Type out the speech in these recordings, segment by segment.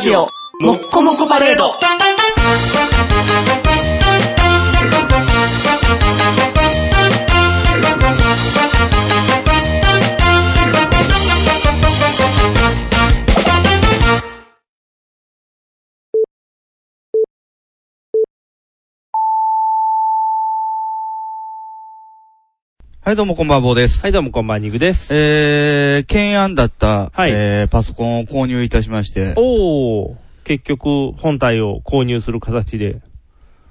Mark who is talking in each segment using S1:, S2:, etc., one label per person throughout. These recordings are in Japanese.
S1: ジオもっこもこパレード
S2: はい、どうもこんばんは、坊です。
S3: はい、どうもこんばんは、ニグです。
S2: えー、懸案だった、
S3: はい
S2: えー、パソコンを購入いたしまして、
S3: おー、結局、本体を購入する形で。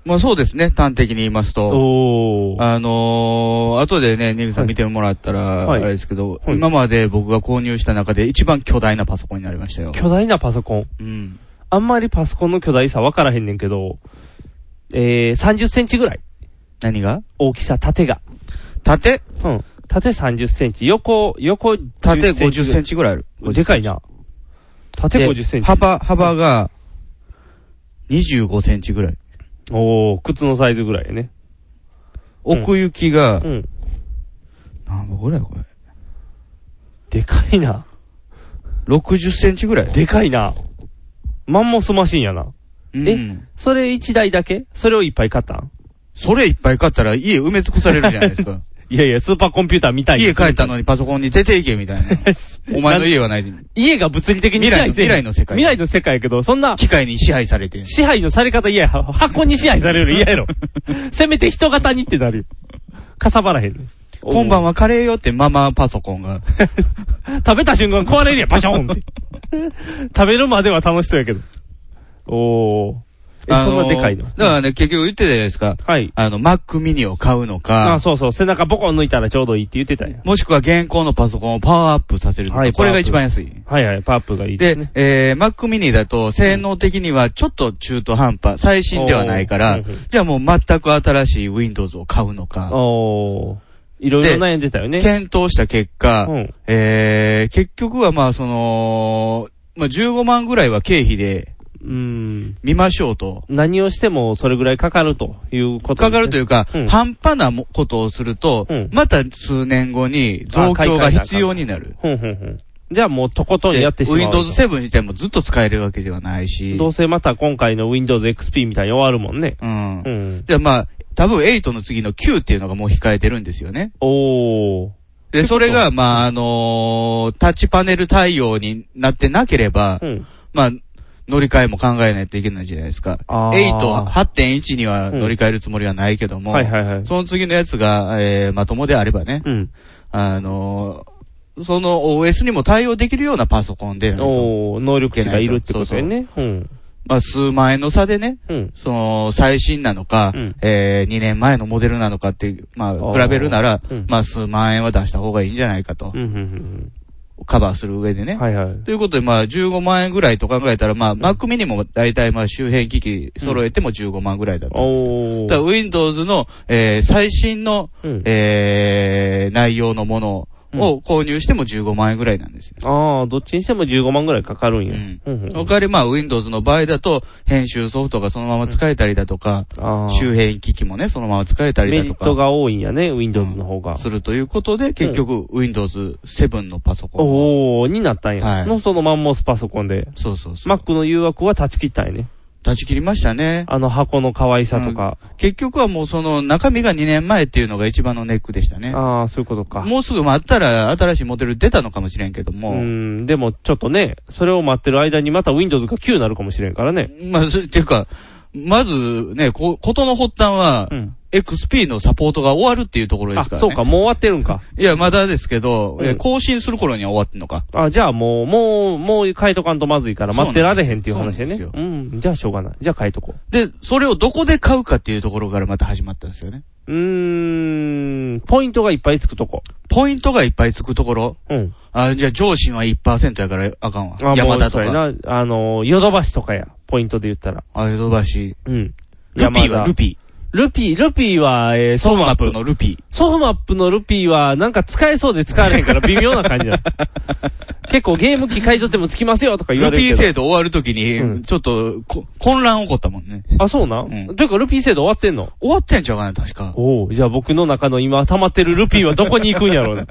S2: まあそうですね、端的に言いますと、
S3: おー、
S2: あのー、後でね、ニグさん見てもらったら、
S3: はい
S2: あれですけど、
S3: はい
S2: 今まで僕が購入した中で一番巨大なパソコンになりましたよ。
S3: 巨大なパソコン。
S2: うん。
S3: あんまりパソコンの巨大さわからへんねんけど、えー、30センチぐらい。
S2: 何が
S3: 大きさ、縦が。
S2: 縦
S3: うん。縦30センチ、横、横10
S2: 縦
S3: センチ
S2: 50センチぐらいある。
S3: ぐらい。でかいな。縦50センチ。
S2: 幅、幅が、25センチぐらい。
S3: おー、靴のサイズぐらいやね。うん
S2: 奥行きが
S3: う、ん。
S2: 何本ぐらいこれ。
S3: でかいな。
S2: 60センチぐらい。
S3: でかいな。マンモスマシンやな。
S2: うん
S3: えそれ1台だけそれをいっぱい買ったん
S2: それいっぱい買ったら家埋め尽くされるじゃないです か。
S3: いやいや、スーパーコンピューターみたいに。
S2: 家帰ったのにパソコンに出ていけみた いな。お前の家はない。
S3: 家が物理的に
S2: 未
S3: 支
S2: 来
S3: 配
S2: の、未
S3: せえへん
S2: 来の世界。
S3: 未来の世界やけど、そんな、
S2: 機械に支配されてん。
S3: 支配のされ方嫌や。は箱に支配され るの嫌やろ。せめて人型にってなるよ。かさばらへん。
S2: 今晩
S3: は。
S2: はカレーよってママパソコンが。
S3: 食べた瞬間壊れるやん、パショーン って。食べるまでは楽しそうやけど。おー。え、
S2: あ
S3: そん
S2: の
S3: なでかいの
S2: だからね、結局言ってたじゃないですか。
S3: はい。
S2: あの、Mac mini を買うの
S3: あ
S2: か、
S3: そうそう。背中ボコン抜いたらちょうどいいって言ってたやん。
S2: もしくは現行のパソコンをパワーアップさせるのか
S3: はい
S2: これが一
S3: パワ
S2: 番安い。
S3: はいはい、パープがいいです
S2: で
S3: ね。、
S2: えー、Mac mini だと、性能的にはちょっと中途半端、最新ではないか
S3: お
S2: ら
S3: ーうんうん、
S2: じゃあもう全く新しい Windows を買うのか、
S3: おー。いろいろ悩んでたよね。
S2: 検討した結果、
S3: うん。
S2: えー、結局はまあその、まあ15万ぐらいは経費で
S3: うん。
S2: 見ましょうと。
S3: 何をしてもそれぐらいかかるということ。
S2: かかるといううか、
S3: うん
S2: 半端なもことをすると、
S3: うん
S2: また数年後に増強が必要になる。
S3: ふんふんふん。じゃあもうとことん
S2: で
S3: やってしまうと。
S2: Windows 7自体もずっと使えるわけではないし、
S3: どうせまた今回の Windows XP みたいに終わるもんね。
S2: うん
S3: う。ん。
S2: じゃあまあ、多分8の次の9っていうのがもう控えてるんですよね。
S3: おー。
S2: で、それが、まあ、あのータッチパネル対応になってなければ、
S3: うん。
S2: まあ、乗り換えも考えないといけないじゃないですか。
S3: あー
S2: 8は8.1には乗り換えるつもりはないけども、
S3: はいはいはい。
S2: その次のやつが、えー、まともであればね、
S3: うん。
S2: あのーその OS にも対応できるようなパソコンでないと、
S3: おー、能力値がいるってことよね。うん。
S2: まあ、数万円の差でね、
S3: うん。
S2: その、最新なのか、
S3: うん
S2: えー、2年前のモデルなのかっていう、まあ、
S3: ー
S2: 比べるなら、
S3: うん
S2: まあ、数万円は出した方がいいんじゃないかと
S3: う、ん、うん、
S2: カバーする上で
S3: う
S2: ね
S3: ん。。はいはい。
S2: ということで、まあ、15万円ぐらいと考えたら、まあ、Mac mini も大体、まあ、周辺機器揃えても15万ぐらいだったんですよ。
S3: お
S2: だから
S3: ー。
S2: Windows の、えー最新の、
S3: うん。
S2: えー内容のものを購入しても15万円ぐらいなんですよ。
S3: あー、どっちにしても15万ぐらいかかるんや。
S2: うん
S3: うんうん
S2: おかわり、まあ、Windows の場合だと、編集ソフトがそのまま使えたりだとか、
S3: あー
S2: 周辺機器もね、そのまま使えたり
S3: メ
S2: だ
S3: リ
S2: と
S3: ット
S2: か、
S3: が多いんやね、Windows の方が。
S2: するということで、結局、Windows 7のパソコン。
S3: おー、になったん
S2: はい
S3: や。の、そのマンモスパソコンで。
S2: そうそうそう。
S3: Mac の誘惑は断ち切ったんやね。
S2: 断ち切りましたね。
S3: あの箱の可愛さとか。
S2: 結局はもうその中身が2年前っていうのが一番のネックでしたね。
S3: ああ、そういうことか。
S2: もうすぐまああったら新しいモデル出たのかもしれんけど
S3: う
S2: も、
S3: ん、でもちょっとね、それを待ってる間にまた Windows が9になるかもしれんからね。
S2: まあ、そっていうか、まずね、こ、ことの発端は
S3: う、ん。
S2: XP のサポートが終わるっていうところで
S3: あ、
S2: すからね。
S3: そうか、もう終わってるんか。
S2: いや、まだですけど、
S3: うん
S2: え更新する頃には終わってんのか。
S3: あ、じゃあもう、もう、もう変えとかんとまずいから
S2: そう
S3: 待
S2: なん
S3: っ
S2: で
S3: て
S2: す
S3: られへんっていう話でね。
S2: そうなんで
S3: うん、じゃあしょうがない。じゃあ変えとこ
S2: で、それをどこで買うかっていうところからまた始まったんですよね。
S3: う。うーん、ポイントがいっぱいつくとこ。
S2: ポイントがいっぱいつくところ、
S3: うん。
S2: あ、じゃあ上信は1%やからあかんわ。
S3: あ
S2: 山田と
S3: もう
S2: か、
S3: そうやな、あの、ヨドバシとかや。ポイントで言ったら。
S2: あ、江戸橋。
S3: うん。
S2: ルピーはル
S3: ピ
S2: ピ
S3: ルピー、ルピーは、えー、
S2: ー。
S3: ソ
S2: ソ
S3: フ
S2: フ
S3: マ
S2: マ
S3: ッ
S2: ッ
S3: プ
S2: プ。のルピー。
S3: ソフマップのルピーは、なんか使えそうで使われへ んから微妙な感じだ。結構ゲーム機買い取ってもつきますよとか言わ
S2: ル
S3: れる
S2: ピ
S3: け
S2: ー
S3: ど。
S2: 制度終わるとき
S3: うん
S2: に、ちょっとこ、混乱起こったもんね。
S3: あ、そうな、
S2: うん
S3: というかルピー制度終わってんの
S2: 終わってんちゃうかな、確か。
S3: おおじゃあ僕の中の今溜まってるルピーはどこに行くんやろうね。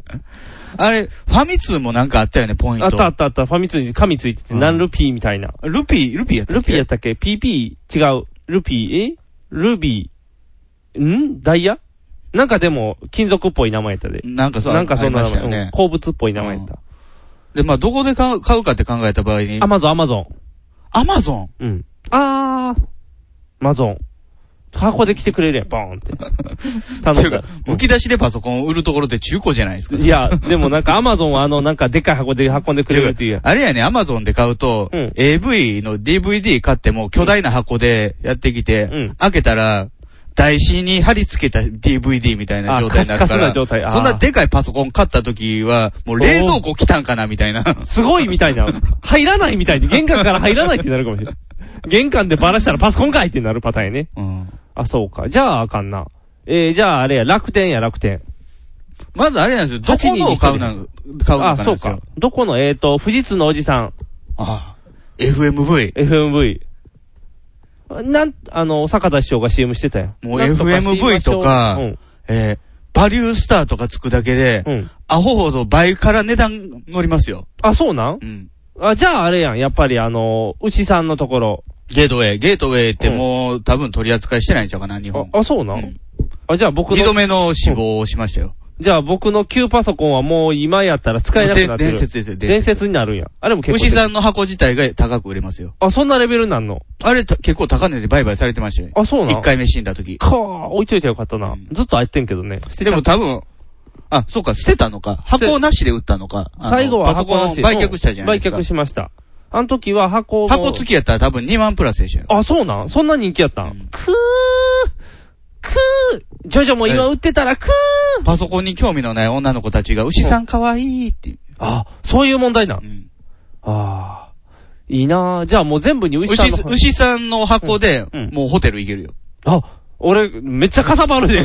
S2: あれ、ファミ通もなんかあったよね、ポイント。
S3: あったあったあった。ファミ通に紙ついてて、
S2: うん
S3: 何ルピーみたいな。
S2: ルピー、ルピーやった
S3: ル
S2: っけ
S3: ピーやったっけ ?PP? 違う。ルピー、えルビー、んダイヤなんかでも、金属っぽい名前やったで。
S2: なんかそう、
S3: なんかそんな
S2: あ
S3: 名
S2: りましたよ
S3: 前、う
S2: ね
S3: ん。鉱物っぽい名前やった。
S2: で、まあ、どこで買う買うかって考えた場合に
S3: ア、マゾン、アマゾン。
S2: アマゾン。
S3: うん。あー、マゾン。箱で来てくれるやん、ボーン って。
S2: って
S3: 頼
S2: い
S3: ん
S2: う
S3: だ
S2: か。、むき出しでパソコンを売るところって中古じゃないですか。
S3: いや、でもなんかアマゾンはあの、なんかでかい箱で運んでくれるっていうやん。
S2: あれやね、アマゾンで買うと、
S3: うん
S2: AV の DVD 買っても巨大な箱でやってきて、
S3: うん
S2: 開けたら、台紙に貼り付けた DVD みたいな状態になる
S3: あ
S2: か
S3: カスカスな
S2: ら、
S3: 状態あー
S2: そんなでかいパソコン買った時は、もう冷蔵庫来たんかなみたいな。
S3: すごいみたいな。入らないみたいに、玄関から入らないってなるかもしれん。 玄関でバラしたらパソコンかいってなるパターンやね。
S2: うん
S3: あ、そうか。じゃああかんな。えー、じゃああれや、楽天や、楽天。
S2: まずあれなんですよ、どこのを買うな、買うのかなんです
S3: あ、そ
S2: よ。
S3: うか。どこの、えーと、富士通のおじさん、
S2: ああ FMV。
S3: FMV。なん、あの、坂田師匠が CM してたよ。
S2: もう
S3: なんとか
S2: FMV とか
S3: うん。
S2: えーバリュースターとかつくだけで、
S3: うん。
S2: アホほど倍から値段乗りますよ。
S3: あ、そうなん
S2: うん。
S3: あ、じゃああれやん。やっぱりあの、牛さんのところ。
S2: ゲートウェイ、ゲートウェイってもう多分取り扱いしてないんちゃうかな、日本。
S3: あ、あそうな、
S2: うんん
S3: あ、じゃあ僕
S2: 二度
S3: の、
S2: 目の死亡をしましたよ。
S3: じゃあ僕の旧パソコンはもう今やったら使えなくなってる。
S2: 伝説ですよ、伝
S3: 伝
S2: 説。
S3: 説になるんや。あれも結構。
S2: 牛さんの箱自体が高く売れますよ。
S3: あ、そんなレベルなんの
S2: あれた結構高値で売買されてましたよね。
S3: あ、そうなん
S2: 一。回目死んだ時。
S3: かー、置いといてよかったな。
S2: うん
S3: ずっと開いてんけどね。捨て
S2: で
S3: ちゃ
S2: も
S3: う
S2: 多分、あ、そうか、捨てたのか。
S3: て
S2: 箱なしで売ったのか。あの
S3: 最後は
S2: パソ
S3: 箱
S2: コ
S3: な
S2: ン
S3: し。
S2: 売却したじゃないです
S3: うん
S2: か。
S3: 売却しました。あの時は箱も
S2: 箱付きやったら多分2万プラスでしたよ。
S3: あ、そうなんそんな人気やったん、
S2: うん
S3: くーくージョジョも今売ってたらくー
S2: パソコンに興味のない女の子たちが、牛さん可愛いって。
S3: あ、そういう問題なん。
S2: うん
S3: あー。いいなーじゃあもう全部に牛
S2: 牛
S3: さんの。
S2: 牛さんの箱で
S3: うんうん、
S2: もうホテル行けるよ。
S3: あ、俺、めっちゃかさばる で。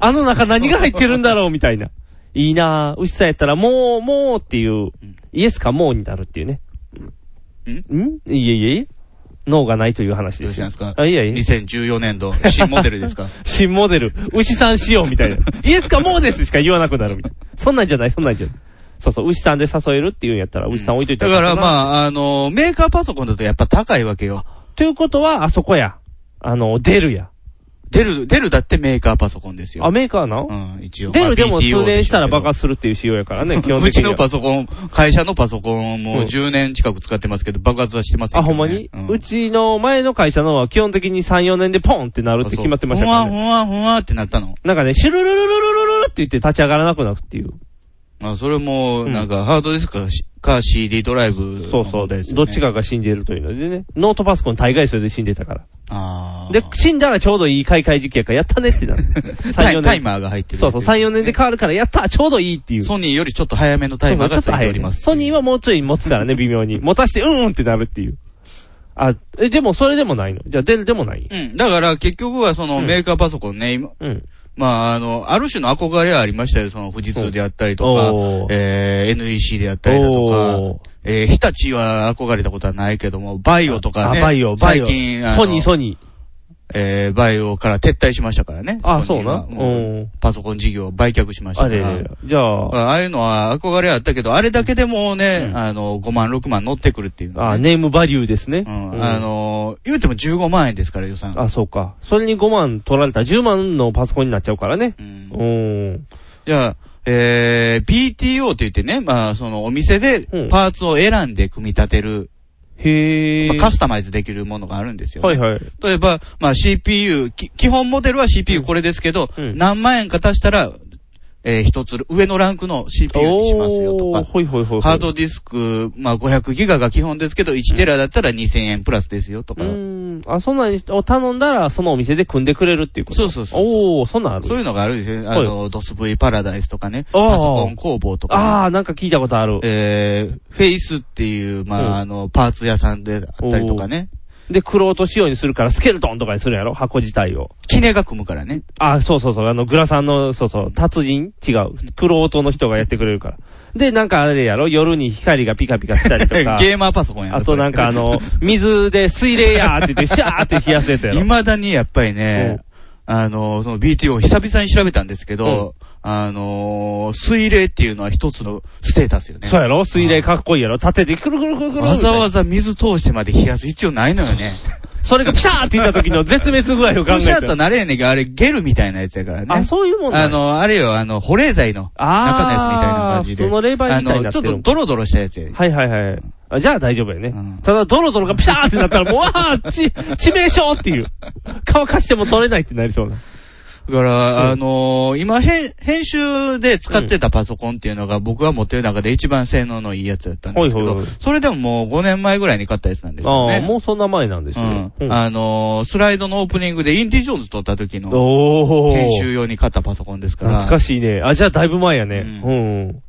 S3: あの中何が入ってるんだろうみたいな。いいなぁ。牛さんやったら、もう、もうっていう
S2: うん、
S3: イエスかもうになるっていうね。
S2: ん
S3: んいえいえいえ。脳がないという話
S2: ど
S3: で
S2: うし
S3: す
S2: たん
S3: よ。
S2: ですか
S3: あ、いやいえ。
S2: 2014年度、新モデルですか
S3: 新モデル、牛さん仕様みたいな。イエスかもうですしか言わなくなるみたいな。そんなんじゃない、そんなんじゃない。そうそう、牛さんで誘えるっていうんやったら、 牛さん置いといた
S2: だから
S3: あ。
S2: まあ、あの、メーカーパソコンだとやっぱ高いわけよ。
S3: ということは、あそこや。あの、出るや。
S2: 出る、出るだってメーカーパソコンです
S3: あ、
S2: よ。
S3: メーカーな
S2: うん、一応。
S3: 出
S2: まあ
S3: るでも
S2: BTO
S3: 数年したら
S2: でょうけど
S3: 爆発するっていう仕様やか らね、基本的には。
S2: うちのパソコン、会社のパソコンも
S3: うん
S2: 10年近く使ってますけど、爆発はしてません
S3: あ、
S2: け
S3: ほ
S2: ど
S3: ん
S2: ね
S3: まに、
S2: う
S3: うんちの前の会社のは基本的に3、4年でポンってなるって決まってましたから
S2: そう
S3: ね。
S2: ふわふわふわってなったの。
S3: なんかね、シュルルルルルルルルって言って立ち上がらなくなるっていう。
S2: あそれも、
S3: うん
S2: なんか、ハードディスクかしか CD ドライブ
S3: そ
S2: の
S3: うそ
S2: 問
S3: う。
S2: 題ですよ、ね。
S3: どっち。かが死んでいるというのでね。ノートパソコン大概それで死んでたから。
S2: あー
S3: で、死んだらちょうどいい買い替え時期やから、やったねって なる。
S2: タイ
S3: 3、4
S2: タイ
S3: 年。
S2: マーが入ってる
S3: そ
S2: や
S3: う
S2: つ
S3: そ
S2: で
S3: う、
S2: すね、
S3: 3、4年で変わるから、やったちょうどいいっていう。
S2: ソニーよりちょっと早めのタイマー
S3: ちょ
S2: が
S3: っ
S2: つ
S3: と
S2: いて
S3: 早
S2: お
S3: い
S2: り
S3: ね。
S2: ます。
S3: ソニーはもうちょい持つからね、微妙に。持たして、うんうんってなるっていう。あ、え、でもそれでもないのじゃあ出るでもない
S2: うん。だから、結局はその
S3: うん
S2: メーカーパソコンね、今、
S3: うん。
S2: まあ、あの、ある種の憧れはありましたよ。その富士通であったりとか、
S3: おー
S2: えー、NEC であったりだとか、
S3: おー
S2: えー、日立は憧れたことはないけども、バイオとかね、
S3: あバイオ、バイオ。
S2: 最近、あの
S3: ソニー、ソニー。
S2: えー、バイオから撤退しましたからね。
S3: あ、
S2: ソ
S3: そ
S2: ニ
S3: う
S2: ーは
S3: な。う。
S2: もうんパソコン事業を売却しました
S3: あ
S2: か
S3: れ
S2: ら。
S3: じゃあ、
S2: ああいうのは憧れあったけど、あれだけでもね、
S3: うん
S2: あの、5万、6万乗ってくるっていうのは
S3: あ、ネームバリューですね。
S2: うん
S3: うん
S2: あ、のー言うても15万円ですから予算。
S3: あ、そうか。それに5万取られたら10万のパソコンになっちゃうからね。
S2: うん
S3: う。ん。
S2: じゃあ、えー、PTO って言ってね、まあ、そのお店で
S3: うん
S2: パーツを選んで組み立てる、
S3: へ
S2: ま
S3: ー。
S2: あ、カスタマイズできるものがあるんですよ、
S3: はいはい。
S2: 例えば、まあ、CPU、き基本モデルは CPU これですけど、
S3: うん
S2: 何万円か足したら、えー、一つ上のランクの CPU にしますよと
S3: お
S2: か。
S3: ーほいほいほいほい。
S2: ハードディスク、まあ、500ギガが基本ですけど、1テラだったら2000円プラスですよと
S3: う
S2: か。
S3: ーん。あ、そんなんを頼んだら、そのお店で組んでくれるっていうこと。
S2: そうそうそうそう。
S3: おー、そんなんある。
S2: そういうのがあるんですよね。あの、ドス V パラダイスとかね。
S3: あー
S2: パソコン工房と
S3: あ
S2: か、
S3: ー、なんか聞いたことある。
S2: えー、フェイスっていう、
S3: うん
S2: まあ、あの、パーツ屋さんであったりとかね。
S3: で、クロート仕様にするから、スケルトンとかにするやろ箱自体を。
S2: キネが組むからね。
S3: あ、そうそうそう、あの、グラさんの、そうそう、達人違う。クロートの人がやってくれるから。で、なんかあれやろ夜に光がピカピカしたりと か。
S2: ゲーマーパソコンや
S3: あとなんかあ、の、水で水冷やーって言って、シャーって冷 やすやつやろ。
S2: いまだにやっぱりね、あの、その BTO 久々に調べたんですけど、あのー、水冷っていうのは一つのステータスよね。
S3: そうやろ水冷かっこいいやろ縦でくるくるくるくる。
S2: わざわざ
S3: ざ。
S2: 水通してまで冷やす必要ないのよね。
S3: それがピシャーって言った時の絶滅具合を考
S2: ブ
S3: えて。
S2: シャーとなれへんねんけど、あれゲルみたいなやつやからね。
S3: あ、そういうもんなん
S2: あ
S3: や、
S2: の、あれよ、あの、保冷剤の
S3: あー
S2: 中のやつみたいな感じで。
S3: その冷媒みたいになってる
S2: あの、ちょっとドロドロしたやつや。
S3: はいはいはい。あじゃあ大丈夫やね。
S2: うん
S3: ただ、ドロドロがピシャーってなったら、もう、わー、ち、致命傷っていう。乾かしても取れないってなりそうな。
S2: だから、あのー今、編、編集で使ってたパソコンっていうのが僕が持ってる中で一番性能のいいやつだったんですけ
S3: ほいほい
S2: ど
S3: ほい、
S2: それでももう5年前ぐらいに買ったやつなんですよ
S3: あ
S2: ね。
S3: あ、もうそんな前なんです
S2: う
S3: ね
S2: ん。。
S3: うん
S2: あのースライドのオープニングでインディ・ジョーンズ撮った時の
S3: おー。
S2: 編集用に買ったパソコンですから。
S3: 懐かしいね。あ、じゃあだいぶ前やね。
S2: う
S3: うん。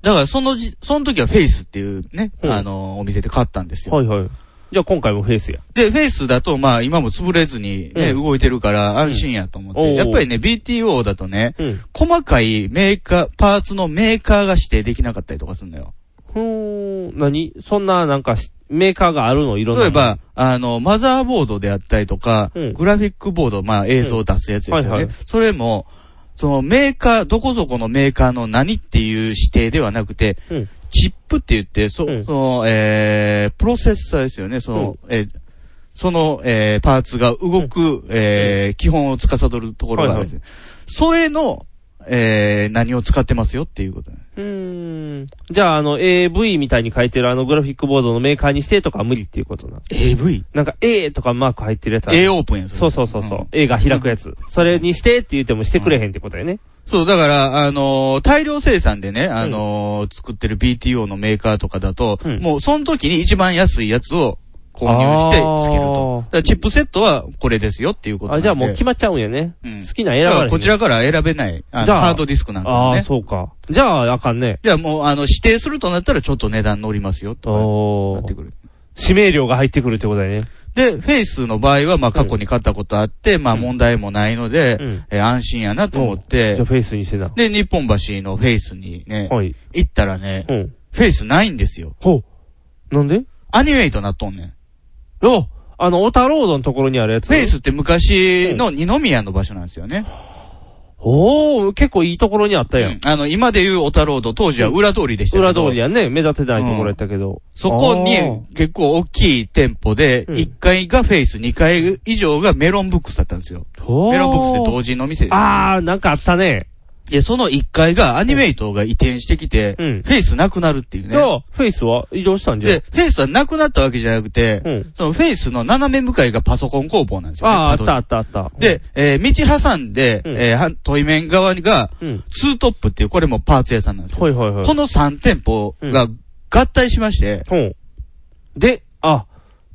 S2: だからそのじ、その時はフェイスっていうね、
S3: うん
S2: あのーお店で買ったんですよ。
S3: はいはい。じゃあ今回もフェイスや。
S2: で、フェイスだと、まあ、今も潰れずにね、
S3: うん
S2: 動いてるから安心やと思って、
S3: うんおー
S2: やっぱりね、BTO だとね、
S3: うん。
S2: 細かいメーカー、パーツのメーカーが指定できなかったりとかするのよ。
S3: ふーん、何そんな、なんかし、メーカーがあるのいろんな。
S2: 例え、ば、あの、マザーボードであったりとか、
S3: うん
S2: グラフィックボード、まあ、映像を出すやつですよね。
S3: うんはいはい
S2: それも、そのメーカー、どこそこのメーカーの何っていう指定ではなくて、
S3: うん。
S2: チップって言って、そ,、
S3: うん
S2: その、えー、プロセッサーですよね、その、えーその、えー、パーツが動く、えー、基本を司るところがあるんですよ、それの、えー、何を使ってますよっていうことなんです
S3: うーん。じゃあ、あの、AV みたいに書いてるあのグラフィックボードのメーカーにしてとかは無理っていうことな。
S2: AV?
S3: なんか A とかマーク入ってるやつある
S2: A オープンや
S3: そうそうそうそう、
S2: ん
S3: A が開くやつ。それにしてって言ってもしてくれへんってことやね。
S2: そう、だから、あのー大量生産でね、あのー作ってる BTO のメーカーとかだと、
S3: うん
S2: もうその時に一番安いやつを購入してつけると。
S3: あー
S2: だからチップセットはこれですよっていうことなん
S3: あ、
S2: で。
S3: じゃあもう決まっちゃうんやね。
S2: うん
S3: 好きな選
S2: だ
S3: ば
S2: か
S3: れへ
S2: ら
S3: ん
S2: こちらから選べない、あの
S3: じゃあ
S2: ハードディスクなんか
S3: あ
S2: も
S3: あ、
S2: ね。
S3: そうか。じゃあ、あかんね。
S2: じゃあもう、あの、指定するとなったらちょっと値段乗りますよ、と
S3: お
S2: か、なって
S3: ー。
S2: くる。
S3: 指名料が入ってくるってことやね。
S2: で、フェイスの場合は、まあ、過去に買ったことあって、まあ、
S3: うん
S2: 問題もないので、
S3: うん
S2: えー安心やなと思っ
S3: じ
S2: て
S3: ゃあ、フェイスにしてな。
S2: で、日本橋のフェイスにね、
S3: はい。
S2: 行ったらね
S3: う、ん。
S2: フェイスないんですよ。
S3: ほう。なんで
S2: アニメイトなっとんねん。
S3: おあの、オタロードのところにあるやつ。
S2: フェイスって昔の二宮の場所なんですよね。
S3: おー、結構いいところにあった
S2: う
S3: や
S2: ん
S3: ん。
S2: あの、今で言うオタロード、当時は裏通りでしたけど。
S3: 裏通りやね。目立てないところやったけど。
S2: そこ
S3: あ
S2: に結構大きい店舗で、
S3: うん
S2: 1階がフェイス、2階以上がメロンブックスだったんですよ。
S3: ーおー
S2: メロンブックスって同時の店で。
S3: あー、なんかあったね。
S2: で、その1階がアニメイトが移転してきて、
S3: うん
S2: フェイスなくなるっていう
S3: じゃ
S2: ね。
S3: あ、フェイスは移動したんじゃ
S2: で、。
S3: ん
S2: フェイスはなくなったわけじゃなくて、
S3: うん。
S2: そのフェイスの斜め向かいがパソコン工房なんですよ、ね。
S3: ああー、あっ
S2: 角
S3: た
S2: に
S3: あったあった。
S2: で、えー道挟んで、
S3: うん
S2: えーは対面側が、
S3: うん、
S2: ツートップっていう、これもパーツ屋さんなんですよ。
S3: はいはいはい。
S2: この3店舗が合体しまして、
S3: ほう。で、あ、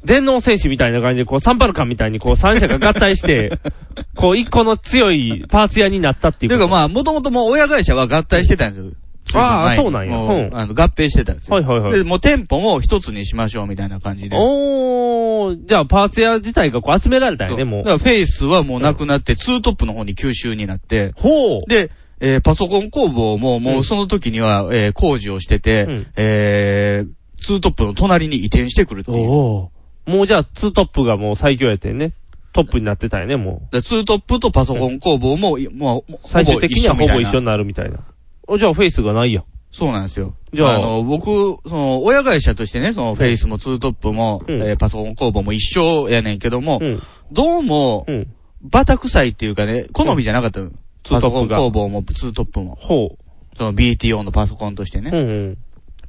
S3: 電脳戦士みたいな感じで、こう、サンバルカンみたいに、こう、三者が合体して、 こう、一個の強いパーツ屋になったっていう
S2: てい
S3: こ
S2: う
S3: と。
S2: かまあ、もともともう親会社は合体してたんですよ。
S3: ああ
S2: ずいぶ
S3: そうんな
S2: 前
S3: ん
S2: に
S3: や
S2: も
S3: うん
S2: あの合併してたんですよ。
S3: はいはいはい
S2: で、もう店舗も一つにしましょうみたいな感じで。
S3: おー、じゃあ、パーツ屋自体がこう、集められたん
S2: そ
S3: や
S2: う
S3: ね、も
S2: だから
S3: う。
S2: フェイスはもうなくなって、ツートップの方に吸収になって、
S3: ほう。
S2: で、えーパソコン工房もも
S3: ん
S2: うその時には、えー工事をしてて、
S3: うん
S2: えーツートップの隣に移転してくるっていう。
S3: おー。もうじゃあ、ツートップがもう最強やってんね。トップになってたんやね、も
S2: だからツートップとパソコン工房も、いもう、
S3: う。最終的にはほぼ一緒
S2: みたいな
S3: になるみたいな。おじゃあ、フェイスがないやん。
S2: そうなんですよ。
S3: じゃあ
S2: あの、僕、その、親会社としてね、その、フェイスもツートップも、
S3: うん
S2: えーパソコン工房も一緒やねんけども、
S3: うん。
S2: どうも
S3: う、ん。
S2: バタ臭いっていうかね、好みじゃなかったの。
S3: ツー
S2: パ
S3: ト
S2: ソ
S3: ッ
S2: コ
S3: プ
S2: ン
S3: が
S2: 工房もツートップも。
S3: ほ
S2: その BTO のパソコンとして
S3: う。
S2: ね
S3: うん。うん。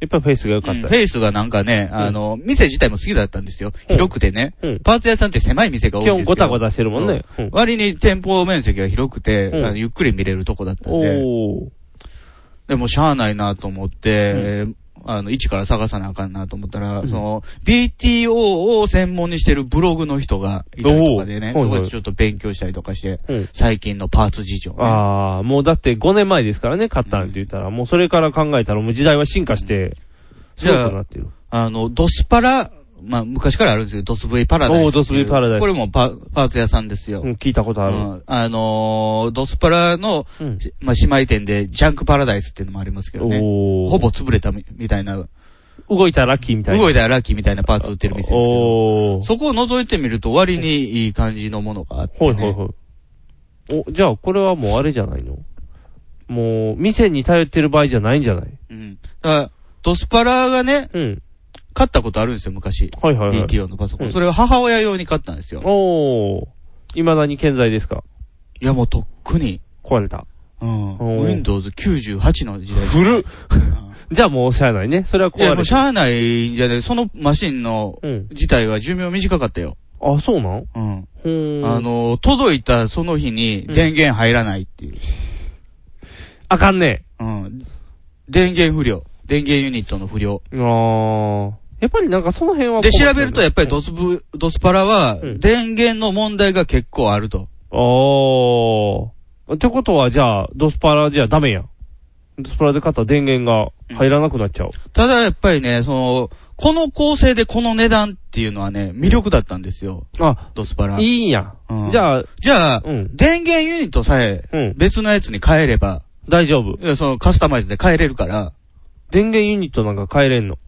S3: やっぱりフェイスが良か
S2: う
S3: っ
S2: んフ
S3: た。
S2: ェイスがなんかね、あの、店自体も好きだったんですよ。
S3: うん
S2: 広くてね。
S3: うん。
S2: パーツ屋さんって狭い店が多いん
S3: 基
S2: です
S3: 本
S2: けど。
S3: ゴタゴタしてるもんね。うん。
S2: 割に店舗面積が広くて、
S3: うん
S2: あのゆっくり見れるとこだったんで。
S3: おー。
S2: でもしゃあないなと思って、あの、一から探さなあかんなと思ったら、
S3: うん
S2: その、BTO を専門にしてるブログの人がいたりとかでね、
S3: おー
S2: そ
S3: はい
S2: こ
S3: は
S2: で
S3: い
S2: ちょっと勉強したりとかして、
S3: うん。
S2: 最近のパーツ事情、ね。
S3: ああ、もうだって5年前ですからね、買ったんって言ったら、もうそれから考えたらもう時代は進化して、す
S2: じ
S3: ご
S2: ゃあ
S3: くなってる。
S2: あの、ドスパラ、まあ、昔からあるんですけど、ドス V パラダイスっていう。
S3: おードス V パラダイス
S2: これもパパーツ屋さんですよ。
S3: うん、聞いたことある。
S2: うんあのードスパラの、
S3: うん。
S2: まあ、姉妹店で、ジャンクパラダイスっていうのもありますけどね。
S3: おお。
S2: ほぼ潰れたみみたいな、
S3: 動いたらラッキーみたいな。
S2: 動
S3: い
S2: いたらラッキーみたいなパーツ売ってる店ですけど。
S3: おお。
S2: そこを覗いてみると割にいい感じのものがあって、
S3: ほ
S2: ね
S3: いほいほい。お、じゃあこれはもうあれじゃないのもう、店に頼ってる場合じゃないんじゃない
S2: うん。だから、ドスパラがね、
S3: うん。
S2: 買ったことあるんですよ、昔。
S3: はいはいはい。
S2: DTO のパソコ
S3: うん
S2: ン。それを母親用に買ったんですよ。
S3: おー。未だに健在ですか
S2: いや、もうとっくに。
S3: 壊れた。
S2: うん。
S3: おー
S2: Windows 98の時代じゃん
S3: 古っ
S2: うん
S3: じゃあもうしゃあないね。それはい
S2: や、
S3: 壊
S2: も
S3: れ。
S2: うしたゃあないんじゃないそのマシンの
S3: うん。
S2: 自体は寿命短かったよ。
S3: あ、そうなん
S2: うん。
S3: ほー。
S2: あ、の、届いたその日に
S3: うん
S2: 電源入らないっていう。
S3: あかんね。
S2: うん。電源不良。電源ユニットの不良。
S3: あー。やっぱりなんかその辺は。
S2: で、調べるとやっぱりド
S3: ス。
S2: スブ、ドスパラは
S3: うん
S2: 電源の問題が結構あると。
S3: おー。ってことはじゃあ、ドスパラじゃダメやん。ドスパラで買った電源が入らなくなっちゃう。
S2: ただやっぱりね、その、この構成でこの値段っていうのはね、魅力だったんですよ。
S3: あ、
S2: ドスパラ。
S3: いいんや。
S2: うん
S3: じゃあ、
S2: じゃあ、
S3: うん。
S2: 電源ユニットさえ
S3: うん。
S2: 別のやつに変えれば、
S3: 大丈夫。
S2: いやそのカスタマイズで変えれるから、
S3: 電源ユニットなんか変えれんの。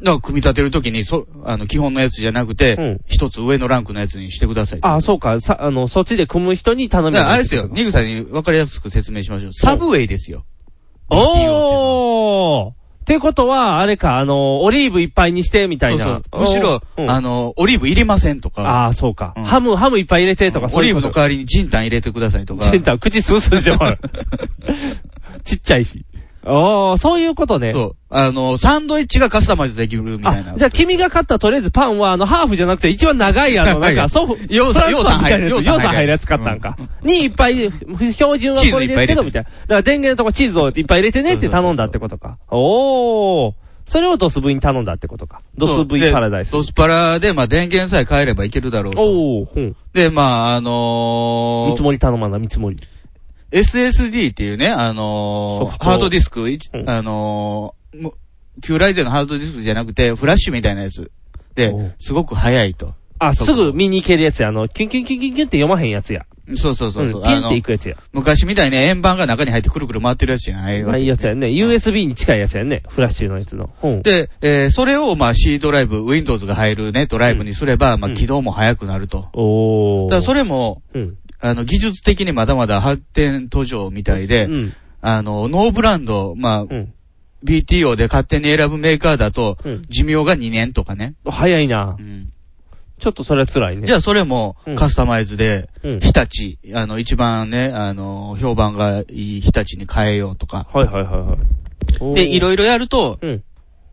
S2: だから組み立てるときに、そ、あの、基本のやつじゃなく
S3: う
S2: て、
S3: ん。
S2: 一、つ上のランクのやつにしてください。
S3: あ、そうか。さ、あの、そっちで組む人に頼
S2: だ
S3: め
S2: か
S3: る
S2: らあれですよ、ニグさんに分かりやすく説明しましょう。サブウェイですよ。
S3: おーってことは、あれか、あの、オリーブいっぱいにして、みた
S2: そ
S3: いうな。
S2: そう。むしろ、
S3: うん
S2: あの、オリーブ入れませんとか、
S3: ああ、そうか、
S2: うん
S3: ハム、ハムいっぱい入れてとか、
S2: オリーブの
S3: か。
S2: 代わりにジンタン入れてくださいとか。
S3: センター、口スースーして もらう。ちっちゃいし。おー、そういうことね。
S2: そう。あの、サンドイッチがカスタマイズできるみたい
S3: あ
S2: な、。
S3: じゃあ君が買ったとりあえずパンは、あの、ハーフじゃなくて、一番長い、あの、なん
S2: 長
S3: か、
S2: い
S3: ソフ、
S2: ようさん
S3: トランスファーみたいなやつ
S2: ようさん入る
S3: ようさん入るやつ買ったんか。に、いっぱい、標準はこれですけど、みたいな。だから電源のとこチーズをいっぱい入れてねって頼んだってことか。おー。それをドス V に頼んだってことか。ドス V
S2: で
S3: パラダイス。
S2: ドスパラで、まあ、電源さえ変えればいけるだろうと。
S3: おー、うん。
S2: で、まあ、あ
S3: 見
S2: の
S3: 積
S2: ー、
S3: もり頼まな、見積もり。
S2: SSD っていうね、あ
S3: ソ
S2: の
S3: フ
S2: ー、
S3: ト
S2: ハードディスク、いち
S3: うん
S2: あのー、む旧来前のハードディスクじゃなくて、フラッシュみたいなやつ。
S3: おう
S2: で、すごく速いと。
S3: あ、
S2: そう
S3: すぐ見に行けるやつや。あの、キュンキュンキュンキュンキュンって読まへんやつや。
S2: そうそうそうそう、
S3: ん、ピ
S2: あ
S3: ンっ
S2: の
S3: て、行くやつや。
S2: 昔みたいに円盤が中に入ってくるくる回ってるやつじゃないわけ
S3: ないやつやね。USB に近いやつやね。フラッシュのやつの。うん。
S2: で、えーそれをまあ C ドライブ、Windows が入るね、ドライブにすれば、まあ
S3: うん
S2: 起動も速くなると。
S3: おー。
S2: ただそれも、
S3: うん。
S2: あの、技術的にまだまだ発展途上みたいで、
S3: うん。
S2: あの、ノーブランド、ま
S3: う
S2: あ、
S3: ん。
S2: BTO で勝手に選ぶメーカーだと、
S3: うん
S2: 寿命が2年とかね。
S3: 早いな
S2: う。ん
S3: ちょっとそれは辛いね。
S2: じゃあそれも
S3: うん
S2: カスタマイズで、
S3: うん。
S2: 日立、あの、一番ね、あの、評判がいい日立に変えようとか。
S3: はいはいはいはい。
S2: で、い
S3: い
S2: ろいろやると、
S3: うん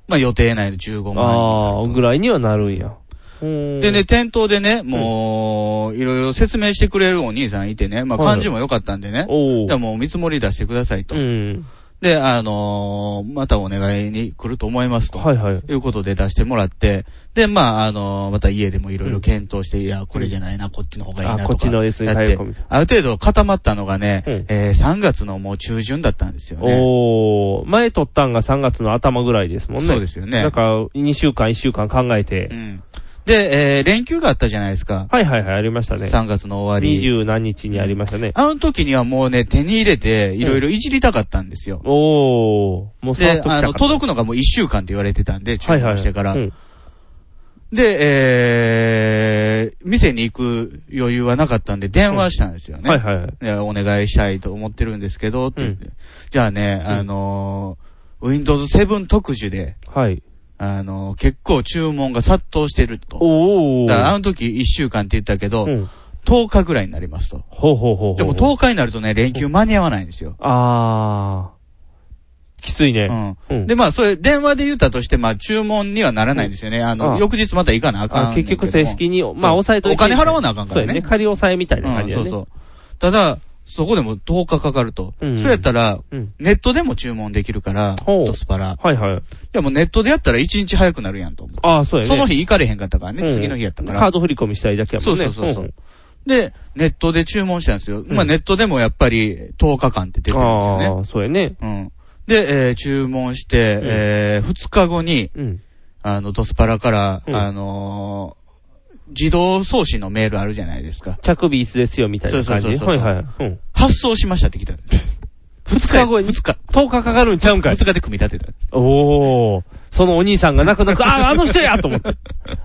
S2: まあ予定内の15万円になると。
S3: ああ、ぐらいにはなるんや。で
S2: でね、、店頭でね、もう、いろいろ説明してくれるお兄さんいてね、まあ
S3: はいはい
S2: 漢字も良かったんでね、
S3: お
S2: じゃあ
S3: ー。
S2: もう見積もり出してくださいと
S3: う。ん。
S2: で、あのー、またお願いに来ると思いますと。
S3: はいはい。
S2: いうことで出してもらって、で、まあ、あのー、また家でもいろいろ検討して、いや、これじゃないな、こっちの方がいいな
S3: あ
S2: と、か。
S3: こっちのやつに
S2: やっ
S3: 変え
S2: て
S3: るかみたい
S2: ある程度固まったのがね、
S3: うん
S2: えー3月のもう中旬だったんですよ
S3: な。
S2: ね。
S3: おー。前撮ったんが3月の頭ぐらいですもんね。
S2: そうですよね。
S3: なんか、2週間1週間考えて
S2: う。ん。で、えー連休があったじゃないですか。
S3: はいはいはい、ありましたね。
S2: 3月の終わり。
S3: 二十何日にありましたね。
S2: あの時にはもうね、手に入れて、いろいろいじりたかったんですよ。
S3: おー。もうさっ
S2: で
S3: と来、た
S2: あの、
S3: か
S2: 届くのがもう1週間って言われてたんで、注
S3: はいはいは
S2: 文
S3: い
S2: してから。
S3: うん
S2: で、えー、店に行く余裕はなかったんで、電話したんですよね。
S3: はいはいはい。
S2: いやお願いしたいと思ってるんですけど、って言って。じゃあね、あのー Windows 7特需で、
S3: はい。
S2: あのー結構注文が殺到してると。
S3: おー。
S2: だからあの時1週間って言ったけど、
S3: うん。
S2: 10日ぐらいになりますと。
S3: ほうほうほうほう。
S2: でも10日になるとね、連休間に合わないんですよ。
S3: あー。きついね。
S2: うん。
S3: うん。
S2: で、まあ、それ、電話で言ったとして、まあ、注文にはならないんですよね。あの、
S3: ああ
S2: 翌日また行かなあかん
S3: あ
S2: ねんけ
S3: 結
S2: ど。
S3: 局正式に、まあ、
S2: そう
S3: 抑えとい
S2: お
S3: て。
S2: 金払わなあかんか
S3: そう
S2: ら
S3: や
S2: ね。
S3: ね。仮押さえみたいな
S2: う
S3: 感
S2: ん、
S3: じ
S2: そ
S3: だ
S2: う
S3: ね。
S2: そう。ただ、そこでも10日かかると。
S3: うん
S2: それやったら、
S3: うん。
S2: ネットでも注文できるから、
S3: ほう
S2: ドスパラ。
S3: はいはい。
S2: でもネットでやったら1日早くなるやんと思って。
S3: ああ、そうやね。
S2: その日行かれへんかったからね、
S3: うん
S2: 次の日やったか
S3: カー
S2: ら。
S3: ド振り込みしたいだけやもんね。
S2: そうそうそうそうんで、ネットで注文したんですよ。ま
S3: う
S2: あ
S3: ん
S2: ネットでもやっぱり10日間って出てるんですよね
S3: あ。あ、そうやね。
S2: うん。で、えー注文して、
S3: ん
S2: えー2日後に、
S3: うん。
S2: あの、ドスパラから、
S3: うん
S2: あのー自動送信のメールあるじゃないですか。
S3: 着備いつですよ、みたいな感
S2: そ
S3: じ。
S2: うそうそ
S3: は
S2: うそ
S3: い
S2: う
S3: はい。うん。
S2: 発送しましたって来た。
S3: 二日後に
S2: 2日。
S3: 10日かかるんちゃうんかい
S2: 2日で組み立てた。
S3: おー。そのお兄さんが泣く泣く、ああ、あの 人やと思って。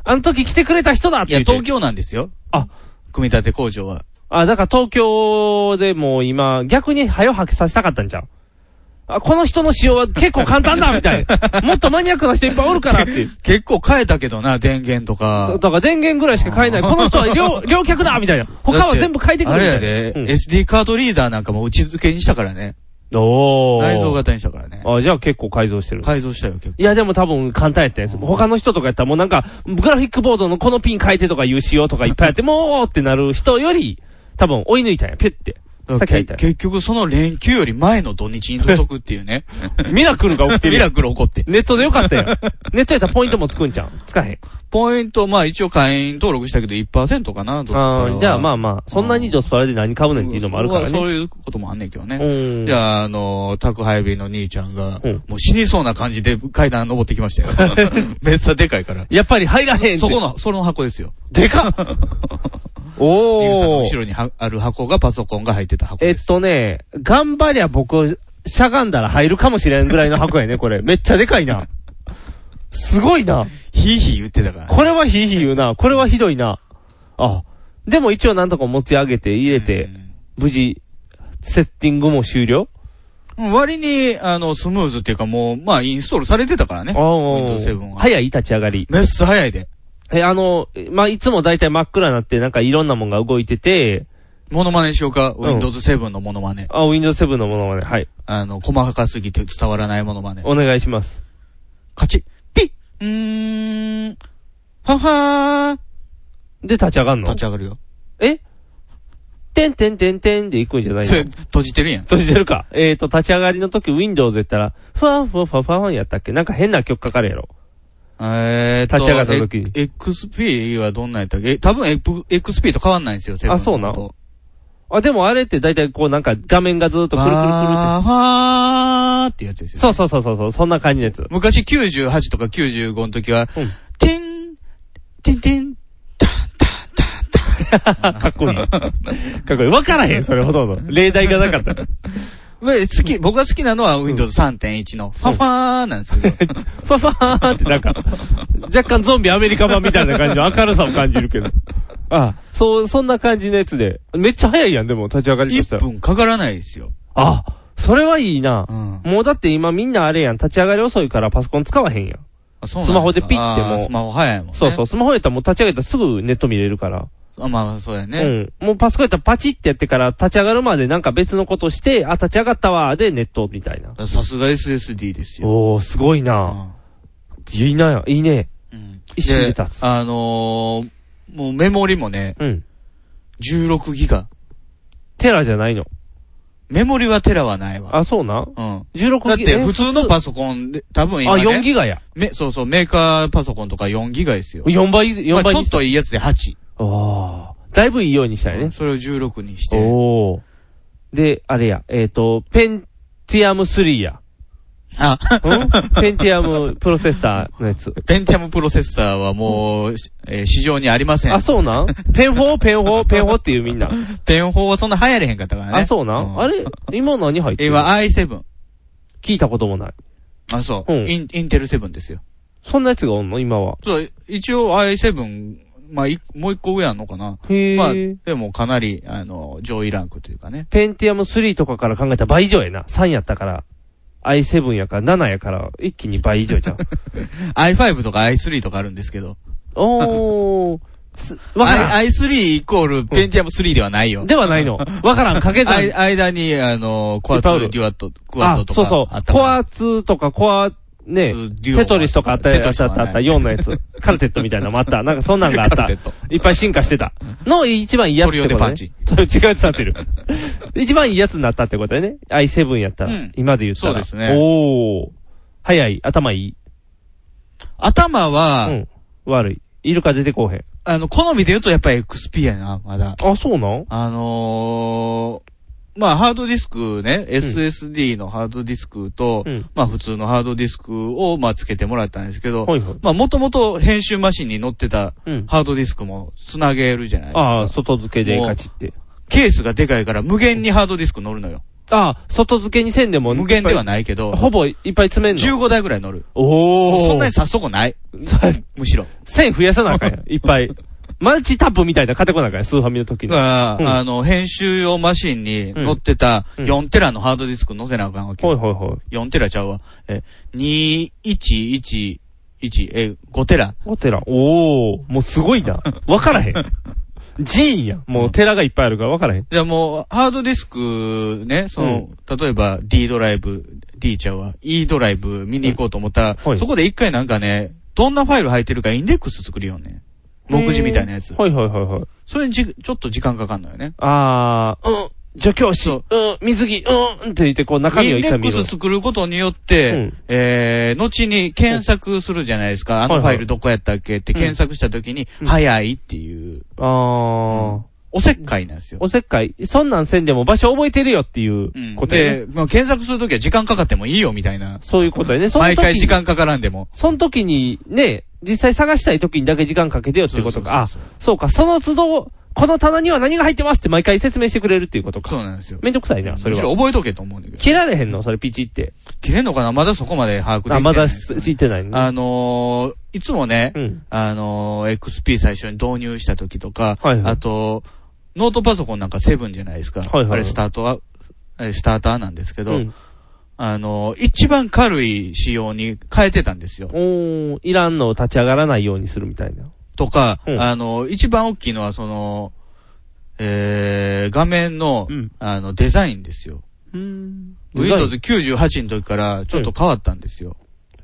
S3: あの時来てくれた人だっ
S2: い
S3: て
S2: や、
S3: 言って。
S2: 東京なんですよ。
S3: あ、
S2: 組み立て工場は。
S3: あ、だから東京でもう今、逆に早吐きさせたかったんじゃん。あ、この人の使用は結構簡単だみたい な。もっとマニアックな人いっぱいおるからっていう。
S2: 結構変えたけどな、電源と
S3: だ
S2: か
S3: だ。から電源ぐらいしか買 えない。この人は両、両客だみたいな。他は全部変えてくれるみたいな。
S2: あれやで、
S3: うん
S2: SD カードリーダーなんかもう内付けにしたからね。
S3: おー。
S2: 内蔵型にしたからね。
S3: あ、じゃあ結構改造してる。
S2: 改造したよ、結構。
S3: いや、でも多分簡単やったやつ。他の人とかやったらもうなんか、グラフィックボードのこのピン変えてとかいう仕様とかいっぱい やって、もうってなる人より、多分追い抜いたんや、ピュ って。さっ
S2: だ
S3: き
S2: から
S3: 言っ
S2: け
S3: た
S2: 結局その連休より前の土日に届くっていう ね。
S3: ミラクルが起きてる
S2: ミ
S3: やん。
S2: ラクル起こって。
S3: ネットでよかった やん。ネットやったらポイントもつくんじゃん。つかへん。
S2: ポイント、まあ一応会員登録したけど1%かな、
S3: あーじゃあまあ
S2: ま
S3: まあ、そんなにドスパラで何買うねんっていうのもあるから
S2: そう
S3: ね。
S2: いうこともあんねんけどね。
S3: うん。
S2: じゃあ、あの、宅配便の兄ちゃんが、
S3: うん
S2: もう死にそうな感じで階段登ってきましたよ。 めっちゃでかいから。
S3: やっぱり入らへんって。
S2: そこの、その箱ですよ。
S3: でかっ
S2: リグさんの
S3: お
S2: 後
S3: ー。
S2: ろにはある箱がパソコンが入ってた箱
S3: え
S2: で
S3: っ
S2: す。
S3: とね、頑張りゃ僕、しゃがんだら入るかもしれんぐらいの箱やね、これ。めっちゃでかいな。すごいな。
S2: ヒーヒー言ってたから、
S3: これはひいひい言うな。これはひどいな。あ、でも一応なんとか持ち上げて入れて、無事、セッティングも終了
S2: うん。割に、あの、スムーズっていうかもう、まあ、インストールされてたからね。
S3: お
S2: Windows 7は
S3: 早い立ち上がり。
S2: めっちゃ早いで。
S3: え、あの、まあ、いつもだいたい真っ暗になって、なんかいろんなもんが動いてて、
S2: モノマネしようか、
S3: ん
S2: Windows 7のモノマネ。
S3: あ、Windows 7のものまで、はい。
S2: あの、細かすぎて伝わらないモノマネ。
S3: お願いします。
S2: カチッ、ピッ、うーん、はは
S3: で、立ち上が
S2: ー。
S3: んの
S2: 立ち上がるよ。
S3: えてんてんてんてんで行くんじゃない
S2: それ、
S3: の
S2: 閉じてるやん。
S3: 閉じてるか。えーと、立ち上がりの時、Windows やったら、ふわんふわんふわんふわんやったっけなんか変な曲かかるやろ。
S2: えーと、
S3: 立ち上がった時
S2: え XP はどんなんやったっけえ多分 XP と変わんないんですよ、セブン
S3: あそうなん
S2: と
S3: あ、でもあれって大体こうなんか画面がずっとくるくるくるっ
S2: あーはーってやつです
S3: て。
S2: よ。
S3: そうそうそうそうそう、そんな感じのや つ。
S2: 昔98とか95の時は、
S3: うん
S2: てん、てんてん、たんたんたんたん。
S3: かっこいい。かっこいい。わからへん、それほとんど。例題がなかった。
S2: まあ好き、僕が好きなのは Windows 3.1のファファーなんですけど。
S3: ファファーンってなんか、若干ゾンビアメリカ版みたいな感じの明るさを感じるけど。あそう、そんな感じのやつで。めっちゃ早いやん、でも、立ち上がりとした
S2: 1
S3: ら。
S2: 分かからないですよ。
S3: あ、それはいいな
S2: う。ん。
S3: もうだって今みんなあれやん、立ち上がり遅いからパソコン使わへんやん。
S2: あそうなんですか
S3: スマホでピッても
S2: あースマホ早いもんね。
S3: そうそう、スマホやったらもう立ち上げたらすぐネット見れるから。
S2: あ。まあ、そうやね。
S3: うん。もうパソコンやったらパチってやってから立ち上がるまでなんか別のことして、あ、立ち上がったわーでネットみたいな。
S2: さすが SSD ですよ。
S3: おー、すごいな。いいな、いいね。
S2: うん
S3: 一瞬で立つ
S2: あのー、もうメモリもね、
S3: うん。
S2: 16ギガ。
S3: テラじゃないの。
S2: メモリはテラはないわ。
S3: あ、そうな。
S2: うん。だ
S3: 16
S2: っ
S3: ギガ。
S2: て
S3: え
S2: 普通のパソコンで、多分今
S3: あ、4
S2: ね、
S3: ギガや。
S2: めそうそう、メーカーパソコンとか4ギガですよ。
S3: 4倍、4
S2: まあ
S3: 倍
S2: ちょ
S3: に
S2: っ
S3: した。
S2: といいやつで8。
S3: あーだいぶいいようにしたよね。
S2: それを16にして。
S3: おー。で、あれや、えっ、と、ペンティアム3や。
S2: あ、
S3: うんペンティアムプロセッサーのやつ。
S2: ペンティアムプロセッサーはもう、えー市場にありません。
S3: あ、そうなんペンフォーペンフォーペンフォーっていうみんな。
S2: ペン法はそんな流行れへんかったからね。
S3: あ、そうなん、
S2: ん
S3: あれ今何入ってる
S2: 今 i7。
S3: 聞いたこともない。
S2: あ、そう。
S3: うん
S2: インインテル7ですよ。
S3: そんなやつがおんの今は。
S2: そう、一応 i7、まあ、いもう一個上あんのかな。
S3: へえ。
S2: まあ、でもかなり、あの、上位ランクというかね。
S3: ペンティアム3とかから考えたら倍以上やな。3やったから。i7 やから、7やから、一気に倍以上じゃ ん。
S2: i5 とか i3 とかあるんですけど。
S3: おー。すわからん。
S2: I- i3 イコール、ペンティアム3ではないよ。
S3: ではないの。わからん。掛け算
S2: あい。間に、あの、コア
S3: いっぱいあ
S2: 2、
S3: る
S2: デュアット、クワッ
S3: あ
S2: ド、とか
S3: そうそ
S2: あっ
S3: う。
S2: たか
S3: コ
S2: ら
S3: ア2とか、コア、ね、
S2: ツーデュオ
S3: テトリスとかあった
S2: テ
S3: や
S2: トリ
S3: つ
S2: ス
S3: あ
S2: はな
S3: った
S2: い
S3: あった、4のやつ。カルテットみたいなのもあった。なんかそんなんがあっ
S2: カ
S3: た
S2: ルテッ。
S3: いっぱい進化してた。の一番いいやつってこと、ね。
S2: トリオ デ
S3: それ違うやつになっ てる。一番いいやつになったってことだよね。i7 やったら。
S2: うん
S3: 今で言ったら。
S2: そうですね
S3: おー。早い。頭いい。
S2: 頭
S3: う
S2: は、
S3: ん。悪い。イルカ出てこうへん。
S2: あの、好みで言うとやっぱり XP やな、まだ。
S3: あ、そうなん
S2: あのー、まあ、ハードディスクね、SSD のハードディスクと、
S3: うん。
S2: まあ、普通のハードディスクを、まあ、つけてもらったんですけど、
S3: はいはい。
S2: まあ、もともと編集マシンに載ってた
S3: うん。
S2: ハードディスクもつなげるじゃないです
S3: ああ、
S2: か。
S3: 外付けでカチって。
S2: ケースがでかいから無限にハードディスク乗るのよ。
S3: ああ、外付けにせんでも。
S2: 無限ではいないけ
S3: っ
S2: ど
S3: ぱい。、ほぼいっぱい詰めんの。
S2: 15台ぐらい乗る。
S3: おー。
S2: そんなに刺すとこない。むしろ。
S3: 線増やさなあかんやん。いっぱい。マルチタップみたいなカテゴなんかね、スーファミの
S2: だ
S3: 時に。
S2: から、
S3: はうん
S2: あの、編集用マシンに載ってた
S3: うん
S2: 4テラのハードディスク載せなあかんわ
S3: い
S2: け。
S3: はいはい。
S2: 4テラちゃうわ。え、2111、え、5テラ。
S3: お寺。おー、もうすごいな。わから へん。寺院やん。もう寺がいっぱいあるからわからへん。
S2: じゃあもう、ハードディスクね、その、例えば D ドライブ、D ちゃうわ、E ドライブ見に行こうと思ったら、
S3: はい
S2: そこで一回なんかね、どんなファイル入ってるかインデックス作るよね。目次みたいなやつ。
S3: はいはいはいはい。
S2: それにじ、ちょっと時間かかんのよね。
S3: あー、うん、助教師、う
S2: そ
S3: ん、水着、うん、って言って、こう中
S2: イ
S3: 身を
S2: ン
S3: 一
S2: デ
S3: 回
S2: ッ
S3: 見
S2: ク
S3: る
S2: ス。作ることによって、
S3: うん
S2: えー、後に検索するじゃないですか。あ
S3: は
S2: の
S3: い
S2: フ
S3: はい
S2: ァイルどこやったっけって検索した時に、
S3: うん
S2: 早いっていう、
S3: あー、
S2: おせっかいなんですよ。
S3: おせっかい。そんなんせんでも場所覚えてるよっていう
S2: うん、
S3: ことやね
S2: で、まあ、検索するときは時間かかってもいいよみたいな。
S3: そういうことやね。その時
S2: 毎
S3: に
S2: 回時。間かからんでも。
S3: その時に、ね、実際探したい時にだけ時間かけてよっていうことか。あ
S2: そうそうそうそう、
S3: そうか、その都度、この棚には何が入ってますって毎回説明してくれるっていうこと
S2: そ
S3: か。
S2: うなんですよ。
S3: めんどくさいな、それ
S2: むしろ
S3: は。
S2: 覚えとけと思うんだけど。
S3: 切られへんのそれピチって。
S2: 切れんのかなまだそこまで把握できてない。
S3: あ、まだついてないの
S2: あのー、いつもね、
S3: うん。
S2: あのー、XP 最初に導入した時とか、
S3: はいはい
S2: あと、ノートパソコンなんかセブンじゃないですか。
S3: はいはいはい
S2: あれスタートは、えスターターなんですけ
S3: う
S2: ど、
S3: ん。
S2: あのー、一番軽い仕様に変えてたんですよ。
S3: おー、いらんのを立ち上がらないようにするみたいな。
S2: とか、
S3: うん
S2: あのー、一番大きいのはその、えー、画面の、
S3: うん
S2: あの、デザインですよ。
S3: うん。
S2: Windows 98の時からちょっと変わったんですよ。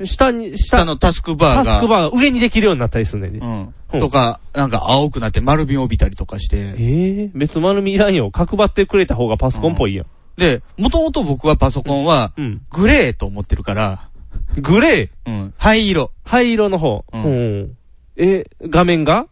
S3: 下に、
S2: 下
S3: 下の
S2: のタスクバーが。
S3: タスクバーが上にできるようになったりするんだよね。
S2: うん。とか、なんか青くなって丸みを帯びたりとかして。
S3: ええ別丸みいらんよ。角張ってくれた方がパソコンっぽいやん。
S2: で、もともと僕はパソコンは
S3: う、ん。
S2: グレーと思ってるから、
S3: グレ
S2: う
S3: ー
S2: ん。灰色。
S3: 灰色の方。
S2: うん
S3: ん。え、画面が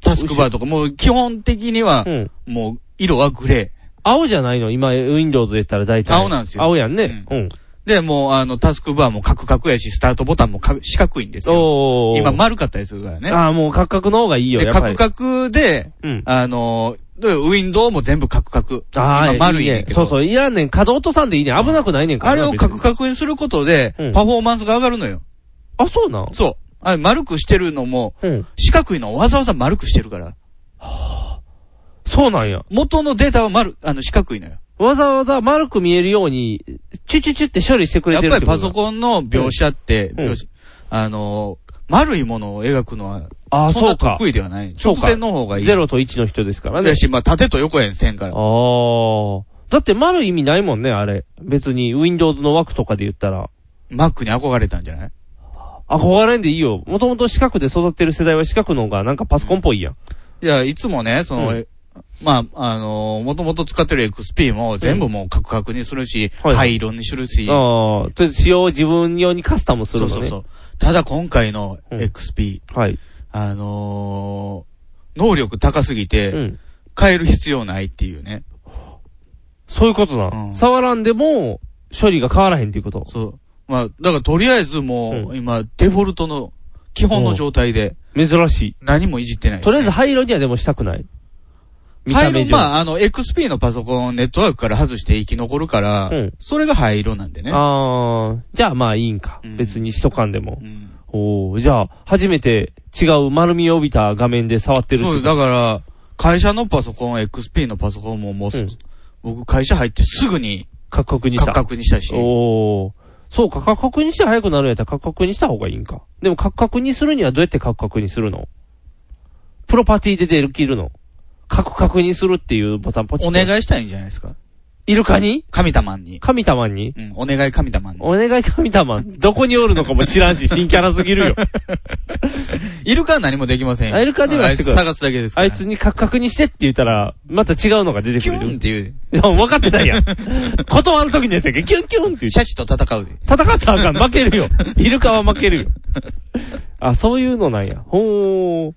S2: タスクバーとか、もう基本的には
S3: う、ん。
S2: もう色はグレ
S3: 青じゃないの今、Windows で言ったら大体。
S2: 青なんですよ
S3: 青やんね。うん。
S2: ー。で、もうあの、タスクバーもカクカクやし、スタートボタンもか四角いんですよ。
S3: おー。
S2: 今丸かったりするからね。
S3: ああ、もうカクカクの方がいいよ。
S2: で、
S3: やっぱ
S2: カ
S3: り
S2: クカクで、
S3: うん。
S2: あの、でウィンドウも全部カクカク。
S3: ああ、
S2: 今丸いねん
S3: ね
S2: けど。
S3: そうそう、いらんねん。角落とさんでいいねん。危なくないねんから
S2: あれ
S3: な
S2: をカクカクにすることで
S3: うん、
S2: パフォーマンスが上がるのよ。
S3: 別にあ、そうなん
S2: そう。あれ丸くしてるのも、
S3: うん。
S2: 四角いのをわざわざ丸くしてるから。
S3: そうなんや。
S2: 元のデータは丸、あの四角いのよ。
S3: わざわざ丸く見えるように、チュチュチュって処理してくれ
S2: やって
S3: る
S2: ぱ
S3: って
S2: り
S3: こと
S2: パソコンの描写って、
S3: うん
S2: 描写あのー、丸いものを描くのは、
S3: ああ、
S2: そん
S3: そう
S2: な
S3: か。
S2: 得意ではない。
S3: そう
S2: 直
S3: か
S2: 線の方がいい。
S3: ゼロと1の人ですからね
S2: だ。し、まあ縦と横やん、線か
S3: あ
S2: ら。
S3: あ。だって丸意味ないもんね、あれ。別に Windows の枠とかで言ったら。
S2: Mac に憧れたんじゃない
S3: 憧れんでいいよ。もともと四角で育ってる世代は四角の方がなんかパソコンっぽいやん。
S2: いや、いつもね、その、
S3: うん
S2: えまあ、あのー、もともと使ってる XP も全部もうカクカクにするし、
S3: はい
S2: 灰色にするし。
S3: ああ。とりあえず使用を自分用にカスタムす
S2: そ
S3: る
S2: う
S3: の
S2: そう
S3: ね。
S2: そう。ただ今回の
S3: うん
S2: XP、
S3: はい。
S2: あのー、能力高すぎて、
S3: うん。
S2: 変える必要ないっていうね。
S3: そういうことな。
S2: うん
S3: 触らんでも、処理が変わらへんっていうこと。
S2: そう。まあ、だからとりあえずも
S3: う
S2: う、今、デフォルトの、基本の状態で、
S3: 珍し
S2: 何もいじってない
S3: い。
S2: です。
S3: とりあえず灰色にはでもしたくない。見た
S2: 灰
S3: 目
S2: 色、
S3: 上。
S2: まあ、あの、XP のパソコンネットワークから外して生き残るから、
S3: うん
S2: それが灰色なんでね。
S3: ああ、じゃあまあいいんか。
S2: うん
S3: 別にしとかんでも
S2: う。ん
S3: おおじゃあ、初めて違う丸みを帯びた画面で触ってるって
S2: そ
S3: こ
S2: う、
S3: と
S2: だから、会社のパソコン、XP のパソコンももうす、
S3: うん
S2: 僕会社入ってすぐに
S3: カクカクにし
S2: カ
S3: た。
S2: クカクにしたし、
S3: おおそうか、カクカクにして早くなるんやったらカクカクにした方がいいんか。でもカクカクにするにはどうやってカクカクにするのプロパティで出る切るのカクカクにするっていうボタンポチッ
S2: お
S3: と。
S2: 願いしたいんじゃないですか。
S3: イルカに
S2: 神玉に。
S3: 神様に
S2: うん、お願い神玉に。
S3: お願い神様。どこにおるのかも知らんし、新キャラすぎ るよ。
S2: イルカは何もできませんよ。
S3: イルカでは
S2: あ
S3: し
S2: い
S3: て
S2: つ
S3: くる
S2: 探すだけですか
S3: あ
S2: ら。
S3: いつにカクカクにしてって言ったら、また違うのが出て
S2: キ
S3: く
S2: ュン
S3: る
S2: っ。ていう。
S3: いや、分かってない やん。断るときのやつやんけキュンキュンって言って
S2: シャチと戦うで。
S3: 戦ったらあかん、負けるよ。イルカは負けるよ。あ、そういうのなんや。ほー。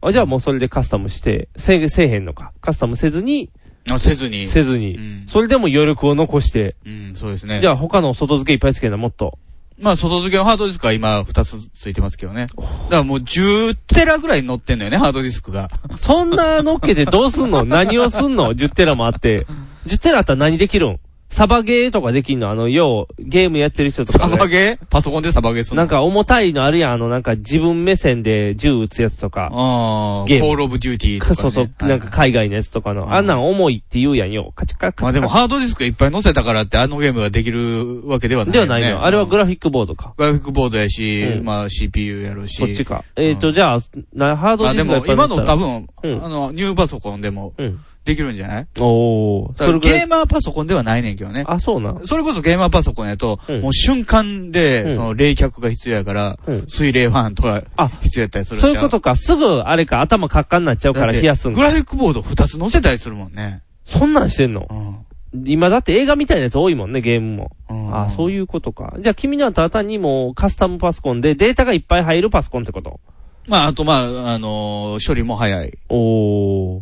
S3: あ、じゃあもうそれでカスタムして、せ、せえへんのか。カスタムせずに、
S2: あ、せずに。
S3: せずに。
S2: うん
S3: それでも余力を残して、
S2: うん、そうですね。
S3: じゃあ他の外付けいっぱいつけるのもっと。
S2: まあ、外付けのハードディスクは今、2つついてますけどね。だからもう10テラぐらい乗ってんのよね、ハードディスクが。
S3: そんなのっけてどうすんの何をすんの ?10 テラもあって。10テラあったら何できるんサバゲーとかできんのあの、よう、ゲームやってる人とか
S2: サ
S3: ね、
S2: バゲーパソコンでサバゲーする
S3: なん、か重たいのあるやん、あの、なんか自分目線で銃撃つやつとか。
S2: ああ、
S3: ゲーム
S2: コールオブデューティーとか、ね。
S3: そうそう、
S2: はい
S3: なんか海外のやつとかの。
S2: ん
S3: あんなん重いって言うやんよ。カチカチカチカチ。
S2: まあでも、ハードディスクいっぱい載せたからってあのゲームができるわけではない
S3: で
S2: よ
S3: は
S2: ね。
S3: ないよ。あれはグ
S2: ラ
S3: ラフィックボードか。
S2: グラフィックボードやし、
S3: うん
S2: まあ CPU やろうし。
S3: こっちか。えっと、じゃあ、なハードデ
S2: あ、
S3: ィ
S2: で
S3: スクがいっ
S2: も
S3: ぱい
S2: 今
S3: 載っ
S2: の多
S3: たら。
S2: 分、
S3: うん
S2: あの、ニューパソコンでも
S3: うん。
S2: できるんじゃない
S3: おー。
S2: だ
S3: そ
S2: から
S3: れぐら
S2: ゲ
S3: い
S2: ー。マーパソコンではないねんけどね。
S3: あ、そうな。
S2: それこそゲーマーパソコンやと、
S3: うん
S2: もう瞬間
S3: う
S2: で、
S3: ん
S2: その冷却が必要やから、
S3: うん。
S2: 水冷ファンとか
S3: あ、
S2: 必要やったりするんち
S3: そ
S2: ゃ
S3: ういうことか。すぐ、あれか、頭カッカになっちゃう
S2: だ
S3: か
S2: っ
S3: ら
S2: て
S3: 冷やすん
S2: グ
S3: か。
S2: ラフィックボード二つ載せたりするもんね。
S3: そんなんしてんの
S2: うん。
S3: 今だって映画みたいなやつ多いもんね、ゲームも。あ、そう
S2: い
S3: いうことか。じゃあ君のはただ単にもうカスタムパソコンでデータがいっぱい入るパソコンってこと
S2: うん。まあ、あと、まあ、あのー処理も早い。
S3: おー。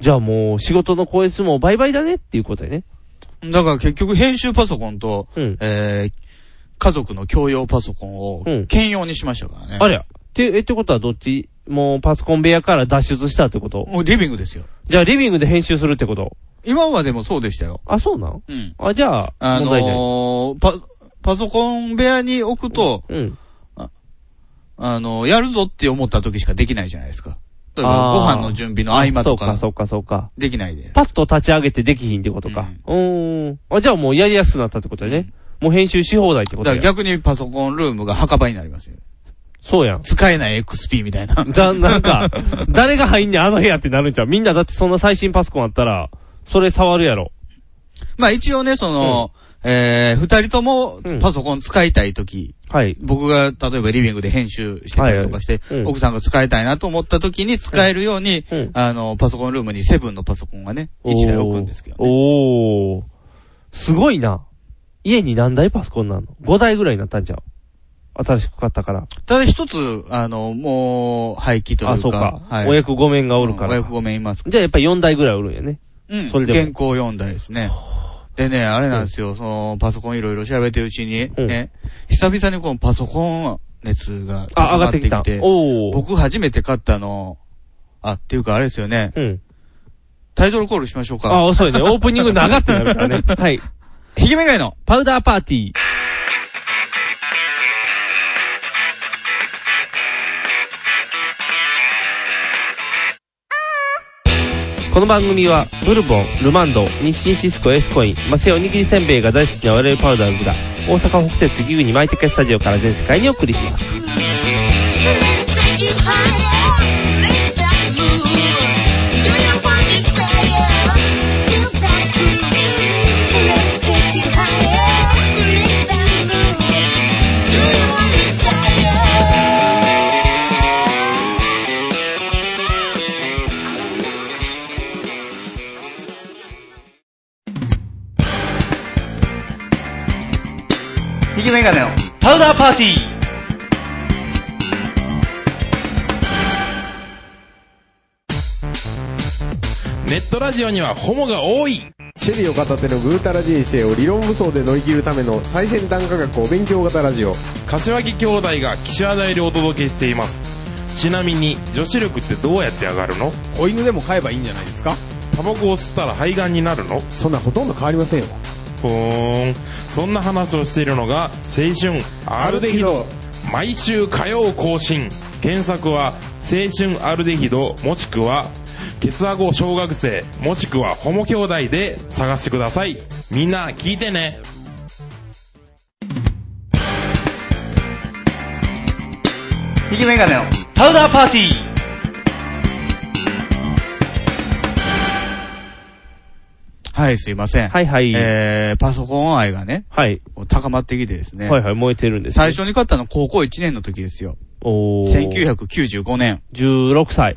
S3: じゃあもう仕事の効率も倍々だねっていうことやね。
S2: だから結局編集パソコンと、
S3: うん。
S2: えー、家族の共用パソコン
S3: う
S2: を
S3: ん
S2: 兼用にしましたからね。
S3: あれや。って、え、ってことはどっちもうパソコン部屋から脱出したってこと
S2: もうリビングですよ。
S3: じゃあリビングで編集するってこと
S2: 今はでもそうでしたよ。
S3: あ、そうなん
S2: うん。
S3: あ、じゃあ、
S2: あ
S3: 問題ない。
S2: のーパ、パソコン部屋に置くと、
S3: うん。
S2: あの、やるぞって思った時しかできないじゃないですか。だから
S3: あー
S2: ご飯の準備の合間
S3: そ
S2: と
S3: うか、
S2: か、
S3: そうか、そうか。
S2: できないで。
S3: パッと立ち上げてできひんってことか。うーん。あ、じゃあもうやりやすくなったってことやね。もう編集し放題ってこ
S2: だ
S3: と
S2: から
S3: や。
S2: 逆にパソコンルームが墓場になりますよ。
S3: そうやん。
S2: 使えない XP みたいな。
S3: だ、なんか、誰が入んねん、あの部屋ってなるんちゃうみんなだってそんな最新パソコンあったら、それ触るやろ。
S2: まあ一応ね、その、えー、二人とも
S3: うん
S2: パソコン使いたい時、
S3: はい。
S2: 僕が例えばリビングで編集してたりとかして、
S3: はいはいうん
S2: 奥さんが使いたいなと思った時に使えるように、
S3: うん。
S2: あの、パソコンルームにセブンのパソコンがね、一台置くんですけど、ね。
S3: おーおー。すごいな。家に何台パソコンなんの ?5 台ぐらいになったんちゃう新しく買ったから。
S2: ただ一つ、あの、もう、廃棄というか。
S3: あ、そうか。
S2: はい、
S3: お役5面がおるか
S2: う
S3: ら。
S2: ん505名います
S3: じゃあやっぱり4台ぐらいおるんやね。
S2: うん。
S3: それでも
S2: 原稿読んだですね。でね、あれなんですよ、その、パソコンいろいろ調べてるうちに、
S3: うん
S2: ね、久々にこのパソコン熱が
S3: あ、上がってきた。おー。
S2: 僕初めて買ったの、あ、っていうかあれですよね、
S3: うん。
S2: タイトルコールしましょう
S3: あ、
S2: か。
S3: 遅いね。オープニング長ってなるからね。 はい。
S2: ひげめがいの、
S3: パウダーパーティー。この番組は、ブルボン、ルマンド、日清シスコ、エースコイン、マセオおにぎりせんべいが大好きな我々パウダーズが、大阪北鉄ギグにマイテケスタジオから全世界にお送りします。
S4: Take you higher, make that move. Do you want to say Feel that groove. Let's take you higher, make that move. Do you want to say
S2: ひげめがいの、
S1: パウダーパーティー
S5: ネットラジオにはホモが多い
S6: シェリーを片手のぐうたら人生を理論武装で乗り切るための最先端科学お勉強型ラジオ。
S5: 柏木兄弟が岸和田よりお届けしていますちなみに女子力ってどうやって上がるの
S6: 子犬でも飼えばいいんじゃないですか
S5: タバコを吸ったら肺がんになるの
S6: そんなんほとんど変わりませんよ。
S5: ふーんそんな話をしているのが青春アルデヒド毎週火曜更新検索は青春アルデヒドもしくはケツアゴ小学生もしくはホモ兄弟で探してくださいみんな聞いてね
S2: ひげめがいの、
S1: パウダーパーティー
S2: はい、すいません。
S3: はいはい。
S2: えー、パソコン愛がね、
S3: はい。
S2: 高まってきてですね、
S3: はいはい、燃えてるんです、ね。
S2: 最。初に買ったの高校1年の時ですよ。
S3: おー。
S2: 1995年。
S3: 16歳。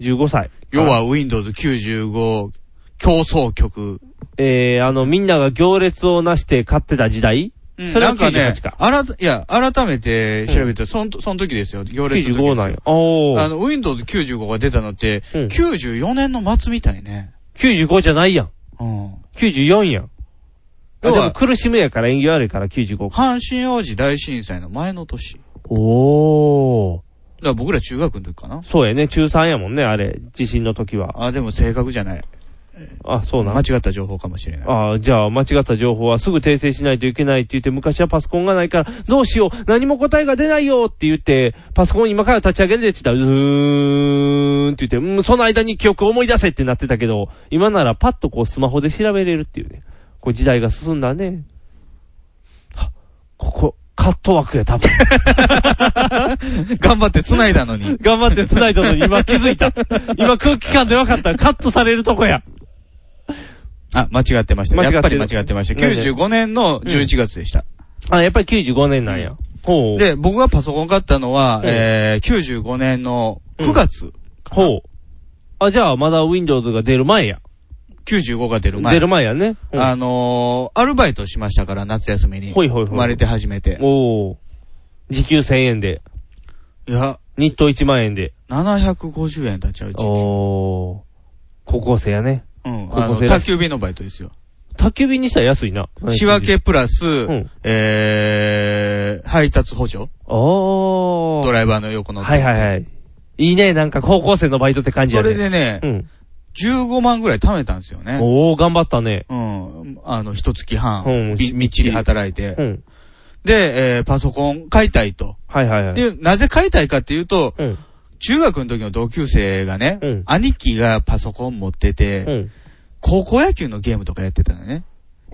S3: 15歳。
S2: 要は Windows 95競争曲。
S3: えー、あの、みんなが行列をなして買ってた時代
S2: うん
S3: それ
S2: な
S3: は
S2: んかね
S3: 98か、
S2: あら、いや、改めて調べて、その、その時ですよ。行列の時ですよ
S3: ?95 なんや。お
S2: あ
S3: ー。
S2: の、Windows 95が出たのって、
S3: うん
S2: 94年の末みたいね。
S3: 95じゃないやん。
S2: うん。
S3: 94やん。あ
S2: 要
S3: で
S2: は
S3: も苦しむやから縁起悪いから95か。
S2: 阪神淡路大震災の前の年。だか
S3: おー。
S2: ら僕ら中学の時かな。
S3: そうやね、中3やもんね、あれ。地震の時は。
S2: あ、でも正確じゃない。
S3: あ、そうなん
S2: 間違った情報かもしれない。
S3: ああ、じゃあ、間違った情報はすぐ訂正しないといけないって言って、昔はパソコンがないから、どうしよう、何も答えが出ないよって言って、パソコン今から立ち上げるでって言ったら、うーんって言って、うん、その間に記憶を思い出せってなってたけど、今ならパッとこうスマホで調べれるっていうね。こう時代が進んだね。はここ、カット枠や、 多分。
S2: 頑張って繋いだのに。
S3: 頑張って繋いだのに今気づいた。 今空気感で分かった。カットされるとこや。
S2: あ、間違ってました。
S3: 間違ってる
S2: やっぱり間違ってました。
S3: なんで
S2: 95年の11月でした。
S3: あ、やっぱり95年なんや。ほう。、
S2: で、僕がパソコン買ったのは、
S3: うん
S2: えー、95年の9月、
S3: ほう。あ、じゃあまだ Windows が出る前や。
S2: 95が出る前。
S3: 出る前やね。うん
S2: あのー、アルバイトしましたから、夏休みに。
S3: ほいほいほい
S2: 生まれて初めて。
S3: おお。時給1000円で。
S2: いや、
S3: 日当1万円で。
S2: 750円だっちゃう、一時期
S3: おお。高校生やね。
S2: うん。あ
S3: 高校
S2: の、
S3: 生ら
S2: 宅
S3: しい
S2: 急便のバイトですよ。
S3: 宅急便にしたら安いな。
S2: 仕分け。プラス、
S3: ん
S2: えー、配達補助。
S3: おお。
S2: ドライバーの横の。
S3: はいはいはい。いいね、なんか高校生のバイトって感じ
S2: そ
S3: やね。
S2: れでね、
S3: うん。
S2: 15万ぐらい貯めたんですよね。
S3: おお、頑張ったね。
S2: うん。あの、一月
S3: うん
S2: 半、みみっちり働いて
S3: う。ん。
S2: で、えーパソコン買いたいと。
S3: はいはいはい。
S2: で、なぜ買いたいかっていうと、
S3: うん。
S2: 中学の時の同級生がね、
S3: うん
S2: 兄貴がパソコン持ってて、
S3: うん。
S2: 高校野球のゲームとかやってたのね。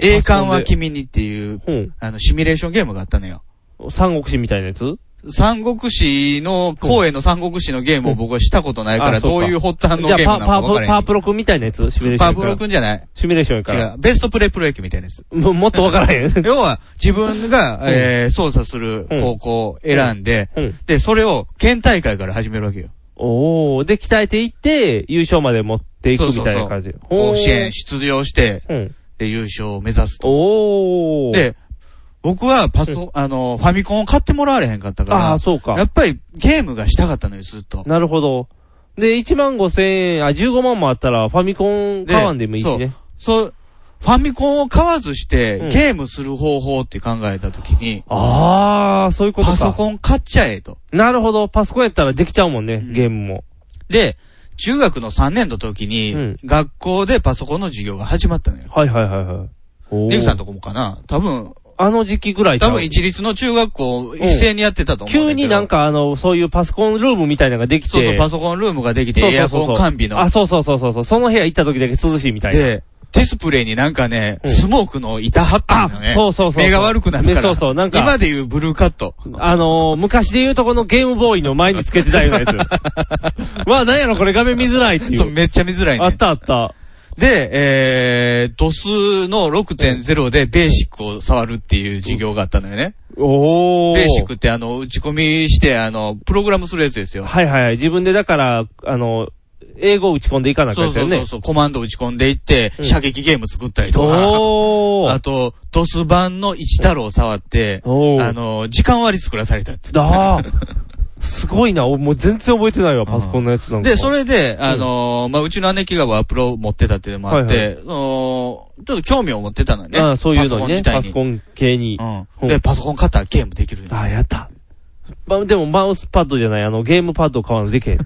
S2: 栄冠は君にっていう、
S3: うん。
S2: あの、シミュレーションゲームがあったのよ。
S3: 三国志みたいなやつ
S2: 三国志の、公園の三国志のゲームを僕はしたことないか
S3: あ
S2: ら、
S3: そう
S2: ど
S3: か
S2: ういう発端の
S3: じ
S2: ゲ
S3: ゃ
S2: ーム
S3: あ
S2: な
S3: パ、
S2: のか
S3: パープ
S2: わか
S3: ロ、
S2: ら
S3: パ
S2: な
S3: ー
S2: い。
S3: プロ君みたいなやつシミュレーション
S2: パ
S3: や
S2: ー
S3: か
S2: プ
S3: ら。
S2: ロくんじゃない
S3: シミュレーションやか
S2: 違
S3: ら。
S2: う。ベストプレイプロ野球みたいなやつ。
S3: も もっとわからへん。
S2: 要は、自分が、えー操作する高校を選んで、
S3: うん。
S2: で、それを県大会から始めるわけよ。
S3: おお、で、鍛えていって、優勝まで持っていくみたいな感じ。
S2: 甲子園出場して、
S3: おーうん。
S2: で、優勝を目指すと。
S3: おー。、
S2: で、僕はパソ、あの、ファミコンを買ってもらわれへんかった
S3: あ
S2: か
S3: あ、そう
S2: ら、や
S3: か。
S2: っぱりゲームがしたかったのよ、ずっと。
S3: なるほど。で、1万5千円、あ、15万もあったら、ファミコン買わんでもいいしね。
S2: そう、ファミコンを買わずして、
S3: うん
S2: ゲームする方法って考えたときに、
S3: ああ、そういうことか。
S2: パソコン買っちゃえと。
S3: なるほど。パソコンやったらできちゃうもんね、
S2: うん
S3: ゲームも。
S2: で、中学の3年の時に、
S3: うん
S2: 学校でパソコンの授業が始まったのよ。
S3: はいはいはいはい。おー
S2: リクさんとこもかな多分、
S3: あの時期ぐらいちゃ
S2: 多
S3: う
S2: 分一律の中学校一斉にやってたと思うんだ
S3: 急
S2: けど。
S3: になんかあの、そういうパソコンルームみたいなのができて。
S2: そうそう、パソコンルームができて、
S3: そうそうそうそう
S2: エアコン完備の
S3: あ、。そうそうそうそうそう。その部屋行った時だけ涼しいみたいな。
S2: で、ディスプレイになんかね、
S3: うん
S2: スモークの板貼った
S3: あ
S2: んだよね。、
S3: そうそうそうそう。
S2: 目が悪くなるから。
S3: そうそう、なんか。
S2: 今で言うブルーカット。
S3: あのー、昔で言うとこのゲームボーイの前につけてたよう なやつ。わあ、なんやろ、これ画面見づらいってい
S2: そう、
S3: う。
S2: めっちゃ見づらいね。
S3: あったあった。
S2: で、えー、ドスの6.0でベーシックを触るっていう授業があったのよね。
S3: お
S2: ベーシックってあの、打ち込みして、あの、プログラムするやつですよ。
S3: はいはい。自分でだから、あの、英語を打ち込んでいかなきゃ
S2: そ
S3: いうけな
S2: そ
S3: いうね。
S2: そうそう、コマンド打ち込んでいって、
S3: うん
S2: 射撃ゲーム作ったりとか、
S3: おー。
S2: あと、ドス版の一太郎を触って、
S3: おー。
S2: あの、時間割り作らされたって。
S3: だー。すごいな。おもう全然覚えてないわ、パソコンのやつなんか。
S2: で、それで、あのーまあ、うちの姉貴がワープロ持ってたっていうのもあって、
S3: はいは
S2: そのちょっと興味を持ってたのよね。
S3: あーそういうのにね、パ
S2: パソ
S3: ソコ
S2: コン
S3: ン系
S2: 自。
S3: に
S2: 体に。
S3: う
S2: うんん。で、パソコン買ったらゲームできるよ
S3: あー、やった。までも、マウスパッドじゃない、あの、ゲームパッドを買わないとできへん。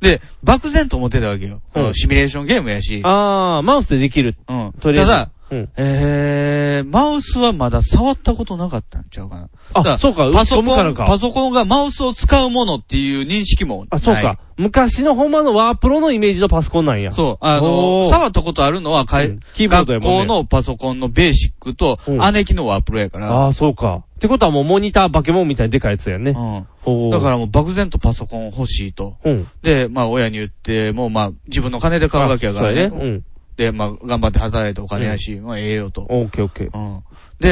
S2: で、漠然と思ってたわけよ。
S3: うん
S2: シミュレーションゲームやし。
S3: あー、マウスでできる。
S2: うん。
S3: と
S2: た
S3: りあえず。
S2: だ、
S3: うん。
S2: えー、マウスはまだ触ったことなかったんちゃうかな。だか
S3: あ、
S2: ら
S3: そうか、
S2: パソ
S3: 打ち込む
S2: コ
S3: から
S2: ン、
S3: か。
S2: パソコンがマウスを使うものっていう認識もない。
S3: あ、そうか。。昔のほんまのワープロのイメージのパソコンなんや。
S2: そう、あ
S3: お
S2: の、
S3: ー
S2: 触ったことあるのは、かい
S3: うんキーボードや
S2: 学
S3: もんね
S2: 校のパソコンのベーシックと
S3: うん、
S2: 姉貴のワープロやから。
S3: ああ、そうか。ってことはもうモニター化け物みたいにでかいやつや
S2: う
S3: ね。
S2: ん。
S3: ほう
S2: だからもう漠然とパソコン欲しいと。
S3: うん。
S2: で、まあ親に言って、もうまあ自分の金で買うわけやから
S3: そう
S2: ね。
S3: やね。うん。
S2: で、まあ頑張って働いてお金やし、まあええよと。
S3: オッケーオッケー。
S2: うん。で、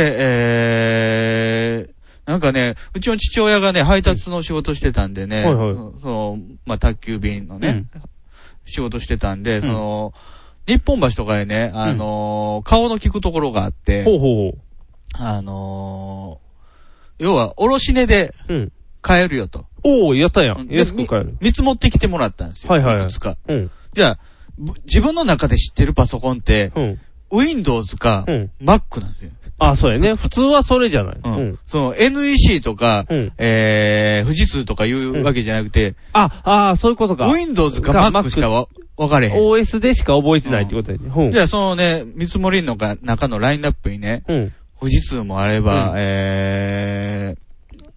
S2: えー、なんかね、うちの父親がね、配達の仕事してたんでね、
S3: はいはい
S2: その、まあ宅急便のね、仕事してたんで、
S3: ん
S2: その、日本橋とかへね、あのー顔の効くところがあって、
S3: ほうほうほ
S2: あのー要は、卸値で
S3: う。うん。
S2: 買えるよと。
S3: おお、やったやん。
S2: で
S3: 安く買える。
S2: 見積もってきてもらったんですよ。
S3: はいはいはい
S2: いくつか。
S3: うん。
S2: じゃあ、ぶ自分の中で知ってるパソコンって、
S3: うん。
S2: Windows か
S3: うん、
S2: Mac なんですよ。
S3: ああ、そうやね。普通はそれじゃない。う
S2: うん
S3: ん。
S2: その NEC とか、
S3: うん
S2: えー、富士通とかいうわけじゃなくて、
S3: あ、ああ、そういうことか。
S2: Windows か
S3: か
S2: Mac しかわ分かれへん。
S3: OS でしか覚えてないってことやね。うん
S2: じ。ゃあ、そのね、見積もりのが中のラインナップにね、
S3: うん。
S2: 富士通もあれば、え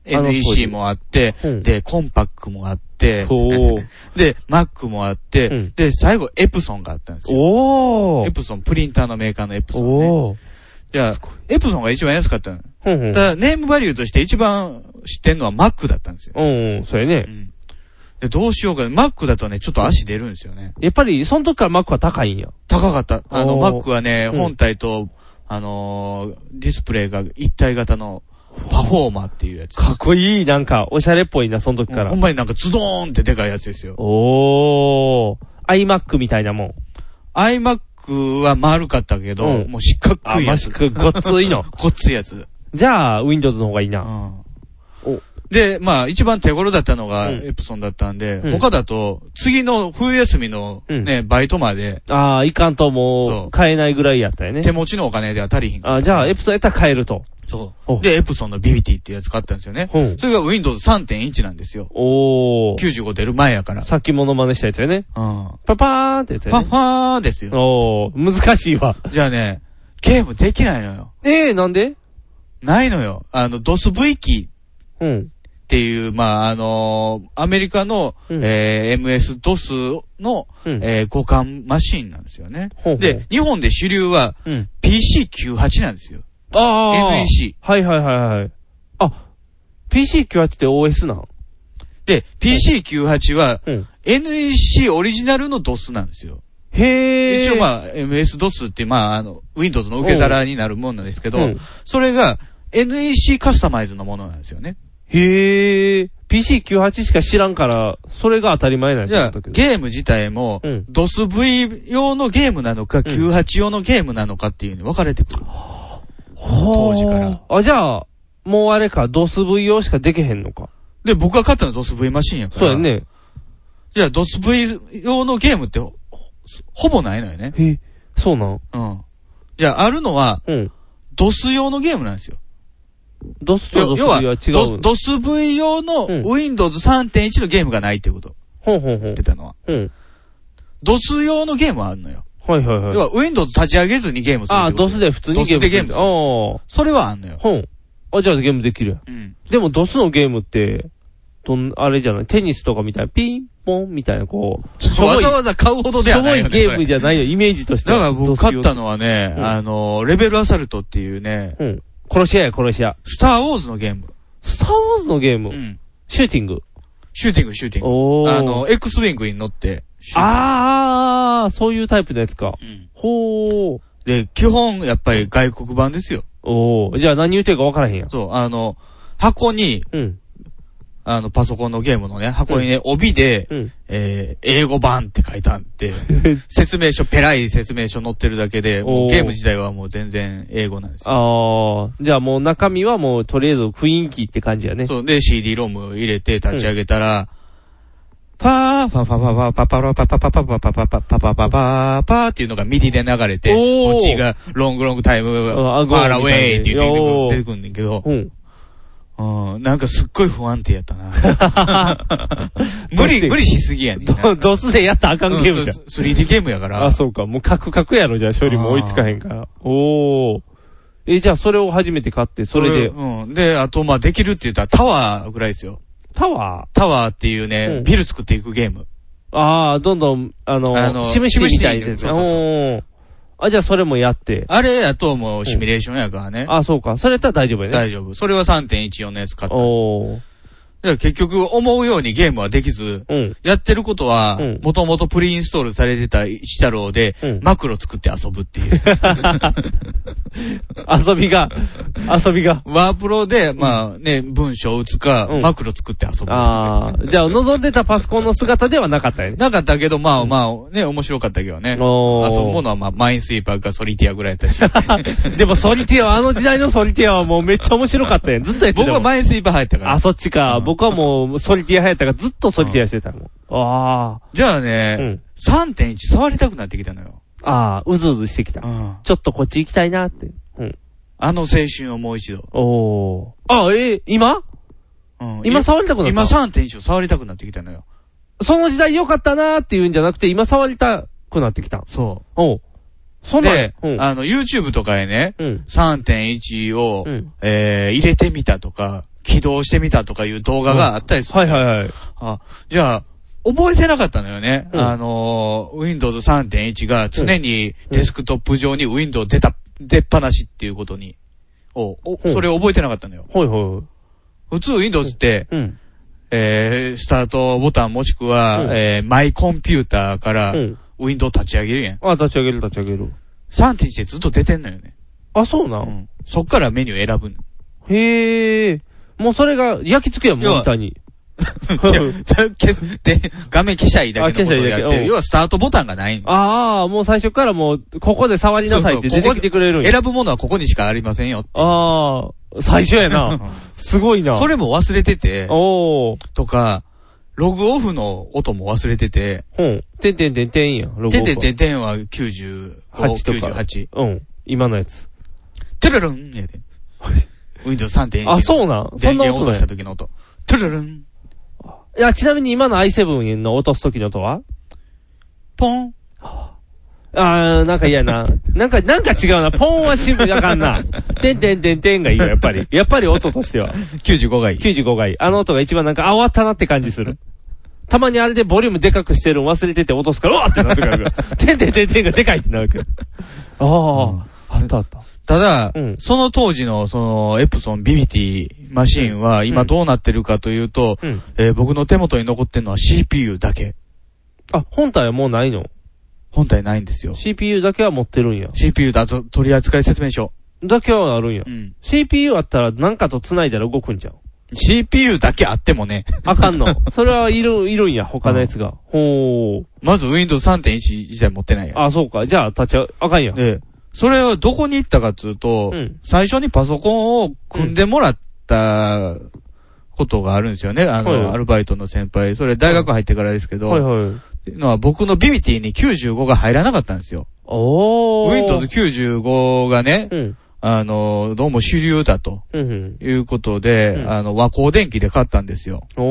S2: ー、
S3: あの当時
S2: NEC もあって、
S3: うん
S2: で、コンパックもあって、
S3: おー。
S2: で、Mac もあって、
S3: うん
S2: で、最後、エプソンがあったんですよ。
S3: お
S2: エ
S3: ー。
S2: プソン、プリンターのメーカーのエプソンね。
S3: おー。
S2: じゃあ、エプソンが一番安かったの。
S3: うんうん
S2: た。だ、ネームバリューとして一番知ってんのは Mac だったんですよ。
S3: うんうん、そうや
S2: う
S3: ね。
S2: んで、どうしようか。Mac だとね、ちょっと足出るんですよね。
S3: やっぱり、その時からマックは高いんや。
S2: 高かった。あの、
S3: おー
S2: Mac はね、
S3: うん
S2: 本体と、あのーディスプレイが一体型のパフォーマーっていうやつ。
S3: かっこいい、なんか、おしゃれっぽいな、その時か
S2: ほ
S3: ら
S2: ん。まになんかズドーンってでかいやつですよ。
S3: おー。iMac みたいなもん。
S2: iMac は丸かったけど、
S3: うん
S2: もう四角
S3: あ、
S2: いや
S3: マス
S2: つ。
S3: ク、ごっつい の。
S2: こっついやつ。
S3: じゃあ、Windows の方がいいうな。
S2: ん
S3: お
S2: で、まあ、一番手頃だったのが
S3: うん
S2: エプソンだったんで、
S3: うん
S2: 他だと、次の冬休みのね、バイトまで、
S3: ああ、いかんとも、
S2: そうう
S3: 買えないぐらいやったよね
S2: 手。持ちのお金では足りひん。
S3: あじゃあ、エプソンやったら買えると。
S2: そ
S3: お
S2: う。で、エプソンのビビティっていうやつ買ったんですよね。
S3: うん
S2: それが Windows 3.1なんですよ。
S3: おー。
S2: 95出る前やから。
S3: さっきモノマネしたやつよね。
S2: うん。
S3: パパーンってやつ
S2: ファッ
S3: よね
S2: フ。ァーですよ。
S3: おー、難しいわ。
S2: じゃあね、ゲームできないのよ。
S3: ええ、なんで
S2: ないのよ。あの、DOSV 機
S3: うん。
S2: っていう、まあ、あのーアメリカの、
S3: うん
S2: えー MS-DOS の、
S3: うん。
S2: えー互換マシンなんですよね。
S3: ほうほう
S2: で、、日本で主流は
S3: うん。
S2: PC98 なんですよ。
S3: ああ。
S2: NEC。
S3: はいはいはいはい。あ、PC98 って OS なん
S2: で、PC98 は
S3: うん。
S2: NEC オリジナルの DOS なんですよ。
S3: へえ。
S2: 一応まあ、MS-DOS って、まあ、あの、Windows の受け皿になるもんなんですけど、
S3: うん
S2: それが NEC カスタマイズのものなんですよね。
S3: へえ。PC98 しか知らんから、それが当たり前なん
S2: じゃあ、
S3: だけど。
S2: ゲーム自体も、
S3: うん
S2: DOSV 用のゲームなのか、98用のゲームなのかっていうのに分かれてくる。
S3: 当
S2: 当時から。
S3: あ、じゃあ、もうあれか、DOSV 用しかできへんのか。
S2: で、僕が買ったのは DOSV マシンやから。
S3: そうや。ね。
S2: じゃあ、DOSV 用のゲームってほ、ほぼないのよね。
S3: へそうなん。
S2: うん。じゃあ、あるのは、
S3: うん。
S2: DOS 用のゲームなんですよ。
S3: DOS
S2: 要
S3: と DOSV
S2: 要
S3: は
S2: は、
S3: 違う。
S2: DOSV 用の
S3: うん
S2: Windows 3.1のゲームがないっていうこと。
S3: ほんほんほ
S2: 言
S3: ん
S2: って。たのは。
S3: うん。
S2: DOS 用のゲームはあるのよ。
S3: はいはいはい。
S2: 要は、Windows 立ち上げずにゲームするっ
S3: あ
S2: て
S3: あ、
S2: こと。
S3: DOS で普通にゲー
S2: DOS
S3: ム。
S2: でゲームす
S3: あ
S2: る
S3: あー。
S2: それはあんのよ。
S3: ほん。あ、じゃあゲームできるやん。
S2: うん。
S3: でも DOS のゲームって、どん、あれじゃないテニスとかみたいな、ピンポンみたいな、こう、しょぼ
S2: わ
S3: い、
S2: ざわざ買うほどで
S3: し
S2: は
S3: ょ
S2: な
S3: ぼ
S2: い
S3: い
S2: よね。
S3: ゲ
S2: そ
S3: ー
S2: れ
S3: ムじゃないよ、イメージとして
S2: だ
S3: は。
S2: から僕買った
S3: の。
S2: のはね、
S3: うん
S2: あの、レベルアサルトっていうね、
S3: うん。殺し屋や、殺し屋。
S2: スターウォーズのゲーム。
S3: スターウォーズのゲーム、
S2: うん。
S3: シューティング。
S2: シューティング、シューティング。
S3: おー。
S2: あの、X ウィングに乗って、シュー
S3: あー、そういうタイプのやつか。
S2: ティング
S3: ほ
S2: う
S3: ー。
S2: んで、基本、やっぱり外国版ですよ。
S3: おー。じゃあ何言うてるか分からへんやん。
S2: そう、あの、箱に、
S3: うん。
S2: あの、パソコンのゲームのね、箱にね、帯で、
S3: うん。
S2: えー、英語版って書いてあ って、説明書、ペライ説明書載ってるだけで、も
S3: お
S2: う
S3: ー
S2: ゲーム自体はもう全然英語なんですよ。
S3: あー。じゃあもう中身はもうとりあえず雰囲気って感じやね。
S2: そう、で、CD ロム入れて立ち上げたら、パー、パパパパパパパパパパパパパパパパパパパーっていうのがミディで流れて、こっちがロングロングタイム、ファーラウェイって言って出てくるんだけど、
S3: うん。
S2: うん、なんかすっごい不安定やったな。無理、無理しすぎやねんな。
S3: ドドスでやったらあかんゲームじゃん。
S2: 3D ゲームやから
S3: あ、、そうか。もうカクカクやろ、じゃあ処理も追いつかへんから。おー。え、じゃあそれを初めて買って、それで、
S2: うん。で、あと、まあ、できるって言ったらタワーぐらいですよ。
S3: タワー
S2: タワーっていう
S3: う
S2: ね
S3: ん、
S2: ビル作っていくゲーム。
S3: ああ、どんどん、あの、
S2: あの
S3: シムシティみたいで
S2: シムシ
S3: す
S2: ティ
S3: ね。
S2: そうそうそう
S3: おーあ、じゃあそれもやって。
S2: あれやともうシミュレーションやからね。
S3: あ、そうか。それやったら大丈夫やね。
S2: 大丈夫。それは3.14のやつ買った。だか
S3: おー。
S2: ら結局、思うようにゲームはできず、
S3: うん。
S2: やってることは
S3: うん、
S2: もともとプリインストールされてた一太郎で、
S3: うん
S2: マクロ作って遊ぶっていう。
S3: 遊びが、遊びが。
S2: ワープロで、まあね、文章を打つか、
S3: うん
S2: マクロ作って遊ぶ。
S3: ああ、じゃあ望んでたパソコンの姿ではなかったよね。
S2: なかったけど、まあまあ、ね、面白かったけどね。遊ぶ
S3: おー
S2: ものは、まあ、マインスイーパーかソリティアぐらいや ったし。
S3: でもソリティア、あの時代のソリティアはもうめっちゃ面白かったやん。ずっとやってたもん。
S2: 僕はマインスイーパー入ったから
S3: あ、。そっち
S2: う
S3: か。
S2: ん
S3: 僕はもう、ソリティア流行ったからずっとソリティアしてたもん。あ
S2: じゃあ
S3: あ。う
S2: ね、
S3: ん。
S2: 3.1触りたくなってきたのよ。
S3: ああ、うずうずしてきた。
S2: うん
S3: ちょっとこっち行きたいなって。うん。
S2: あの青春をもう一度。
S3: おー。あ、えー今
S2: うん
S3: 今触りたくなった
S2: 今3.1を触りたくなってきたのよ。
S3: その時代良かったなーっていうんじゃなくて、今触りたくなってきた。
S2: そ
S3: おう。そん
S2: う。
S3: なん
S2: で、
S3: うん。
S2: あの、YouTube とかへね、
S3: うん。
S2: 3.1を、
S3: うん
S2: えー入れてみたとか、起動してみたとかいう動画があったりする。
S3: はいはいはい。
S2: あ、じゃあ、覚えてなかったのよね。
S3: うん
S2: あのー、Windows 3.1が常にデスクトップ上に Windows 出た、出っ放しっていうことに。お、お
S3: うん
S2: それを覚えてなかったのよ。
S3: ほいほ
S2: 普通 Windows って、
S3: い。うん。
S2: えー、スタートボタンもしくは、
S3: うん
S2: えー、マイコンピューターから
S3: うん。
S2: Windows 立ち上げるやん。
S3: あ、立ち上げる立ち上げる。
S2: 3.1でずっと出てんのよね。
S3: あ、そうな。
S2: うんん。そっからメニュー選ぶの。
S3: へえ。もうそれが焼き付けや、モニター に。
S2: い やそれ消す、で、画面消しゃいいだけのことをや
S3: あ消しゃいいだ
S2: って
S3: けうん
S2: る。要はスタートボタンがないん
S3: ああ、もう最初からもう、ここで触りなさいって
S2: そうそ
S3: 出
S2: う
S3: てきてくれるんや。
S2: 選ぶものはここにしかありませんよ。
S3: ああ、最初 やな。すごいな。
S2: それも忘れてて、
S3: おー。
S2: とか、ログオフの音も忘れてて、
S3: うん。てんてんてんてんやん、ロゴ。
S2: てんてんてんてんは95、
S3: 8とか
S2: 98。
S3: うん。今のやつ。
S2: トゥルルンやで。Windows 3.1。
S3: あ、そうなん。そ
S2: 電
S3: んな
S2: 源落
S3: 音
S2: と
S3: な
S2: し
S3: ん
S2: た
S3: や
S2: 時の音。トゥルルン、
S3: いや、ちなみに今の i7 の落とす時の音は
S2: ポン。
S3: あー、なんか嫌 やな。なんか、なんか違うな。ポンはシンプルあかんな。てんてんてんてんがいいよ、やっぱり。やっぱり音としては。
S2: 95がいい。
S3: 95がいい。あの音が一番なんか、あ、終わったなって感じ する。たまにあれでボリュームでかくしてるの忘れてて落とすから、うわーってなってくるから。 てんてんてんてんがでかいってなるけど。 ああ、あったあった。
S2: ただ、
S3: うん
S2: その当時の、その、エプソンビビティマシンは今どうなってるかというと、
S3: うん。
S2: えー僕の手元に残ってるのは CPU だけ。
S3: あ、本体はもうないの。
S2: 本体ないんですよ。
S3: CPU だけは持ってるんや。
S2: CPU だと取扱説明書。
S3: だけはあるんや
S2: う。ん。
S3: CPU あったらなんかと繋いだら動くんじゃん。
S2: CPU だけあってもね、
S3: あかん の。それはいる、いるんや、他のやつが。ほー。
S2: まず Windows 3.1自体持ってないやん。
S3: あ、そうか。じゃあ、立ち上が、あかんや。
S2: で、それはどこに行ったかっつうと、
S3: うん
S2: 最初にパソコンを組んでもらったことがあるんですよね。あの、
S3: はいはい
S2: アルバイトの先輩。それ大学入ってからですけど、
S3: はいはい。
S2: っていうのは僕のビビティに95が入らなかったんですよ。
S3: おー。
S2: Windows 95がね、
S3: うん。
S2: あの、どうも主流だと
S3: うん、
S2: いうことで、
S3: うん
S2: あの、和光電機で買ったんですよ。
S3: うん。お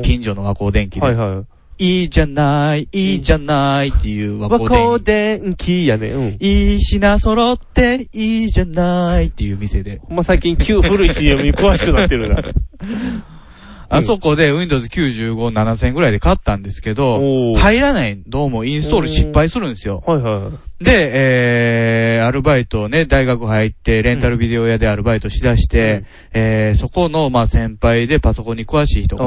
S3: ー。
S2: 近所の和光電機で。
S3: はい
S2: い
S3: はい
S2: じゃない、いいじゃないっていう
S3: い。
S2: 和
S3: 和
S2: 光電
S3: 光
S2: 機。
S3: 電気やね。うん。
S2: いい品揃って、いいじゃないっていう店で。
S3: ほんま最近旧古い CM に詳しくなってるな。
S2: あそこで Windows 95 7000ぐらいで買ったんですけど、
S3: おー。い。
S2: 入らない。どうもインストール失敗するんですよ。
S3: はいはい。
S2: で、えー、アルバイトをね、大学入って、レンタルビデオ屋でアルバイトしだして、えー、そこの、まあ、先輩でパソコンに詳しい人が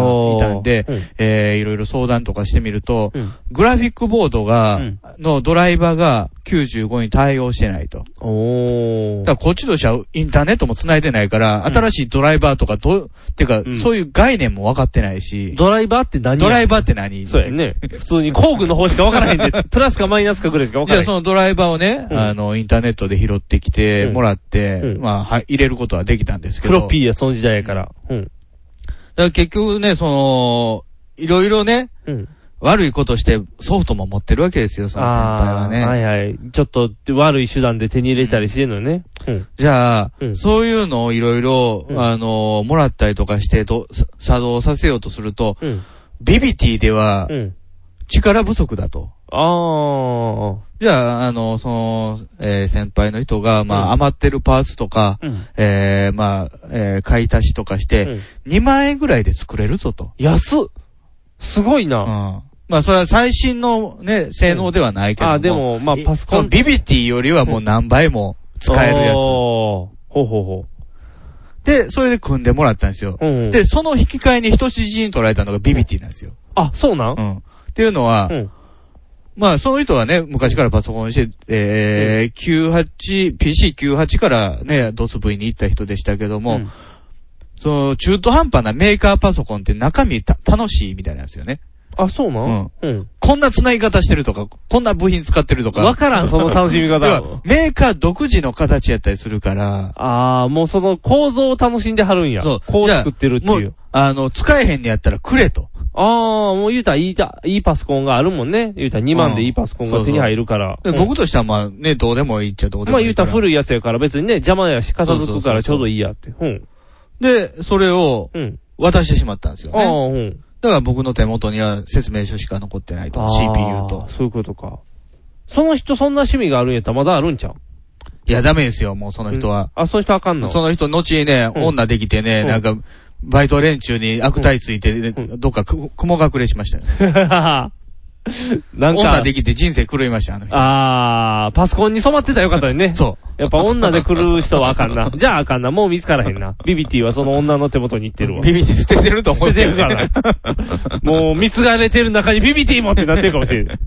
S2: いたんで、
S3: うん
S2: えー、いろいろ相談とかしてみると、
S3: うん。
S2: グラフィックボードが、
S3: うん
S2: のドライバーが95に対応してないと。
S3: お
S2: だから
S3: ー。
S2: こっちとしてはインターネットも繋いでないから、
S3: うん
S2: 新しいドライバーとかどう、てか、
S3: ん
S2: そういう概念も分かってないし、
S3: ドライバーって何
S2: ドライバ
S3: バ
S2: ーって何
S3: ーそうやん。ね。普通に工具の方しか分からへん で、プラスかマイナスかぐらいしか分
S2: じ
S3: か
S2: ゃ
S3: ら
S2: あ
S3: へん。
S2: そのドライバーをね、
S3: うん
S2: あの、インターネットで拾ってきて
S3: うん
S2: もらって、
S3: うん
S2: まあ、は入れることはできたんですけ
S3: フ
S2: ど。
S3: ロッピーや、その時代やから。うん。
S2: だから結局ね、その、いろいろね、
S3: うん。
S2: 悪いことしてソフトも持ってるわけですよ、その先輩は
S3: あーはい
S2: ね。
S3: はい。ちょっと悪い手段で手に入れたりしてんのよね。うん。
S2: じゃあ、
S3: うん
S2: そういうのをいろいろ、
S3: うん
S2: あの、もらったりとかしてと、さ作動させようとすると、
S3: うん。
S2: ビビティでは
S3: うん。
S2: 力不足だと。
S3: あ
S2: じゃあ、あの、その、えー先輩の人が、ま
S3: うん
S2: あ、余ってるパーツとか、
S3: あ。うん。
S2: えーまあ、えー買い足しとかして、2万円ぐらいで作れるぞと。
S3: 安っすごいうな。
S2: ん。まあ、それは最新のね、性能ではないけども。
S3: あ、でも、まあ、
S2: い
S3: パソコ
S2: そ
S3: ン
S2: のビビティよりはもう何倍も使えるやつ。
S3: おーほうほうほ
S2: で、それで組んでもらったんですよ
S3: う。。うん。
S2: で、、その引き換えに人質に取られたのがビビティなんですよ。
S3: あ、そうなん
S2: うん。っていうのは、
S3: うん。
S2: まあ、その人はね、昔からパソコンして、えー、98、PC98 からね、DOSV に行った人でしたけども、
S3: ん
S2: その、中途半端なメーカーパソコンって中身た楽しいみたいなんですよね。
S3: あ、そうなんうん。
S2: こんな繋ぎ方してるとか、こんな部品使ってるとか。
S3: わからん、その楽しみ
S2: 要
S3: 方
S2: は。メーカー独自の形やったりするから、
S3: あー、もうその構造を楽しんではるんや。
S2: そう
S3: こう作ってるって
S2: も
S3: いう
S2: う。、あの、使えへんのやったらくれと。
S3: あー、もう言うたらいいた、いいパソコンがあるもんね。言うたら2万でいいパソコンが手に入るから。
S2: で僕としてはまあね、どうでもいいっちゃどうで
S3: ま
S2: も
S3: あ
S2: い
S3: 言う
S2: いか
S3: た
S2: ら。
S3: ら古いやつやから別にね、邪魔やし片付くからちょうどいいやって。うん。
S2: で、それを
S3: うん。
S2: 渡してしまったんですよ
S3: ああ、
S2: ね。
S3: うん。
S2: だだから僕の手元には説明書しか残ってないと。
S3: あー
S2: CPU と。
S3: そういうことか。その人そんな趣味があるんやったらまだあるんちゃう
S2: いや、ダメですよ、もうその人は。
S3: あ、そういう人あかんの
S2: その人、後にね、
S3: うん
S2: 女できてね、
S3: うん
S2: なんか、バイト連中に悪態ついて、ね
S3: う
S2: どっかく雲隠れしましたよ。
S3: なん
S2: 女
S3: か、
S2: できて人生狂いました、あの人。
S3: あー、パソコンに染まってたらよかったのにね。
S2: そう。
S3: やっぱ女で来る人はあ かんな。じゃああかんな。もう見つからへんな。ビビティはその女の手元に行ってるわ。
S2: ビビって捨ててると思
S3: 捨
S2: う
S3: て
S2: け
S3: て
S2: ど
S3: る
S2: ね
S3: から。 もう見つがれてる中にビビティもってなってるかもしれん。
S2: だか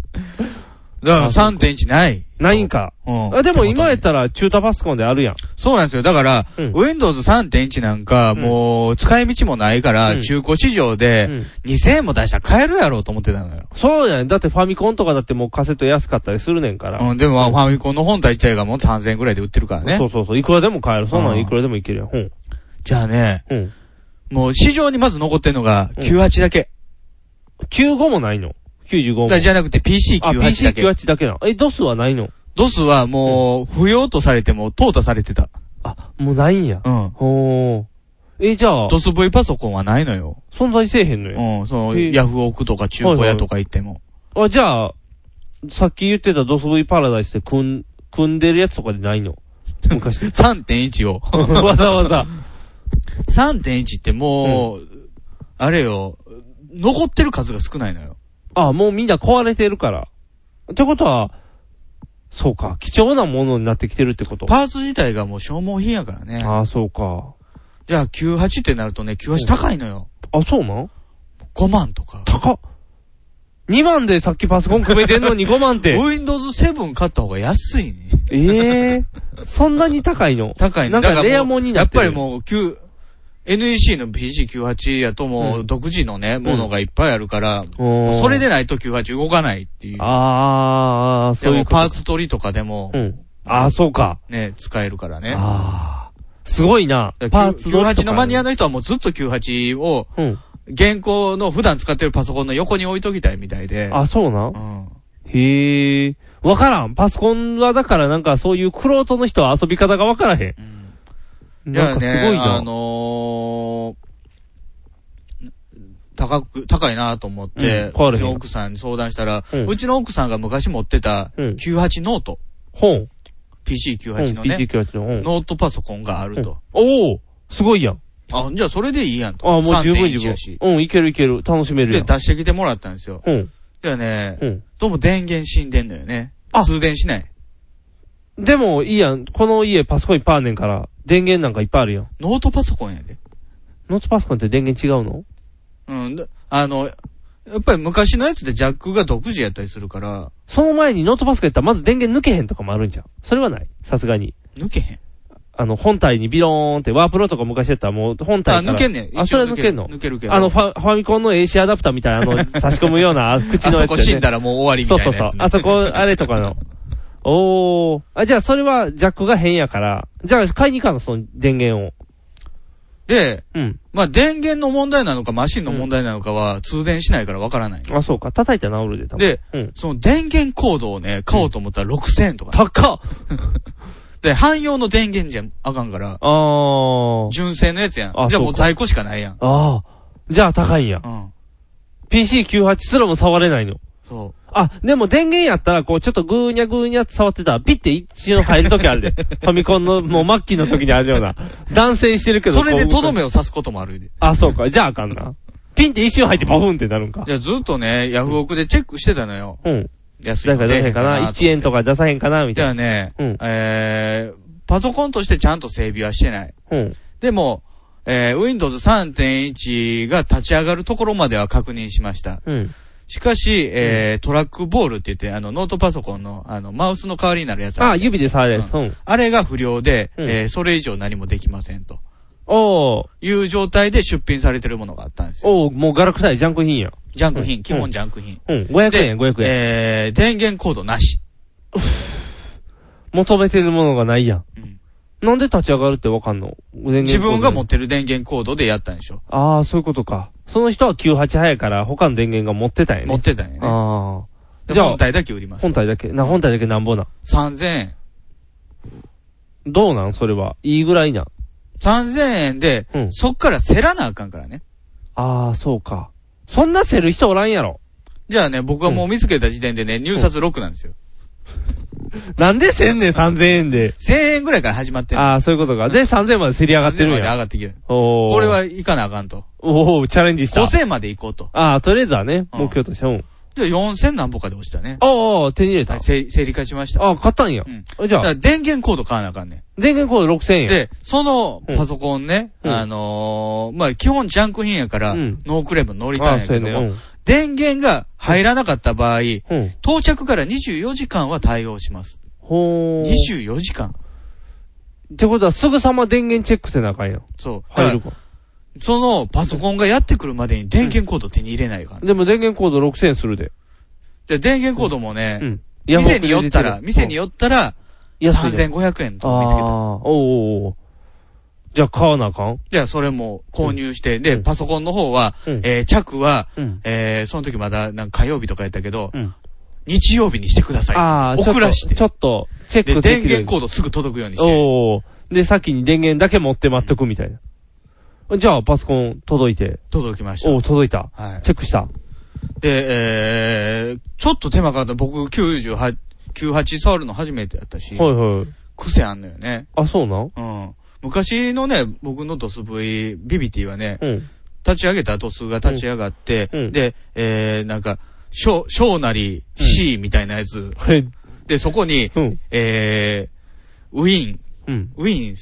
S2: ら3.1ない。
S3: ないんか。
S2: うん
S3: あでも今やっ
S2: ら。
S3: たら中途パソコンであるやん。
S2: そうなんですよ。だから、
S3: うん
S2: Windows 3.1なんか、
S3: ん
S2: もう、使い道もないか
S3: う
S2: ら、
S3: ん
S2: 中古市場
S3: う
S2: で
S3: ん、
S2: 2000円も出したら買えるやろうと思ってたのよ。
S3: そうやん。だってファミコンとかだってもうカセット安かったりするねんから。
S2: うん、でもまあ、ファミコンの本体自体がもう3000円ぐらいで売ってるから
S3: そ
S2: ね
S3: う。そうそう。いくらでも買える。そんな
S2: あ
S3: ん
S2: ー
S3: いくらでもいけるやん。うん。
S2: じゃあね、
S3: うん。
S2: もう市場にまず残ってるのが、
S3: うん
S2: 98だけ。
S3: 95もないの ?95 も。
S2: だじゃなくて
S3: あ、
S2: PC98 だけ。
S3: PC98 だけなの。え、DOS はないの
S2: ドスはもう、不要とされても、淘汰されてた。
S3: あ、もうないんや。
S2: うん。
S3: ほー。え、じゃあ、
S2: ドス V パソコンはないのよ。
S3: 存在せえへんのや。
S2: うん、その、
S3: へえ
S2: ヤフオクとか中古屋とか行っても。
S3: あ、じゃあ、さっき言ってた DOSV パラダイスで組ん、組んでるやつとかでないの昔。
S2: 3.1を。
S3: わざわざ。
S2: 3.1ってもう、あれよ、残ってる数が少ないのよ。
S3: あ、もうみんな壊れてるから。ってことは、そうか、貴重なものになってきてるってこと。
S2: パーツ自体がもう消耗品やからね。
S3: ああ、そうか。
S2: じゃあ98ってなるとね、98高いのよ。
S3: あ、そうなん
S2: 5万とか。
S3: 高っ。2万でさっきパソコン組めてんのに5万って。
S2: Windows 7買った方が安いね。
S3: ええそんなに高いの
S2: 高い
S3: なんかレアもんになってる。
S2: やっぱりもう、旧 NEC の PC98 やとも
S3: う
S2: うん独自のね、ものがいっぱいあるから、
S3: おー
S2: それでないと98動かないっていう。
S3: ああ、
S2: で
S3: そうい
S2: も
S3: う
S2: パー
S3: こと。
S2: ツ取りとかでも
S3: うん。ああ、そうか。
S2: ね、使えるからね。
S3: ああ。すごいな。
S2: だか
S3: パ
S2: ら
S3: ーツ取りとか
S2: 98のマニアの人はもうずっと98を、
S3: うん。
S2: 現行の普段使ってるパソコンの横に置いときたいみたいで。
S3: あ、そうな
S2: うんん。
S3: へえ。わからん。パソコンはだからなんかそういうクロートの人は遊び方がわからへん。
S2: うん。
S3: なんかす
S2: いや
S3: ごい
S2: ねあ
S3: な。
S2: のー高く、高いなと思って、
S3: うん
S2: うちの奥さんに相談したら、
S3: う
S2: うんちの奥さんが昔持ってた
S3: うん
S2: 98ノート、
S3: 本。
S2: PC98 のね、
S3: PG98 の本。
S2: ノートパソコンがあると。
S3: おおすごいやん。
S2: あ、じゃあそれでいいやんと。
S3: ああ、もう十分十
S2: 3.1
S3: 分
S2: やし。。
S3: うん、いけるいける。楽しめる
S2: で、
S3: やん。
S2: 出してきてもらったんですよ。
S3: うん。
S2: いやね
S3: う、ん。
S2: どうも電源死んでんのよね
S3: あ。
S2: 通電しない。
S3: でも、いいやん。この家パソコンいっぱいあんねんから、電源なんかいっぱいあるやん。
S2: ノートパソコンやで。
S3: ノートパソコンって電源違うの
S2: うん。だあの、やっぱり昔のやつでジャックが独自やったりするから、
S3: その前にノートパソコンやったらまず電源抜けへんとかもあるんじゃん。それはない。さすがに。
S2: 抜けへん。
S3: あの、本体にビローンって、ワープロとか昔やったらもう本
S2: あ、
S3: 体から。
S2: 抜けんねん。
S3: あ、
S2: 一
S3: そ
S2: 応
S3: れは抜けんの
S2: 抜けるけど。
S3: あのファ、ファミコンの AC アダプターみたいな、あの、差し込むような口
S2: あ
S3: のや
S2: そこ
S3: つ、ね。
S2: 死んだらもう終わりみた
S3: そ
S2: いうな
S3: そ
S2: や
S3: う
S2: つ、
S3: そう。あそこ、あれとかの。おー。あ、じゃあそれはジャックが変やから。じゃあ買いに行かんの、その電源を。
S2: で、
S3: うん。
S2: まあ、電源の問題なのか、マシンの問題なのかは、通電しないからわからない。
S3: あ、そうか。叩いたら治るで、多分。
S2: で、
S3: うん。
S2: その電源コードをね、買おうと思ったら6000円とか、
S3: 高っ
S2: で、汎用の電源じゃあかんから、
S3: あー。
S2: 純正のやつやん
S3: あ。
S2: じゃあ
S3: そ
S2: も
S3: う
S2: う
S3: か
S2: 在庫しかないやん。
S3: あー。じゃあ高いんや
S2: う。ん。
S3: PC98 すらも触れないの。
S2: そ
S3: あ、でも電源やったら、こう、ちょっとぐーにゃぐーにゃって触ってたら、ピッて一応入るときあ るで。ファミコンの、もう末期の時にあるような。断線してる
S2: う。
S3: けど。
S2: それで
S3: こう
S2: とどめを刺すこともあるで。
S3: あ、そうか。じゃああかんな。ピンって一瞬入ってボフンってなるんか
S2: い。や、ずっとね、ヤフオクでチェックしてたのよ。
S3: うん。
S2: 安い
S3: 誰
S2: の
S3: か出さへんかな ?1 円とか出さへんかなみ
S2: で
S3: た
S2: はいね、
S3: うん
S2: えー、パソコンとしてちゃんと整備はしてない。
S3: な。うん。
S2: でも、えー、Windows 3.1が立ち上がるところまでは確認しました。
S3: うん。
S2: しかし、えー、トラックボールって言って、あの、ノートパソコンの、あの、マウスの代わりになるやつあ
S3: あ、
S2: る
S3: 指で触れる。うん。
S2: あれが不良で、
S3: うん
S2: えー、それ以上何もできませんと。
S3: おー、
S2: いう状態で出品されてるものがあったんですよ。
S3: おー、もうガラクタイジャンク品や。
S2: ジャンク品、
S3: うん
S2: 基本ジャンク品。
S3: うん。500円、500円。
S2: えー、電源コードなし。
S3: 求めてるものがないやん。
S2: うん
S3: なんで立ち上がるってわかんの
S2: 自分が持っ
S3: って。
S2: てる電源コードでやったんでしょ。
S3: あー、そういうことか。その人は98早いから、他の電源が持ってたんやね。
S2: 持ってたんやね。
S3: あー。
S2: で
S3: じゃあ
S2: 本、体だけ売ります。
S3: 本体だけ。な、本体だけなんぼな。
S2: 3000円。
S3: どうなんそれは。いいぐらいな。
S2: 3000円で、
S3: うん
S2: そっからせらなあかんからね。
S3: あー、そうか。そんなせる人おらんやろ。
S2: じゃあね、僕はもう見つけた時点でね、入札6なんですよ。
S3: なんでせんねん、3000円で。
S2: 1000円ぐらいから始まってんの
S3: ああ、そういうことか。で、3000円まで競り上がってるん
S2: 1000まで上
S3: や。
S2: がってきてる。
S3: おお。
S2: これは行かなあかんと。
S3: おお、チャレンジした。
S2: 5000まで行こうと。
S3: ああ、とりあえずはね、
S2: うん
S3: 目標として。うん。
S2: じゃあ4000何歩かで落ちたね。
S3: ああ、手に入れた
S2: はい。せ整理化しました。
S3: ああ、買ったんや
S2: う。ん。
S3: じ
S2: だ
S3: ゃ
S2: から
S3: あ、
S2: 電源コード買わなあかんね
S3: 電源コード6000円
S2: ん。
S3: や。
S2: で、そのパソコンね、
S3: うん
S2: あのー、まあ、基本ジャンク品やから、
S3: うん
S2: ノークレーム乗り
S3: あ
S2: たい
S3: あ、
S2: んや
S3: そう
S2: け
S3: や
S2: ど
S3: ね。
S2: も、
S3: うん。
S2: 電源が入らなかった場合、
S3: うん。
S2: 到着から24時間は対応します。
S3: ほー。
S2: 24時間
S3: ってことは、すぐさま電源チェックせなあかんやん。
S2: そう。
S3: 入るか。
S2: そのパソコンがやってくるまでに電源コード手に入れないから、ね
S3: でも電源コード6000円するで。
S2: で、電源コードもね、
S3: うん。
S2: 店に寄ったら、店に
S3: よ
S2: 寄ったら、
S3: 円
S2: 3500円とか見つけた。
S3: ああ、おうおうおうじゃあ買わなあかん
S2: で、それも購入して、で、
S3: うん
S2: パソコンの方は、
S3: うん
S2: えー着は、
S3: うん。
S2: えーその時まだ、なんか火曜日とかやったけど、
S3: うん
S2: 日曜日にしてくださ
S3: ああ、ちょっと
S2: 遅らして
S3: ちょっと、チェ
S2: い。
S3: ック
S2: で、
S3: で
S2: 電
S3: きるように
S2: 源コードすぐ届くようにして。
S3: おおで、先に電源だけ持って待っとくみたいな。じゃあ、パソコン届いて。
S2: 届きまし
S3: おお
S2: た。
S3: 届いた。
S2: はい。
S3: チェックした。
S2: で、えー、ちょっと手間かかった。僕、98、98触るの初めてやったし、
S3: はいはい。
S2: 癖あんのよね。
S3: あ、そうなん
S2: うん。昔のね、僕のドス V、ビビティはね、
S3: うん。
S2: 立ち上げたドスが立ち上がって、
S3: うんうん
S2: で、えー、なんか、小、小なり C みたいなやつ。
S3: はい。
S2: で、そこに、
S3: うん。
S2: えー、ウィン、
S3: うん。
S2: ウィン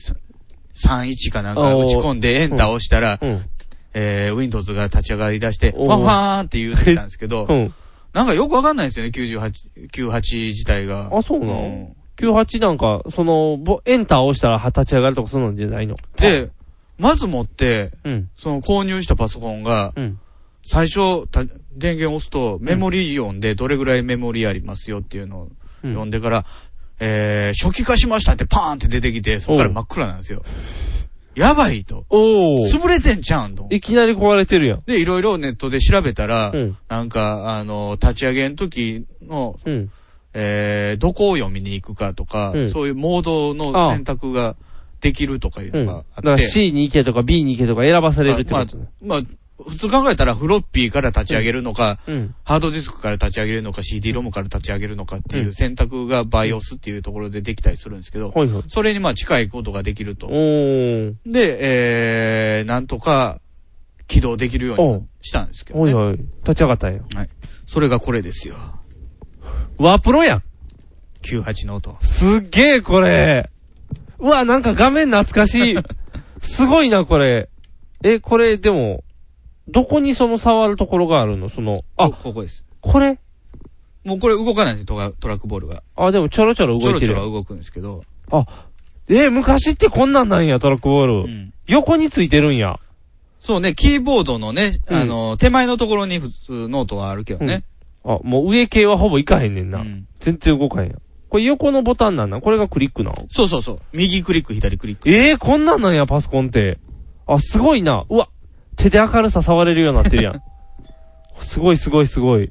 S2: 31かなんか打ち込んでエンター押したら、
S3: うん。
S2: えー、Windows が立ち上がり出して、フ
S3: おー
S2: ァンファーンって言ってたんですけど
S3: う、ん。
S2: なんかよくわかんないんですよね、98、98自体が。
S3: あ、そう
S2: う
S3: なん
S2: ん
S3: ?98 なんか、その、ぼエンター押したらは立ち上がるとかそうなんじゃないの
S2: で、まず持って、
S3: うん。
S2: その購入したパソコンが、
S3: うん。
S2: 最初、た電源押すと、メモリー音でどれぐらいメモリありますよっていうのを
S3: う
S2: 読ん
S3: ん。
S2: でから、えー、初期化しましたってパーンって出てきて、そっから真っ暗なんですよ。やばいと。
S3: おお
S2: 潰れてんちゃうんと思って。
S3: いきなり壊れてるやん。
S2: で、いろいろネットで調べたら、
S3: うん。
S2: なんか、あの、立ち上げん時の、
S3: うん。
S2: えー、どこを読みに行くかとか、
S3: うん
S2: そういうモードの選択ができるとかいう
S3: う
S2: の
S3: ん。
S2: が
S3: だ
S2: あって。
S3: から C に行けとか B に行けとか選ばされるって
S2: まあ
S3: ことね。
S2: まあ、普通考えたらフロッピーから立ち上げるのか、
S3: うん。
S2: ハードディスクから立ち上げるのか CD ロムから立ち上げるのかっていううん選択が BIOS っていうところでできたりするんですけど、
S3: はいはい。
S2: それにまあ近いことができる
S3: お
S2: と。
S3: ー。
S2: で、えー、なんとか起動できるよう
S3: お
S2: に
S3: う
S2: したんですけど、
S3: は
S2: ね、
S3: いはい。立ち上がったんや。
S2: それがこれですよ。
S3: ワープロやん。
S2: 98の音。
S3: すっげえ、これ。うわ、なんか画面懐かし い。すごいな、これ。え、これ、でも、どこにその触るところがあるのその、
S2: あ、
S3: あ、
S2: ここです。
S3: これ
S2: もうこれ動かないんですよトラ、トラックボールが。
S3: あ、でもちょろちょろ
S2: ちょ
S3: 動
S2: ろ
S3: いて
S2: ちょ
S3: る。
S2: ろ動くんですけど、
S3: あ、えー昔ってこんなんなんや、トラックボール。
S2: うん
S3: 横についてるんや。
S2: そうね、キーボードのね、
S3: うん
S2: あの、手前のところに普通ノートはあるけどね。
S3: あ、もう上系はほぼいかへんねん
S2: う
S3: な。
S2: ん
S3: 全然動かへんや。これ横のボタンなんなんこれがクリックなん
S2: そうそうそう。右クリック、左クリック。
S3: ええー、こんなんなんや、パソコンって。あ、すごいな。うわ、手で明るさ触れるようになってるやん。 すごいすごいすごい。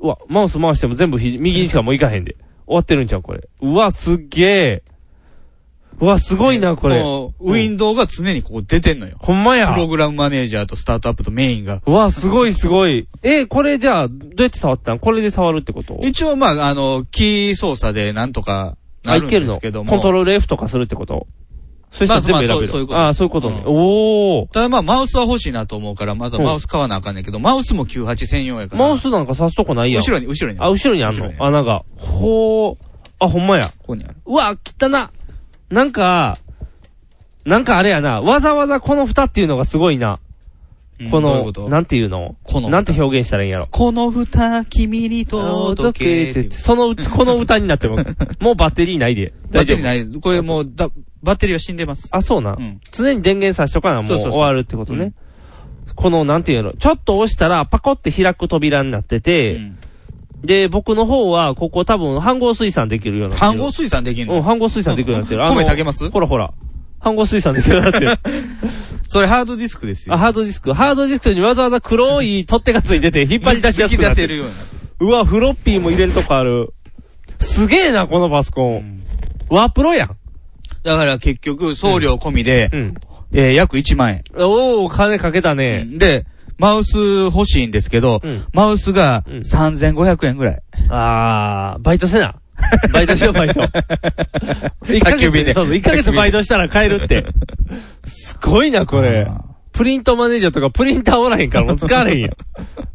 S3: うわ、マウス回しても全部ひ右にしかもういかへんで。終わってるんちゃうこれ。うわ、すっげえ。うわ、すごいな、これ。
S2: もう、ウィンドウが常にここ出てんのよ。
S3: ほんまや
S2: プ。ログラムマネージャーとスタートアップとメインが。
S3: うわ、すごいすごい。えー、これじゃあ、どうやって触ったんこれで触るってこと
S2: 一応、まあ、あの、キー操作でなんとか
S3: あ、
S2: ないるんで
S3: ける
S2: す
S3: の
S2: けど
S3: コン
S2: も。
S3: トロール F とかするってことそしたら全
S2: まあ
S3: 部
S2: まあ
S3: 選べ
S2: そうそういうこと
S3: る。あ、そういうことね。
S2: うん
S3: おー。
S2: ただまあ、マウスは欲しいなと思うから、まだ
S3: うん
S2: マウス買わなあかんねんけど、マウスも98専用やから。
S3: マウスなんか刺すとこないやん
S2: 後。ろに、後ろに。
S3: あ、後ろにあん
S2: 後
S3: の
S2: ろに
S3: 穴が。ほー。あ、ほんまや。
S2: ここにある。
S3: うわ、汚な。なんか、なんかあれやな。わざわざこの蓋っていうのがすごいな。
S2: うん
S3: こ
S2: どういう
S3: の、
S2: こと
S3: なんていうの
S2: この
S3: なんて表現したらいいんやろ。
S2: この蓋、君に届けて。
S3: そのうち、この歌に なっても、もうバッテリーないで。
S2: バッテリー
S3: い。
S2: ない。これもう、だバッテリーは死んでます。
S3: あ、そうな。
S2: うん
S3: 常に電源さしとかな、
S2: そう
S3: もう
S2: そうそう
S3: 終わるってことね。この、なんていうのちょっと押したら、パコって開く扉になって
S2: う
S3: て、
S2: ん
S3: で、僕の方は、ここ多分、半合水産できるようになってる
S2: 半合水産できん
S3: うん、
S2: の
S3: 半合水産できるようになってる。
S2: うん
S3: あの
S2: 米炊けます
S3: ほらほら。半合水産できるようにな ってる。
S2: それハードディスクですよ。
S3: あ、ハードディスク。ハードディスクにわざわざ黒い取っ手がついてて、引っ張り出しやす
S2: 引き
S3: くな
S2: 出
S3: って
S2: せ
S3: る。
S2: るようになってる
S3: うわ、フロッピーも入れるとこある。すげえな、このパソコン。ワープロやん。
S2: だから結局、送料込みで
S3: う、ん。
S2: えー約1万円。
S3: おー、金かけたね。
S2: で、マウス欲しいんですけど、
S3: うん
S2: マウスが
S3: うん
S2: 3500円ぐらい。
S3: あー、バイトせな。 バイトしよう、バイト。一ヶ
S2: 宅急
S3: 月
S2: 便で
S3: そうそう、1ヶ月バイトしたら買えるって。すごいな、これ
S2: あー。
S3: プリントマネージャーとかプリンターおらへんからもう使われへんや ん。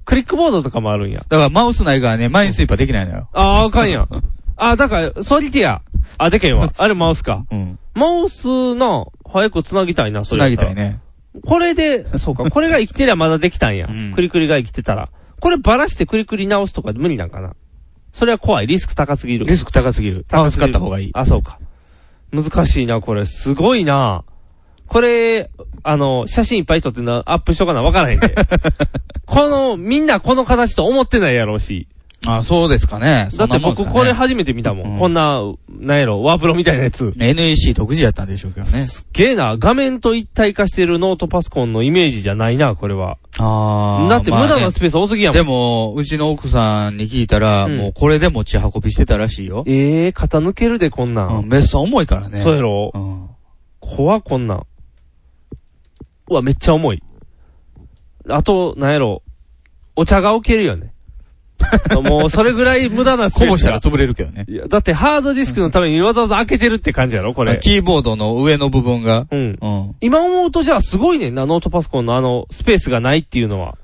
S3: クリックボードとかもあるんや。
S2: だからマウスないからね、マインスイーパーできないのよ。
S3: あー、あかんやん。あー、だから、ソリティア。あ、でけ んわ。あれマウスか。
S2: うん。
S3: マウスな、早く繋ぎたいな、そ
S2: つ
S3: れ
S2: な
S3: やっ
S2: ぎ
S3: ら
S2: たいね。
S3: これで、そうか、これが生きてりゃまだできたんや。
S2: うん
S3: クリクリが生きてたら。こればらしてクリクリ直すとか無理なんかな。それは怖い。リスク高すぎる。
S2: リスク高すぎる。マウス買った方がいい。
S3: あ、そうか。難しいな、これ。すごいな。これ、あの、写真いっぱい撮ってな、アップしとかな、わからへん で。この、みんなこの形と思ってないやろうし。
S2: あ、そうですかね。
S3: だ
S2: そ
S3: っ
S2: んな
S3: て
S2: もんす
S3: 僕
S2: かね
S3: これ初めて見たもん。
S2: うん
S3: こんな、なんやろ、ワープロみたいなやつ。
S2: NEC 独自やったんでしょうけどね。
S3: すっげえな、画面と一体化してるノートパソコンのイメージじゃないな、これは。
S2: あ
S3: だって無駄なスペース多すぎやもん。
S2: でも、うちの奥さんに聞いたら、
S3: うん
S2: もうこれで持ち運びしてたらしいよ。
S3: ええー、肩抜けるで、こんなん。
S2: うん、別荘重いからね。
S3: そうやろ、
S2: うん。
S3: 怖っこんなん。うわ、めっちゃ重い。あと、なんやろ。お茶が置けるよね。もう、それぐらい無駄なスペ
S2: こ
S3: ースが。
S2: ぼしたら潰れるけどね。
S3: いや、だってハードディスクのためにわざわざ開けてるって感じやろ、これ。
S2: キーボードの上の部分が。
S3: うん。
S2: うん。
S3: 今思うとじゃあすごいねんな、ノートパソコンのあの、スペースがないっていうのは。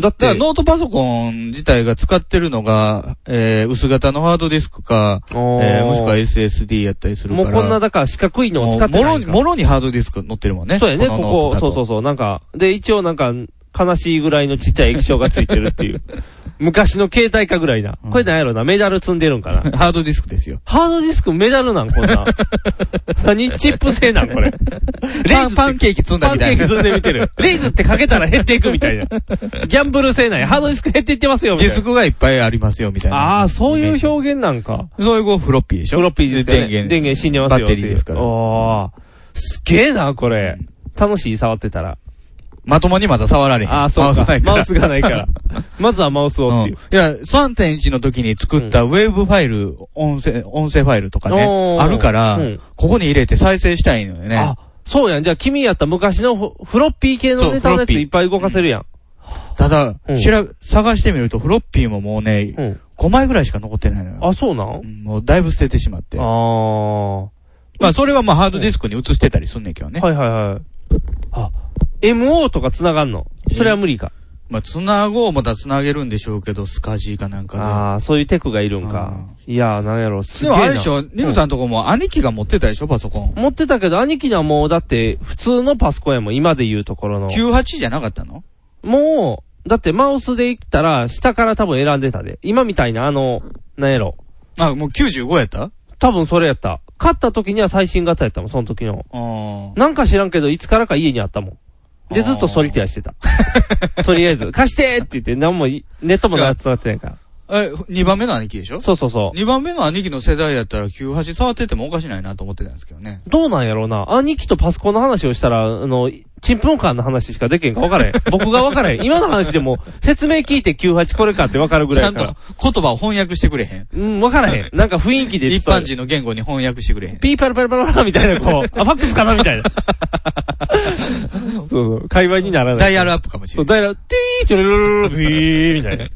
S3: だっ
S2: だから
S3: て、
S2: ノートパソコン自体が使ってるのが、えー、薄型のハードディスクか、
S3: おー
S2: えー、もしくは SSD やったりするか
S3: もう
S2: ら。
S3: こんな、だから四角いのを使ってない
S2: も
S3: ん
S2: ろ
S3: か。
S2: もろにハードディスク乗ってるもんね。
S3: そうやね、
S2: の
S3: こ
S2: ノート
S3: こ
S2: だ。と
S3: そうそうそう。なんか、で、一応なんか、悲しいぐらいのちっちゃい液晶がついてる っていう。昔の携帯かぐらいな。これなんやろな、メダル積んでる んかな。
S2: ハードディスクですよ。
S3: ハードディスクメダルなん、こんな。何チップ製なん、 これ。レ
S2: パ
S3: ー
S2: ン
S3: ズ
S2: パンケーキ積んだ
S3: パン
S2: み
S3: ケ
S2: たい
S3: ーキ
S2: な。
S3: 積んでみ てる。レーズってかけたら減っていくみたいな。ギャンブル製なんや。ハードディスク減っていってますよ、みた
S2: ディ
S3: い
S2: ス
S3: な。
S2: クがいっぱいありますよ、みたいな。
S3: ああ、そういう表現なんか。
S2: そういうフロッピーでしょ
S3: フロッピーですか、ね、
S2: 電源。
S3: 電源死んでますよ
S2: バッテリーですから
S3: おー。すげえな、これ。楽しい、触ってたら。
S2: まともにまだ触られへん。
S3: ああ、そうか。マウスがないから。まずはマウスを
S2: う
S3: っ
S2: ん
S3: て
S2: い
S3: いう。
S2: や、3.1の時に作ったウェーブファイル、音声、音声ファイルとかね
S3: お、ー
S2: あるから
S3: うん、
S2: ここに入れて再生したいのよね
S3: あ。、そうやん。じゃあ君やった昔のフフロッピー系のネタのやつ
S2: そうフロッピー
S3: いっぱい動かせるやん。
S2: ただ
S3: う、ん
S2: 調べ、探してみるとフロッピーももう
S3: う
S2: ね、
S3: ん。
S2: 5枚ぐらいしか残ってないのよ。
S3: あ、そうなん
S2: うんもうだいぶ捨ててしまって
S3: あ。あ。は
S2: まあそれはまあハードディスクに移してたりすんねんけど
S3: い
S2: ね。
S3: はいはい。あ、MO とか繋がんのそれは無理か。
S2: まあ繋ごうまた繋げるんでしょうけど、スカジーかなんか
S3: ああー、そういうテクがいるんか。いやー、なんやろ、
S2: で。
S3: す
S2: で
S3: げえ
S2: も
S3: な。
S2: あれでしょ、ニムさんとこも兄貴が持ってたでしょ、パソコン。
S3: 持ってたけど、兄貴のはもう、だって、普通のパソコンやもん、今で言うところの。
S2: 98じゃなかったの
S3: もう、だってマウスで言ったら、下から多分選んでたで。今みたいな、あの、なんやろ。
S2: あ、もう95やった
S3: 多分それやった。勝った時には最新型やったもん、その時の。
S2: うん。
S3: なんか知らんけど、いつからか家にあったもん。で、ずっとソリティアし てた。とりあえず、貸してって言って、なんもい、ネットもなつなってないから。
S2: え、2番目の兄貴でしょ
S3: そうそうそう。
S2: 2番目の兄貴の世代やったら98触っててもおかしないなと思ってたんですけどね。
S3: どうなんやろうな。兄貴とパソコンの話をしたら、あの、チンプンカンの話しかできへんか分からへん。僕が分からへん。今の話でも、説明聞いて98これかって分かるぐ
S2: ち
S3: ら
S2: ゃ
S3: い
S2: ん
S3: か
S2: と言葉を翻訳してくれへん。
S3: ら。うん、分からへん。なんか雰囲気で伝
S2: 一
S3: わ
S2: 般
S3: る
S2: 人の言語に翻訳してくれへん。
S3: ピーパルパルパルパラみたいな、こう、あ、ファックスかなみたいな。そうそう、会話にならない。
S2: ダイヤルアップかもし
S3: そ
S2: れ
S3: う、
S2: ない。
S3: ダイヤル、ティー、チョロロロロロ、ビー、みたいな。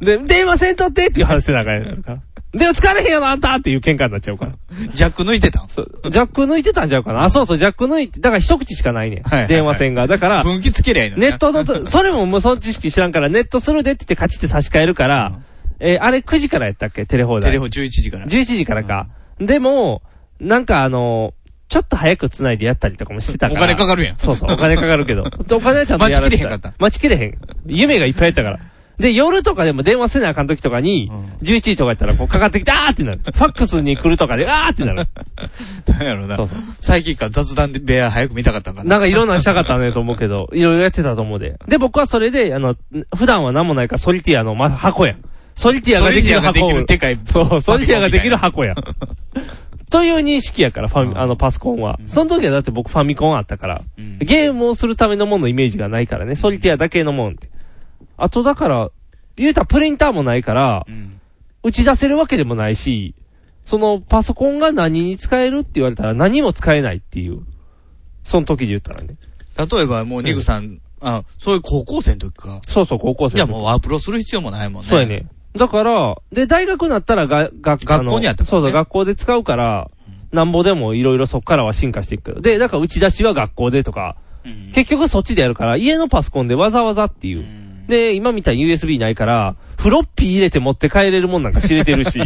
S3: で、電話せんとってっていう話で仲良くなるから。電話疲れへんよな、あんたっていう喧嘩になっちゃうから。
S2: ジャック抜いてたん
S3: そう、ジャック抜いてたんちゃうかな。あ、そうそう、ジャック抜いて、だから一口しかない
S2: は
S3: ね
S2: いはいは
S3: ん。
S2: い
S3: 電話線が。だから、
S2: 分岐つけりゃいいのに
S3: ネ
S2: な
S3: ットのと、それも無損知識知らんから、ネットするでって言ってカチって差し替えるから、えーあれ9時からやったっけテレ放題。
S2: テレホ11時から。
S3: 11時からか。でも、なんかあの、ちょっと早く繋いでやったりとかもしてた
S2: お
S3: から。
S2: 金かかるやん。
S3: そうそう、お金かかる けど。でお金はちゃんとやられ
S2: 待ちきれ
S3: て
S2: へんかった
S3: 待ちきれへん。夢がいっぱいやったから。で、夜とかでも電話せなあかん時とかに、11時とかやったらこうかかってきて、あーってなる。ファックスに来るとかで、あーっ てなる。
S2: なんやろな
S3: そうそう。
S2: 最近から雑談でベア早く見たかったんかな。
S3: なんかいろんなのしたかったねと思うけど、いろいろやってたと思うで。で、僕はそれで、あの、普段は何もないからソリティアの、ま、箱や。ソリティアができる
S2: ソリティ
S3: 箱
S2: アができるでかい
S3: そう、ソリティアができる
S2: ファミ
S3: 箱や。という認識やから、ファミ、あの、パソコンは。その時はだって僕ファミコンあったから、
S2: うん
S3: ゲームをするためのもののイメージがないからね、ソリティアだけのもんって。あとだから、言うたらプリンターもないから
S2: う、ん
S3: 打ち出せるわけでもないし、そのパソコンが何に使えるって言われたら何も使えないっていう。その時で言ったらね。
S2: 例えばもうニグさん、あ、そういう高校生の時か。
S3: そうそう、高校生
S2: いや、
S3: の時
S2: もうワープロする必要もないもんね。
S3: そうやね。だから、で、大学になったらが、学
S2: 学校にあったからね
S3: そうそう、学校で使うから、なんぼでもいろいろそっからは進化していくけど。で、だから打ち出しは学校でとか、
S2: うん。
S3: 結局そっちでやるから、家のパソコンでわざわざっていうう。
S2: ん
S3: で、今みたいに USB ないから、フロッピー入れて持って帰れるもんなんか知れてる し、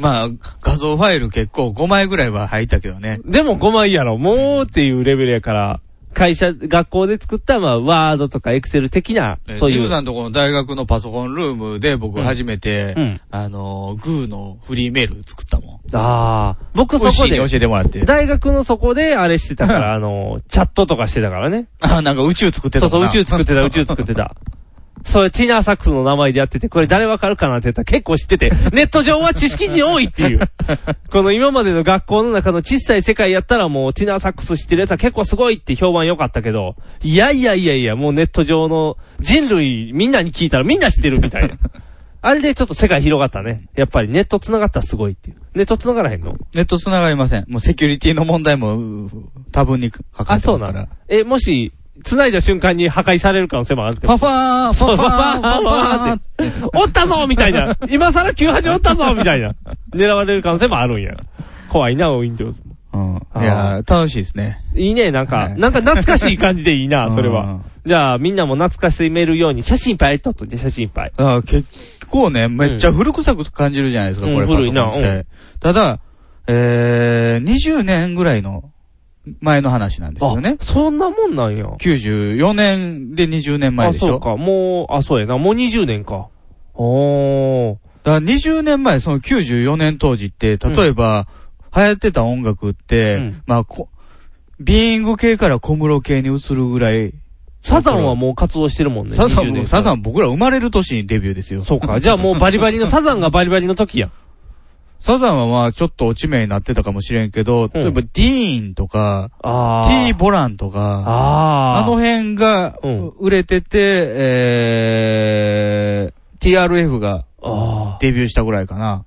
S2: まあ、画像ファイル結構5枚ぐらいは入ったけどね。
S3: でも5枚やろ、もうっていうレベルやから、会社、学校で作った、まあ、ワードとかエクセル的な、
S2: そ
S3: そうう
S2: い。
S3: いうう。
S2: さんとこの大学のパソコンルームで僕初めて、
S3: うん
S2: あのー、グーのフリーメール作ったもん。
S3: ああ、僕
S2: そ
S3: そこ
S2: こで
S3: で、
S2: 教えてもらって。
S3: 大学のそこであれして たから、あの、チャットとかしてたからね。
S2: あ、なんか宇宙作って
S3: そ
S2: た
S3: うそう、宇宙 作ってた、宇宙作って
S2: た。
S3: た。それ、ティナーサックスの名前でやってて、これ誰わかるかなって言ったら結構知ってて、 ネット上は知識人多いっていう。この今までの学校の中の小さい世界やったらもう、ティナーサックス知ってるやつは結構すごいって評判良かったけど、いやいやいやいや、もうネット上の人類みんなに聞いたらみんな知ってるみ たいな。あれでちょっと世界広がったね。やっぱりネット繋がったらすごいっていう。ネット繋がらへんの
S2: ネット繋がりません。もうセキュリティの問題もうー多分にかか
S3: あ、
S2: って
S3: そ
S2: ま
S3: う
S2: す
S3: な
S2: か
S3: んだ
S2: ら。。
S3: え、もし、繋いだ瞬間に破壊される可能性もあるってこ
S2: パ
S3: と
S2: ファーン、パ
S3: そう、
S2: フ
S3: ファ
S2: ァーン、
S3: ンファンファン
S2: パファーン。
S3: って、おったぞみた いな。今更98おったぞみたいな。狙われる可能性もあるんや。怖いな、Windows。
S2: うん。いやー、楽しいですね。
S3: いいね、なんか
S2: は、い
S3: なんか懐かしい感じでいいな、それ
S2: う
S3: は
S2: ん。
S3: じゃあ、みんなも懐かしめるように、写真いっぱい撮っといて、写真いっぱい。
S2: あー結構ね、めっちゃ古臭く感じるじゃないですか、
S3: うん
S2: これ、
S3: 古いな
S2: パソコンっ
S3: う
S2: て。ただ、えー、20年ぐらいの前の話なんですよね。
S3: そんなもんなんや。
S2: 94年で20年前
S3: あ、
S2: でし
S3: そ
S2: ょ
S3: う。か。もう、あ、そうやな。もう20年か。おー。
S2: だから20年前、その94年当時って、例えば、流行ってた音楽って、
S3: うん
S2: まあこ、ビーイング系から小室系に移るぐらい、
S3: サザンはもう活動してるもんね。
S2: サザ
S3: 20
S2: ン
S3: 年
S2: も、
S3: 間
S2: サザン僕ら生まれる年にデビューですよ。
S3: そうか。じゃあもうバリバリの、サザンがバリバリの時や。
S2: サザンはまあちょっと落ち目になってたかもしれんけど、例えばディーンとか、
S3: あー。
S2: T ボランとか、
S3: あ
S2: あ
S3: ー。
S2: の辺が
S3: うん
S2: 売れてて、えー、TRF が
S3: あ
S2: デビューしたぐらいかな。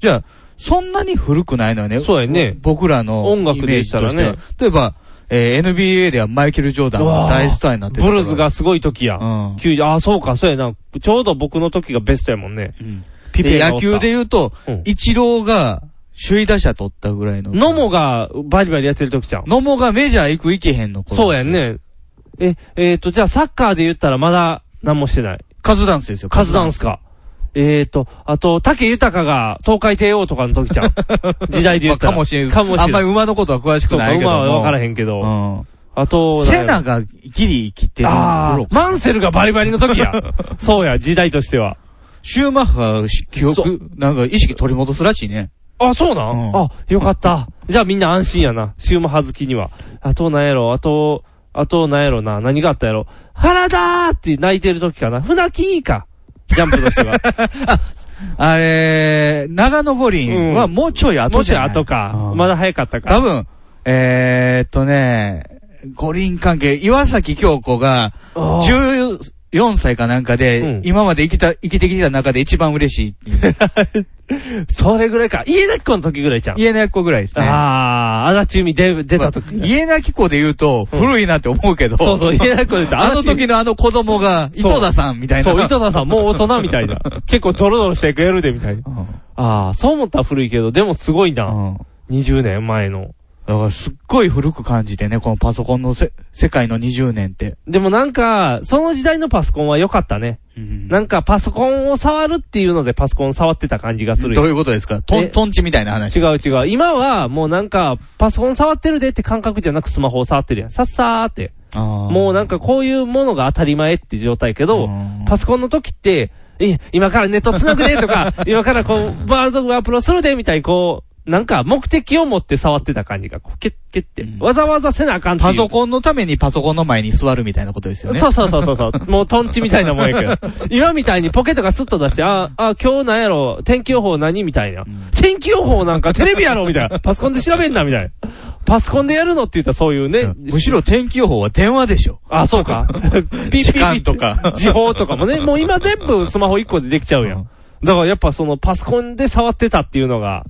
S2: じゃあ、そんなに古くないのよね。
S3: そうやね
S2: 僕らの
S3: 音楽
S2: イ
S3: で
S2: メージとしては
S3: 言ったらね。
S2: 例えば、えー NBA ではマイケル・ジョーダン
S3: うわ
S2: が
S3: ー
S2: 大スターにな
S3: あ。
S2: ってたか
S3: ブ
S2: ら
S3: ルーズが。すごい時や。
S2: うん
S3: 90ああ、そうか、そうやな。ちょうど僕の時がベストやもんね。
S2: うん
S3: ピペ
S2: で
S3: がお
S2: 野
S3: った
S2: 球で言うと、
S3: うん
S2: イチローが首位打者取ったぐらいの。
S3: ノモがバリバリやってる時じゃん。
S2: 野茂がメジャー行く行けへんの頃。
S3: そうやん。ね。え、えっ、と、じゃあサッカーで言ったらまだ何もしてない。
S2: カズダンスですよ。
S3: カズダンス。か。えっ、と、あと、竹豊が東海帝王とかの時じ ゃん。時代で言
S2: まあ
S3: ったら。
S2: かもしれん。
S3: かもしれん。
S2: あんまり馬のことは詳し
S3: そ
S2: く
S3: う
S2: な
S3: か、
S2: いけど
S3: 馬
S2: も。
S3: は分からへ
S2: ん
S3: んけど。
S2: うん。
S3: あと、
S2: セ
S3: なんや
S2: ナが
S3: ろ
S2: ギリ生きてる
S3: あ
S2: 頃
S3: あ、マンセルがバリバリの時 や。そうや、時代としては。
S2: シューマッハが記
S3: そ
S2: 憶、なんか意識取り戻すらしいね。
S3: あ、そうなん、
S2: うん
S3: あ、よかった。じゃあみんな安心やな。シウマハ好きには。あとなんやろ、あと、あとなんやろな。何があったやろ。原田ーって泣いてる時かな。船木いいか。ジャンプの人が。
S2: あれ、長野五輪はもうちょい 後
S3: も
S2: じ
S3: し
S2: ゃない、
S3: 後か、
S2: うん
S3: まだ早かった
S2: 多
S3: か。
S2: 分、えー、っとね、五輪関係、岩崎京子が
S3: あー
S2: 14歳かなんかで、
S3: うん
S2: 今まで生きた、生きてきた中で一番嬉しいっていう。
S3: それぐらいか。家だっこの時ぐらいじゃん。
S2: 家の子ぐらいですね。
S3: ああ、足立海出出た時。
S2: まあ家なき子で言うと、
S3: うん
S2: 古いなって思うけど。
S3: そうそう、家だっこ 出た。
S2: あの時のあの子供が、
S3: そう
S2: 井戸田さんみたいな。
S3: そう、井戸田さんもう大人みたい な。結構ドロドロしてくれるで、みたいな。
S2: うん
S3: ああ、そう思ったら古いけど、でもすごいな。
S2: うん
S3: 20年前の。
S2: だからすっごい古く感じてね、このパソコンのせ世界の20年って。
S3: でもなんか、その時代のパソコンは良かったね。
S2: な
S3: なんかパソコンを触るっていうのでパソコン触ってた感じがする
S2: どう
S3: よ。
S2: いうことですかト
S3: え
S2: ン、トンチみたいな話。
S3: 違う違う。今はもうなんかパソコン触ってるでって感覚じゃなくスマホを触ってるやん。さっさーって。も
S2: も
S3: うなんかこういうものが当たり前って状態けど
S2: うん、
S3: パソコンの時って、え今からネット繋ぐで とか、今からこう、ワードがアップロードするでみたいにこう、なんか目的を持って触ってた感じが、こう、キュッキュッって
S2: うん。
S3: わざわざせなあかんっていう。
S2: パソコンのためにパソコンの前に座るみたいなことですよね。
S3: そうそうそうそうそう。 もうトンチみたいなもんやけど。今みたいにポケットがスッと出して、あ、あ、今日なんやろ、天気予報何みたいな。天気予報なんかテレビやろみたい な。パソコンで調べんなみたいな。パソコンでやるのって言ったらそういうね。
S2: むしろ天気予報は電話でしょ。
S3: あ、そう か。ピ
S2: 時間とか
S3: 時報とかもね。もう今全部スマホ1個でできちゃうやん。だからやっぱそのパソコンで触ってたっていうのが、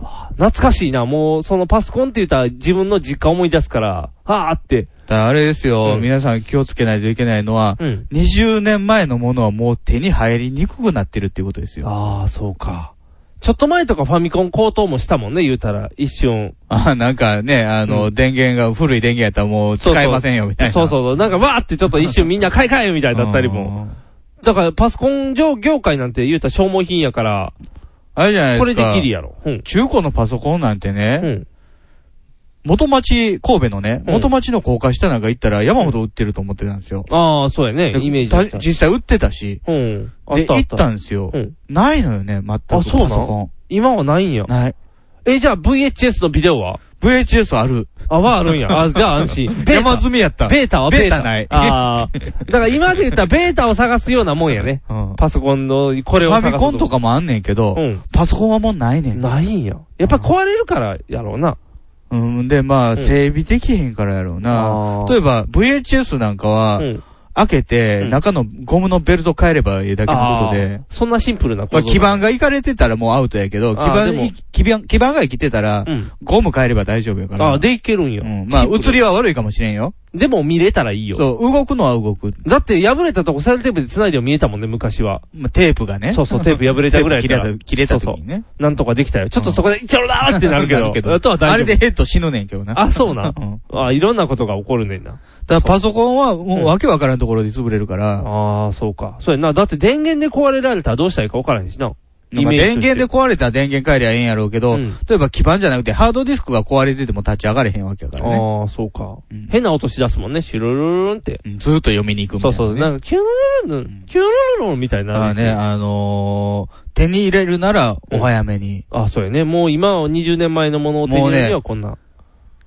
S3: わあ懐かしいな。もう、そのパソコンって言ったら自分の実家思い出すから、はあって。
S2: だからあれですよ、
S3: うん
S2: 皆さん気をつけないといけないのは、
S3: うん。
S2: 20年前のものはもう手に入りにくくなってるっていうことですよ。
S3: ああ、そうか。ちょっと前とかファミコン高騰もしたもんね、言うたら。一瞬。
S2: あなんかね、あの、電源が、古い電源やったらもう使えませんよ、みたいな。
S3: そうそう
S2: う。
S3: そう。なんかわーってちょっと一瞬みんな買い替えみたいだったりも。。だからパソコン業業界なんて言うたら消耗品やから、
S2: あれじゃないです
S3: こ
S2: か。
S3: れできるやろ。うん。
S2: 中古のパソコンなんて
S3: う
S2: ね、
S3: ん。
S2: 元町、神戸のね、
S3: うん
S2: 元町の高架下なんか行ったら山ほど売ってると思ってたんですよ。
S3: ああ、そうやね。
S2: で
S3: イメージ
S2: た
S3: した。
S2: 実際売ってたし。
S3: うん。あ
S2: で、
S3: ったあ
S2: 行
S3: っ。
S2: ったたんですよ
S3: う。ん。
S2: ないのよね、全く。
S3: あそうなの
S2: パソコン。
S3: 今はないんや。
S2: ない。
S3: え、じゃあ VHS のビデオは
S2: VHS ある。
S3: あ、はあるんや。 あ、じゃあ安心。ベー
S2: 山
S3: タ。
S2: 積みやった。
S3: ベータは
S2: ベータない
S3: ああ。だから今で言ったらベータを探すようなもんやね。
S2: うん
S3: パソコンの、これ
S2: フ
S3: を探
S2: ァ
S3: す。
S2: ミコンと。かもあんねんけど、
S3: うん。
S2: パソコンはもうないねん。
S3: ないんや。やっぱり壊れるからやろうな。
S2: うん、で、ま
S3: う
S2: あ、
S3: ん
S2: 整備できへんからやろうな
S3: あ。ー
S2: 例えば、VHS なんか
S3: う
S2: は、
S3: ん。
S2: 開けて、
S3: うん
S2: 中のゴムのベルト変えればいいだけのことで、
S3: あーそんなシンプルなこ
S2: まあ、
S3: と。
S2: 基盤がいかれてたらもうアウトやけど、基
S3: あーで
S2: 盤
S3: も
S2: い、基盤、基盤が生きてたら、
S3: うん。
S2: ゴム変えれば大丈夫やから。
S3: ああ、でいけるん
S2: う
S3: よ。
S2: ん、まあ、映りは悪いかもしれんよ。
S3: でも見れたらいいよ。
S2: そう、動くのは動く。
S3: だって破れたとこセルテープで繋いでも見えたもんね、昔は。
S2: まあ、テープがね。
S3: そうそう、テープ破れたぐらい
S2: テ
S3: や
S2: ー
S3: か
S2: プ
S3: ら。
S2: 切れた、切れた時にね。
S3: なんとかできたよ。ちょっとそこで、イチャロだーってな るけど。あとは大丈夫。
S2: あれでヘッド死ぬねんけどな。。
S3: あ、そうな
S2: うん
S3: あ、いろんなことが起こるねんな。
S2: だからパソコンはも
S3: うん
S2: うわけわからんところで潰れるから、
S3: ああ、そうか。そうやな。だって電源で壊れられたらどうしたらいいか分からへんしな。
S2: なんか電源で
S3: で、
S2: 壊れたら電源変えりゃええんやろうけど、
S3: うん
S2: 例えば基盤じゃなくてハードディスクが壊れてても立ち上がれへんわけやからね。
S3: ああ、そうか、
S2: うん
S3: 変な音し出すもんね。シュルルルルンって。
S2: うんずーっと読みに行くみた
S3: そ
S2: いうな、ね。
S3: そう。なんか、キュルルルルン、キュルルルルンみたいに
S2: だか
S3: な
S2: ら
S3: る。
S2: ね、あのー、手に入れるならお早めに。
S3: あそうやね。もう今は20年前のものを手に入れるに
S2: もう
S3: は
S2: ね
S3: こんな。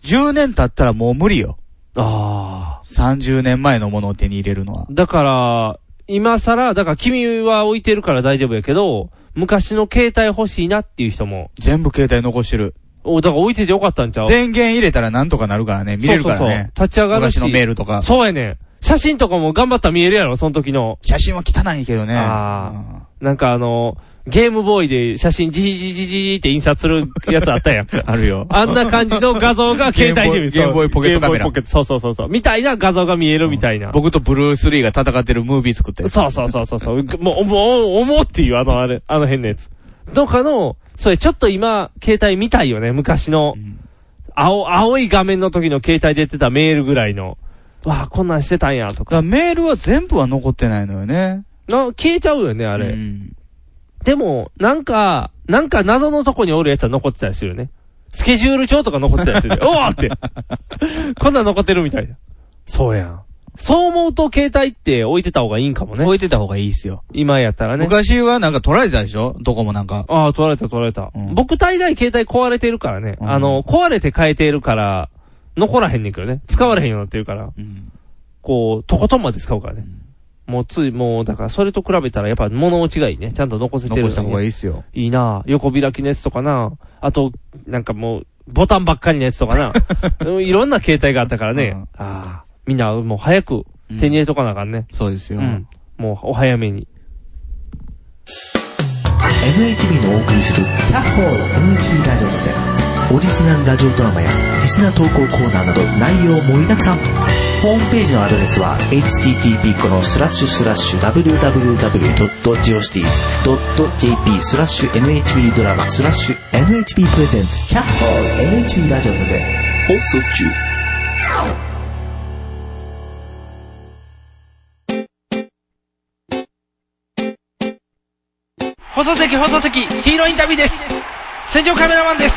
S2: 10年経ったらもう無理よ。
S3: ああ。
S2: 30年前のものを手に入れるのは。
S3: だから、今更、だから君は置いてるから大丈夫やけど、昔の携帯欲しいなっていう人も、
S2: 全部携帯残してる。
S3: お、だから置いててよかったんちゃう
S2: 電源入れたらなんとかなるからね、見れるから
S3: そうそうそう
S2: ね。
S3: 立ち上がるし。
S2: 昔のメールとか。
S3: そうやねん。写真とかも頑張ったら見えるやろ、その時の。
S2: 写真は汚いけどね。
S3: あー
S2: うん
S3: なんかあの、ゲームボーイで写真じじじじじって印刷するやつあったやん。
S2: あるよ。
S3: あんな感じの画像が携帯で見
S2: ゲームボーイ
S3: そう
S2: ゲームボーイポケットカメラ
S3: ゲームボーイポケットそうそうそうそう。みたいな画像が見えるみたいな。
S2: 僕とブルース・リーが戦ってるムービー作ったやつ。
S3: そうそうそうそうそう。もう、もう、思うっていう、あの、あれ、あの辺のやつ。どっかの、それちょっと今、携帯見たいよね、昔の
S2: う。ん
S3: 青、青い画面の時の携帯出てたメールぐらいの。わあ、こんなんしてたんや、と
S2: だか
S3: か。
S2: らメールは全部は残ってないのよね。
S3: な消えちゃうよね、あれ。
S2: うん
S3: でも、なんか、なんか謎のとこにおるやつは残ってたりするよね。スケジュール帳とか残ってたりするよ。 おーってこんなん残ってるみたいな。そうやん。そう思うと携帯って置いてた方がいいんかもね
S2: 置。いてた方がいいっすよ。
S3: 今やったらね。
S2: 昔はなんか取られたでしょどこもなんか。
S3: ああ、取られた取られた。
S2: うん
S3: 僕大概携帯壊れてるからね。
S2: うん
S3: あの、壊れて変えてるから、残らへんねんけどね。使われへんようになってるから。
S2: うん
S3: こう、とことんまで使うからね。もうつい、もう、だからそれと比べたらやっぱ物落ちがいいね。ちゃんと残せてる、
S2: 残した方がい
S3: い。
S2: いっすよ。
S3: いいな横開きのやつとかなあと、なんかもう、ボタンばっかりのやつと かなうんいろんな携帯があったからね。
S2: うん
S3: ああ、みんなもう早く手に入れとかなあかんね。
S2: そうです
S3: う
S2: よ。
S3: ん、もうお早めに。
S7: NHB のお送りする「キャッホール NHB ラジオ」でオリジナルラジオドラマやリスナー投稿コーナーなど内容盛りだくさんホームページのアドレスは http このスラッシュスラッシュ www.geocities.jp スラッシュ NHB ドラマスラッシュ NHB プレゼンツキャッホール NHB ラジオで放送中
S8: 放送席放送席ヒーローインタビューです戦場カメラマンです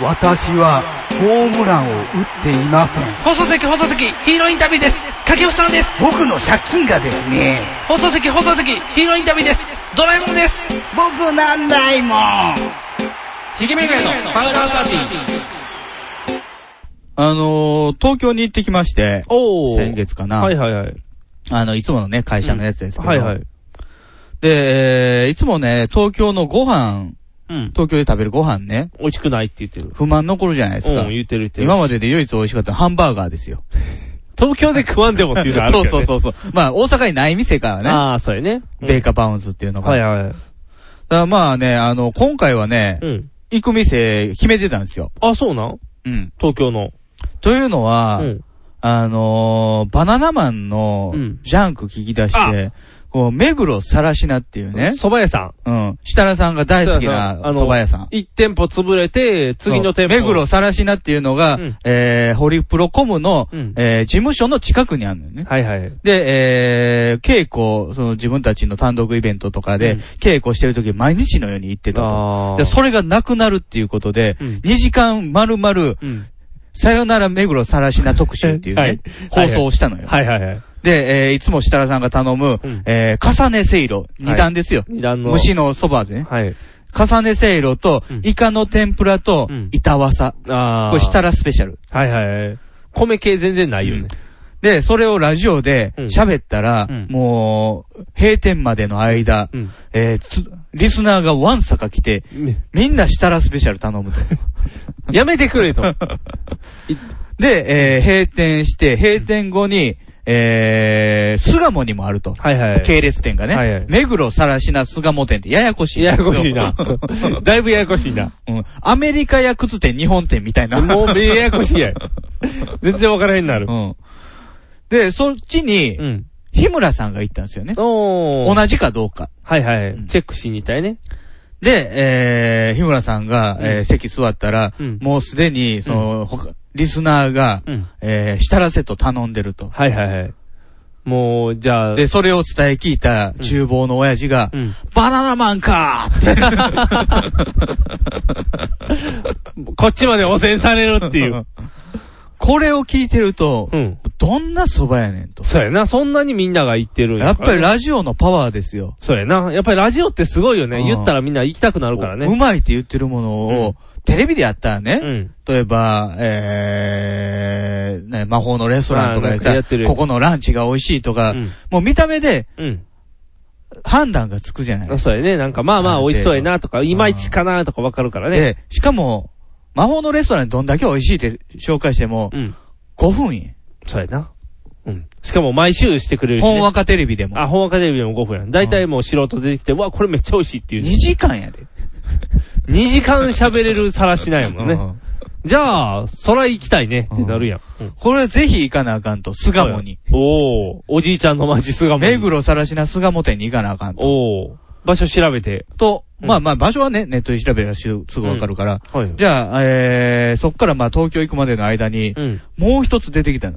S9: 私はホームランを打っていません。
S8: 放送席放送席ヒーローインタビューです掛布さんです
S9: 僕の借金がですね、
S8: 放送席放送席ヒーローインタビューですドラえもんです
S9: 僕なんないもん。
S8: ひげめがえのパウダーパーティー
S2: あのー、東京に行ってきまして、
S3: おー。
S2: 先月かな
S3: はいはいはい。
S2: あの、いつものね、会社のやつですけど。
S3: はいはい。
S2: で、えーいつもね、東京のご飯、
S3: うん。
S2: 東京で食べるご飯ね、
S3: 美味しくないって言ってる。
S2: 不満残るじゃないですか
S3: うん、。言ってる言ってる。
S2: 今までで唯一美味しかったのはハンバーガーですよ。
S3: 東京で食わんでもっていうのあるけ
S2: そ
S3: ど、
S2: う
S3: ね。
S2: そうそうそう。まあ、大阪にない店からね、
S3: ああ、そうやね。
S2: ベーカーバウンズっていうのが。
S3: はいはい。
S2: だからまあね、あの、今回はね
S3: う、ん。
S2: 行く店決めてたんですよ。
S3: あ、そうなん
S2: うん。
S3: 東京の。
S2: というの
S3: う
S2: は、
S3: ん。
S2: あのーバナナマンの
S3: うん
S2: ジャンク聞き出して、
S3: あ
S2: こう、目黒さらしなっていうね、
S3: 蕎麦屋さん。
S2: うん、設楽さんが大好きな
S3: そうやなあの
S2: 蕎麦屋さん。
S3: 一店舗潰れて、次の店舗。
S2: そう目黒さらしなっていうのが、
S3: うん
S2: えー、ホリプロコムの、
S3: うん
S2: えー、事務所の近くにあるのよね。
S3: はいはい。
S2: で、えー、稽古、その自分たちの単独イベントとかで、
S3: うん
S2: 稽古してる時毎日のように行ってたと。
S3: あ
S2: で、それがなくなるっていうことで、
S3: うん
S2: 2時間丸々、
S3: うん。
S2: さよなら目黒さらしな特集っていうね、
S3: はい
S2: 放送をしたのよ。
S3: はいはいはい。
S2: で、えーいつも設楽さんが頼む、
S3: うん
S2: えー重ねせいろ、二段ですよ。
S3: 二段の。
S2: 虫のそばでね。
S3: はい。
S2: 重ねせいろと
S3: うん、
S2: イカの天ぷらと
S3: うん、
S2: 板わさ。
S3: ああ。
S2: これ設楽スペシャル。
S3: はいはいはい。米系全然ないよね。
S2: で、それをラジオで
S3: うん
S2: 喋ったら、
S3: うん
S2: もう、閉店までの間、
S3: うん。
S2: えーつリスナーがワンサか来て、
S3: ね
S2: みんな設楽スペシャル頼 むと。
S3: やめてく れと。
S2: で、えー閉店して、閉店後に、えー、巣鴨にもあると。
S3: はいはい。
S2: 系列店がね。
S3: はいはい
S2: 目黒、さらしな、巣鴨店ってややこしい。
S3: ややこしい な。だいぶややこしいな。
S2: うん。アメリカや靴店、日本店みたいな。
S3: もうややこしいや。全然わからへんなる
S2: う。ん。で、そっちに
S3: う、ん。
S2: 日村さんが行ったんですよね。
S3: おー。
S2: 同じかどうか。
S3: はいはい
S2: ん。
S3: チェックしに行ったよね。
S2: で、えー、日村さんが、えー席座ったら、
S3: うん
S2: もうすでに、その、他リスナーが、
S3: うん。
S2: えー、設楽瀬と頼んでると。
S3: はいはいはい。もう、じゃあ。
S2: で、それを伝え聞いた厨房の親父が、
S3: うん。
S2: バナナマンかーって。
S3: こっちまで汚染されるって いう。
S2: これを聞いてると、
S3: うん。
S2: どんな蕎麦やねんと。
S3: そうやな。そんなにみんなが行ってるん
S2: やっ
S3: から
S2: ぱりラジオのパワーですよ。
S3: そうやな。やっぱりラジオってすごいよね。
S2: うん
S3: 言ったらみんな行きたくなるから
S2: う
S3: ね。
S2: まいって言ってるものを、テレビでやったらね、
S3: うん。
S2: 例えば、えー、ね、魔法のレストランとかで
S3: ま
S2: さ
S3: あなんかやってる、
S2: ここのランチが美味しいとか、
S3: うん
S2: もう見た目で
S3: うん。
S2: 判断がつくじゃないですか。
S3: そうやね。なんかまあまあ美味しそうやなとか、いまいちかなとかわかるからね。
S2: で、しかも、魔法のレストランどんだけ美味しいって紹介しても
S3: う、ん。
S2: 5分やん。
S3: そうやな。うん。しかも毎週してくれるし、ね。
S2: 本若テレビで
S3: あ、
S2: も。
S3: 本話テレビでも5分やん。だいたいもう素人出てきて、うわ、これめっちゃ美味しいっていう。
S2: 2時間やで。
S3: 2時間喋れるさらしないもん
S2: う
S3: ね。
S2: ん
S3: じゃあ、そら行きたいねってなるやん。うん。
S2: これぜひ行かなあかんと、巣鴨に。。
S3: おおおじいちゃんの街巣鴨に。
S2: 目黒さらしな巣鴨店に行かなあかんと。
S3: おお場所調べて。
S2: と、
S3: うん
S2: まあまあ場所はね、ネットで調べればすぐすぐわかるから。
S3: はい。
S2: じゃあ、えー、そっからまあ東京行くまでの間に、
S3: うん。
S2: もう一つ出てきたの。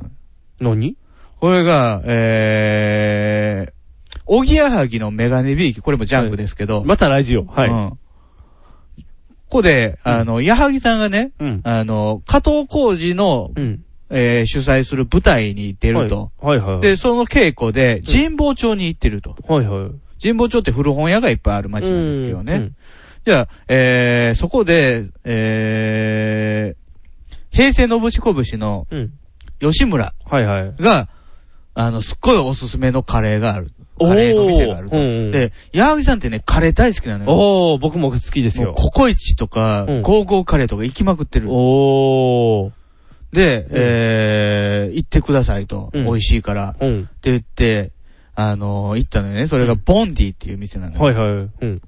S3: 何
S2: これが、えー、おぎやはぎのメガネビーキ、これもジャンクですけど、
S3: またラジオ。はい。
S2: うんここで、あの、矢作さんがね、
S3: うん。
S2: あの、加藤浩二の、
S3: うん。
S2: えー主催する舞台に出ると。
S3: はいはいはい。
S2: で、その稽古で、神保町に行ってると。
S3: はいはい。
S2: 神保町って古本屋がいっぱいある街なんですけどね。
S3: うん。
S2: じゃあ、えー、そこで、えー、平成のぶしこぶしの
S3: うんうん。
S2: 吉村
S3: はいはい。
S2: が、あの、すっごいおすすめのカレーがある。
S3: おー
S2: カレーの店があると。
S3: うんうん
S2: で、矢作さんってね、カレー大好きなのよ。
S3: おー、僕も好きです
S2: もう
S3: よ。
S2: ココイチとか、
S3: うん
S2: ゴーゴーカレーとか行きまくってる。
S3: おー。
S2: で、えー、行ってくださいと。
S3: うん
S2: 美味しいから。って
S3: うん。
S2: 言って、あのー行ったのよね。それがボンディっていう店なのよ。
S3: はいはい。うん。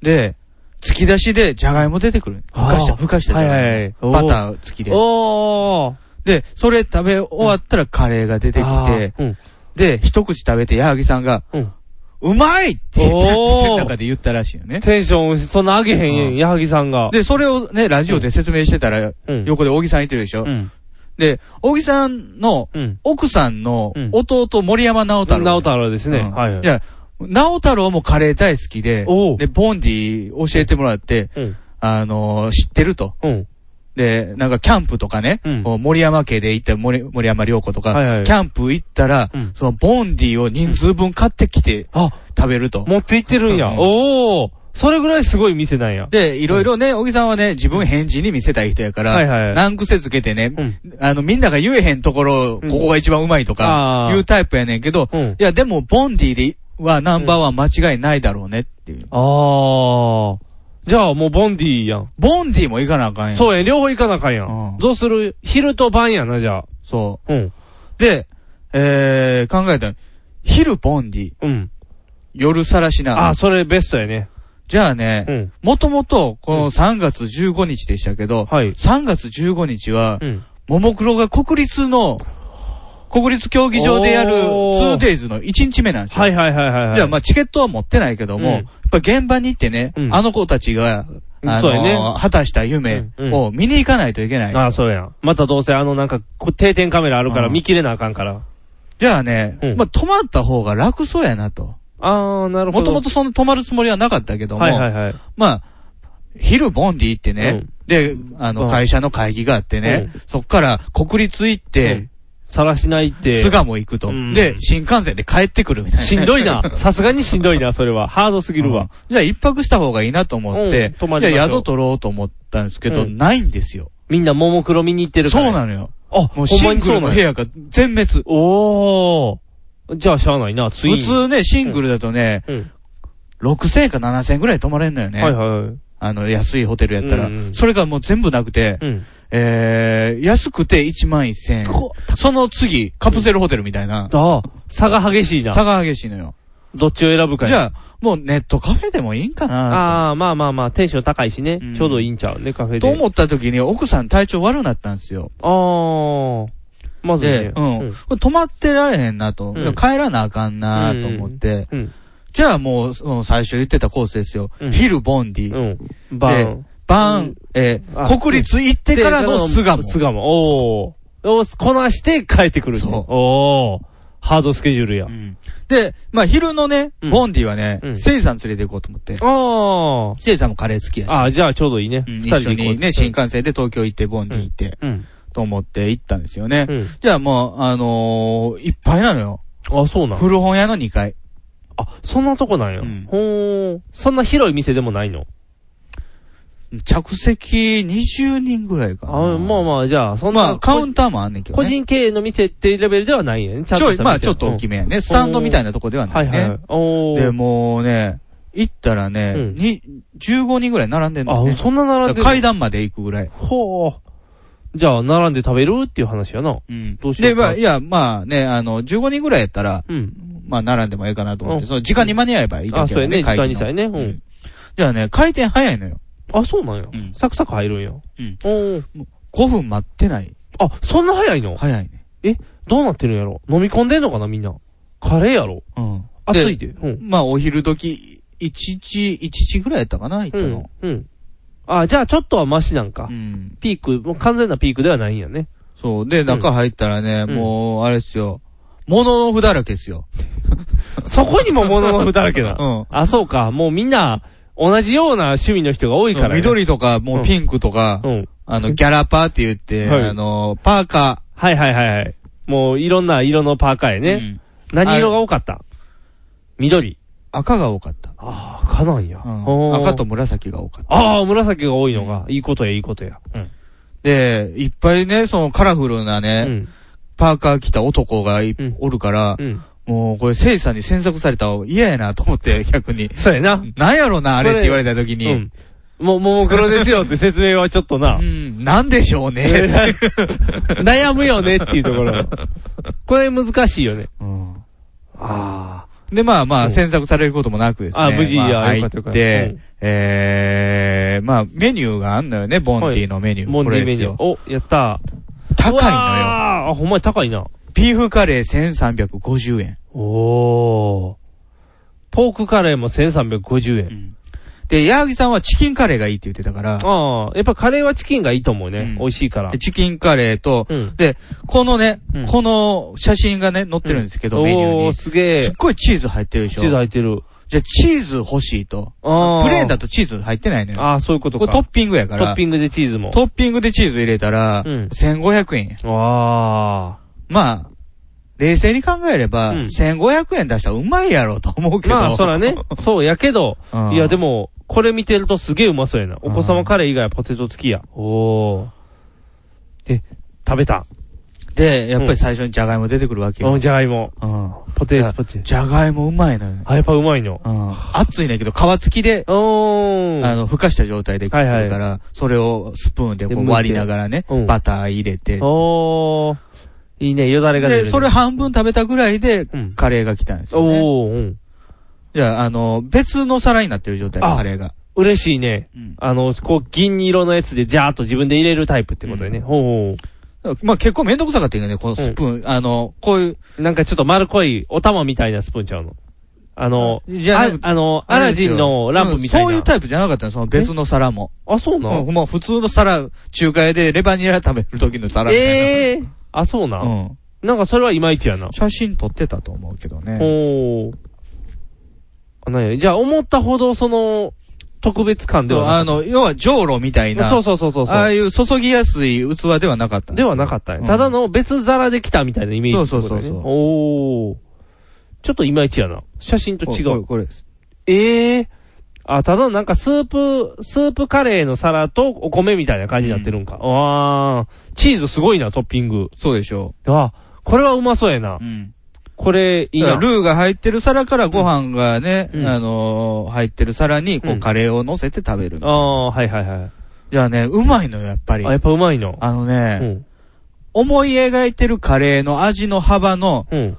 S2: で、突き出しでじゃがいも出てくる。ふかした、
S3: あー
S2: ふかした
S3: はい
S2: じゃが
S3: はい
S2: も
S3: いはい。おー
S2: バター付きで。
S3: おー。
S2: で、それ食べ終わったらカレーが出てき
S3: あ
S2: て
S3: ー、うん。
S2: で、一口食べて矢作さんが、
S3: うん。
S2: うまいって、
S3: おー
S2: 店の中で言ったらしいよね。
S3: テンション、そんな上げへんや
S2: うん
S3: ん、矢作さんが。
S2: で、それをね、ラジオで説明してたら、
S3: うん、
S2: 横で大木さんいてるでしょ
S3: う。ん。
S2: で、大木さんの
S3: うん。
S2: 奥さんの
S3: うん
S2: 弟森山直太郎。
S3: 直太郎ですね。
S2: うん
S3: はいはい。
S2: いや、直太郎もカレー大好きで
S3: お、う
S2: で、ボンディ教えてもらって、
S3: うん。
S2: あのー、知ってると。
S3: うん。
S2: で、なんかキャンプとかね、
S3: うん
S2: こう森山家で行った森森山良子とか、
S3: はいはい
S2: キャンプ行ったら、
S3: うん
S2: そのボンディを人数分買ってきて
S3: あ、
S2: 食べると。
S3: 持って行ってるんや。
S2: うん
S3: おー。それぐらいすごい店なんや。
S2: で、いろいろね、小木さんはね、自分返事に見せたい人やから、
S3: はいはい
S2: 難癖つけてね、
S3: うん
S2: あの、みんなが言えへんところ、
S3: うん
S2: ここが一番うまいとか
S3: あ、ー
S2: いうタイプやねんけど、
S3: うん
S2: いや、でも、ボンディではナンバーワン間違いないだろうねっていう。
S3: あー。じゃあもうボンディやん。
S2: ボンディも行かなあかんやん。
S3: そうや、両方行かなあかんや
S2: うん
S3: ん。どうする昼と晩やな、じゃあ。
S2: そ
S3: うん。
S2: う。で、えー、考えたの昼ボンディ、
S3: うん。
S2: 夜さらしな。
S3: あー、それベストやね。
S2: じゃあね
S3: う、ん。
S2: もともと、この3月15日でしたけど、
S3: はい。
S2: 3月15日は
S3: う、ん。
S2: ももクロが国立の、国立競技場でやる
S3: おー
S2: 2days の1日目なんですよ。
S3: はいはいはいはいはい。
S2: じゃあ、まあ、チケットは持ってないけども、
S3: うん
S2: やっぱ現場に行ってね、
S3: うん
S2: あの子たちが、あ
S3: そう
S2: の
S3: やね
S2: 果たした夢を見に行かないといけない。
S3: ああ、そうや。またどうせあのなんか、こ定点カメラあるから
S2: うん
S3: 見切れなあかんから。
S2: じゃあね、
S3: うん
S2: まあ、泊まった方が楽そうやなと。
S3: ああ、なるほ
S2: もと
S3: ど。
S2: もとその泊まるつもりはなかったけども、
S3: はいはいはい。
S2: まあ、昼ボンディ行ってね、で、あ
S3: う
S2: の、
S3: ん
S2: 会社の会議があってね、
S3: う
S2: そっから国立行って、
S3: さらしないって。
S2: 巣鴨行くと、
S3: うん
S2: で、新幹線で帰ってくるみたいな。
S3: しんど いな。さすがにしんどいな、それは。ハードすぎる
S2: うん
S3: わ。
S2: じゃあ一泊した方がいいなと思って、
S3: うん泊まりまし
S2: で
S3: ょう
S2: 宿取ろうと思ったんですけど、
S3: うん
S2: ないんですよ。
S3: みんなももクロ見に行ってるか
S2: そう
S3: ら。
S2: な
S3: の
S2: のよ。
S3: あ、
S2: も
S3: ほ
S2: うんシ
S3: ま
S2: ン
S3: に
S2: グ
S3: そう
S2: ル
S3: な
S2: の
S3: の
S2: 部屋が全滅。
S3: おー。じゃあ、しゃあないな、つい
S2: 普
S3: に。
S2: 通ね、シングルだとね、
S3: うん。
S2: 6000か7000ぐらい泊まれんのよね。
S3: はいはい。
S2: あの、安いホテルやったら。
S3: うんうん
S2: それがもう全部なくて、
S3: うん。
S2: えー、安くて1万1000円。
S3: こ
S2: その次、カプセルホテルみたいな。
S3: ああ、差が激しいな。
S2: 差が激しいのよ。
S3: どっちを選ぶかや
S2: じゃあ、もうネットカフェでもいいんかな
S3: ああ、まあまあまあ、テンション高いしね。
S2: うん
S3: ちょうどいいんちゃうね、カフェで。
S2: と思った時に奥さん体調悪くなったんですよ。
S3: ああ、まず
S2: で、
S3: ね。
S2: うん。これ止まってられへんなと。
S3: うん
S2: 帰らなあかんなと思って。
S3: うん。
S2: じゃあもう、その最初言ってたコースですよ。
S3: うん
S2: 昼ボンディ、
S3: うん。バーン。
S2: バーン、
S3: うん
S2: えー
S3: あ
S2: 国立行ってからの巣鴨。
S3: 巣鴨。おーお。こなして帰ってくるね。
S2: そう
S3: おーハードスケジュールや
S2: う。んで、まあ昼のね、
S3: うん
S2: ボンディはね、
S3: うん
S2: せいさん連れて行こうと思って。
S3: あ
S2: せいさんもカレー好きやし。
S3: あ。ああ、じゃあちょうどいいね。
S2: う
S3: 二
S2: ん
S3: 人
S2: 一緒
S3: で行こ
S2: に
S3: う。
S2: ね、新幹線で東京行って、ボンディ行って、
S3: うん。
S2: と思って行ったんですよね。
S3: うん。
S2: じゃあもう、あのーいっぱいなのよ。
S3: あ、そうなん。
S2: 古本屋の2階。
S3: あ、そんなとこなんや。
S2: うん
S3: ほー。そんな広い店でもないの。
S2: 着席20人ぐらいかな。
S3: あまあまあ、じゃあ、そんな。
S2: まあ、カウンターもあんねんけど
S3: 個
S2: ね。
S3: 人経営の店っていうレベルではないんやね。ちゃん
S2: ち
S3: と
S2: ょ
S3: し
S2: い、
S3: た店
S2: まあちょっと大きめやね。スタンドみたいなとこでは
S3: うん
S2: な
S3: はいい
S2: ね。
S3: はい。おー
S2: で、もうね、行ったらね、
S3: うん
S2: に15人ぐらい並んでんの、
S3: あ、
S2: ね。
S3: そんな並んでる
S2: 階段まで行くぐらい。
S3: ほう。じゃあ、並んで食べるっていう話やな。
S2: うん。
S3: どうしよ
S2: で、
S3: うか
S2: まあ、いや、まあね、あの、15人ぐらいやったら、
S3: うん。
S2: まあ、並んでもええかなと思っ
S3: う
S2: て、
S3: ん
S2: その時間に間に合えばいいだ
S3: あ、
S2: け
S3: そ
S2: や
S3: うやね。時間に
S2: の
S3: さえね。う
S2: うんん。じゃあね、回転早いのよ。
S3: あ、そうなんや
S2: うん。
S3: サクサク入るんや。
S2: ん
S3: おー
S2: 5分待ってない。
S3: あ、そんな早いの
S2: 早いね。
S3: どうなってるんやろ飲み込んでんのかな、みんな。カレーやろ
S2: うん。
S3: 熱いで。うん。
S2: まあ、お昼時、1時、1時ぐらいやったかな、行った
S3: う
S2: の
S3: ん。。うん。あ、じゃあ、ちょっとはマシなんか
S2: う。ん。
S3: ピーク、もう完全なピークではないんやね。
S2: そう。で、中入ったらね、
S3: うん
S2: もう、あれですよ。物の札だらけですよ。
S3: そこにも物の札だらけな。
S2: うん
S3: あ、 そうか。もうみんな、同じような趣味の人が多いから、ね。。
S2: 緑とか、もうピンクとか、
S3: うん。
S2: あの、ギャラパーって言って、
S3: はい
S2: あの、パーカ
S3: はいはいはいはい。もういろんな色のパーカーや
S2: ー。
S3: ね。
S2: うん
S3: 何色が多かった緑。
S2: 赤が多かった。
S3: ああ、赤なんや。
S2: うん
S3: おー
S2: 赤と。紫が多かった。
S3: ああ、紫が多いのが、いいことや、いいことや。うん。
S2: で、いっぱいね、そのカラフルな
S3: う
S2: ね、
S3: ん。
S2: パーカー着た男がい
S3: うん
S2: おるから、
S3: うん。
S2: もうこれ、聖さんに詮索されたら嫌やなと思って、逆に。
S3: そうやな。
S2: なんやろな、あれっ
S3: こ
S2: て
S3: れ
S2: 言われた時
S3: う
S2: に、うん、
S3: ん。もう、ももクロですよって説明はちょっとな。
S2: なんでしょうね。
S3: 悩むよねっていうところ。これ難しいよね。
S2: うん
S3: あ
S2: で、まあま
S3: う
S2: あ、
S3: ん
S2: 詮索されることもなくですね。
S3: あ無事
S2: ま
S3: や
S2: 入
S3: よか
S2: っ
S3: ったよかったう
S2: て
S3: ん、
S2: えー、まあ、メニューがあんのよね、ボンティのメニュ
S3: あ、
S2: ー。
S3: モン
S2: こ
S3: デ
S2: れ
S3: ィ
S2: で
S3: メ
S2: す
S3: ニュ
S2: よ
S3: ー。お、やった。
S2: 高いのよ。
S3: ああ、ほんまに高いな。
S2: ビーフカレー1350円。
S3: おー。ポークカレーも1350円。
S2: で、矢作さんはチキンカレーがいいって言ってたから、
S3: ああ、やっぱカレーはチキンがいいと思うね。
S2: うん
S3: 美味しいから
S2: で。チキンカレーと、
S3: うん。
S2: で、このね、
S3: うん
S2: この写真がね、載ってるんですけど、メニュー
S3: おー、
S2: に。
S3: すげ
S2: す
S3: え
S2: っ。ごいチーズ入ってるでし
S3: チ
S2: ょ。
S3: ーズ
S2: じゃ
S3: 入ってる。
S2: あチーズ欲しいと。
S3: ああ。
S2: プレーンだとチーズ入ってないのよ。
S3: ああ、そういうこと
S2: こ
S3: か。
S2: れトッ
S3: ト
S2: ピングやから
S3: ッ、ピングでチーズも。
S2: トッピングでチーズ入れたら、
S3: うん
S2: 1500円や。
S3: あ
S2: まあ、冷静に考えれば、
S3: うん
S2: 1500円出したらうまいやろうと思う
S3: あ。
S2: けど。
S3: まあ、そら ね。そうやけど、
S2: うん
S3: いやでも、これ見てるとすげえうまそうやな。お子様カレー以外はポテト付きや。おー。で、食べた。
S2: で、やっぱり最初にジャガイモ出てくるわけよ。
S3: うんじゃがいも。
S2: うん。い
S3: ポテ
S2: や
S3: ト、ポテ
S2: じゃがいもうまいのよ。
S3: あ、やっぱうまいの。
S2: うん。熱いねんけど、皮付きで、
S3: おー。
S2: あの、ふかした状態で食うから、
S3: はい
S2: それをスプーンでこ
S3: で剥いうて
S2: 割りながらね、
S3: うん
S2: バター入れて。
S3: おー。いいね、よだれが出るね。
S2: で、それ半分食べたぐらいで
S3: うん、
S2: カレーが来たんですよ、ね
S3: おー、うん。
S2: じゃあ、あの、別の皿になってる状態、
S3: あ
S2: カレーが。
S3: 嬉しいね。
S2: うん
S3: あの、こう、銀色のやつで、ジャーっと自分で入れるタイプってことでね。
S2: うん
S3: ほうほ
S2: まあ結構めんどくさかったけどね、このスプーン。あの、こういう、
S3: う。なんかちょっと丸っこい、お玉みたいなスプーンちゃうの。あの、
S2: じゃなく
S3: ああの、アラジンのランプみたいな。
S2: うんそういうタイプじゃなかったの、その別の皿も。
S3: あ、そうな
S2: うん、もう普通の皿、中華屋でレバニラ食べる時の皿みたいな。
S3: ええー。あ、そうな、
S2: うん。
S3: なんかそれはいまいちやな。
S2: 写真撮ってたと思うけどね。
S3: ほう。あなんやじゃあ、思ったほど、その、特別感で
S2: そう
S3: は
S2: あ
S3: なかっ
S2: の、要は、じょうろみたい
S3: た。
S2: な。
S3: そうそうそうそうそう。
S2: ああいう注ぎやすい器ではなかったん
S3: ではな
S2: っ
S3: かったんや
S2: うん
S3: ただの別皿で来たみたいなイメージってことだよ
S2: そ
S3: ね。
S2: うそうそうそう
S3: おお。ちょっといまいちやな。写真と違
S2: これ、
S3: う。
S2: これです。
S3: ええあ、ただのなんかスープ、スープカレーの皿とお米みたいな感じになってるんか。わー。チーズすごいな、トッピング。
S2: そうでしょ
S3: あ、これはうまそうやな
S2: う。う。ん。
S3: これ、いい
S2: だから
S3: な。
S2: ルーが入ってる皿からご飯がね、
S3: うん
S2: あのー入ってる皿に、こ
S3: う
S2: う、
S3: ん
S2: カレーを乗せて食べる。
S3: ああ、はいはいはい。
S2: じゃあね、うまいのよ、やっぱり。
S3: あ、やっぱうまいの。
S2: あの
S3: う
S2: ね、
S3: ん。
S2: 思い描いてるカレーの味の幅の、
S3: うん。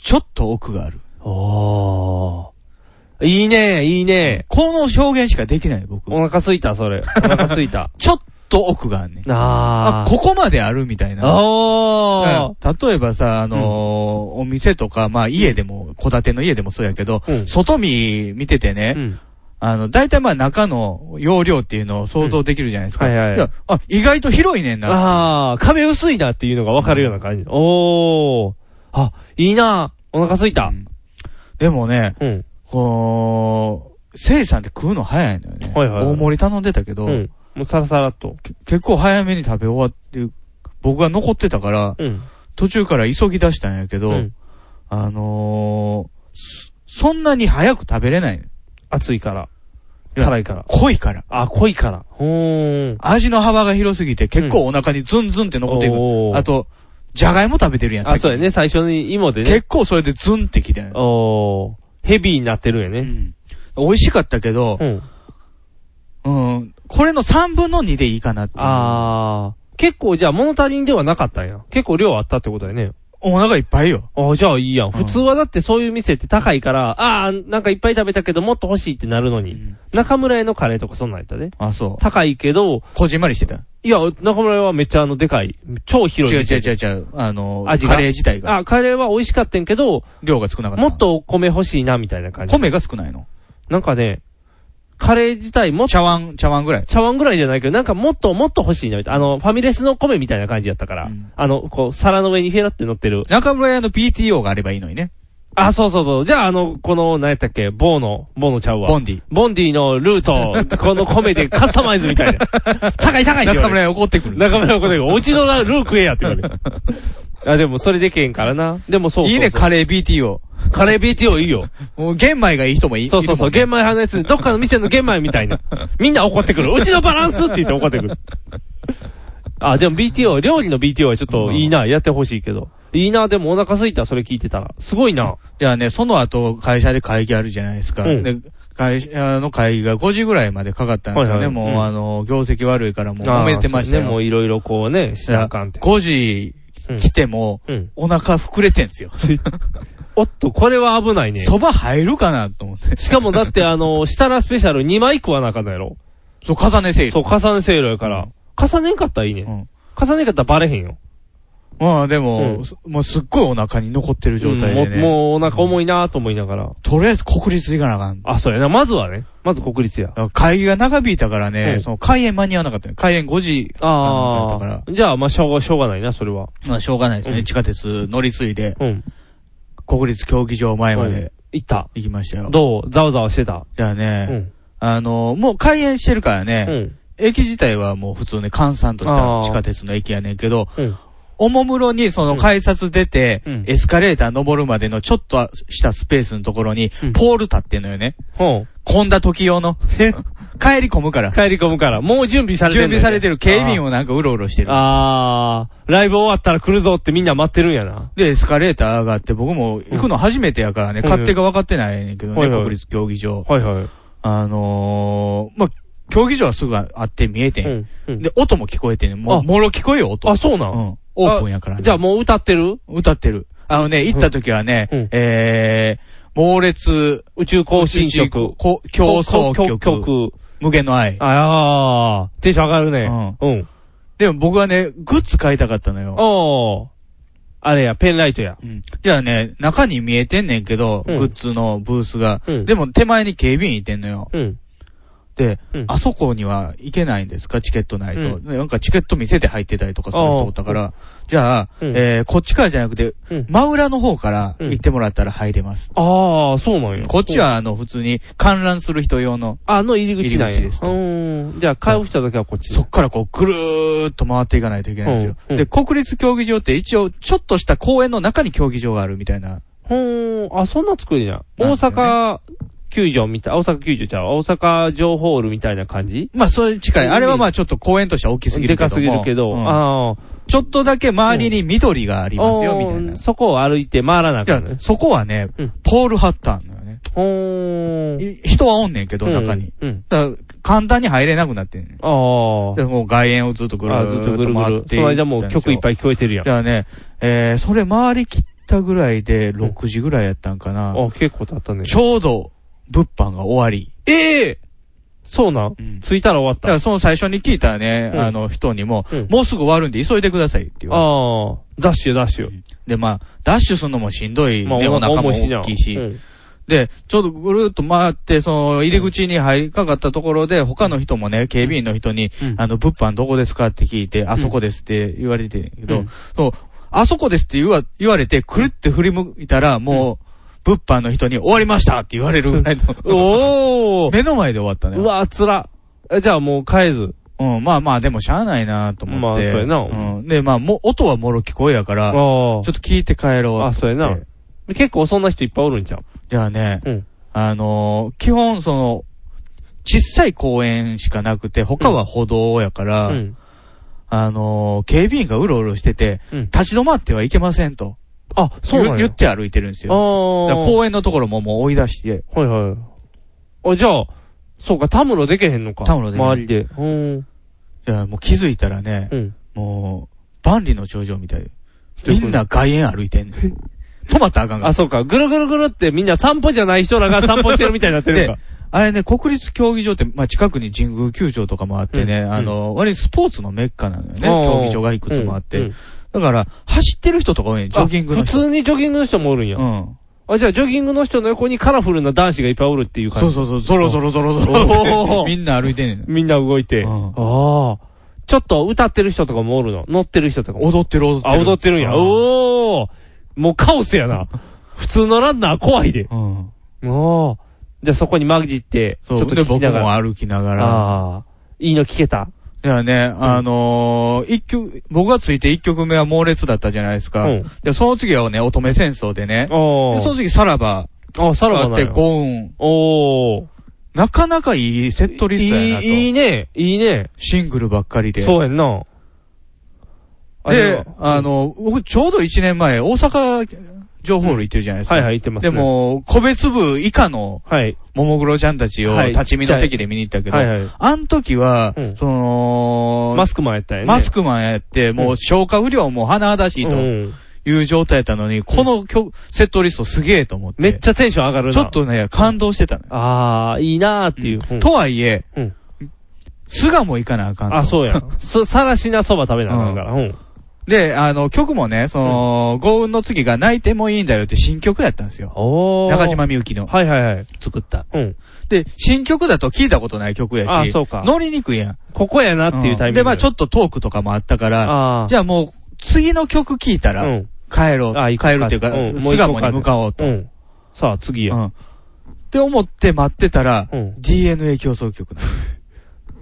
S2: ちょっと奥がある。
S3: ああ。いいね、いいね。
S2: この表現しかできない、僕。
S3: お腹すいた、それ。お腹すい た。
S2: ちょっと奥があんねん。
S3: あ
S2: あ、
S3: ー。
S2: ここまであるみたいな。
S3: あー。
S2: うん例えばさ、あのーお店とか、まあ家でも、戸建ての家でもそうやけど、
S3: うん
S2: 外見見ててね、
S3: うん。
S2: あの、大体まあ中の容量っていうのを想像できるじゃないですか。
S3: うんはいはい
S2: やあ、意外と広いねんな。
S3: ああ、壁薄いなっていうのがわかるような感じ。おー。あ、いいな。お腹すいた
S2: う。んでもね、
S3: うん。
S2: こう、せいさんって食うの早いのよね。
S3: はいはいはい
S2: 大盛り頼んでたけ
S3: う
S2: ど、
S3: ん。もうサラサラっと。
S2: け結構早めに食べ終わって、僕が残ってたから、
S3: うん。
S2: 途中から急ぎ出したんやけど、
S3: うん。
S2: あのーそ、そんなに早く食べれない。
S3: 熱いから。
S2: や
S3: 辛いから。
S2: 濃いから。
S3: あ、濃いから。ほーん。
S2: 味の幅が広すぎて結構お腹にズンズンって残っていく。
S3: おー
S2: あと、じゃがいも食べてるやん、
S3: あ、
S2: 先
S3: そうやね。最初に芋でね。
S2: 結構それでズンってきたんよ
S3: おー。ヘビーになってるよ
S2: う
S3: ね。
S2: ん美味しかったけど
S3: う、ん。
S2: うん、これの3分の2でいいかなって。
S3: あー。結構じゃあ物足りんではなかったんや。結構量あったってことだよね。
S2: お腹いっぱいよ。
S3: ああ、じゃあいいやん。
S2: うん
S3: 普通はだってそういう店って高いから、ああ、なんかいっぱい食べたけどもっと欲しいってなるのに。
S2: うん
S3: 中村屋のカレーとかそんなんやったね。
S2: あ、そう。
S3: 高いけど、
S2: こじんまりしてた。
S3: いや、中村屋はめっちゃあの、でかい、超広い
S2: 違う
S3: 店。
S2: 違う違う違う。あのー、
S3: 味が
S2: カレー自体が。
S3: あ、カレーは美味しかったんけど、
S2: 量が少なかった。
S3: もっ。とお米欲しいな、みたいな感じ。
S2: 米が少ないの。
S3: なんかね、カレー自体もっと、
S2: 茶碗、茶碗ぐらい。
S3: 茶碗ぐらいじゃないけど、なんかもっともっと欲しいな、みたいな。あの、ファミレスの米みたいな感じやったから。
S2: うん
S3: あの、こう、皿の上にフェラって乗ってる。
S2: 中村屋の PTO があればいいのにね。
S3: あ、そうそうそう。じゃあ、あの、この、何やったっけ、ボーの、ボーのちゃうわ。
S2: ボンディ。
S3: ボンディのルート、この米でカスタマイズみたいな。 高い高いって言
S2: 中村
S3: われる。
S2: 屋怒ってくる。
S3: 中村のことが、おうちのルー食えやって言われる。 あ、でもそれでけへんからな。でもそうそうそう
S2: いいね、カレー BTO。
S3: カレー BTO いいよ。
S2: もう玄米がいい人もいい。
S3: そうそうそう。
S2: いる
S3: 玄米派のやつ、どっかの店の玄米みたい な。みんな怒ってくる。うちのバランスって言って怒ってくる。 あ、でも BTO、料理の BTO はちょっといいな、やってほしいけど。いいな、でもお腹すいた、それ聞いてたら。すごいな。
S2: もんね。いやね、その後、会社で会議あるじゃないですか。
S3: うん
S2: で会社の会議が5時ぐらいまでかかったんですよね。
S3: はいはい
S2: もう、
S3: うん
S2: あの、業績悪いからもう
S3: あ
S2: 揉
S3: ー
S2: めてました
S3: そうね、も
S2: よ。
S3: ういろいろこうね、し
S2: い
S3: な
S2: や
S3: あかんって。
S2: 5時
S3: うん
S2: 来ても、
S3: うん。
S2: お腹膨れてんすよ。
S3: おっと、これは危ないね。
S2: そば入るかなと思って。
S3: しかもだってあ の、設楽スペシャル2枚食わなあかんのやろ。
S2: そう、重ねせい。
S3: そう、重ねせいろやから。重ねんかったらいいね。
S2: うん
S3: 重ねんかったらバレへんよ。
S2: まあで
S3: う
S2: も
S3: ん、
S2: そもうすっごいお腹に残ってる状態で
S3: うん
S2: ね。
S3: もうもうお腹重いなぁと思いながら。
S2: とりあえず国立行かなあかん。
S3: あ、そうやな。まずはね。まず国立や
S2: だ。から会議が長引いたからね、
S3: うん
S2: その開演間に合わなかったね。開演5時かなんかや
S3: あ
S2: ったから。
S3: あ。じゃあ、まあ、しょうが、しょうがないな、それは。
S2: まあ、しょうがないですね。
S3: うん
S2: 地下鉄乗り継いで、
S3: うん。
S2: 国立競技場前ま
S3: うん
S2: で
S3: 行った。
S2: 行きましたよ。
S3: どうざわざわしてた。
S2: じゃあ
S3: う
S2: ね、
S3: ん。
S2: あの、もう開園してるから
S3: う
S2: ね、
S3: ん。
S2: 駅自体はもう普通ね、閑散とし
S3: あ
S2: た
S3: ー
S2: 地下鉄の駅やねんけど、
S3: うん。
S2: おもむろにその改札出て、
S3: うん
S2: エスカレーター登るまでのちょっとしたスペースのところに
S3: うん、
S2: ポール立ってんのよね。
S3: ほ
S2: 混んだ時用 の。帰り込むから
S3: う。。帰り込むから。もう準備されて
S2: 準
S3: る、
S2: 備されてる警備員
S3: を。
S2: をなんかうろうろしてる。
S3: あーあー。ライブ終わったら来るぞってみんな待ってるんやな。
S2: で、エスカレーター上がって、僕も行くの初めてやからね、
S3: うん
S2: 勝手が分かってないねんけどね、
S3: はいはい
S2: 国立競技場。
S3: はいはい。
S2: あのー、まあ、競技場はすぐあって見えて。
S3: うんん。うん、
S2: で、音も聞こえてんねん。
S3: あ
S2: ももろ聞こえよ、音。
S3: あ、そうな、
S2: うんん。オープンやからね。
S3: じゃあもう歌ってる
S2: 歌ってる。あのね、行った時はね、
S3: うん
S2: えー、猛烈、
S3: 宇宙更新
S2: 宇宙
S3: 色。
S2: こ競争
S3: ここ
S2: 曲無限の愛。
S3: ああ、テンション上がるね。うん。うん。
S2: でも僕はね、グッズ買いたかったのよ。
S3: おー。あれや、ペンライトや。
S2: うんじゃあね、中に見えてんねんけど、
S3: うん
S2: グッズのブースが。
S3: うん
S2: でも手前に警備員いてんのよ。
S3: うん。
S2: で、
S3: うん
S2: あそこには行けないんですかチケットないと。
S3: うん
S2: なんかチケット見せて入ってたりとかする人おったから、じゃあ、
S3: うん
S2: えーこっちからじゃなくて、
S3: うん
S2: 真裏の方から行ってもらったら入れます。
S3: ああ、そうなんや。
S2: こっちは、あの、普通に観覧する人用の、
S3: あの入り口なんや。
S2: 入り口です
S3: うーん。じゃあ、買う人だけはこっち。
S2: そっからこう、ぐるーっと回っていかないといけないんですよ。
S3: うんうん
S2: で、国立競技場って一応、ちょっとした公園の中に競技場があるみたいな。
S3: ほーん。あ、そんな作りな。
S2: な
S3: 大
S2: んですよね
S3: 阪球場みたい、大阪球場ちゃう。大阪城ホールみたいな感じ
S2: まあ、それに近い。
S3: うん
S2: あれはまあ、ちょっと公園としては大きすぎる
S3: で
S2: けど
S3: か
S2: も。
S3: すぎるけど。
S2: うん
S3: ああ。
S2: ちょっとだけ周りに緑がありますよ、みたいな。
S3: おー
S2: い
S3: そこを歩いて回らなあか
S2: や
S3: んね、。
S2: そこはね
S3: うん、
S2: ポール貼ったんだよね。
S3: ほーん。
S2: い人はおんねんけど、中に。
S3: うん。うん。
S2: だから簡単に入れなくなってんねん。
S3: あ
S2: で、もう外苑をずっとぐる
S3: あ。あずっ
S2: ー
S3: とぐ
S2: っ
S3: る
S2: と
S3: ぐ
S2: 回っ
S3: る。
S2: て。
S3: その間もう曲いっぱ
S2: い。
S3: い聞こえてるやん
S2: じ。ゃあね、えー、それ回り切ったぐらいで6時ぐらいやったんかな。
S3: あ、結構経ったね。
S2: ちょうど、物販が終わり。
S3: ええそうなん
S2: うん
S3: 着いたら終わっ
S2: だか
S3: た。あ
S2: らその最初に聞いたね、
S3: うん
S2: あの人にも、
S3: うん
S2: もうすぐ終わるんで急いでくださいって言われ
S3: あ、ダッシュダッシュ。
S2: てで、まあ、ダッシュするのもしんどい、ね、お腹も
S3: 重な
S2: 大きいし、
S3: うん
S2: で、ちょうどぐるーっと回って、その入り口に入りかかったところで、他の人もね、警備員の人に、
S3: うん
S2: あの、物販どこですかって聞いて、あそこですって言われてんけど、
S3: うん
S2: そう、あそこですって言わ言われて、くるって振り向いたら、もう、物販の人に終わりましたって言われるぐらいの、
S3: お ー
S2: 目の前で終わったね。
S3: うわ、つら。えじゃあもう帰ず。
S2: うん、まあまあ、でもしゃあないなと思って。
S3: まあそうやな
S2: うん。で、まあ、もう、音はもろ聞こえやから、ちょ
S3: あ
S2: っと聞いて帰ろう
S3: あ。あ、そうやな。結構そんな人いっぱいおるんちゃう
S2: じゃあね、
S3: うん。
S2: あのー基本その、小さい公園しかなくて、他は歩道やか
S3: う
S2: ら、
S3: ん。
S2: あのー警備員がうろうろしてて、
S3: うん。
S2: 立ち止まってはいけませんと、
S3: あ、そうなんや
S2: 言言って歩いてるんです
S3: ああ
S2: よ。だから公園のところももう追い出して、
S3: はいはい。あ、じゃあ、そうか、タムロでけへんのか。
S2: タムロできへん
S3: 周りで。うん。
S2: いやもう気づいたらね、
S3: うん。
S2: もう、万里の頂上みたい。
S3: どうい
S2: み
S3: うこと
S2: んな外苑歩いてんねん止まったらあかんか
S3: あ、
S2: ら。
S3: そうか。ぐるぐるぐるってみんな散歩じゃない人らが散歩してるみたいになってるん
S2: で
S3: か。、
S2: あれね、国立競技場って、まあ、近くに神宮球場とかもあってね、
S3: うん
S2: あの、割にスポーツのメッカなのよね、
S3: あー
S2: 競技場がいくつもあって。
S3: うんうん
S2: だから、走ってる人とか多いね、ジョギングの
S3: あ
S2: 人。
S3: 普通にジョギングの人もおるんや。
S2: うん。
S3: あ、じゃあジョギングの人の横にカラフルな男子がいっぱいおるっていう感じ。
S2: そうそうそう、ゾロゾロゾロゾ
S3: おー
S2: ロ。みんな歩いてんねん。
S3: みんな動いて。
S2: うん
S3: ああ。ちょっと歌ってる人とかもおるの。乗ってる人とかも。
S2: 踊ってる踊ってる。
S3: あ、踊ってるんや。
S2: お
S3: おおもうカオスやな。普通のランナー怖いで。
S2: うん。
S3: おおじゃあそこに混じって、ち
S2: そ
S3: ょっ
S2: う。
S3: と
S2: で、
S3: 聞き
S2: 僕
S3: なが
S2: も
S3: ら。
S2: 歩きながら。
S3: ああ。いいの聞けた。
S2: いやね、あのー、一曲、僕がついて一曲目は猛烈だったじゃないですか
S3: うん。
S2: で、その次はね、乙女戦争でね。
S3: お
S2: で、その
S3: お
S2: 次、さらば。
S3: あ、さらば
S2: あっ
S3: なん
S2: て、
S3: や。
S2: ゴーン。
S3: おお
S2: なかなかいいセットリストやなと。
S3: いい、いいね。いいね。
S2: シングルばっかりで。
S3: そうやんな。あ
S2: で、
S3: も
S2: あの、僕ちょうど1年前、大阪城ホール行ってるじゃないですか。
S3: はいはい、言ってますね。
S2: で、も、個別部以下の
S3: はい。
S2: ももクロちゃんたちを
S3: はい
S2: 立ち見の席で見に行ったけど、
S3: はいはい。
S2: あの時は、
S3: うん
S2: その、
S3: マスクマンやったんやね。
S2: マスクマンやって、もう消化不良も甚だしいと
S3: うん
S2: いう状態やったのに、この曲、セットリストすげえと思って。
S3: めっち
S2: ゃ。
S3: ゃテンション上がるな。
S2: ちょっ。とね、感動してたのよ
S3: あー、いいなーっていう。うん
S2: とはいえ
S3: うん、
S2: 菅も行かなあかんと。
S3: あ、そうや。そ、さらしなそば食べなあかんから。うん。
S2: で、あの、曲もね、その、幸運の次が泣いてもいいんだよって新曲やったんですよ。
S3: おー。
S2: 中島みゆきの
S3: はいはいはい。
S2: 作った。
S3: うん。
S2: で、新曲だと聞いたことない曲やし、
S3: あそうか
S2: 乗りにくいやん。
S3: ここやなっていうタイミング。
S2: で、まあちょ
S3: っ
S2: っとトークとかもあったから、
S3: あー。
S2: じゃあもう、次の曲聞いた
S3: ゃ
S2: ら、
S3: ん。
S2: 帰ろう、
S3: あ行こう
S2: 帰るっていうか、
S3: うんもう
S2: 巣
S3: 行こ
S2: 鴨
S3: うか
S2: に向かおうと。
S3: う
S2: うん
S3: ん。さあ、次や。
S2: って思って待ってたら、
S3: うん
S2: DNA 競争曲なの。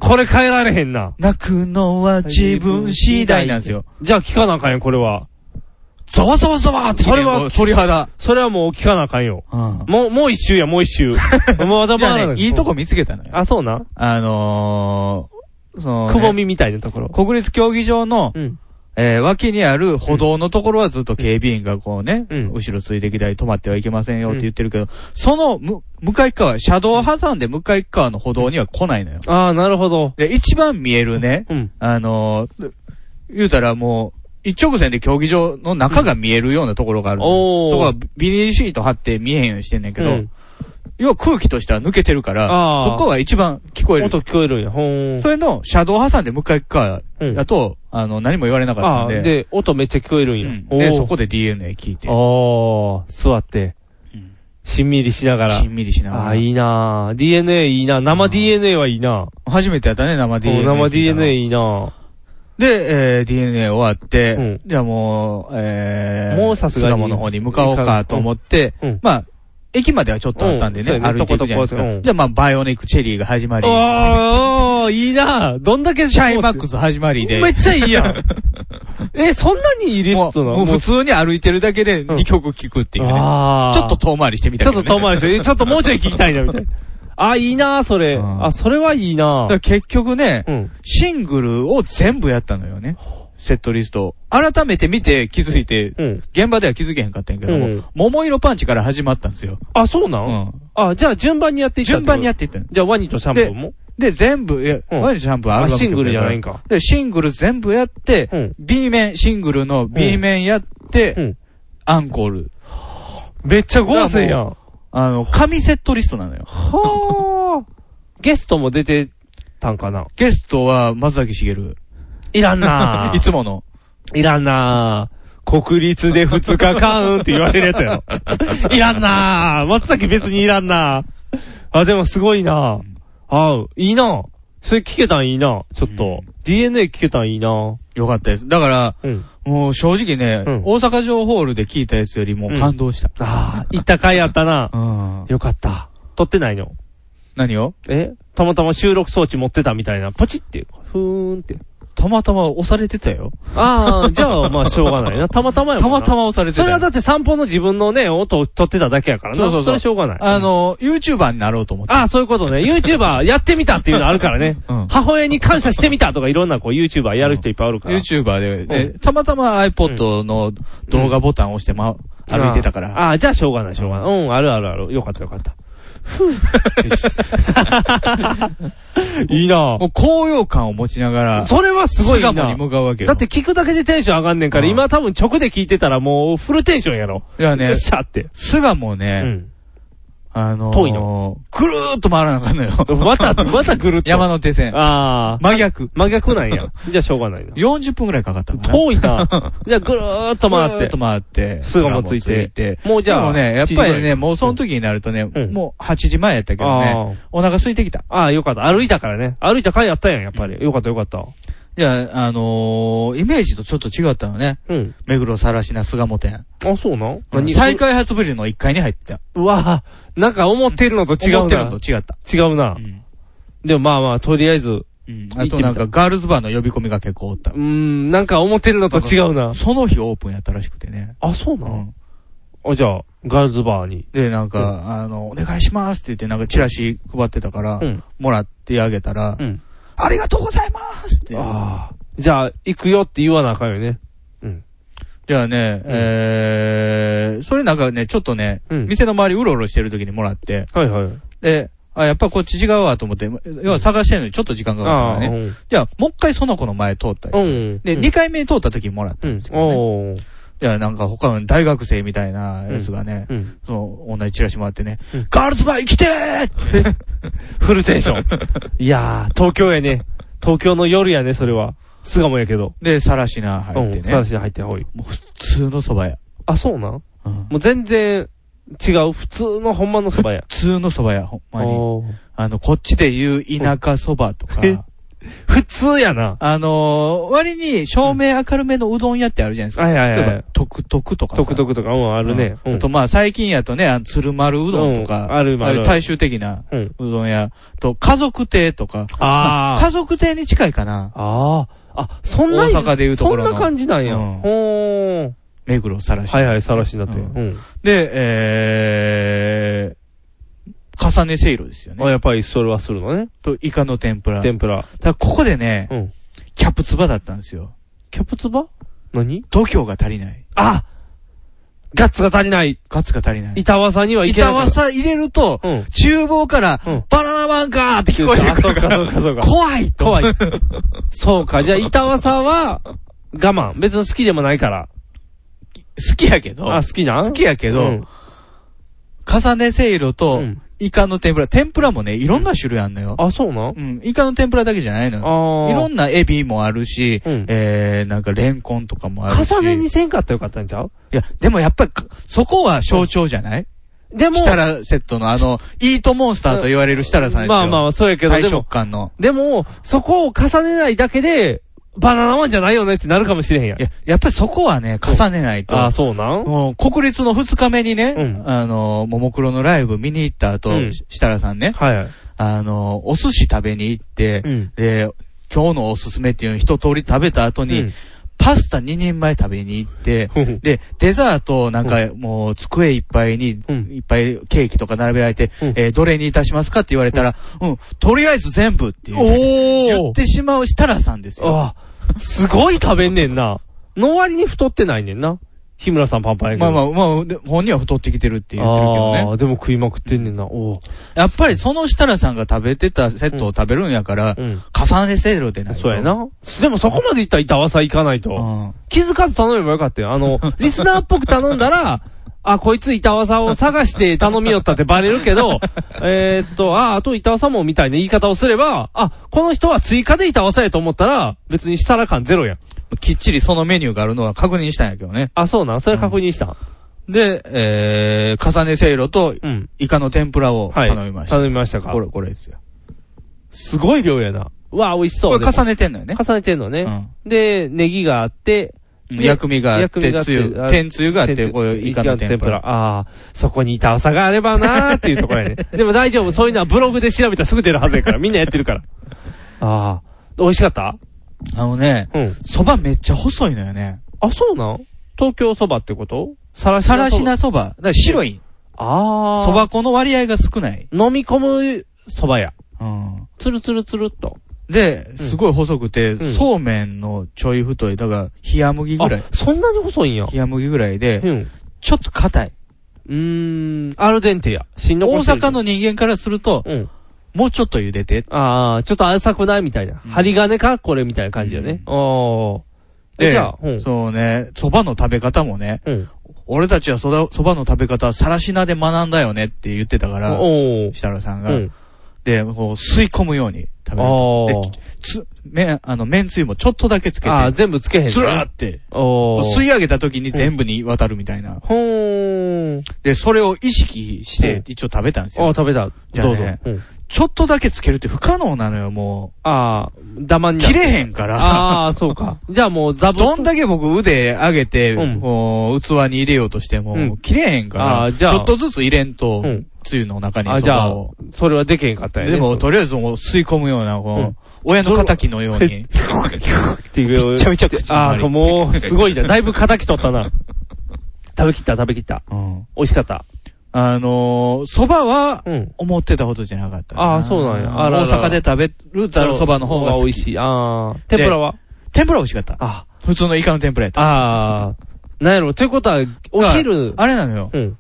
S3: これ変えられへんな。
S2: 泣くのは自分次第なんですよ。
S3: じゃあ聞かなあかんよ、これは。
S2: ざわざわざわって、
S3: それは
S2: 鳥肌。
S3: それはもう聞かなあかんよ。
S2: うん。
S3: もう、もう一周や、もう一 周。もう頭
S2: じゃ
S3: 回ら
S2: あ
S3: な
S2: ね、いいとこ。見つけたのよ。
S3: あ、そうな。
S2: あのー、その、ね、
S3: くぼみみたいなところ。
S2: 国立競技場の、
S3: うん。
S2: えー脇にある歩道のところはずっと警備員がこうね、
S3: うん
S2: 後ろついてきたり止まってはいけませんよって言ってるけど、そのむ向かい側、車道を挟んで向かい側の歩道には来ないのよ。
S3: ああ、なるほど。
S2: で、一番見えるね、
S3: うん。
S2: あのー言うたらもう、一直線で競技場の中が見えるようなところがある。
S3: おー
S2: そこはビニールシート貼って見えへんようにしてんねんけど、
S3: うん
S2: 要は空気としては抜けてるから
S3: あ、ー
S2: そこが一番聞こえる。
S3: 音聞こえるんや。ほーん。
S2: それの車道挟んでもう一回行くか、
S3: うん
S2: だと、あの、何も言われなか
S3: あ
S2: った
S3: あ、
S2: んで、
S3: で、音めっちゃ聞こえるんや。
S2: うん
S3: お
S2: で
S3: ー
S2: そこで DNA 聞いて、
S3: ああ、座って、
S2: うん
S3: しんみりしながら
S2: し。んみりしなが
S3: あ
S2: ら
S3: あ、。いいなあ DNA いいな生 DNA はいいな
S2: 初めてやったね、生 DNA 聞いたの。
S3: 生 DNA いいな
S2: で、えー DNA 終わって、
S3: うん
S2: じゃあもう、えー、
S3: もうさすがに
S2: 巣鴨の方に向かおうかと思って、
S3: うんうん
S2: まあ、駅まではちょっとあったんでね、
S3: うんそうやね
S2: 歩いていくじゃないですか。
S3: とことこうん
S2: じゃあまあ、バイオニックチェリーが始まり、
S3: ああ、いいなどんだけ
S2: シャインマックス始まりで、
S3: めっちゃいいや ん。え、そんなにいいリ
S2: も
S3: ス
S2: う
S3: トなの
S2: もう
S3: も
S2: 普
S3: う
S2: 通に歩いてるだけで
S3: うん
S2: 2曲聴くっていうね。
S3: ああ。
S2: ちょっと遠回りしてみた
S3: ちょ
S2: けど
S3: っと
S2: ね
S3: 遠回 りして、えちょっともうちょい聞きたいな、みたいな。あ、いいなそれ。
S2: うん
S3: あ、それはいいな
S2: だから結局ね、
S3: うん。
S2: シングルを全部やったのよね。セットリストを。改めて見て気づいて、
S3: うん。
S2: 現場では気づけへんかったんやけども、
S3: うん
S2: 桃色パンチから始まったんですよ。
S3: あ、そうなん、
S2: うん。
S3: あ、じゃあ順番にやっていった
S2: 順番にや
S3: っ
S2: っていったの。
S3: じゃあワニとシャンプーも
S2: で、全部、いや、
S3: うん
S2: ワインシャンプーアルバム
S3: あシングルじゃないんか。
S2: で、シングル全部やって、
S3: うん
S2: B 面、シングルの B 面やって、
S3: うん。
S2: アンコール。
S3: めっちゃ豪勢やん。
S2: あの、紙セットリストなのよ。
S3: はあ。ゲストも出てたんかな
S2: ゲストは、松崎しげる。
S3: いらんな
S2: いつもの。
S3: いらんな国立で2日間って言われるやつや ろ。いらんな松崎別にいらんなあ、でもすごいなあいいなそれ聞けたんいいなちょっと。
S2: うん
S3: DNA 聞けたんいいな
S2: よかったです。だから、
S3: うん。
S2: もう正直ね、
S3: うん
S2: 大阪城ホールで聞いたやつよりも感動した。
S3: ああ、行った回やったな
S2: うん。
S3: よかった。撮ってないの
S2: 何を
S3: えたまたま収録装置持ってたみたいな。ポチって。ふーんって。
S2: たまたま押されてたよ。
S3: ああ、じゃあまあしょうがないな。たまたまや
S2: た
S3: もんな
S2: またま押されてた
S3: そ
S2: よ。
S3: れはだって散歩の自分のね、音を撮ってただけやからな。
S2: そうそうそう
S3: れしょうがない。
S2: あの、YouTuber になろうと思って。
S3: ああ、そういうことね。YouTuber やってみたっていうのあるから ね。
S2: うん
S3: 母親に感謝してみたとかいろんなこう YouTuber やる人いっぱいあるから。
S2: YouTuber で、で
S3: う
S2: たまたま iPod の動画ボタンを押して、ま、歩いてたか
S3: あ
S2: ら。
S3: あああ、じゃあしょうがない、しょうがない。うん、あるあるある。よかったよかった。ふ ぅ。いいな
S2: もう高揚感を持ちながら、
S3: それはすごいな
S2: 巣鴨に向かうわけよ。
S3: だって、聞くだけでテンション上がんねんから、
S2: うん
S3: 今多分直で聞いてたらもうフルテンションやろ。
S2: いや
S3: よ
S2: ね
S3: っ、しゃって。
S2: 巣鴨
S3: う
S2: ね、
S3: ん。
S2: あのー、
S3: 遠い
S2: ぐるーっと回らなあかんのよ。
S3: また、またぐるっと。
S2: 山手線。
S3: ああ。
S2: 真逆。
S3: 真逆なんや。じゃあしょうがないな。
S2: 40分くらいかかったかな。
S3: 遠いな。じゃあぐるーっと回っ
S2: ず
S3: て
S2: っと。回って。
S3: 巣鴨ついても
S2: も
S3: う
S2: う
S3: じ
S2: じ
S3: ゃ
S2: ゃ
S3: あ
S2: あ。でもね、やっぱ
S3: 7時
S2: り
S3: ぐらい
S2: ね、もうその時になるとね、
S3: うん
S2: もう8時前やったけどね、お腹空いてきた。
S3: ああ、ああ、よかった。歩いたからね。歩いた回やったやん、やっぱり。よかった、よかった。
S2: じゃあ、あのー、イメージとちょっと違ったのね。
S3: うん。
S2: 目黒さらしな巣鴨店。
S3: あ、そうなん何
S2: 再開発ビルの1階に入った。
S3: うわぁ、なんか思ってるのと違
S2: 思
S3: う
S2: ってる
S3: な
S2: の。と違った。
S3: 違うな
S2: う。ん。
S3: でもまあまあ、とりあえず、う
S2: うんあとなんかガールズバーの呼び込みが結構おった
S3: ー。ん、なんか思ってるのと違うな。
S2: その日オープンやったらしくてね。
S3: あ、そう
S2: う
S3: なん
S2: ん。
S3: あ、じゃあ、ガールズバーに。
S2: で、なんか、あの、お願いしますって言って、なんかチラシ配ってたから
S3: うん、
S2: もらってあげたら
S3: う、ん。
S2: ありがとうございますって。
S3: ああ。じゃあ、行くよって言わなあかんよね。うん。
S2: じゃあね、えー、それなんかね、ちょっとね、
S3: うん
S2: 店の周りうろうろしてる時にもらって、
S3: はいはい。
S2: で、あ、やっぱこっち違うわと思って、要は探してるのにちょっと時間がかかったから
S3: ああ、う
S2: ね。
S3: ん。
S2: じゃあ、もう一回その子の前通ったり。
S3: うん。
S2: で、2回目に通った時にもらった
S3: うんん
S2: です。けど、ね。
S3: おー。
S2: いや、なんか他の大学生みたいなやつがね、
S3: うん。
S2: その、同じチラシもらってね、
S3: うん
S2: ガールズバー行きてーって。
S3: フルテンション。いやー、東京やね。東京の夜やね、それは。巣鴨やけど。
S2: で、さらしな入って
S3: う
S2: ね。
S3: ん。サラシ入ってほい。
S2: もう普通の蕎麦屋。
S3: あ、そうなん
S2: うん
S3: もう全然違う、普通のほんまのそばや。
S2: 普通の蕎麦屋、ほんまに。
S3: おー
S2: あの、こっちで言う田舎蕎麦と
S3: うんえ
S2: か、
S3: 普通やな。
S2: あのー、割に照明明るめのうどん屋ってあるじゃないですか。
S3: はいはい
S2: 例
S3: は
S2: えば
S3: い。、
S2: トクトクとかさ。
S3: 独特とか、うん、あるね。
S2: う
S3: うんん
S2: あと、まあ、最近やとね、あの、鶴丸うどんとか、
S3: うんあるある
S2: ああいう大衆的な
S3: うん。
S2: うどん屋と、家族亭とか、ま
S3: あ
S2: あ
S3: ー
S2: 家族亭に近いかな。
S3: あー。あ、そんなに
S2: 大阪でいうところの
S3: そんな感じなんや。
S2: うん
S3: ほー。
S2: 目黒さらし。
S3: はいはい、さらしになって。
S2: うん
S3: うん。
S2: で、えー、重ねせいろですよ
S3: あ、
S2: ね。
S3: やっぱりそれはするのね。
S2: と、イカの天ぷら。だか
S3: 天ぷら。
S2: らここでね、
S3: うん。
S2: キャプツバだったんですよ。
S3: キャプツバ何
S2: 度胸が足りない。
S3: あガッツが足りない。
S2: ガツが足りない。
S3: 板わさにはいけない。
S2: 板わさ入れると、
S3: うん
S2: 厨房から、
S3: うん
S2: バナナマンかーって聞こえてくるから、
S3: あそうかそうかそうか
S2: 怖いと。
S3: 怖い。そうか、じゃあ板わさは、我慢。別に好きでもないから。
S2: 好きやけど、
S3: あ、好きなん
S2: 好きやけど、
S3: うん
S2: 重ねせいろと、
S3: うん
S2: イカの天ぷら。天ぷらもね、いろんな種類あんのよ。
S3: あ、そうなん
S2: うん、イカの天ぷらだけじゃないの
S3: あ
S2: よ。
S3: ー
S2: いろんなエビもあるし、
S3: うん
S2: えー、なんかレンコンとかもあるし。
S3: 重ねにせんかったらよかったんちゃう
S2: いや、でもやっぱり、かそこは象徴じゃない
S3: でも
S2: 設、楽セットのあの、イートモンスターと言われる設楽さんですよ。
S3: まあまあ、そうやけど、
S2: 大
S3: で
S2: 食
S3: も、
S2: 感の。
S3: でも、そこを重ねないだけで、バナナマンじゃないよねってなるかもしれへんやん
S2: い。や、やっぱりそこはね、重ねないと。
S3: あー、そうなん
S2: もう、国立の二日目にね、
S3: うん
S2: あの、ももクロのライブ見に行った後、
S3: うん
S2: し設楽さんね、
S3: はいはい。
S2: あの、お寿司食べに行って、
S3: うん
S2: で、今日のおすすめっていうのを一通り食べた後に、
S3: うん
S2: パスタ2人前食べに行って
S3: ふふ、
S2: で、デザートなんかもう机いっぱいに、
S3: うん
S2: いっぱいケーキとか並べられて、
S3: うん
S2: えーどれにいたしますかって言われたら、うん、とりあえず全部っていう、言
S3: お
S2: ってしまう設楽さんですよ。
S3: あーすごい食べんねんな。の割に太ってないねんな。日村さんパンパンやけ
S2: まあ
S3: ど。
S2: ま
S3: あ
S2: あまあ、で本人は太ってきてるって言ってるけどね
S3: あ。ーでも食いまくってんねんな。おー
S2: やっぱりその設楽さんが食べてたセットを食べるんやから、
S3: うん。
S2: 重ねせろってないと
S3: そうや。な。でもそこまでいったら板わさ行かないと。
S2: うん。
S3: 気づかず頼めばよかったよ。あの、リスナーっぽく頼んだら、あ、こいつ板わさを探して頼みよったってバレる けど、えーっと、あ、あと板わさもみたいな言い方をすれば、あ、この人は追加で板わさやと思ったら、別に設楽感ゼロやん。
S2: きっちりそのメニューがあるのは確認したんやけどね。
S3: あ、そうなんそれ確認した。
S2: で、えー、重ねせいろと
S3: う、ん。
S2: イカの天ぷらを
S3: はい。
S2: 頼みました。
S3: 頼みましたか
S2: こ。れ、これですよ。
S3: すごい量やな。うわあ、美味しそ
S2: こ
S3: う。
S2: れ重ねてんのよね。
S3: 重ねてんのね。
S2: うん
S3: で、ネギがあって、で
S2: 薬味があっ
S3: 薬味
S2: て、
S3: があっ
S2: つ
S3: て
S2: ゆ
S3: あ、
S2: 天つゆがあって、こういうイカの天ぷら。
S3: ああ、そこに板さがあればなーっていうとこ ろやね。でも大丈夫、そういうのはブログで調べたらすぐ出るはずやから、みんなやってるから。ああ、美味しかった
S2: あのね、
S3: うん。
S2: そばめっちゃ細いのよね。
S3: あ、そうなん東京そばってことさらし
S2: さらし
S3: な
S2: なそば。だから白い。
S3: ああ。
S2: そば粉の割合が少ない。
S3: 飲み込むそばや。
S2: うん。
S3: つるつるつるっと。
S2: で、すごい細くて、
S3: うん
S2: そうめんのちょい太い、だから、冷麦ぐ
S3: あ
S2: らい。、
S3: そんなに細いんや。
S2: 冷麦ぐらいで
S3: う、ん。
S2: ちょっと硬い。
S3: うーん、アルデンテや。しんど
S2: 大
S3: こしてる
S2: 阪。の人間からすると、
S3: うん。
S2: もうちょっと茹でて。
S3: ああ、ちょっと浅くないみたいな。針金かこれみたいな感じよね。ああ。え、じゃあ、うん。
S2: そうね、そばの食べ方もね、
S3: うん。
S2: 俺たちはそばそばの食べ方はさらしなで学んだよねって言ってたから、
S3: おー
S2: 設楽さん
S3: う
S2: が。
S3: ん。
S2: で、こう吸い込むように食べ
S3: あ
S2: る
S3: ー。
S2: で、つ、め、あの、麺つゆもちょっとだけつけ
S3: あー
S2: て、
S3: 全部つけへんね。
S2: つらーって、こ
S3: おー
S2: う吸い上げた時に全部に渡るみたいな。
S3: ほーん。
S2: で、それを意識して一応食べたんです
S3: あー、
S2: よ。
S3: 食べた。
S2: じゃあ
S3: どうぞ
S2: ね。
S3: うん
S2: ちょっとだけつけるって不可能なのよ、も
S3: あー、ダマ
S2: う。
S3: にな
S2: 切
S3: る
S2: れへんから。
S3: あー、そうか。じゃあもうザブ
S2: どんだけ僕腕上げて、
S3: うん
S2: こう器に入れようとしても、
S3: うん
S2: 切れへんから、
S3: あー
S2: ち
S3: じゃあ
S2: ょっとずつ入れんと、
S3: うん
S2: つゆの中に
S3: あ、
S2: そ
S3: じゃ
S2: ば
S3: あ
S2: を。、
S3: それはできへんかったよね。
S2: でも、
S3: そ
S2: とりあえずもう吸い込むような、この、
S3: うん
S2: 親の仇のように、
S3: うっていう
S2: めちゃめちゃ口の
S3: あ
S2: 周
S3: ー、
S2: り。
S3: もう、すごいな。だいぶ叩き取ったな。 食べきった、食べきった。
S2: うん
S3: 美味しかった。
S2: あのー、蕎麦は
S3: う、ん。
S2: 思ってたほどじゃなかった
S3: あーそうなんやあらら
S2: 大阪で食べるざる蕎麦の方が
S3: 美
S2: 好
S3: 味
S2: き。
S3: しい。あー。天ぷらは
S2: 天ぷら美味しかった。
S3: あ
S2: 普通のイカの天ぷらやっ
S3: ー、
S2: た。
S3: あー。なんやろ、ということは、お昼、
S2: あれなのよ
S3: う。ん。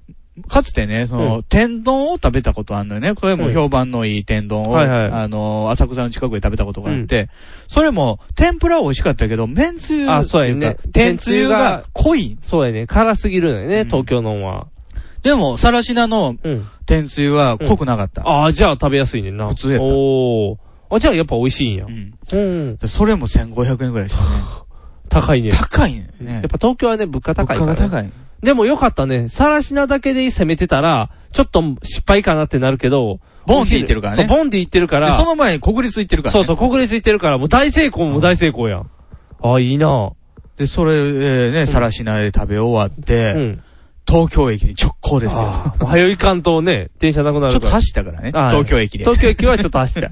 S2: かつてね、そうの、天丼を食べたことあんのよね。これも評判のいい天丼を、
S3: はいはい
S2: あのー、浅草の近くで食べたことがあって、それも、天ぷらは美味しかったけど、麺つゆ、
S3: あそうやね
S2: 天つゆが濃い。
S3: そうやね。辛すぎるのよ
S2: う
S3: ね、
S2: ん
S3: 東京のは。
S2: でも、さらしなの
S3: うん。
S2: 天つゆは濃くなかった。
S3: ああ、じゃあ食べやすいねんな。
S2: 普通やった
S3: おー。あ、じゃあやっぱ美味しいんや
S2: う。ん。
S3: うん。
S2: でそれも1500円ぐらいしたね。
S3: 高いね。
S2: 高いね。や
S3: やっぱ東京はね、物価高いか
S2: 物
S3: ら
S2: 価
S3: ね。
S2: が高い。
S3: でもよかったね。さらしなだけで攻めてたら、ちょっと失敗かなってなるけど。
S2: ボンディ行ってるからね
S3: そう、ボンディ行ってるか
S2: で
S3: ら。
S2: その前に国立行ってるから、
S3: そ
S2: ね。
S3: うそう、国立行ってるから、もう大成功も大成功やん。ああ、いいな
S2: で、それ、えーね、さらしなで食べ終わって、
S3: うん。
S2: 東京駅に直行ですよ。
S3: ああ、早い関東ね、電車なくな
S2: ちょっ
S3: る
S2: と
S3: から。
S2: 走ったからね。
S3: ああ
S2: 東京駅で。
S3: 東京駅はちょっと走 った。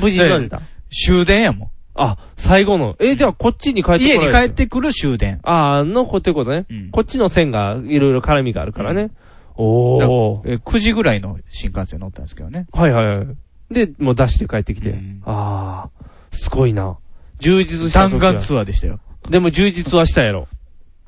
S3: 無事に乗れた。
S2: 終電やもん。
S3: あ、最後の。え、じゃあこっちに帰って
S2: 家
S3: こら
S2: に
S3: れる
S2: 帰ってくる終電。
S3: ああ、の子ってことね。
S2: うん
S3: こっちの線がいろいろ絡みがあるからね。おお。
S2: えー9時ぐらいの新幹線乗ったんですけどね。
S3: はいはいはい。で、もう出して帰ってきて。
S2: うん
S3: ああ、すごいな。充実した
S2: 弾
S3: 時
S2: 丸
S3: は。
S2: ツアーでしたよ。
S3: でも充実はしたやろ。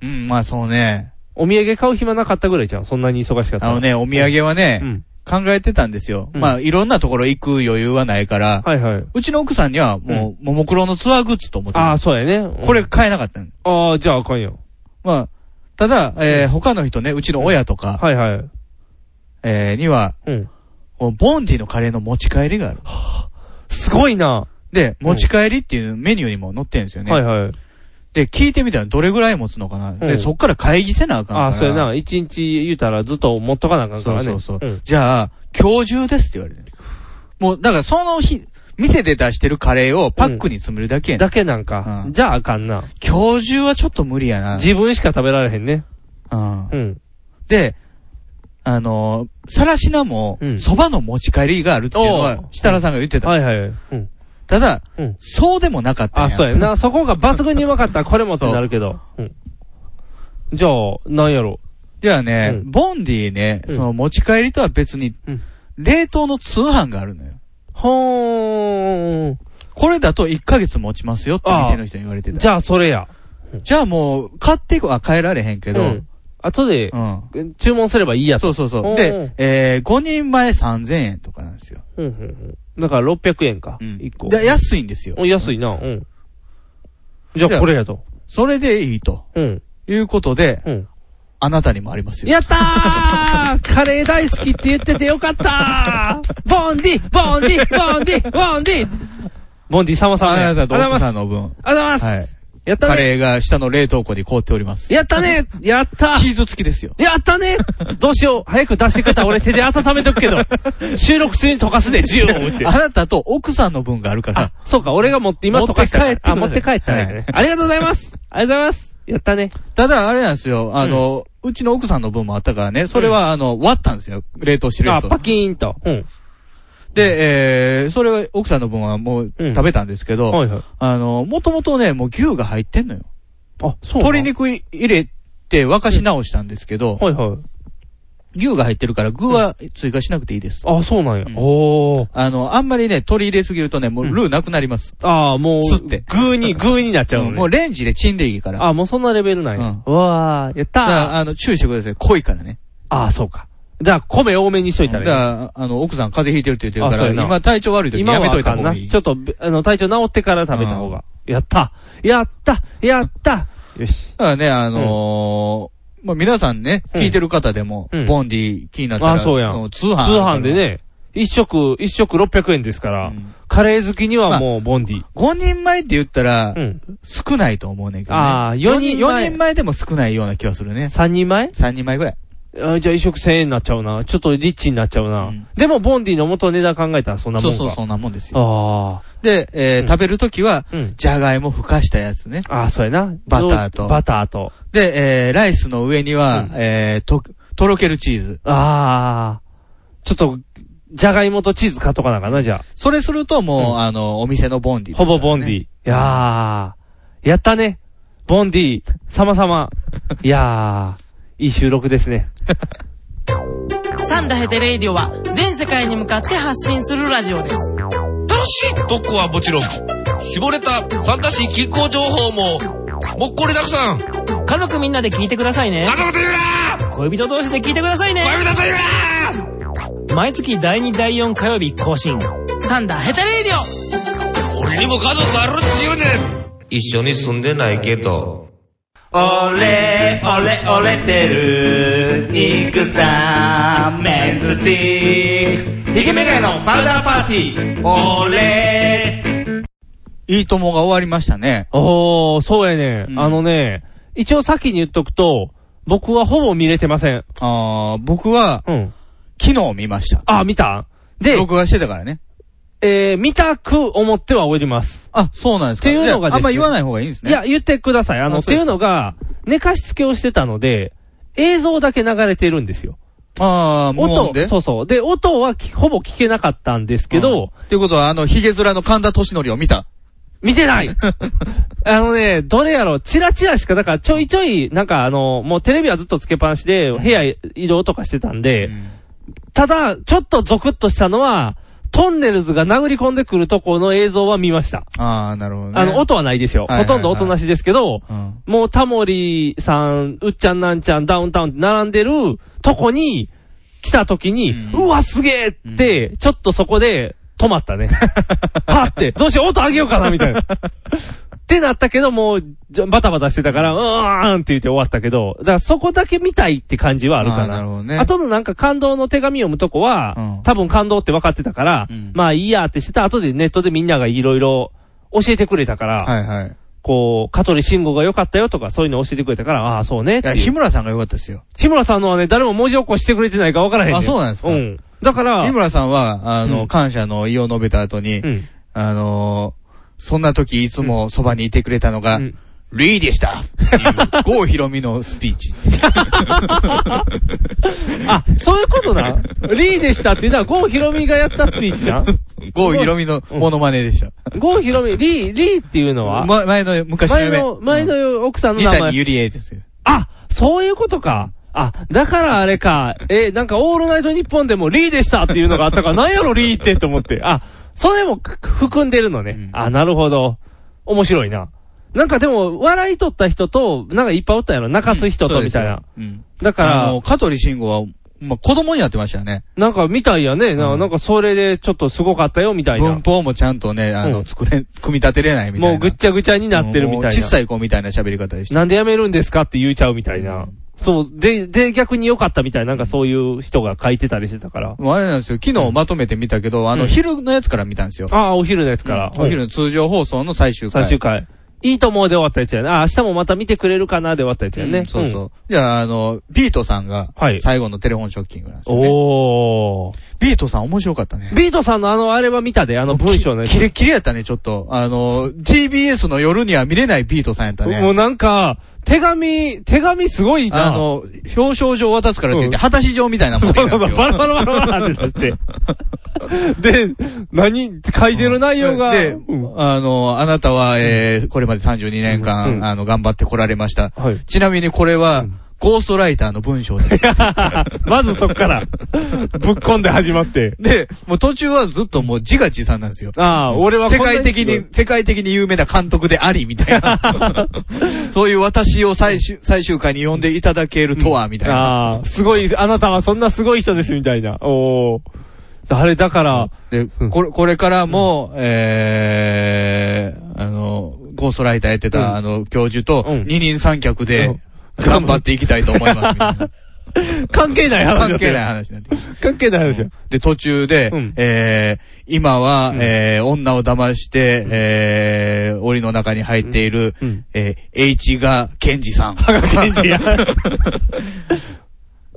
S2: うん、まあそうね。
S3: お土産買う暇なかったぐらいじゃん。そんなに忙しかったら。
S2: あのね、お土産はね、
S3: うん。
S2: 考えてたんですよ。
S3: うん
S2: まあ、いろんなところ行く余裕はないから、
S3: はいはい。
S2: うちの奥さんにはもう、ももクロのツアーグッズと思って
S3: ああ、
S2: ます
S3: そうやね。うん
S2: これ、買えなかったの
S3: ああ、じゃああかんよ。
S2: まあ、ただ、えー他の人ね、うちの親とか、
S3: はいはい。
S2: えーには、
S3: うん。
S2: このボンディのカレーの持ち帰りがある。
S3: すごいな。
S2: で、持ち帰りっていうメニューにも載ってるんですよね。
S3: はいはい。
S2: で、聞いてみたらどれぐらい持つのかな。
S3: う
S2: で、
S3: ん
S2: そっから会議せなあかんか
S3: あ
S2: ら。
S3: あ、そうやな。一日言うたらずっと持っとかなあかんか
S2: そ
S3: ら
S2: う
S3: ね。
S2: そうそう。
S3: ん
S2: じゃあ、今日中ですって言われてる。もう、だからその日、店で出してるカレーをパックに詰めるだけやねん
S3: だけなんか
S2: う。ん
S3: じゃああかんな。
S2: 今日中はちょっと無理やな。
S3: 自分しか食べられへんね。
S2: うん
S3: うん。
S2: で、あのー、サラシナも
S3: う、ん
S2: 蕎麦の持ち帰りがあるっていうの
S3: お
S2: は
S3: う、
S2: 設楽さんが言ってた。
S3: はいはい。うん。
S2: ただ、
S3: うん。
S2: そうでもなかったん
S3: あ、そうや。な。そこが抜群にうまかったらこれもって
S2: そう
S3: なるけど。うん。じゃあ、なんやろ。
S2: ではね、
S3: うん
S2: ボンディね、
S3: うん
S2: その持ち帰りとは別に
S3: うん、
S2: 冷凍の通販があるのよ。
S3: ほーん。
S2: これだと1ヶ月持ちますよって店の人に言われてた。
S3: じ
S2: じゃ
S3: ゃあ、それや。
S2: あもう、買っていく、あ、帰られへんけど、
S3: う
S2: うん
S3: ん。後で、注文すればいいや
S2: そ
S3: と。
S2: うそうそ
S3: お
S2: う。
S3: う
S2: で、えー、5人前3000円とかなんですよ。
S3: うんうんうん。だから600円か。
S2: うん
S3: 一個。
S2: で安いんですよ。
S3: お安いな。うん。じゃ
S2: じゃあ
S3: あ、これやと。
S2: それでいいと
S3: うん。
S2: いうことで、
S3: うん。
S2: あなたにもありますよ。
S3: やったーカレー大好きって言っててよかったーボンディボンディボンディボンディボンディ様様
S2: あ
S3: や
S2: なたと
S3: ありがと
S2: 奥
S3: うござい
S2: さ
S3: ます。
S2: んの分。
S3: ありがとうござい
S2: は
S3: ま
S2: い
S3: す。。やった
S2: カ
S3: ね
S2: レーが下の冷凍庫に凍っております。
S3: やったねやった
S2: チーズ付きですよ。
S3: やったねどうしよう早く出してくれた俺手で温めとくけど収録中に溶かすで、ジューンって
S2: あ。なたと奥さんの分があるから
S3: あ。、そうか、俺が持って、今
S2: 持って
S3: 溶かしたから。
S2: 帰ってください
S3: あ、持って帰ったらいいね。ありがとうございます。ありがとうございます。やったね。
S2: ただ、あれなんですよ。あの、うちの奥さんの分もあったからね、それは、あの、割ったんですよ。冷凍してるや
S3: あ、
S2: つを
S3: パ。キーンと。うん。
S2: で、えー、それは奥さんの分はもう
S3: うん
S2: 食べたんですけど、
S3: はいはい。
S2: あの、もともとね、もう牛が入ってんのよ。
S3: あ、そうなの
S2: 鶏。肉い入れて沸かし直したんですけど、
S3: はいはい。
S2: 牛が入ってるから具は追加しなくていいです。
S3: あ、そうなんや
S2: うん。
S3: おー。
S2: あの、あんまりね、鶏入れすぎるとね、もうルーなくなります。
S3: あー、もう、
S2: 吸って
S3: グー に、グーになっちゃうの
S2: うん
S3: ね。
S2: もうレンジでチンでいいから。
S3: あ、もうそんなレベルなんや。わー、やっ
S2: だか
S3: たー。
S2: らあの、注意してください。濃いからね。
S3: あー、そうか。じゃあ、米多めにしとい
S2: だ
S3: たらい
S2: から、あの、奥さん風邪ひいてるって言っ
S3: あ
S2: てるか
S3: そうやな
S2: ら、今体調悪い
S3: い。
S2: 時に
S3: 今
S2: や
S3: は
S2: めと
S3: あ
S2: いた
S3: かん
S2: 方が
S3: ない
S2: い。
S3: ちょっと、べあの、体調治ってから食べた方が。やったやったやったよし。
S2: だからね、あのーまあ、皆さんね、
S3: うん
S2: 聞いてる方でも、
S3: うん
S2: ボンディ気になったら、
S3: あそうやん
S2: の通販。
S3: 通販で。ね、一食、一食600円ですから、
S2: うん
S3: カレー好きにはもうボンディ。
S2: 5人前って言ったら、
S3: うん。
S2: 少ないと思うねんけど、ね。
S3: ああ四人前
S2: 4人前でも少ないような気がするね。
S3: 3人前
S2: 3人前ぐらい。
S3: あじゃあ一食1000円になっちゃうな。ちょっとリッチになっちゃうな。
S2: うん
S3: でも、ボンディの元値段考えたらそんなも
S2: そ
S3: ん
S2: う
S3: か。
S2: そう、そんなもんですよ。
S3: あ
S2: で、えー
S3: うん
S2: 食べるときは
S3: あ。、うん。
S2: じゃがいもふかしたやつね。
S3: ああ、そうやな。
S2: バターと
S3: バターと。
S2: で、えーライスの上には、
S3: うん
S2: えーと、とろけるチーズ。
S3: ああ。ちょっと、じゃがいもとチーズ買っとかなあかんな、じゃ
S2: それするともう、
S3: うん
S2: あの、お店のボンデ
S3: あ。
S2: ィ、
S3: ほぼボンディ。い。やー。やったね。ボンディ、様々。いやー。いい収録です ね。
S10: サンダヘテレイディオは全世界に向かって発信するラジオです。
S11: 楽しい特攻はもちろん、絞れた参加し均衡情報も、もっこりたくさん。な
S10: 家族みんなで聞いてくださいね。
S11: ること言うな
S10: 恋人同士で聞いてくださいね。
S11: 恋人と言うな
S10: 毎月第2第4火曜日更新。サンダヘテレイディオ
S11: 俺にも家族あるっちゅうねん一緒に住んでないけど。
S9: 俺、俺、俺てる、肉さん、メンズティー。イケメガイのパウダーパーティー。俺、
S2: いいともが終わりましたね。
S3: おー、そうやね、
S2: うん
S3: あのね、一応先に言っとくと、僕はほぼ見れてません。
S2: あー僕は、
S3: うん。
S2: 昨日見ました。
S3: あ、見たで、
S2: 録画してたからね。
S3: えー、見たく思ってはおります。
S2: あ、そうなんですか。
S3: っていうのが
S2: じゃああんま
S3: ですね
S2: 言わない方がいいんですね。
S3: いや、言ってください。あの、
S2: あ
S3: っ
S2: そ
S3: て
S2: う
S3: い
S2: です
S3: うのが、寝かしつけをしてたので、映像だけ流れてるんですよ。
S2: ああ、無音で
S3: 音、そうそう。で、音はきほぼ聞けなかったんですけど、
S2: うんっていうことは、あの、ヒゲ面の神田俊則を見た。
S3: 見 てないあのね、どれやろ、チラチラしか、だからちょいちょい、なんかあの、もうテレビはずっとつけっぱなしで、部屋移動とかしてたんで、ただ、ちょっとゾクッとしたのは、トンネルズが殴り込んでくるとこの映像は見ました。
S2: ああ、なるほどね。
S3: あの、音はないですよ。
S2: はいはいはい
S3: ほとんど音なしですけど、
S2: うん。
S3: もうタモリさん、うっちゃんなんちゃん、ダウンタウンって並んでるとこに、来た時に、うわ、すげえって、ちょっとそこで止 まったね。はって、どうしよう、音上げようかな、みたいな。ってなったけど、もう、じゃバタバタしてたから、うーんって言って終わったけど、だからそこだけ見たいって感じはあるか
S2: あー
S3: な。
S2: なるほどね
S3: 後のなんか感動の手紙読むとこは、多分感動って分かってたから、まあいいやってしてた後でネットでみんながいろいろ教えてくれたから、
S2: はいはい。
S3: こう、香取慎吾が良かったよとか、そういうの教えてくれたから、ああー、そうねっ
S2: い
S3: てい
S2: や、
S3: う。
S2: 日村さんが良かったですよ。
S3: 日村さんのはね、誰も文字起こしてくれてないか分からへんね
S2: あそうなんですか
S3: うん。だから、
S2: 日村さんは、あの、
S3: うん
S2: 感謝の意を述べた後に、
S3: ん
S2: あのーそんな時いつもそばにいてくれたのが、リーでしたっていう、郷ひろみのスピーチ。
S3: あ、そういうことな。リーでしたっていうのは、郷ひろみがやったスピーチな。
S2: 郷ひろみのモノマネでした。
S3: 郷ひろみ、リー、リーっていうのは、
S2: ま前の、昔の
S3: 前
S2: 夢。
S3: の、前の奥さんの
S2: 二
S3: 名前。
S2: 谷ゆりえですよ。
S3: そういうことか。あ、だからあれか。え、なんかオールナイトニッポンでもリーでしたっていうのがあっ たから、なんやろリーってと思って。あ、それもく含んでるのね。あ、なるほど。面白いな。なんかでも、笑い取った人と、なんかいっぱいおったんやろ。泣かす人とみたいな。
S2: うん。
S3: だか
S2: あ
S3: ら
S2: の、、香取慎吾は、まあ、子供になってましたよね。
S3: なんかみたいやね。ななんかそれでちょっとすごかったよみたいな
S2: 文。法もちゃん とね、あ
S3: うん
S2: の、作れ、組み立てれないみたいな。
S3: もうぐっちゃぐちゃになってるみた
S2: も
S3: いな
S2: う小さい子みたいな喋り方でした。
S3: なんでやめるんですかって言うちゃうみたいな。そう。で、で、逆に良かったみたいな、なんかそういう人が書いてたりしてたから。
S2: もうあれなんですよ、昨日まとめて見たけど、あ
S3: う
S2: の、
S3: ん
S2: 昼のやつから見たんですよ。
S3: ああ、お昼のやつから。
S2: お昼の通常放送の最終回。
S3: 最終回。いいと思うで終わったやつやね。あ、明日もまた見てくれるかなで終わったやつやね。
S2: うんそうそう。じゃあ、あの、ビートさんが、最後のテレフォンショッキングなんですよね。
S3: おー。
S2: ビートさん面白かったね。
S3: ビートさんのあの、あれは見たで、あの文章のやつ
S2: キ。レッキレやったね、ちょっと。あの、TBS の夜には見れないビートさんやったね。
S3: もうなんか、手紙、手紙すごいな。
S2: あの、表彰状渡すからって言って、果たし状みたいなもん
S3: そうそうそう、バラバラバラバラ って出して。で、何、書いてる内容が。
S2: で、あの、あなたは、えー、これまで32年間、あの、頑張ってこられました。ちなみにこれは、ゴーストライターの文章です。
S3: まずそっから、ぶっ込 んで始まって。
S2: で、もう途中はずっともう自画自賛なんですよ。
S3: ああ、俺はこ
S2: 世
S3: んな
S2: 界的
S3: すごい
S2: に、世界的に有名な監督であり、みたい な。そういう私を最終、最終回に呼んでいただけるとは、みたいな。
S3: ああ、すごい、あなたはそんなすごい人です、みたいな。おー。あれ、だから、
S2: で、これ、これからも、えー、あの、ゴーストライターやってた、あの、教授と、二人三脚で、頑張っていきたいと思い ます。
S3: 関係ない話だ
S2: 関
S3: った
S2: 係
S3: よ
S2: ない話になってきて
S3: 関係ない話よ。
S2: で、途中で、えー、今は、えー、女を騙して、えー、檻の中に入っている、えー、H が健二さん。
S3: 賢治や。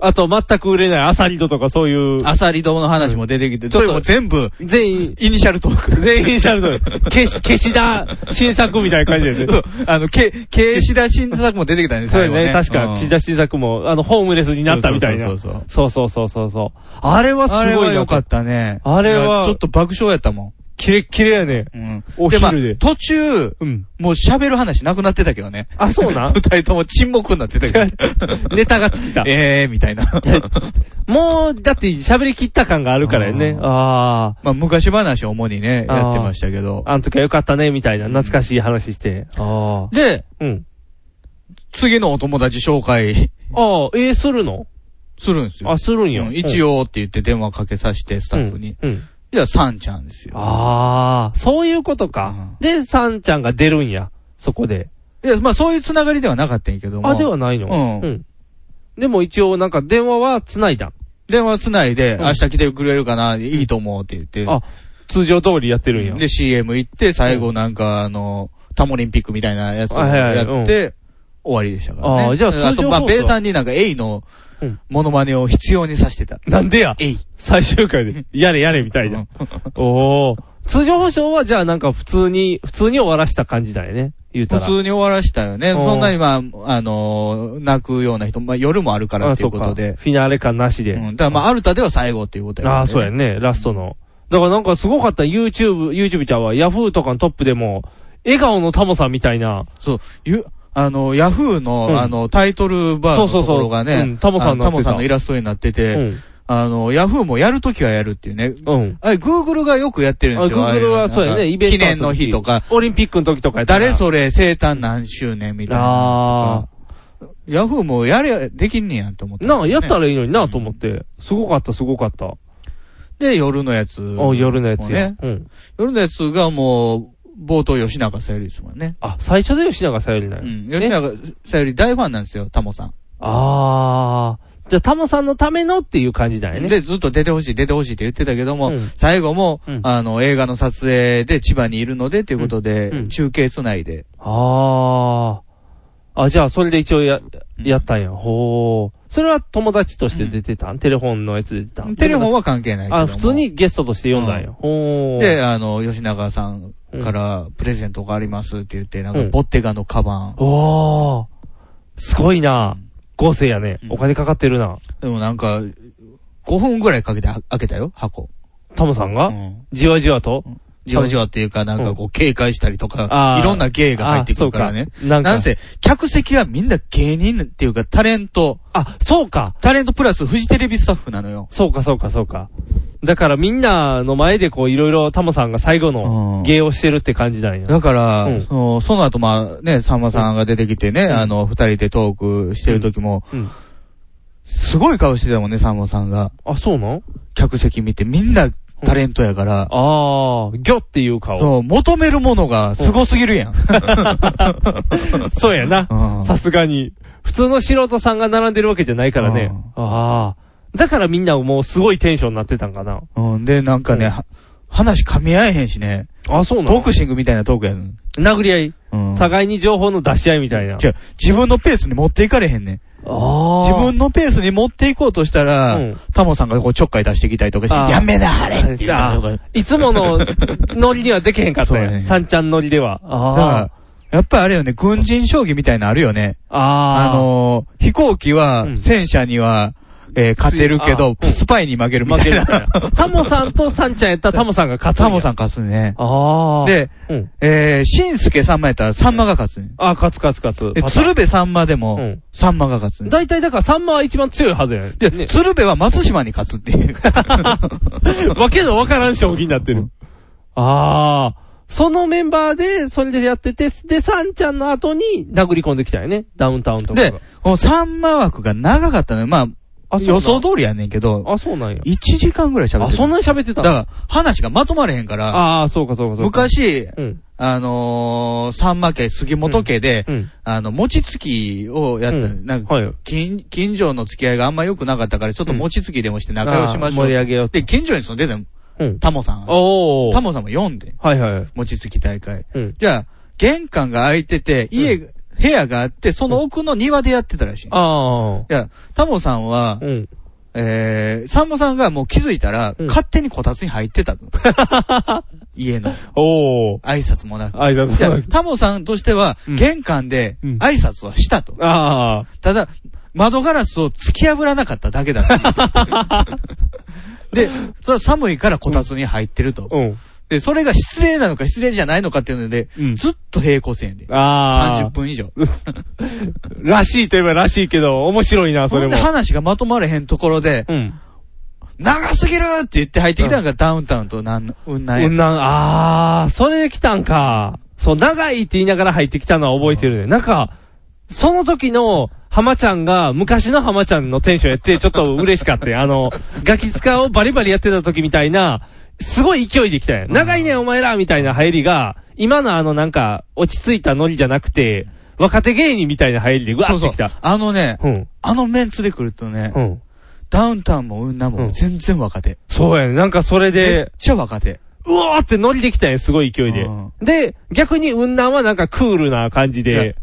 S3: あと、全く売れないアサリドとかそういう。
S2: アサリドの話も出てきて、
S3: ち
S2: そ
S3: ょっと
S2: れも全部、
S3: 全員、
S2: イニシャルトーク。
S3: 全員シャルト。消し、消しだ、新作みたいな感じでね。
S2: そう、 あの、 け、けしだ新作も出てきたね、
S3: そう
S2: 最
S3: や
S2: 後
S3: ね。
S2: ね。
S3: 確
S2: う
S3: か、
S2: ん
S3: 岸田新作も、あの、ホームレスになったみたいな。
S2: そうそうそう
S3: そうそうそうそうそう。あれはすごい
S2: あ
S3: な
S2: れは良かったね。
S3: あれはい
S2: やちょっと爆笑やったもん。
S3: キレッキレやね。
S2: うん。
S3: お昼で
S2: まあ途中、もう喋る話なくなってたけどね。
S3: あそ うなん
S2: 二人とも沈黙になってた けど。
S3: ネタが尽きた。
S2: ええー、みたい な。
S3: もう、だって喋り切った感があるからよね。ああ。
S2: まあ、昔話を主にね、
S3: あー
S2: やってましたけど。
S3: あの時は良かったね、みたいな懐かしい話して。ああ。
S2: で、
S3: うん。
S2: 次のお友達紹介
S3: ああ、ええするの
S2: するんですよ。
S3: あ、するんや
S2: う。ん一応って言って電話かけさせて、スタッフに。
S3: うん。うん。
S2: いや、サンちゃんですよ。
S3: ああ、そういうことか。で、サンちゃんが出るんや、そこで。
S2: いや、まあ、そういうつながりではなかったんやけども。
S3: あ、ではないの。
S2: うん
S3: ん。でも一応、なんか電話は繋いだ。
S2: 電話つないで、明日来てくれるかな、いいと思うって言って。
S3: あ、通常通りやってるんや。
S2: で、CM 行って、最後なんか、あの、タモリンピックみたいなやつを
S3: はいはいはい
S2: やって、終わりでしたからね。
S3: あーじゃあ通常
S2: あと、まあ、
S3: 放送は
S2: ベイさんになんか、エイの
S3: うん、
S2: モノマネを必要にさせてた。
S3: なんでや
S2: エイ。
S3: 最終 回で、やれやれみたいな。おお。通常保障はじゃあなんか普通に、普通に終わらした感じだよね。言う
S2: 普
S3: たら。
S2: 通に終わらしたよね。
S3: うん
S2: そんなに、まあ、あのー、泣くような人、まあ、夜もあるから
S3: あ
S2: ってい
S3: そうう
S2: こ
S3: か。
S2: と
S3: フ
S2: で。
S3: ィナーレ感なしで。
S2: うん。だから、まあ、アルタでは最後っていうことやね
S3: ああ、そうや。ね、ラストの。だからなんかすごかった、YouTube、YouTube ちゃんは、Yahoo とかのトップでも、笑顔のタモさんみたいな、
S2: そう。ゆあの、ヤフーの、
S3: うん
S2: あの、タイトルバーの
S3: そうそう
S2: と
S3: そう
S2: ころがね、
S3: うんタモさんにな
S2: あ
S3: ってた
S2: のタモさんのイラストになってて、
S3: うん
S2: あの、ヤフーもやるときはやるっていうね。
S3: うん。
S2: あれ、Google がよくやってるん
S3: あ
S2: ですよ。
S3: Google
S2: あ
S3: は
S2: れ
S3: そうや
S2: なんか
S3: ね、イベント
S2: 記念の日とか、
S3: オリンピックの時とかやったら
S2: 誰それ生誕何周年みたいなの
S3: ああ。
S2: とか。ヤフーもやれ、できんねやと思って、
S3: なあ、やったらいいのになと思って。すごかった、すごかった。あ、
S2: で、夜のやつ。
S3: 夜のやつや
S2: ね。
S3: うん。
S2: 夜のやつがもう、冒頭吉永さゆりですもんね。
S3: あ、最初で吉永さゆりな
S2: うんん。
S3: や
S2: 吉
S3: ね
S2: 永さゆり大ファンなんですよ、タモさん。
S3: あー。じゃあ、タモさんのためのっていう感じだよね。
S2: で、ずっと出てほしい、出てほしいって言ってたけども、
S3: うん
S2: 最後も、
S3: うん
S2: あの、映画の撮影で千葉にいるので、ということで、
S3: うんうん
S2: 中継つないで。
S3: ああ。あ、じゃあ、それで一応や、やったんや。ほう。それは友達として出てたん、テレフォンのやつで出てたん
S2: テレフォンは関係ないけども
S3: あ、普通。にゲストとして呼んだんや。
S2: うん
S3: ほう。
S2: で、、あの、吉永さんからプレゼントがありますって言って、なんか、
S3: うん
S2: ボッテガのカバン。
S3: おー。すごいな。合成やね。お金かかってるな。
S2: でもなんか、5分ぐらいかけては開けたよ、箱。
S3: タモさんが、
S2: うん
S3: じわじわと、
S2: じわじわっていうか、なんかこう、警戒したりと
S3: あ
S2: か
S3: ー、
S2: いろんな芸が入ってくるからね
S3: あ。そうかなんか
S2: なんせ、客席はみんな芸人っていうか、タレント、
S3: あ、そうか。
S2: タレントプラスフジテレビスタッフなのよ。
S3: そうか、そうか、そうか。だからみんなの前でこういろいろタモさんが最後
S2: うん
S3: の芸をしてるって感じなんや。
S2: だから、
S3: うん
S2: そのその後まあね、さんまさんが出てきてね、あの、二人でトークしてる時も、
S3: うん。
S2: すごい顔してたもんね、さんまさんが。
S3: あ、そうなん
S2: 客席見て、みんなタレントやから、
S3: あー、ギョっていう顔。
S2: そう、求めるものがすごすぎるやん。
S3: そうやな。
S2: うん
S3: さすがに。普通の素人さんが並んでるわけじゃないからね。ああ。だからみんなもうすごいテンションになってたんかな。
S2: うん、で、なんかね、
S3: うん
S2: は話噛み合えへんしね、
S3: あ、そうな
S2: ボ
S3: の
S2: クシングみたいなトークやん。
S3: 殴り合い。
S2: うん。
S3: 互いに情報の出し合いみたいな。
S2: じゃ自分のペースに持っていかれへんねん。
S3: あ
S2: 自分のペースに持っていこうとしたら、
S3: うん
S2: タモさんがこうちょっかい出してきたりとかし
S3: あー
S2: て、やめな、あれって言ったりとか。だ
S3: あいつ ものノリにはできへんかった
S2: そうや
S3: や
S2: ね
S3: ん。さんちゃんノリでは。あ
S2: か
S3: ー
S2: ら、やっぱりあれよね、軍人将棋みたいなのあるよね。あ
S3: あー。
S2: のー飛行機は
S3: う、ん
S2: 戦車には、えー勝てるけど、
S3: うん
S2: スパイに負けるみ
S3: 負
S2: た
S3: け
S2: い
S3: るみた
S2: な。
S3: いな。タモさんとさんちゃんやったらタモさんが勝つ。
S2: タモさ
S3: んや。
S2: ん勝つね。
S3: ああ。、
S2: で、
S3: うん。
S2: えー、しんすけさんまやったら、さんまが勝つね。
S3: あー勝つ勝つ勝
S2: で、
S3: つ。
S2: 鶴瓶さんまでも、
S3: うん
S2: さんまが勝つね。
S3: 大体だからサンマは一番強いはずやねん。
S2: で、
S3: ね
S2: 鶴瓶は松島に勝つっていう。
S3: わけのわからん将棋になってる。ああ。そのメンバーで、それでやってて、で、サンちゃんの後に殴り込んできたよね。ダウンタウンとかが。
S2: で、 このさんま枠が長かったのよ。まあ、
S3: あそうなん
S2: 予想通りやねんけど、
S3: あ、そうなんや。
S2: 1時間ぐらい喋って
S3: あ、
S2: る
S3: そんなに喋ってた
S2: だ
S3: の
S2: から、話がまとまれへんから、
S3: ああ、そうかそうかそうか。。
S2: 昔、
S3: うん。
S2: あのー、さんま家、杉本家で、
S3: うん。
S2: あの、餅つきをやった、
S3: うん
S2: なんか、
S3: はい。
S2: 近、近所の付き合いがあんま良くなかったから、ちょっと餅つきでもして仲良しましょ
S3: あー盛
S2: う。
S3: り上げようって。
S2: で、近所に住んでたの
S3: うん。
S2: タモさん。
S3: おー。
S2: タモさんも読んで、
S3: はいはい。
S2: 餅つき大会。
S3: うん。
S2: じゃあ、玄関が開いてて、家、
S3: う
S2: 部屋があって、その奥の庭でやってたらしい。
S3: あ
S2: いや、タモさんは
S3: あ。、うん。
S2: えー、サンモさんがもう気づいたら、
S3: うん
S2: 勝手にこたつに入ってたの。 家の。
S3: おー。
S2: 挨拶もなく。
S3: 挨拶
S2: いや
S3: もなく
S2: タモさんとしては、
S3: うん
S2: 玄関で
S3: うん
S2: 挨拶はしたと。
S3: ああ。
S2: ただ、窓ガラスを突き破らなかっただけだ っていうで、それは寒いからこたつに入ってると。
S3: うん。
S2: で、それが失礼なのか失礼じゃないのかっていうので、
S3: うん
S2: ずっと平行線やで。
S3: ああ。
S2: 30。分以上。
S3: らしいといえばらしいけど、面白いな、そ
S2: ほ
S3: れ
S2: ん
S3: も
S2: で。話がまとまれへんところで、
S3: うん。
S2: 長すぎるって言って入ってきたのがダウンタウンとなん、うんなんや
S3: うんなん、あー、それで来たんか。そう、長いって言いながら入ってきたのは覚えてるね。なんか、その時の、浜ちゃんが、昔の浜ちゃんのテンションやって、ちょっと嬉しかったよ。あの、ガキ使をバリバリやってた時みたいな、すごい勢いで来たよ。長いねんお前らみたいな入りが、今のあのなんか、落ち着いたノリじゃなくて、若手芸人みたいな入りで、ぐわ
S2: そ
S3: ー
S2: う
S3: っ
S2: そ
S3: て
S2: う
S3: きた。。
S2: あのね、
S3: うん。
S2: あのメンツで来るとね、
S3: うん。
S2: ダウンタウンもうんな
S3: う
S2: も
S3: ん
S2: 全然若手。
S3: そうやね。なんかそれ
S2: めっ
S3: で、
S2: ちゃ若手。
S3: うおーってノリできたよ、すごい勢いで
S2: うん。
S3: で、逆に雲南はなんかクールな感じ
S2: いや
S3: で、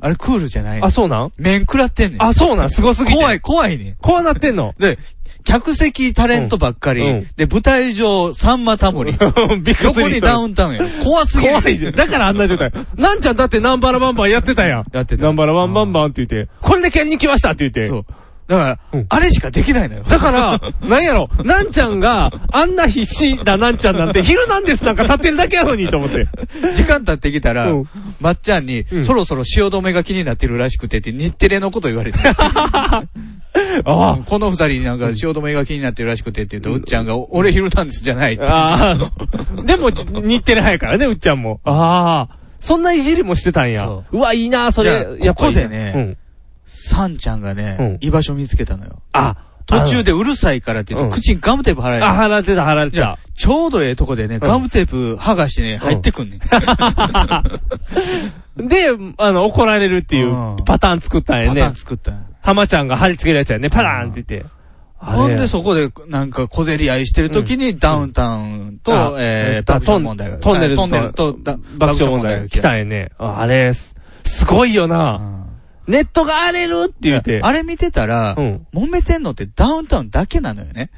S2: あれクールじゃない。
S3: あ、そうなん
S2: 面食らってんねん。
S3: あ、そうなんすごすぎて。
S2: 怖い、。怖いね。。
S3: こうなってんの
S2: で、客席タレントばっかり、
S3: うんうん
S2: で、舞台上、さんまタ モリ。
S3: びっくりする。
S2: 横にダウンタウンや。怖すぎる。
S3: 怖いじゃん。だからあんな状態。なんちゃんだってナンバラバンバンやってたやん。
S2: やってた
S3: ナンバラバンバンバンって言って、これで蹴りに来ましたって言って。
S2: そう。だから、
S3: うん
S2: あれしかできないのよ。
S3: だから、なんやろ、なんちゃんがあんな必死ななんちゃんな んて、昼なんですなんか立ってるだけやのにと思って。
S2: 時間経ってきたら、
S3: うん
S2: まっちゃんに、
S3: ん
S2: そろそろ汐留が気になってるらしくてって、日テレのこと言 われて。
S3: あ
S2: この二人になんか汐留が気になってるらしくてって言うと、うっちゃんが、俺ヒルタンスじゃないって。
S3: ああ、でも、日テレ派やからね、うっちゃんも。ああ、そんないじりもしてたんや
S2: そ。
S3: うわ、いいな、それ
S2: じゃあ。
S3: やっぱり
S2: ここでね
S3: うん
S2: サンちゃんがね、居場所見つけたのよ。
S3: あ、
S2: 途中でうるさいからって言って、
S3: うん
S2: 口にガムテープ払え
S3: あ、払ってた、払ってた。
S2: ちょうどええとこでね、ガムテープ剥がしてね、入ってくんねん。
S3: で、あの、怒られるっていうパターン作ったんやね。
S2: パターン作ったんや
S3: 浜ちゃんが貼り付けるやつやね。パラーンって言って。あれ
S2: ほんでそこでなんか小競り合いしてる時にダウンタウンと、
S3: あ
S2: え
S3: あ
S2: ー、爆笑問題が。
S3: トンネル
S2: トンネルとだ
S3: 爆笑問題が来たんやね。ああれ、すすごいよな。ネットが荒れるって言って。
S2: あれ見てたら、揉めてんのってダウンタウンだけなの よね。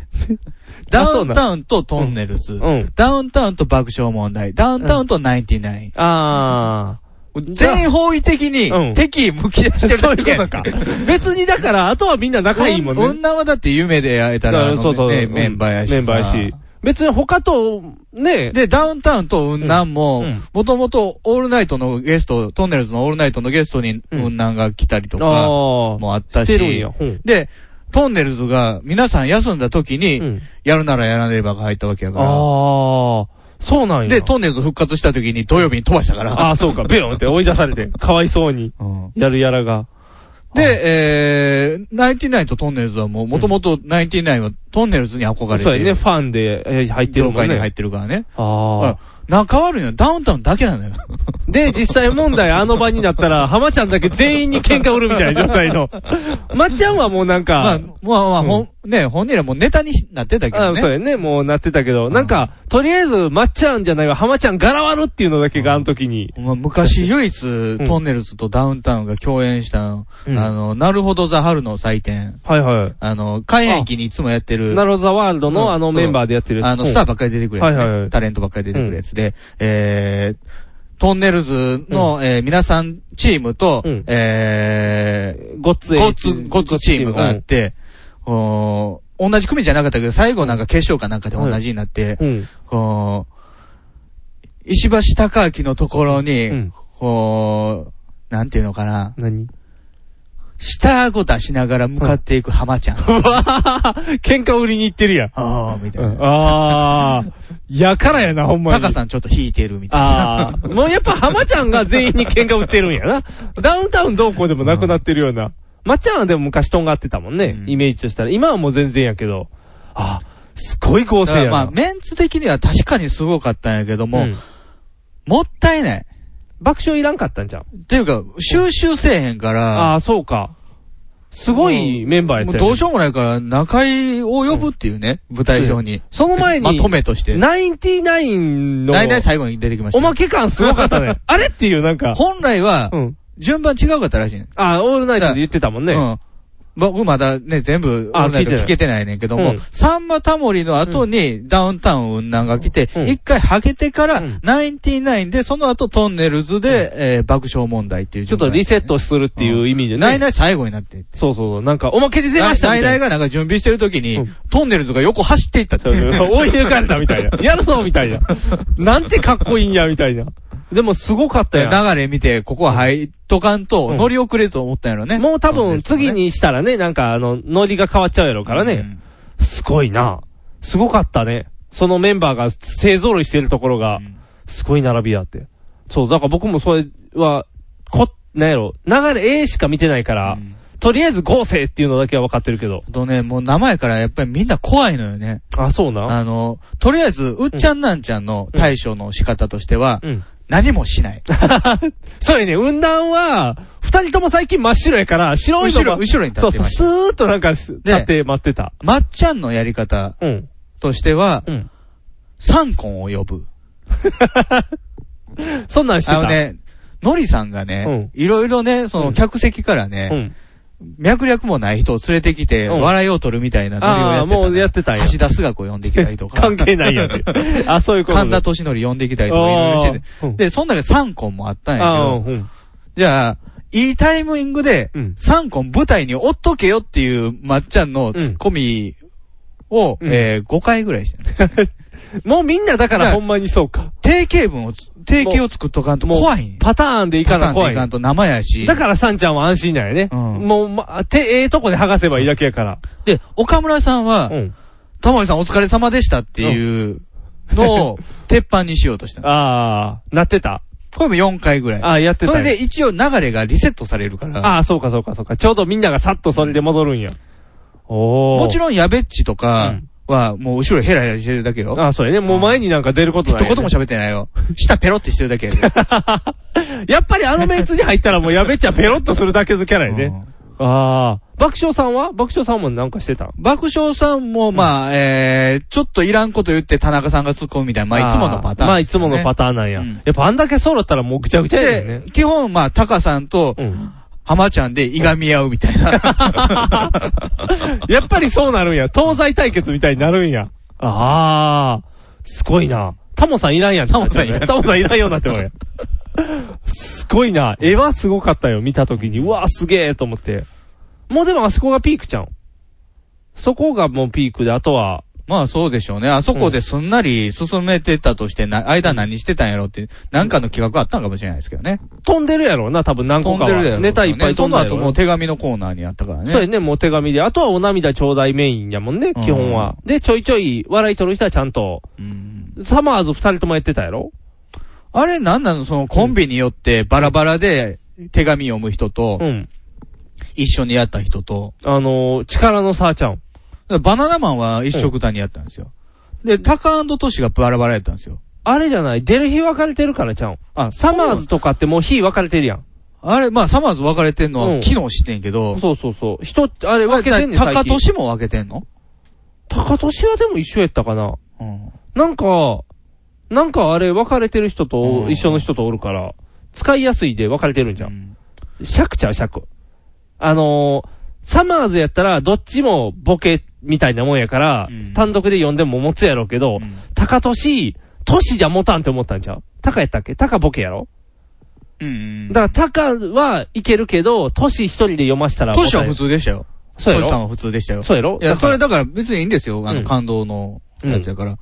S2: ダウンタウンとトンネルズ、ダウンタウンと爆笑問題、ダウンタウンとナインティナイン。
S3: あ
S2: あ。全方位的に敵意向き出してるだけやねん。 そういうことか。
S3: 別にだから、あとはみんな仲いいもんね。
S2: 女はだって夢で会えたら、あの
S3: そうそう
S2: ね
S3: うん
S2: メンバーやしさ。
S3: メンバーやし別に他と、ね
S2: で、ダウンタウンと雲南も、もともとオールナイトのゲスト、トンネルズのオールナイトのゲストに雲南が来たりとか、もあったし
S3: してるんやうん
S2: で、トンネルズが皆さん休んだ時に、やるならやらねばが入ったわけやから。
S3: ああ、そうなんや。
S2: で、トンネルズ復活した時に土曜日に飛ばしたから。
S3: ああ、そうか。ビヨンって追い出されて、かわいそうに、やるやらが。
S2: で、えー、ナインティナインとトンネルズはもう、もともとナインティナインはトンネルズに憧れて。
S3: そうやね、ファンでえー入ってるもんね。
S2: 業界に入ってるからね。
S3: あ
S2: あ。仲悪いのはダウンタウンだけなのよ。
S3: で、実際問題、あの場になったら、浜ちゃんだけ全員に喧嘩売るみたいな状態 の。まっちゃんはもうなん
S2: まあ
S3: か、、
S2: まあまあ、ほん、ね、本人らもうネタになってたけど
S3: あ
S2: ね。
S3: そうやね、もうなってたけど、なんか、とりあえず、まっちゃんじゃないわ、浜ちゃん柄割るっていうのだけが、あの時に。
S2: まあ、昔唯一、トンネルズとダウンタウンが共演したの、あの、なるほどザ春の祭典。
S3: はいはい。
S2: あの、開園期にいつもやってる。
S3: なるほどザワールドのあのメンバーでやってるやつ
S2: あの、スターばっかり出てくるやつ、ね
S3: はいはいはい
S2: タレントばっかり出てくるやつで、えー、トンネルズの、えー皆さんチームと、えー、
S3: ゴッツ、
S2: ゴッツ、ゴッツチームがあって、おー同じ組じゃなかったけど、最後なんか決勝かなんかで同じになって、こう、石橋貴明のところに、こう、なんていうのかな。
S3: 何
S2: 下顎出しながら向かっていく浜ちゃん。
S3: 喧嘩売りに行ってるやん。
S2: ああ、みたいな。
S3: ああ、やからやな、ほんまに。
S2: タカさんちょっと引いてるみたい
S3: あ
S2: な。
S3: あ、もうやっぱ浜ちゃんが全員に喧嘩売ってるんやな。ダウンタウンどうこうでもなくなってるような。まっちゃんはでも昔とんがってたもんね、イメージとしたら。今はもう全然やけど。ああ、すごい構
S2: だ
S3: 成
S2: か
S3: や
S2: ら
S3: な。
S2: まあ、メンツ的には確かにすごかったんやけども、
S3: うん
S2: もったいない。
S3: 爆笑いらんかったんじゃん。っ
S2: っていうか、収集せえへんから、
S3: ああ、そうか。すごいメンバーやっ
S2: も
S3: た
S2: う
S3: よね
S2: どうしようもないから、中井を呼ぶっていうね、舞台表に。
S3: その前に
S2: まとめとして。
S3: ナインティナインの。
S2: ナイナイ最後に出てきました
S3: おまけ感すごかっ たね。あれっていうなんか。
S2: 本来は、順番違うかったらしいね。
S3: ああ、オールナイトで言ってたもんね。
S2: うん。僕まだね、全部、オ
S3: あ
S2: ールナイト
S3: 聞いてない
S2: 聞けてないねんけども、
S3: うん
S2: サンマタモリの後にダウンタウン雲南が来て、一、回はけてから、ナインティナインで、その後トンネルズで、えー爆笑問題っていう
S3: ちょ
S2: 順
S3: っと
S2: 番
S3: リセットするっていう意味でね。
S2: ナイナイ最後になってって。
S3: そうそうそう。なんか、おまけで出ました
S2: ナ
S3: みたい
S2: イ
S3: な
S2: ナイがなんか準備してる時に、トンネルズが横走っていったっていう ね。
S3: 追い抜かれたみ たいな。やるぞみたいな。なんてかっこいいんや、みたいな。でもすごかったやん。
S2: 流れ見て、ここは入っとかんと、乗り遅れると思ったんやろね。
S3: もう多分次にしたらね、なんかあの、ノリが変わっちゃうやろうからね。すごいな。すごかったね。そのメンバーが勢揃いしてるところが、すごい並びやって。そう、だから僕もそれは、こ、なんやろ、流れ A しか見てないから、とりあえず合成っていうのだけは分かってるけど。
S2: あとね、もう名前からやっぱりみんな怖いのよね。
S3: あ、そうな。
S2: あの、とりあえず、うっちゃんなんちゃんの対処の仕方としては、
S3: ん
S2: 何もし ない。
S3: そうやね、雲南は、二人とも最近真っ白やから、白い
S2: 後
S3: のが
S2: ろ、後ろに立
S3: そ
S2: っ
S3: う
S2: て
S3: そう、
S2: ました
S3: スーッとなんか、立
S2: で
S3: って待ってた。
S2: まっちゃんのやり方
S3: うん。
S2: としては、三婚を呼ぶ。
S3: そんなんしてた
S2: あのね、のりさんがね、いろいろね、その客席からね、脈略もない人を連れてきて、
S3: うん
S2: 笑いを取るみたいなノリを
S3: あ
S2: やっ
S3: あ、
S2: てた。
S3: もうやってたんや。
S2: 橋田須賀子呼んできたりと か。
S3: 関係ないやんって。あ、そういうこと
S2: 神田敏則呼んできたりとかいろいろしてて。で、そんだけ3コンもあったんやけ
S3: ああ、う
S2: ど、
S3: ん。
S2: じゃあ、いいタイミングで、3コン舞台におっとけよっていうまっちゃんのツッコミを、え5回ぐらいしてる
S3: もうみんなだからほんまにそうか。
S2: 定型文をつ、定型を作っとかんと怖いねん
S3: パターンでいかな怖
S2: パターンで
S3: い
S2: いか。んと生やし。
S3: だから、さんちゃんは安心なんやね。もう、ま、手、ええとこで剥がせばいいだけやから。
S2: で、岡村さんは、タモリさんお疲れ様でしたっていうのを、鉄板にしようとした。
S3: ああ、なってた。
S2: これも4回ぐらい。
S3: あやってた
S2: それで一応流れがリセットされるから。
S3: ああ、そうかそうかそうか。ちょうどみんながさっとそれで戻るんや。おお。
S2: もちろん、やべっちとかは、もう後ろヘラヘラしてるだけよ。
S3: ああ、そうやね。もう前になんか出ること
S2: 一
S3: ない、
S2: 言も喋ってないよ。舌ペロってしてるだ けやで。
S3: やっぱりあのメンツに入ったらもうやべっちゃペロッとするだけのキャラやね。ああ。爆笑さんは爆笑さんもなんかしてた
S2: 爆笑さんも、まあ、えー、ちょっといらんこと言って田中さんが突っ込むみたいな、まあ、いつものパターン、
S3: まあいつもの
S2: タ
S3: パターンなんや。
S2: うん
S3: やっぱあんだけ揃ったらもうぐちゃぐちゃやねんね。
S2: で、基本、まあ、タカさんと、浜ちゃんでいがみ合うみたい な。
S3: やっぱりそうなるんや。東西対決みたいになるんや。ああ。すごいな。タモさんいらんやん。タモ
S2: さんいらん
S3: タモさんいらんようになってもや。すごいな。絵はすごかったよ。見たときに。うわーすげえと思って。もうでもあそこがピークちゃうん。そこがもうピークで、あとは、
S2: まあそうでしょうね。あそこですんなり進めてたとしてな、間何してたんやろって、なんかの企画あったのかもしれないですけどね。
S3: 飛んでるやろうな、多分何個
S2: 飛
S3: か
S2: ん
S3: は。
S2: でるだろうね
S3: ネタいっぱい飛んでる
S2: その後もう手紙のコーナーにあったからね。
S3: そうやね、もう手紙で。あとはお涙ちょうだいメインやもんね、基本は。で、ちょいちょい笑い取る人はちゃんと。サマーズ二人ともやってたやろ
S2: あれなんなのそのコンビによってバラバラで手紙読む人と、
S3: うん。
S2: 一緒にやった人と、
S3: あのー、力の差ちゃうん。
S2: バナナマンは一緒くたにやったんですよ。で、タカトシがバラバラやったんですよ。
S3: あれじゃない、出る日分かれてるからちゃうん。
S2: あ、
S3: サマーズとかってもう日分かれてるやん。
S2: あれ、まあ、サマーズ分かれてんの
S3: う
S2: は
S3: ん
S2: 昨日知ってんけど、
S3: そうそうそう。人って、あれ分けてんねん、
S2: タ
S3: 最
S2: カト
S3: 近。
S2: シも分けてんの
S3: 高年はでも一緒やったかな。
S2: うん。
S3: なんか、なんかあれ分かれてる人と一緒の人とおるから、使いやすいで分かれてるんじゃん。尺ちゃう、尺。あのー、サマーズやったら、どっちもボケみたいなもんやから、単独で読んでも持つやろうけど、タカトシ、トシじゃ持たんって思ったんちゃうタカやったっけタカボケやろ
S2: うん。
S3: だからタカはいけるけど、トシ一人で読ましたら。
S2: トシは普。通でしたよ。
S3: そうやろ
S2: トシさんは普通でしたよ。
S3: そうやろ
S2: いや、
S3: だか
S2: そ
S3: ら
S2: れだから別にいいんですよ。あ
S3: う
S2: の、
S3: ん
S2: 感動のやつやから。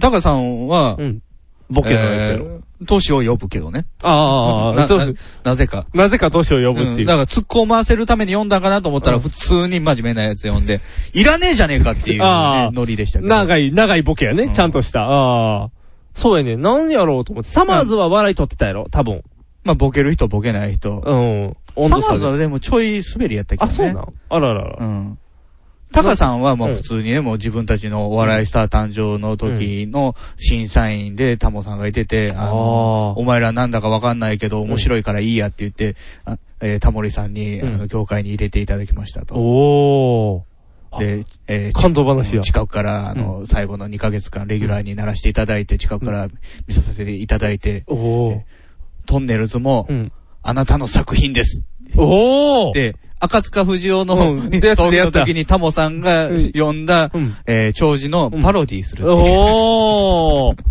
S2: タカさんは、
S3: うん。ボケのやつやろ。
S2: えートシを呼ぶけどね。
S3: ああああ、
S2: な
S3: そう
S2: ななぜか。
S3: なぜかトシを呼ぶって
S2: う
S3: い
S2: ん
S3: う。
S2: だから、突っ込ませるために読んだんかなと思ったら、普通に真面目なやつ読んで、いらねえじゃねえかっていうね、
S3: あー
S2: ノリでしたけど。
S3: 長い、長いボケやね。ちゃんとした。ああ。そうやね。なんやろうと思って。サマーズは笑い取ってたやろ多分。
S2: まあ、ボケる人、ボケない人。
S3: うん。
S2: サ
S3: 温度
S2: マ
S3: 差
S2: ーズ
S3: で。
S2: はでもちょい滑りやったけど
S3: あ、
S2: ね。
S3: そうなんあらららら。
S2: うん。タカさんはまあ普通にね、もう自分たちのお笑いスター誕生の時の審査員でタモさんがいてて、あの、お前らなんだかわかんないけど面白いからいいやって言って、あえータモリさんに、あの、業界に入れていただきましたと。
S3: おー。
S2: で、えー
S3: 感動話や。
S2: 近くから、あの、最後の2ヶ月間レギュラーにならしていただいて、近くから見させていただいて、
S3: おー。
S2: トンネルズも
S3: うん、
S2: あなたの作品です。
S3: おー。
S2: で、赤塚不二夫
S3: う
S2: の
S3: ん
S2: ね
S3: で
S2: 葬儀
S3: やっ
S2: の
S3: た
S2: 時にタモさんが
S3: うん
S2: 呼んだ
S3: うん、
S2: えー、長寿のパロディーするっていう。
S3: おー。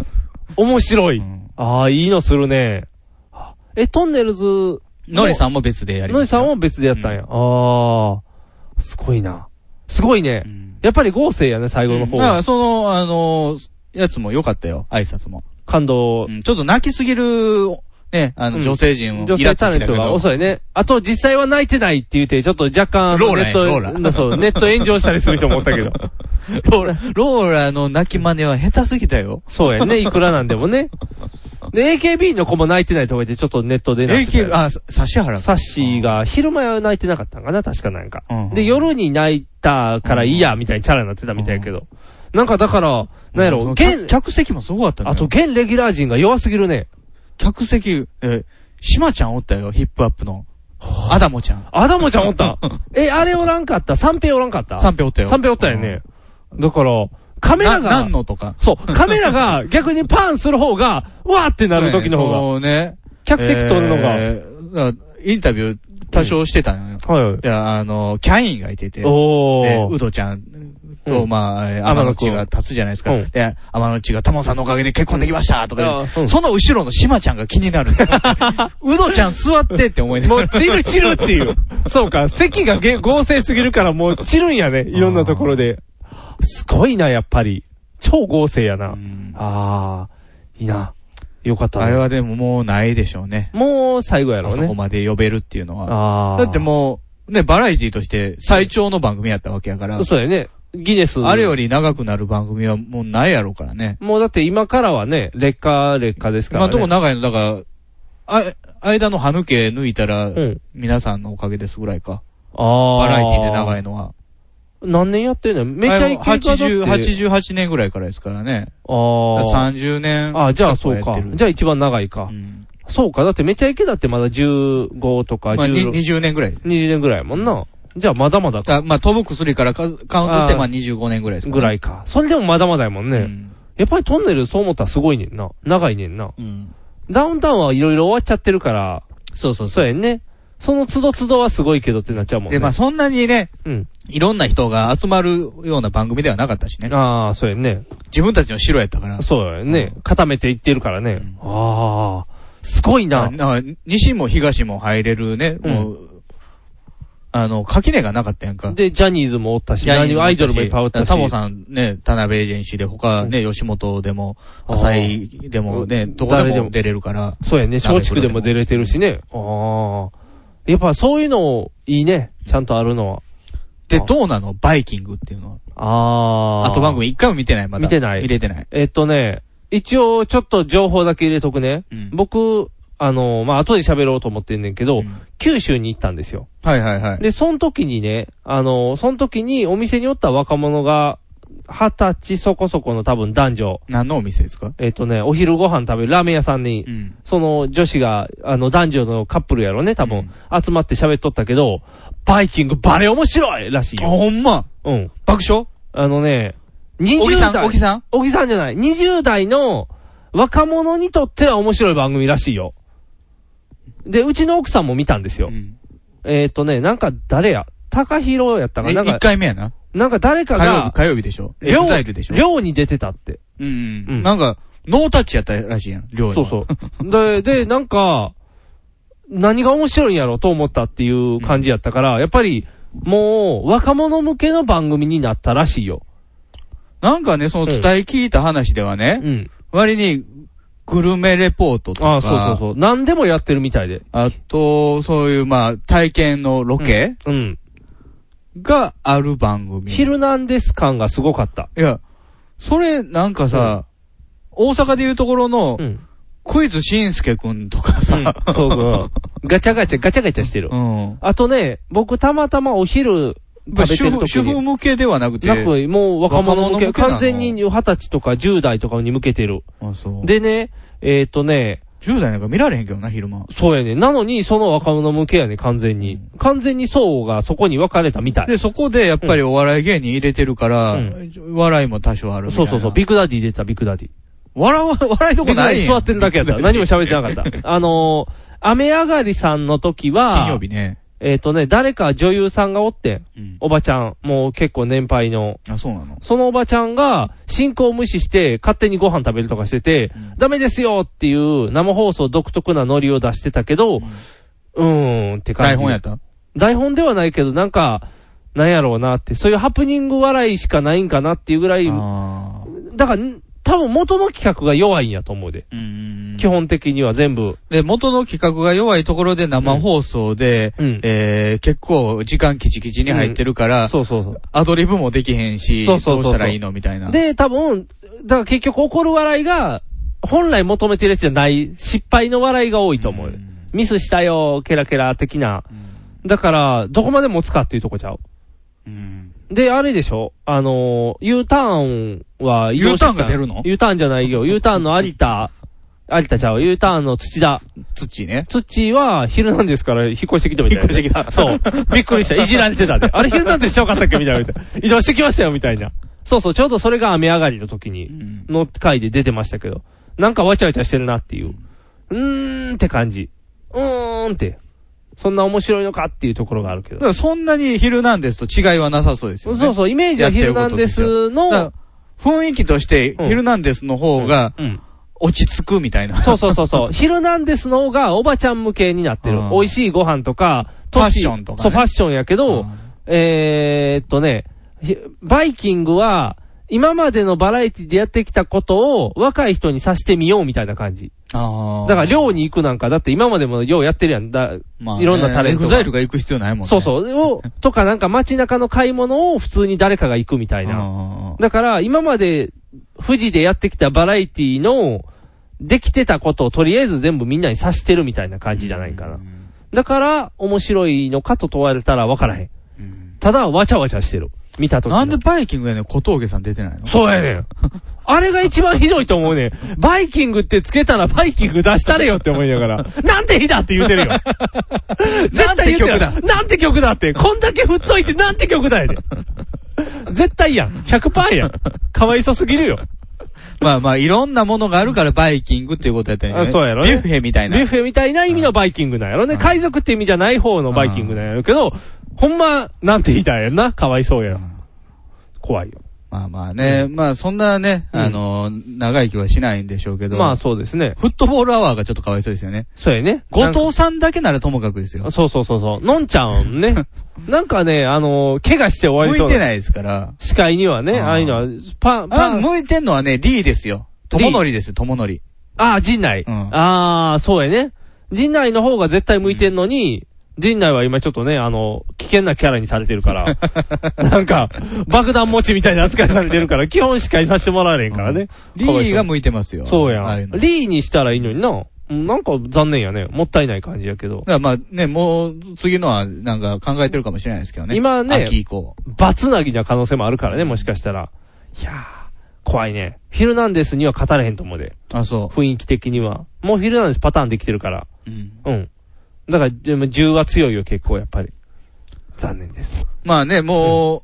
S3: 面白い。ああ、いいのするね。え、トンネルズの。
S2: ノリさんも別でやり
S3: ノ
S2: ま
S3: イ
S2: した
S3: さ
S2: よ。
S3: んも別でやったんや。ああ、すごいな。すごいね。
S2: ん
S3: やっぱり合成やね、最後の方。
S2: だから、その、あのー、やつも良かったよ、挨拶も。
S3: 感動
S2: う。んちょっと泣きすぎる、ね、あ
S3: う
S2: の、
S3: ん
S2: 女性陣を
S3: 女
S2: イラ
S3: 性
S2: ッと
S3: タレ
S2: し
S3: ン
S2: たけ
S3: トが
S2: ど。
S3: 遅いね。あと、実際は泣いてないって言って、ちょっと若干、
S2: ローラ
S3: ネット、
S2: やローラ
S3: そう、ネット炎上したりする人もおったけど。
S2: ローラ、ローラの泣き真似は下手すぎたよ。
S3: そうやね、いくらなんでもね。で、AKB の子も泣いてないとか言って、ちょっとネットで泣いてた
S2: AKB、
S3: よ
S2: あ、指原
S3: サ
S2: さ
S3: ッシーが、昼前は泣いてなかったんかな、確かなんか。
S2: うん
S3: で、夜に泣いたからいいや、みたいにチャラになってたみたいやけど。なんかだから、なんやろ、現
S2: 客、客席もすごかったんだ
S3: あ
S2: よ
S3: と、現レギュラー陣が弱すぎるね。
S2: 客席、えー、しまちゃんおったよ、ヒップアップの。アダモちゃん。
S3: アダモちゃんおったえ、あれおらんかった三平おらんかった
S2: 三平おったよ
S3: 三平おったよね。だから、カメラ
S2: なな
S3: が
S2: ん、のとか。
S3: そう、カメラが逆にパンする方が、わーってなる時の方が、
S2: そうね。
S3: 客席取るのが。
S2: えーだからインタビュー多少してたのよ。
S3: はいはい
S2: いや、あの、キャインがいてて、
S3: お
S2: で
S3: ー。
S2: ウドちゃんと、
S3: うん
S2: まあえー、
S3: 天
S2: 天
S3: 野
S2: 野
S3: 君
S2: 地が立つじゃないですか。
S3: うん
S2: で、天野地が、タモさんのおかげで結婚できましたとか
S3: う
S2: 言
S3: ん
S2: う、その後ろの島ちゃんが気にな る。ウドちゃん座ってって思いな
S3: も
S2: が
S3: う
S2: ら。
S3: チ ルチルっていう。そうか、席がげ合成すぎるからもう散るんやね。いろんなところで。すごいな、やっぱり。超合成やな。あー、いいな。よかったね。
S2: あれはでももうないでしょうね。
S3: もう最後や
S2: あ
S3: ろう
S2: そこ
S3: ね。
S2: まで呼べるっていうのは。
S3: あー。
S2: だってもう、ね、バラエティとして最長の番組やったわけやから、
S3: そうだよね。ギネス。
S2: あれより長くなる番組はもうないやろうからね。
S3: もうだって今からはね、劣化劣化ですか
S2: 今
S3: ら
S2: の
S3: ね。
S2: とこ長いの、だから、あ、間の歯抜け抜いたら、皆さんのおかげですぐらいか。
S3: あ
S2: バラエティで長いのは。
S3: 何年やってんのめちゃイケ
S2: 八十
S3: だって
S2: 88年ぐらいからですからね。
S3: ああ。
S2: 30年。
S3: あじゃあそうか。じゃあ一番長いか。そうか。だってめちゃイケだってまだ15とか
S2: まあ、に
S3: 16。
S2: 20年ぐらい。
S3: 20年ぐらいやもんな。じゃあまだまだか。
S2: あまあ、飛ぶ薬からかカウントして、まあ25年ぐらいですか、
S3: ぐらいか。それでもまだまだやもんね。やっぱりトンネルそう思ったらすごいねんな。長いねんな。ダウンタウンはいろいろ終わっちゃってるから。
S2: そうそう
S3: そう。やんね。その都度都度はすごいけどってなっちゃうもんね。
S2: で、まあそんなにね、
S3: うん
S2: いろんな人が集まるような番組ではなかったしね。
S3: ああ、そうやね。
S2: 自分たちの城やったから。
S3: そうやね。固めていってるからね。ああ、すごいな。
S2: な西も東も入れるね、もう、あの、垣根がなかったやんか。
S3: で、ジャニーズもおったし、
S2: ジャニーズも
S3: アイドルもいっぱいおったし。
S2: タモさんね、田辺エージェンシーで、他ね、吉本でも、
S3: あー
S2: 浅井でもね、どこ
S3: 誰
S2: で
S3: で
S2: も
S3: も
S2: 出れるから。
S3: そうやね、松竹でも出れてるしね。ああ。やっぱそういうのいいね、ちゃんとあるのは。
S2: で、どうなのバイキングっていうのは。
S3: あ
S2: あ
S3: あ。
S2: と番組一回も見てない、まだ。
S3: 見てない
S2: 見れてない。
S3: えっとね、一応ちょっと情報だけ入れとくね。僕、あの、まあ、後で喋ろうと思ってんねんけど、九州に行ったんですよ。
S2: はいはいはい。
S3: で、その時にね、あの、その時にお店におった若者が、二十歳そこそこの多分男女。
S2: 何のお店ですか
S3: えっ、とね、お昼ご飯食べるラーメン屋さんに、その女子が、あの男女のカップルやろね、多分、集まって喋っとったけど、バイキングバレ面白いらしいよ。
S2: ほんま
S3: うん。
S2: 爆笑
S3: あのね、
S2: 小木
S3: 20
S2: さん
S3: 代。
S2: 小木さん
S3: 小木さんじゃない。20代の若者にとっては面白い番組らしいよ。で、うちの奥さんも見たんですよ。えっ、とね、なんか誰や高弘やったか
S2: え
S3: ななんか
S2: 一回目やな。
S3: なんか誰か
S2: 火曜日、
S3: が、
S2: 火曜日でしょ。エ
S3: 寮
S2: グザイルでしょ。
S3: 寮に出てたって。
S2: うんうん。なんか、ノータッチやったらしいやん、寮に
S3: そう
S2: は。
S3: そう。 で、で、なんか、何が面白いんやろと思ったっていう感じやったから、やっぱり、もう、若者向けの番組になったらしいよ。
S2: なんかね、その伝え聞いた話ではね、割に、グルメレポートとか、
S3: ああ、そうそうそう。何でもやってるみたいで。
S2: あと、そういう、まあ、体験のロケ、
S3: うん。
S2: がある番組。
S3: ヒルナンデス感がすごかった。
S2: いや、それ、なんかさ、大阪でいうところの、クイズしんすけくんとかさ、
S3: そうそう。ガチャガチャ、ガチャガチャしてる。
S2: うん。
S3: あとね、僕たまたまお昼
S2: まあ
S3: 食べて
S2: 主
S3: る時
S2: 婦、
S3: に
S2: 主婦向けではなくて。
S3: なく、もう若者向け、
S2: 若者
S3: 完全に二十歳とか10代とかに向けてる。
S2: あ、そう。
S3: でね、えっ、とね、
S2: 10代なんか見られへんけどな、昼間。
S3: そうやね。なのに、その若者向けやね、完全に。完全に層がそこに分かれたみたい。
S2: で、そこでやっぱりお笑い芸人入れてるから、笑いも多少あるみたい
S3: そ
S2: な。
S3: うそうそう、ビッグダディ出た、ビッグダディ。
S2: 笑わ、笑いとこない
S3: ビ
S2: やん
S3: ッグダディ座ってるだけやった。何も喋ってなか った。あのー、雨上がりさんの時は、
S2: 金曜日ね。
S3: えっ、とね、誰か女優さんがおって、おばちゃん、もう結構年配の。
S2: あ、そうなの
S3: そのおばちゃんが、進行無視して、勝手にご飯食べるとかしてて、ダメですよっていう生放送独特なノリを出してたけど、うーんって感じ。
S2: 台本やった
S3: 台本ではないけど、なんか、なんやろうなって、そういうハプニング笑いしかないんかなっていうぐらい、だから、ん多分元の企画が弱いんやと思うで。基本的には全部。
S2: で、元の企画が弱いところで生放送で、えー結構時間キチキチに入ってるから、
S3: そうそうそう。
S2: アドリブもできへんし、
S3: そうそうそうそう
S2: どうしたらいいのみたいな。
S3: で、多分、だから結局怒る笑いが、本来求めてるやつじゃない、失敗の笑いが多いと思う。ミスしたよ、ケラケラ的な。だから、どこまで持つかっていうとこちゃう。で、あれでしょあのー、U ターンは移動して
S2: U タ
S3: きた、
S2: ーンが出るの
S3: ?U ターンじゃな いよ。U ターンの有田、有田ちゃう。U ターンの土田。
S2: 土ね。
S3: 土は、昼なんですから、引っ越してきたみたいな。引っ越してきた。そう。びっくりした。いじられてたで。あれ昼なんでしよかったっけみたいな。移動してきましたよ、みたいな。そうそう、ちょうどそれが雨上がりの時に、の回で出てましたけど、なんかわちゃわちゃしてるなっていう。うーんって感じ。うーんって。そんな面白いのかっていうところがあるけ
S2: だ
S3: ど
S2: か。らそんなにヒルナンデスと違いはなさそうですよね。
S3: そうそうイメージはヒルナンデスの
S2: やってることとしてはだから雰囲気として、ヒルナンデスの方が、落ち着くみたいな。
S3: そうそうそう そう。ヒルナンデスの方がおばちゃん向けになってる。美味しいご飯とか、
S2: ファッ
S3: 年
S2: ションとかね
S3: そう、ファッションやけど、えーっとね、ひバイキングは、今までのバラエティでやってきたことを若い人にさしてみようみたいな感じ。
S2: あ
S3: だから寮に行くなんか、だって今までもようやってるやん。だ
S2: まあ
S3: いろんなタレン
S2: エグ
S3: トが
S2: ザイルが行く必要ないもんね。
S3: そうそう。をとかなんか街中の買い物を普通に誰かが行くみたいな。だから今まで富士でやってきたバラエティのできてたことをとりあえず全部みんなに指してるみたいな感じじゃないかな。だから、面白いのかと問われたら分からへん。ただ、わちゃわちゃしてる。見たとき。
S2: なんでバイキングやねん、小峠さん出て ないの
S3: そうやねん。あれが一番ひどいと思うねん。バイキングってつけたらバイキング出したれよって思いながら。なんて日だって言うて るよ。絶対言うて
S2: なんて
S3: る。
S2: 曲だ
S3: なんて曲だって。こんだけ振っといてなんて曲だやで。絶対やん。100%やん。かわいそすぎるよ。
S2: まあまあ、いろんなものがあるからバイキングっていうことやったんや
S3: あ
S2: ね。
S3: そうやろね
S2: ビュッフェみたいな
S3: ビュッ。フェみたいな意味のバイキングなんやろね。海賊って意味じゃない方のバイキングなんやろうけど、ほんま、なんて言いたいやんな。かわいそうやん。怖いよ。
S2: まあまあね、まあそんなね、あの、長生きはしないんでしょうけど。
S3: まあそうですね。
S2: フットボールアワーがちょっとかわいそうですよね。
S3: そうやね。
S2: 後藤さんだけならともかくですよ。
S3: そうそうそうそう。のんちゃ んね。なんかね、あのー怪我して終わ
S2: 向
S3: りそう
S2: いて
S3: な。
S2: ないですから。
S3: 視界にはね、
S2: あー
S3: ああいうのは、パン、パ
S2: あ、
S3: ン、
S2: 向いてんのはね、リーですよ。とものりですよ、とものり。
S3: ああ、陣内。
S2: うん
S3: ああ、そうやね。陣内の方が絶対向いてんのに、陣内は今ちょっとね、あの、危険なキャラにされて るから、なんか、爆弾持ちみたいな扱いされてるから、基本視界させてもらえれんからね。
S2: リーが向いてますよ。
S3: そうや。
S2: ああいうんの
S3: リーにしたらいいのにな。うんなんか残念やね。もったいない感じやけど
S2: だ。からまあね、もう、次のはなんか考えてるかもしれないですけどね。
S3: 今ね
S2: 秋以降。
S3: バツなぎな可能性もあるからね、もしかしたら。いやー、怖いね。フィルナンデスには勝たれへんと思うで。
S2: あ、そ
S3: 雰囲気的には。もうフィルナンデスパターンできてるから。
S2: う。うん
S3: うん。だから、でも10は強いよ、結構、やっぱり。残念です。
S2: まあね、もう、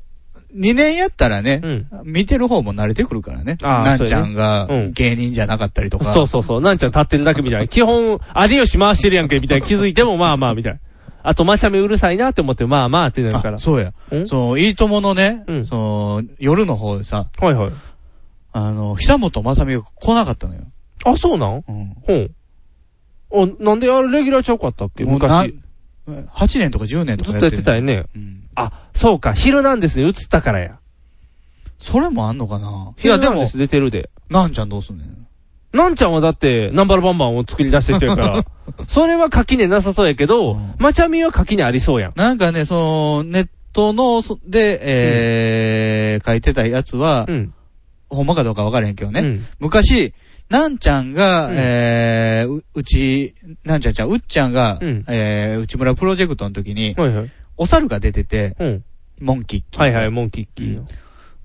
S2: 2年やったらね
S3: うん、
S2: 見てる方も慣れてくるからね。
S3: あー
S2: なんちゃんが
S3: そうやねうん
S2: 芸人じゃなかったりとか。
S3: そうそうそう。なんちゃん立ってるだけみたいな。基本、有吉回してるやんけ、みたいな。気づいても、まあまあ、みたいな。あと、まちゃめうるさいなって思って、まあまあってなるから。
S2: あそうや。
S3: うん
S2: その、いいとものね
S3: うん、
S2: その、夜の方でさ、
S3: はいはい。
S2: あの、久本雅美が来なかったのよ。
S3: あ、そうなん
S2: うん。
S3: ほん。お、なんであれ、レギュラーちゃうかったっけ
S2: もうな
S3: 昔。
S2: 8年とか10年と
S3: ず
S2: か
S3: っとやってたよ
S2: ね。
S3: ね。
S2: うん。
S3: あ、そうか、ヒルナンデスに移ったからや。
S2: それもあんのかないい
S3: や、
S2: や、
S3: で
S2: で
S3: も
S2: も、、
S3: 出てるで。
S2: なんちゃんどうすんねん。
S3: なんちゃんはだって、ナンバルバンバンを作り出してきてるから、 それは垣根なさそうやけど
S2: うん、
S3: まちゃみは垣根ありそうやん。
S2: なんかね、その、ネットの、そで、えー書いてたやつは、
S3: うん。
S2: ほんまかどうかわからへんけどね。
S3: うん
S2: 昔、なんちゃんが、
S3: うん
S2: えーう、うち、なんちゃんちゃん、うっちゃんが、
S3: うん
S2: えー、内村プロジェクトの時に、
S3: はいはい。
S2: お猿が出てて、
S3: うん。
S2: モンキッキー。
S3: はいはい、モンキッキーの。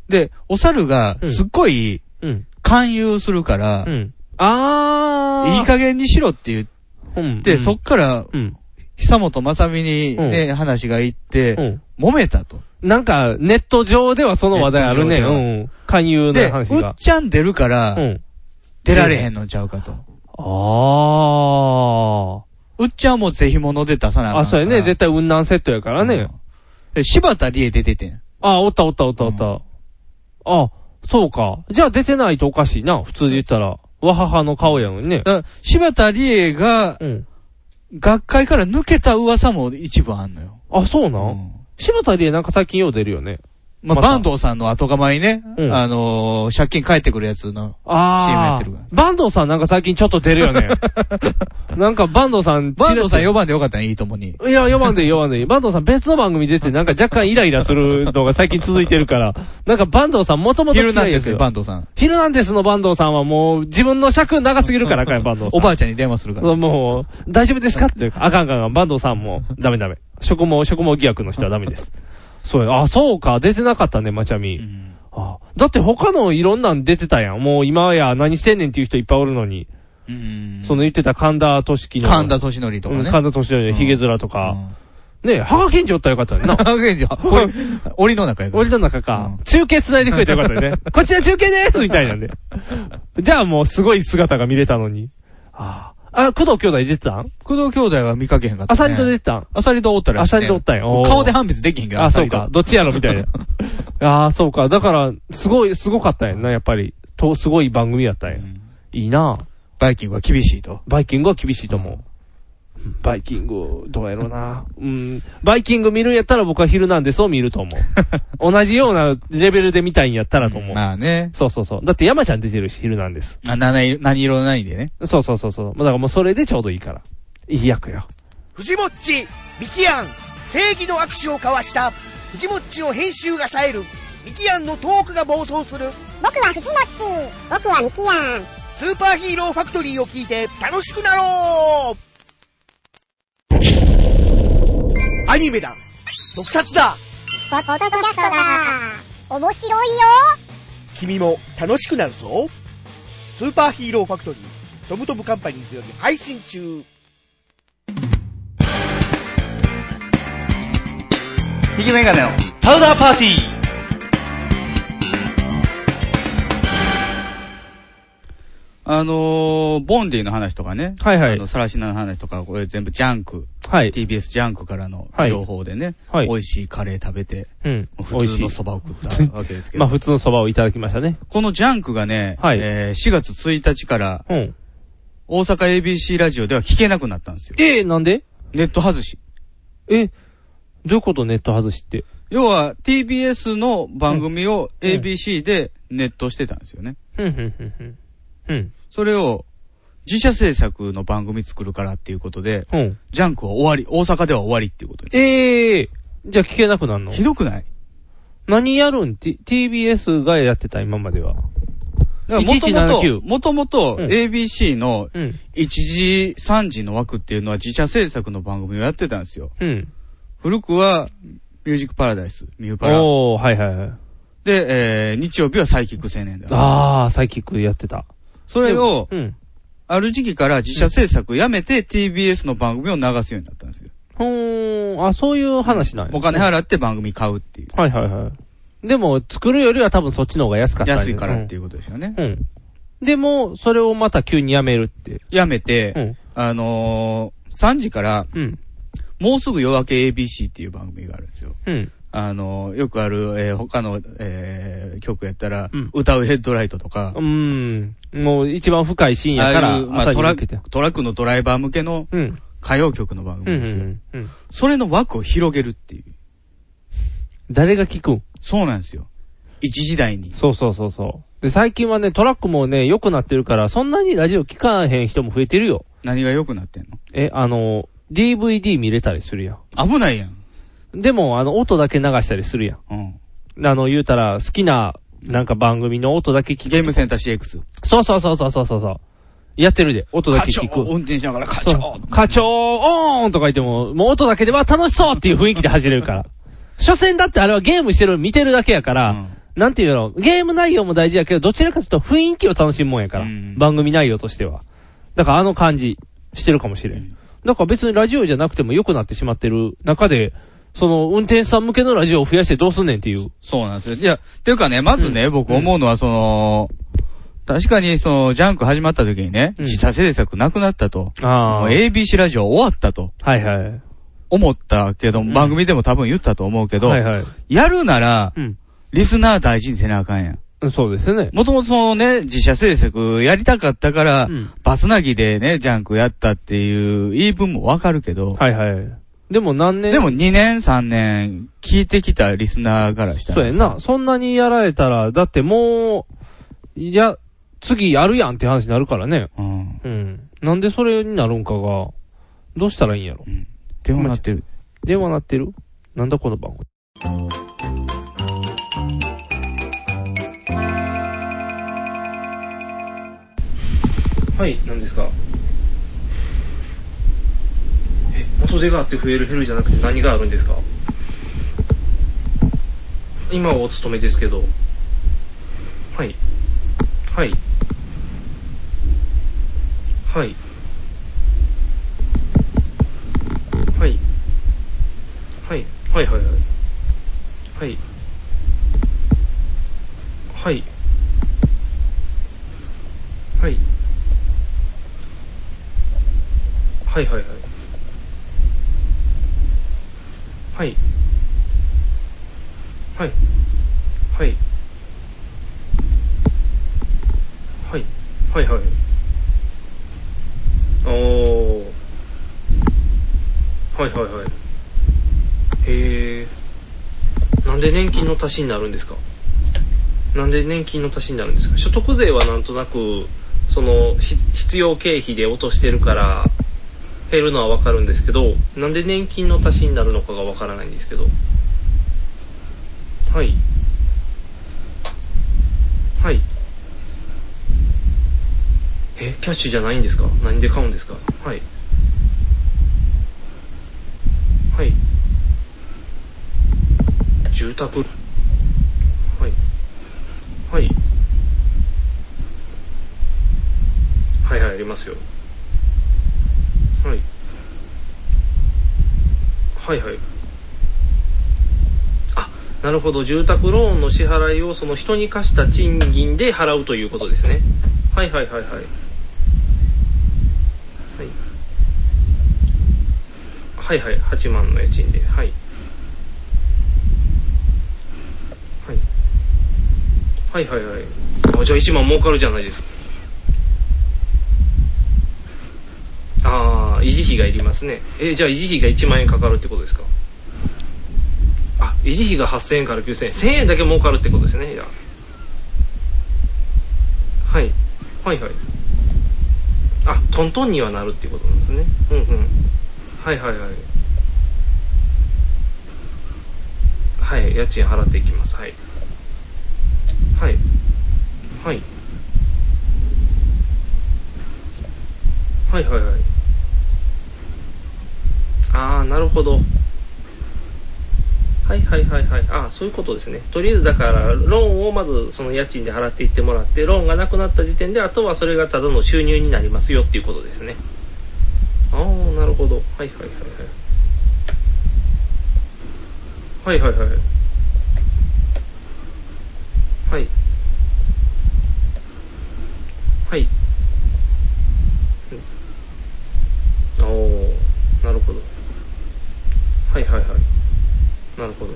S2: で、お猿が、すっごい、
S3: うん。
S2: 勧誘するから
S3: う、ん。あー。
S2: いい加減にしろって言っ
S3: うん。
S2: て、
S3: うん
S2: そっから、
S3: うん。
S2: 久本雅美にね、話がいって、
S3: うん。
S2: 揉めたと。
S3: なんか、ネット上ではその話題あるね。
S2: ネット
S3: う
S2: 上で
S3: ん。勧誘
S2: で、
S3: の
S2: う
S3: 話
S2: っ
S3: が。
S2: ちゃん出るから、
S3: うん。
S2: 出られへんのちゃうかと。
S3: あ
S2: うっちゃんもぜひもので出さな
S3: ー。
S2: か
S3: あ、そうやね。絶対雲南セットやからね。
S2: 対。柴田理恵出ててん。
S3: あ、おったおったおったおった。あ、そうか。じゃあ出てないとおかしいな。普通で言ったら。わははの顔やのにね。
S2: だから柴田理恵が、
S3: うん。
S2: 学会から抜けた噂も一部あんのよ。
S3: あ、そうな。
S2: うんん
S3: 柴田理恵なんか最近よう出るよね。
S2: ま
S3: ま
S2: あ、
S3: た
S2: バンドさんの後釜にね、
S3: うん
S2: あのー借金返ってくるやつの、CM や
S3: あ
S2: ってるか
S3: あ。バンドさんなんか最近ちょっと出る よね。なんかバンドさん、
S2: バンドさん
S3: チレ
S2: 4番でよかったね、いいともに。
S3: いや、4番でいい、4番でいい。バンドさん別の番組出てなんか若干イライラするのが最近続いてるから。なんかバンドさんもともと
S2: 昼な
S3: 嫌
S2: ん
S3: い
S2: で
S3: や
S2: す
S3: け
S2: よ、
S3: ど。
S2: バンドさん。
S3: ヒルナンデスのバンドさんはもう自分の尺長すぎるからあかんよ、バンドさん。
S2: おばあちゃんに電話するから。
S3: もう、大丈夫ですかって、あかんあかんあかん、坂東さんも、ダメダメ。職務、職務疑惑の人はダメです。そうや、あ、そうか、出てなかったね、まちゃみ。
S2: うん
S3: あだって他のいろんなん出てたやん。もう今や何してんねんっていう人いっぱいおるのに。
S2: うん
S3: その言ってた神田俊樹の。
S2: 神田敏則とか
S3: うん
S2: ね。
S3: 神田俊樹のヒゲ面とか。
S2: う
S3: ねえ、ハガケンジおったらよかったねん
S2: ん。
S3: な。
S2: ハゲンジ は、おい檻の中やから
S3: 俺の中か
S2: う、ん
S3: 中継繋いでくれたらよ かったよね。こちら中継でーすみたいなんで。じゃあもうすごい姿が見れたのに。ああ。あ、工藤兄弟出てたん
S2: 工藤兄弟は見かけへんかった、
S3: あ
S2: ね。
S3: さりと出てたん
S2: アサリとおったらしい、ね。
S3: アサリとおったんやおー
S2: 顔で判別できへんけど。
S3: あ、
S2: アサ
S3: そう
S2: リと
S3: か。どっちやろみたいな。 ああ、そうか。だから、すごい、すごかったんやな、やっぱり。と、すごい番組やったんや。
S2: うん
S3: いいな
S2: バイキングは厳しいと。
S3: バイキングは厳しいと思う。バイキング、どうやろうな。うん。バイキング見るんやったら僕はヒルナンデスを見ると思 う。同じようなレベルで見たいんやったらと思う。
S2: まあね。
S3: そうそうそう。だって山ちゃん出てるし、ヒルナンデス。
S2: あ何色何色ないんでね。
S3: そうそうそうそう。まあだからもうそれでちょうどいいから。いい役よ。
S12: 藤もっち、ミキアン、正義の握手を交わした、藤もっちの編集が冴える、ミキアンのトークが暴走する、
S4: 僕は藤もっち僕はミキヤン
S12: スーパーヒーローファクトリーを聞いて楽しくなろうアニメだ特撮だ
S13: わ、ポッドキャストだ面白いよ
S12: 君も楽しくなるぞスーパーヒーローファクトリートムトムカンパニーズより配信中
S1: ひげメガネのパウダーパーティー
S2: あのー、ボンディの話とかね。
S3: はいはい
S2: あの、サラシナの話とか、これ全部ジャンク。
S3: はい。
S2: TBS ジャンクからの
S3: はい
S2: 情報でね。
S3: はい
S2: 美味しいカレー食べて。
S3: うん
S2: 普通のそばを食ったわけですけど。
S3: まあ普通の蕎麦をいただきましたね。
S2: このジャンクがね、えー4月1日から、
S3: うん。
S2: 大阪 ABC ラジオでは聞けなくなったんですよ。
S3: えー、なんで
S2: ネット外し。
S3: え、どういうことネット外しって。
S2: 要は TBS の番組を ABC でネットしてたんですよね。
S3: ふんふんふんふん。うん。
S2: それを自社制作の番組作るからっていうことで、
S3: うん。
S2: ジャンクは終わり、大阪では終わりっていうことに。
S3: ええー、じゃあ聞けなくなるのひ
S2: どくない
S3: 何やるん、T、?TBS がやってた、今までは。
S2: だからもとも
S3: 1179
S2: と、もともと ABC の
S3: うん。
S2: 1時、3時の枠っていうのは自社制作の番組をやってたんですよ。
S3: うん。
S2: 古くはミュージックパラダイス、ミューパラ。
S3: おー、はいはいはい。
S2: で、えー、日曜日はサイキック青年だ
S3: あー、サイキックやってた。
S2: それを、
S3: うん。
S2: ある時期から自社制作やめて TBS の番組を流すようになったんですよ。
S3: ほーん、あ、そういう話なんや。
S2: お金払って番組買うっていう。
S3: はいはいはい。でも、作るよりは多分そっちの方が安かったんや
S2: 安いからっていうことですよね。
S3: うん。でも、それをまた急にやめるって。
S2: やめて、あのー、3時から、
S3: うん。
S2: もうすぐ夜明け ABC っていう番組があるんですよ。
S3: うん。
S2: あのー、よくある、えー他の、えー曲やったら、歌うヘッドライトとか、
S3: うーん。もう一番深い深夜か
S2: あ
S3: ら
S2: あいう、まあ、
S3: 朝に
S2: トラ
S3: 向けて。
S2: ック、トラックのドライバー向けの
S3: うん。
S2: 歌謡曲の番
S3: うんう
S2: 組ですよ。
S3: んうん。
S2: それの枠を広げるっていう。
S3: 誰が聞くん
S2: そうなんですよ。一時代に。
S3: そうそうそうそう。で、最近はね、トラックもね、良くなってるから、そんなにラジオ聞かへん人も増えてるよ。
S2: 何が良くなってんの
S3: え、あの、DVD 見れたりするやん。
S2: 危ないやん。
S3: でも、あの、音だけ流したりするや
S2: ん。
S3: うん。あの、言うたら、好きな、なんか番組の音だけ聞く。ゲー
S2: ムセンター CX。
S3: そうそうそうそうそうそうそう。やってるで、音だけ聞
S2: 課長
S3: く。
S2: 運転しながら課長
S3: 課長、オーンとか言っても、もう音だけでは楽しそうっていう雰囲気で走れるから。 所詮だってあれはゲームしてるの見てるだけやから、なんていうの、ゲーム内容も大事やけど、どちらかというと雰囲気を楽しむもんやから、番組内容としては。だからあの感じ、してるかもしれん。だから別にラジオじゃなくても良くなってしまってる中で、その、運転手さん向けのラジオを増やしてどうすんねんっていう。
S2: そうなんですよ。いや、っていうかね、まずね、僕思うのは、その、確かに、その、ジャンク始まった時にね、自社制作なくなったと。
S3: あ
S2: もう ABC ラジオ終わったと。
S3: はいはい。
S2: 思ったけど、番組でも多分言ったと思うけど、
S3: はいはい
S2: やるなら、
S3: ん
S2: リスナー大事にせなあかんやん。
S3: そうですね。
S2: もともとそのね、自社制作やりたかったから、
S3: ん
S2: バスなぎでね、ジャンクやったっていう言い分もわかるけど、
S3: はいはい。でも何年
S2: でも2年3年聞いてきたリスナーからした
S3: そう
S2: ら、
S3: やんな。そんなにやられたら、だってもう、いや、次やるやんって話になるからね。
S2: うん。
S3: なんでそれになるんかが、どうしたらいいんやろ。
S2: 電話鳴ってる。
S3: 電話鳴ってるなんだこの番号。はい、何ですかえ、元手があって増える減るじゃなくて何があるんですか今はお勤めですけど。はい。はい。はい。はい。はい。はいはいはい。はい。はい。はい。はいはいはい。はい。はい。はい。はい。はいはい。おー。はいはいはい。へえ。なんで年金の足しになるんですかなんで年金の足しになるんですか所得税はなんとなく、その、ひ必要経費で落としてるから、減るのはわかるんですけど、なんで年金の足しになるのかがわからないんですけど。はい。はい。
S14: え、キャッシュじゃないんですか何で買うんですかはい。はい。住宅。はい。はい。はいはい、ありますよ。はい。はいはい。あ、なるほど。住宅ローンの支払いをその人に貸した賃金で払うということですね。はいはいはいはい。はい。はいはい、8万の家賃で。はい。はい。はいはいはい。あじゃあ1万儲かるじゃないですか。ああ、維持費がいりますね。え、じゃあ維持費が1万円かかるってことですかあ、維持費が8000円から9000円。1000円だけ儲かるってことですね。じゃあはい。はいはい。あ、トントンにはなるってことなんですね。うんうん。はいはいはい。はい、家賃払っていきます。はい。はい。はい。はいはいはい。ああ、なるほど。はいはいはいはい。ああ、そういうことですね。とりあえずだから、ローンをまずその家賃で払っていってもらって、ローンがなくなった時点で、あとはそれがただの収入になりますよっていうことですね。ああ、なるほど。はいはいはいはい。はいはいはい。はい。はい。うんおおなるほど。はいはいはい。なるほど。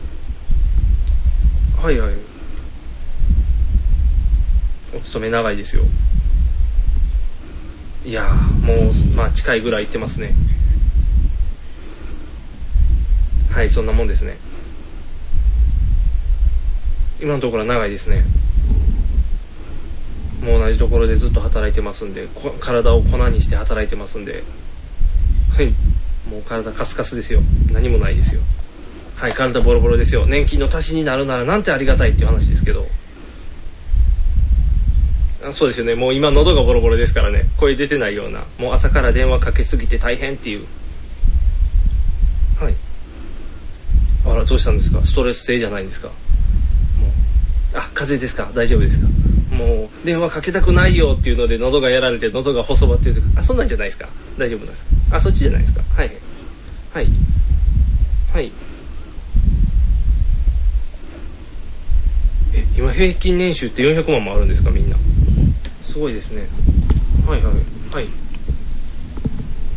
S14: はいはい。お勤め長いですよ。いやー、もう、まあ近いぐらい行ってますね。はい、そんなもんですね。今のところは長いですね。もう同じところでずっと働いてますんで、こ体を粉にして働いてますんで、はい、もう体カスカスですよ。何もないですよ。はい、体ボロボロですよ。年金の足しになるならなんてありがたいっていう話ですけど。あそうですよね、もう今喉がボロボロですからね、声出てないような、もう朝から電話かけすぎて大変っていう。はい。あら、どうしたんですかストレス性じゃないんですかもう、あ、風邪ですか大丈夫ですかもう、電話かけたくないよっていうので喉がやられて喉が細ばってるとか、あ、そんなんじゃないですか大丈夫なんですかあ、そっちじゃないですかはい。はい。はい。え、今平均年収って400万もあるんですかみんな。すごいですね。はいはい。はい。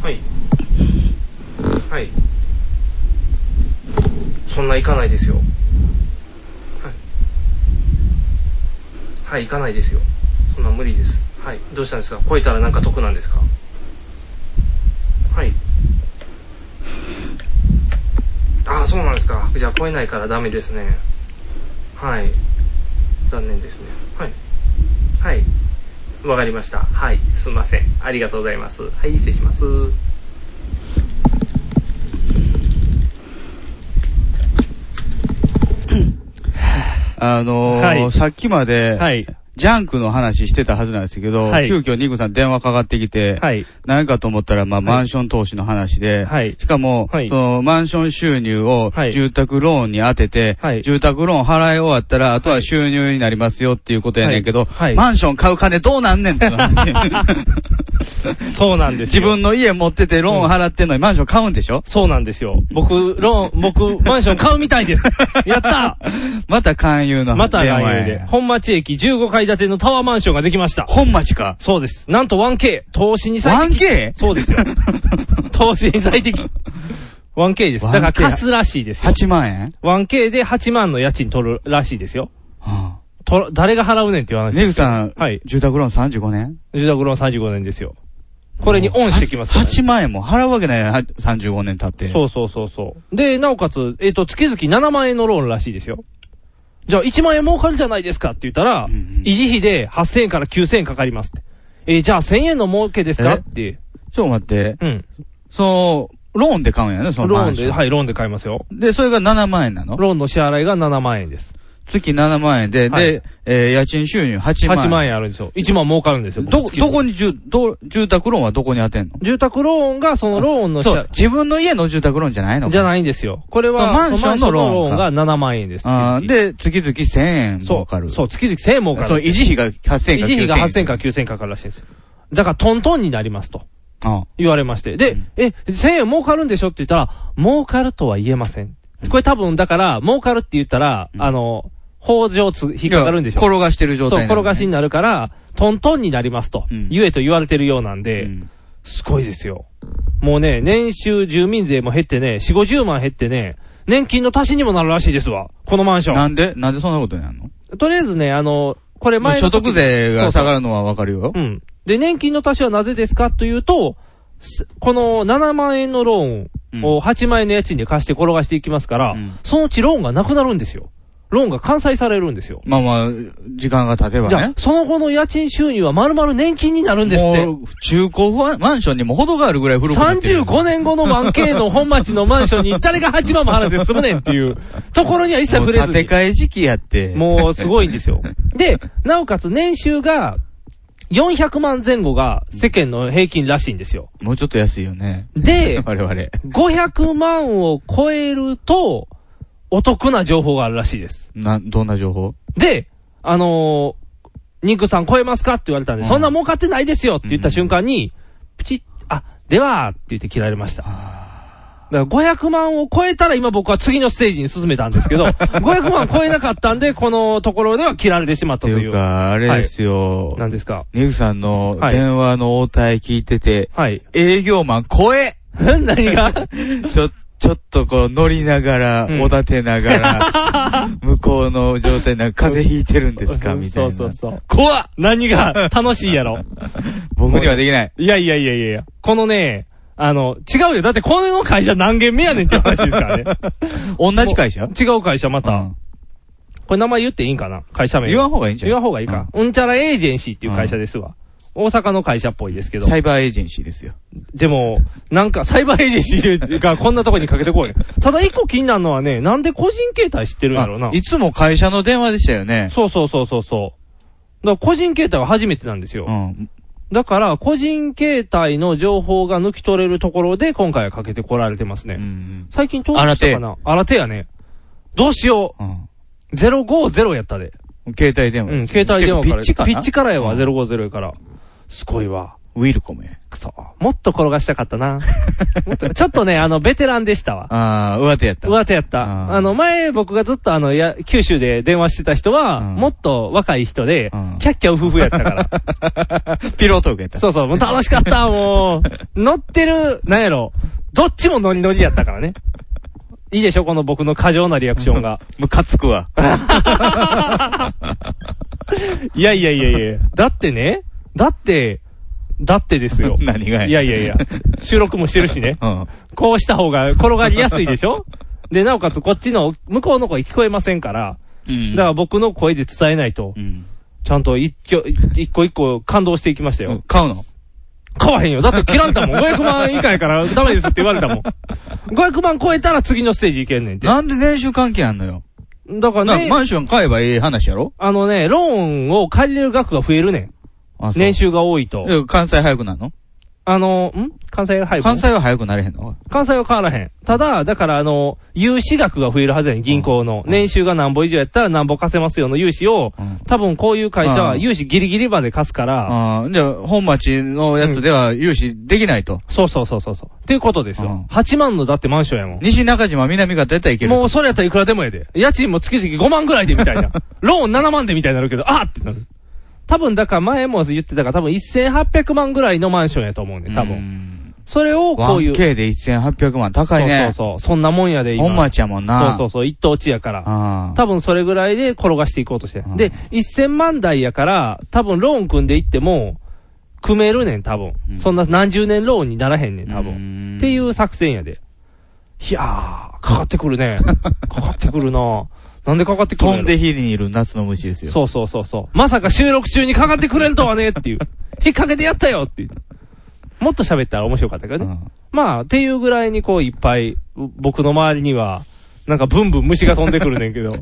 S14: はい。はい。そんないかないですよ。はい。はい、いかないですよ。そんな無理です。はい。どうしたんですか超えたらなんか得なんですかはい。ああ、そうなんですか。じゃあ超えないからダメですね。はい。残念ですね。はい。はい。わかりました。はい。すいません。ありがとうございます。はい、失礼します。
S2: あのー
S3: はい
S2: さっきまで、
S3: はい
S2: ジャンクの話してたはずなんですけど、
S3: はい
S2: 急遽ニグさん電話かかってきて、
S3: はい
S2: 何かと思ったら、まあ、マンション投資の話で、しかも、
S3: はい
S2: そのマンション収入を
S3: はい
S2: 住宅ローンに当てて、住宅ローン払い終わったら、あとは収入になりますよっていうことやねんけど、
S3: はい
S2: マンション買う金どうなんねん ってなって
S3: そうなんです
S2: 自
S3: よ
S2: 分の家持っててローン払ってんのにマンション買うんでしょ
S3: そうなんですよ。僕、ローン、僕、マンション買うみた いです。やった
S2: また勧誘の
S3: また
S2: 電話や
S3: 外遊で。本町駅15階建てのタワーマンションができました。
S2: 本町か
S3: そうです。なんと 1K、投資に最適。1K? そ うですよ。投資に最適。1K です。だから
S2: 1K
S3: 貸すらしいですよ。
S2: 8万円
S3: 1K で8万の家賃取るらしいですよ。とら誰が払うねんっていう話です。
S2: ネグさん、住宅ローン35年
S3: 住宅ローン35年ですよ。これにオンしてきますからね
S2: 8万円も払うわけないよ、は35年経って。
S3: そうそうそうそう。で、なおかつ、えっ、と、月々7万円のローンらしいですよ。じゃあ1万円儲かるじゃないですかって言ったら、維持費で8000円から9000円かかりますって。えーじゃあ1000円の儲けですか
S2: え
S3: って。
S2: ちょっと待って。
S3: うん。
S2: その、ローンで買うんやね、その
S3: ロー
S2: マ
S3: ン
S2: ンショ
S3: で、
S2: ン。
S3: はい、ローンで買いますよ。
S2: で、それが7万円なの
S3: ローンの支払いが7万円です。
S2: 月7万円で、で、えー家賃収入8万円。
S3: 8万円あるんですよ。1万儲かるんですよ。
S2: ど、
S3: 僕
S2: どこに住、ど、住宅ローンはどこに当てんの
S3: 住宅ローンがそのローンの
S2: そう、自分の家の住宅ローンじゃないの
S3: じゃないんですよ。これ
S2: そう
S3: は、
S2: マンションのローンか
S3: そマンションのローンが7万円です。
S2: あーで、月々1000円儲かる。
S3: そう、月々1000円儲かる。
S2: そう維持費が8000円か
S3: 維持費が
S2: 9000円
S3: 8000円か9000円かかるらしいです。だからトントンになりますと
S2: ああ
S3: 言われまして。で、え、1000円儲かるんでしょって言ったら、儲かるとは言えません。これ多分、だから、儲かるって言ったら、あの、法上つ引っかかるんでしょ
S2: いや転がしてる状態
S3: そう、
S2: になる
S3: 転がしになるから、トントンになりますと、言えと言われてるようなんで、すごいですよ。もうね、年収住民税も減ってね、4、50万減ってね、年金の足しにもなるらしいですわ。このマンション。
S2: なんでなんでそんなことになるの
S3: とりあえずね、あの、これ前の
S2: 所
S3: 時
S2: 得税
S3: そ
S2: が
S3: うそう
S2: 下がるのはわかるよ。
S3: うん。で、年金の足しはなぜですかというと、すこの7万円のローンを8万円の家賃で貸して転がしていきますから、そのうちローンがなくなるんですよ。ローンが完済されるんですよ。
S2: まあまあ、時間が経てば
S3: じゃあ
S2: ね。、
S3: その後の家賃収入は丸々年金になるんですって。
S2: もう、中古マンションにも程があるぐらい古くなってる。
S3: 35年後の 1K の本町のマンションに誰が8万も払って住むねんっ ていうところには一切触れ
S2: も
S3: ずに。
S2: う建て替え時期やって。
S3: もうすごいんですよ。で、なおかつ年収が400万前後が世間の平均らしいんですよ。
S2: もうちょっと安いよね。
S3: で
S2: 我々。
S3: 500万を超えると、お得な情報があるらしいです。
S2: な、どんな情報
S3: で、あのー、ニックさん超えますかって言われたんで、そんな儲かってないですよって言った瞬間に、プチッ、あ、では、って言って切られました。だから500万を超えたら今僕は次のステージに進めたんですけ ど、500万超えなかったんで、このところでは切られてしまったという。
S2: ていうか、あれですよ。何
S3: ですか
S2: ニグさんの
S3: はい
S2: 電話の応対聞いてて、営業マン超え
S3: 何が
S2: ちょ、ちょっとこう乗りながら、おだてなが ら、向こうの状態なんか風邪ひいてるんですかみたいな。
S3: そうそうそう。
S2: 怖っ
S3: 何が楽しいやろ。
S2: 僕にはできない。
S3: いやいやいやいやいや。このね、あの、違うよ。だってこの会社何軒目やねんって話で すからね。
S2: 同じ会社
S3: 違う会社また。これ名前言っていいんかな会社名。
S2: 言わん方がいいんじゃん
S3: 言わん方がいいか。うんちゃらエージェンシーっていう会社ですわ。大阪の会社っぽいですけど。
S2: サイバーエージェンシーですよ。
S3: でも、なんか、サイバーエージェンシーがこんなとこにかけてこい。ただ一個気になるのはね、なんで個人形態知ってるんやろうな
S2: あ。いつも会社の電話でしたよね。
S3: そうそうそうそうそう。だから個人形態は初めてなんですよ。だから、個人形態の情報が抜き取れるところで、今回はかけてこられてますね。最近登録したかな新手やね。どうしよう。050やったで。
S2: 携帯電話
S3: うん、携帯電話か
S2: ピッ
S3: ら。
S2: チかな
S3: ピッチからやわ、050やから。すごいわ。
S2: ウィルコムや。
S3: くそ。もっと転がしたかった な。もっとちょっとね、あの、ベテランでしたわ。
S2: ああ、上手やった。
S3: 上手やった。あの、前僕がずっとあの、や、九州で電話してた人は、もっと若い人で、キャッキャウフフやっ たから。
S2: ピロートークやった。
S3: そうそう、もう楽しかった、もう。乗ってる、なんやろ。どっちもノリノリやったからね。いいでしょ、この僕の過剰なリアクションが。
S2: ムカつくわ。
S3: いやいやいやいや。だってね、だって、だってです よ。
S2: 何がや
S3: いやいやいや。収録もしてるしね。こ うした方が転がりやすいでしょで、なおかつこっちの、向こうの声聞こえませんから、だから僕の声で伝えないと、ちゃんと一挙一個一個感動していきましたよ。
S2: 買うの
S3: 買わへんよ。だって切らんたもん。500万以下やからダメですって言われたもん。500万超えたら次のステージいけんねんて。
S2: なんで年収関係あんのよ。
S3: だから
S2: なん
S3: ね
S2: かマンション買えばいい話やろ
S3: あのね、ローンを借りれる額が増えるねん。年収が多いと。
S2: え関西早くなるの
S3: あの、ん関西配分
S2: 関西は早くなれへんの
S3: 関西は変わらへん。ただ、だからあの、融資額が増えるはずやねん、銀行の。年収が何ぼ以上やったら何ぼ貸せますよの融資を、多分こういう会社は
S2: うん
S3: 融資ギリギリまで貸すから、
S2: ああ、じゃあ、本町のやつでは融資できないと。
S3: そうそうそうそう。そうっていうことですよ。8万のだってマンションやもん。
S2: 西中島、南方やったらいける。
S3: もうそれやったらいくらでもええで。家賃も月々5万ぐらいでみた いな。ローン7万でみたいになるけど、あーってなる。多分だから前も言ってたから多分1800万ぐらいのマンションやと思うね、多分。それをこういう。
S2: 1K で1800万高いね。
S3: そうそうそう。そんなもんやで、今。
S2: 本町やもんな。
S3: そうそうそう。一等地やから
S2: ん。
S3: 多分それぐらいで転がしていこうとして。で、1000万台やから、多分ローン組んでいっても、組めるねん、多分。そんな何十年ローンにならへんねん、多分。っていう作戦やで。いやー、かかってく るね。かかってくるななんでかかってくる
S2: 飛んで火にいる夏の虫ですよ。
S3: そうそうそうそう。まさか収録中にかかってくれるとはね、 っていう。引っ掛けてやったよっていう。もっと喋ったら面白かったけどね。まあ、っていうぐらいに こういっぱい、僕の周りには、なんかブンブン虫が飛んでくるねんけど、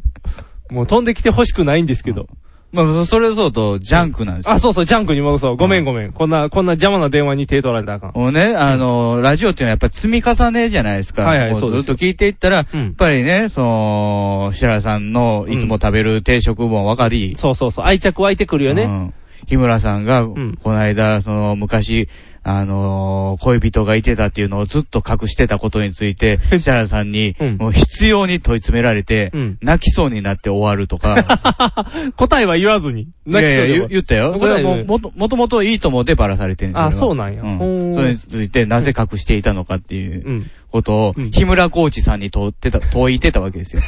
S3: もう飛んできてほしくないんですけど。
S2: まあ、それそうと、ジャンクなんですよ。
S3: あ、そうそう、ジャンクに戻そう。ごめんごめん。こんな、こんな邪魔な電話に手取られたらあかん。
S2: もうね、あの、ラジオっていうのはやっぱり積み重ねじゃないですか。
S3: はいはい
S2: こう
S3: そうです
S2: ずっと聞いていったら、やっぱりね、その、白良さんのいつも食べる定食もわかり、
S3: そうそうそう、愛着湧いてくるよね。
S2: 日村さんが、この間、その、昔、あのー恋人がいてたっていうのをずっと隠してたことについ て、白良さんに、もう必要に問い詰められて、泣きそうになって終わると か、
S3: 答えは言わずに。
S2: いやいや、
S3: 泣き
S2: 言言ったよ。それはもう、もと、もともといいともでばらされてるん
S3: あ、そうなんや。
S2: うんそれについて、なぜ隠していたのかっていうことを、
S3: うん
S2: 日村コーチさんに問ってた、問いてたわけ ですよ。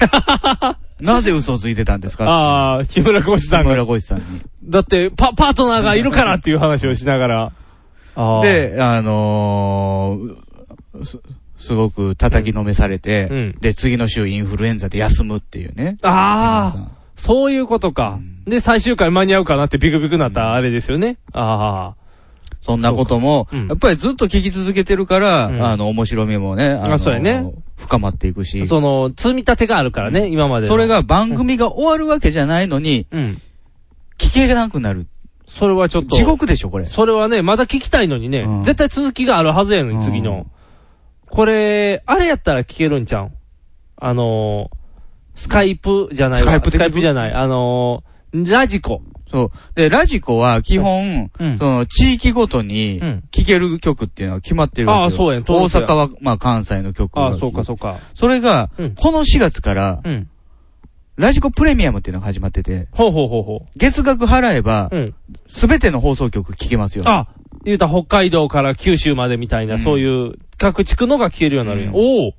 S2: なぜ嘘をついてたんですか
S3: ああ、木村浩志さん
S2: 日
S3: が。
S2: 村コーチさんに。
S3: だって、パ、パートナーがいるからっていう話をしながら。あー、
S2: で、あのーす、すごく叩きのめされて、で、次の週インフルエンザで休むっていうね。
S3: ああ、そういうことか。で、最終回間に合うかなってビクビクなったあれですよね。ああ。
S2: そんなことも、やっぱりずっと聞き続けてるから、あの、面白みもね、あの
S3: あそうやね
S2: 深まっていくし。
S3: その、積み立てがあるからね、今までの。
S2: それが番組が終わるわけじゃないのに、聞けなくなる。
S3: それはちょっと。
S2: 地獄でしょ、これ。
S3: それはね、まだ聞きたいのにね、絶対続きがあるはずやのに、次の。これ、あれやったら聞けるんちゃうんあのー、スカイプじゃないわ
S2: スカイプで聞く
S3: じゃない、あのー、ラジコ。
S2: そう。で、ラジコは基本、その、地域ごとに、聴ける曲っていうのは決まってるわけよ
S3: ああそうや
S2: 大
S3: 東京や
S2: 阪は、まあ、関西の曲
S3: ああ、そうか
S2: そ
S3: そうか。
S2: れが、この4月から、
S3: うん
S2: ラジコプレミアムっていうのが始まってて、
S3: ほうほうほうほう。
S2: 月額払えば
S3: うん、
S2: すべての放送局聴けますよ。
S3: あ、言うたら北海道から九州までみたいな、そういう各地区のが聞けるようになるんや。おお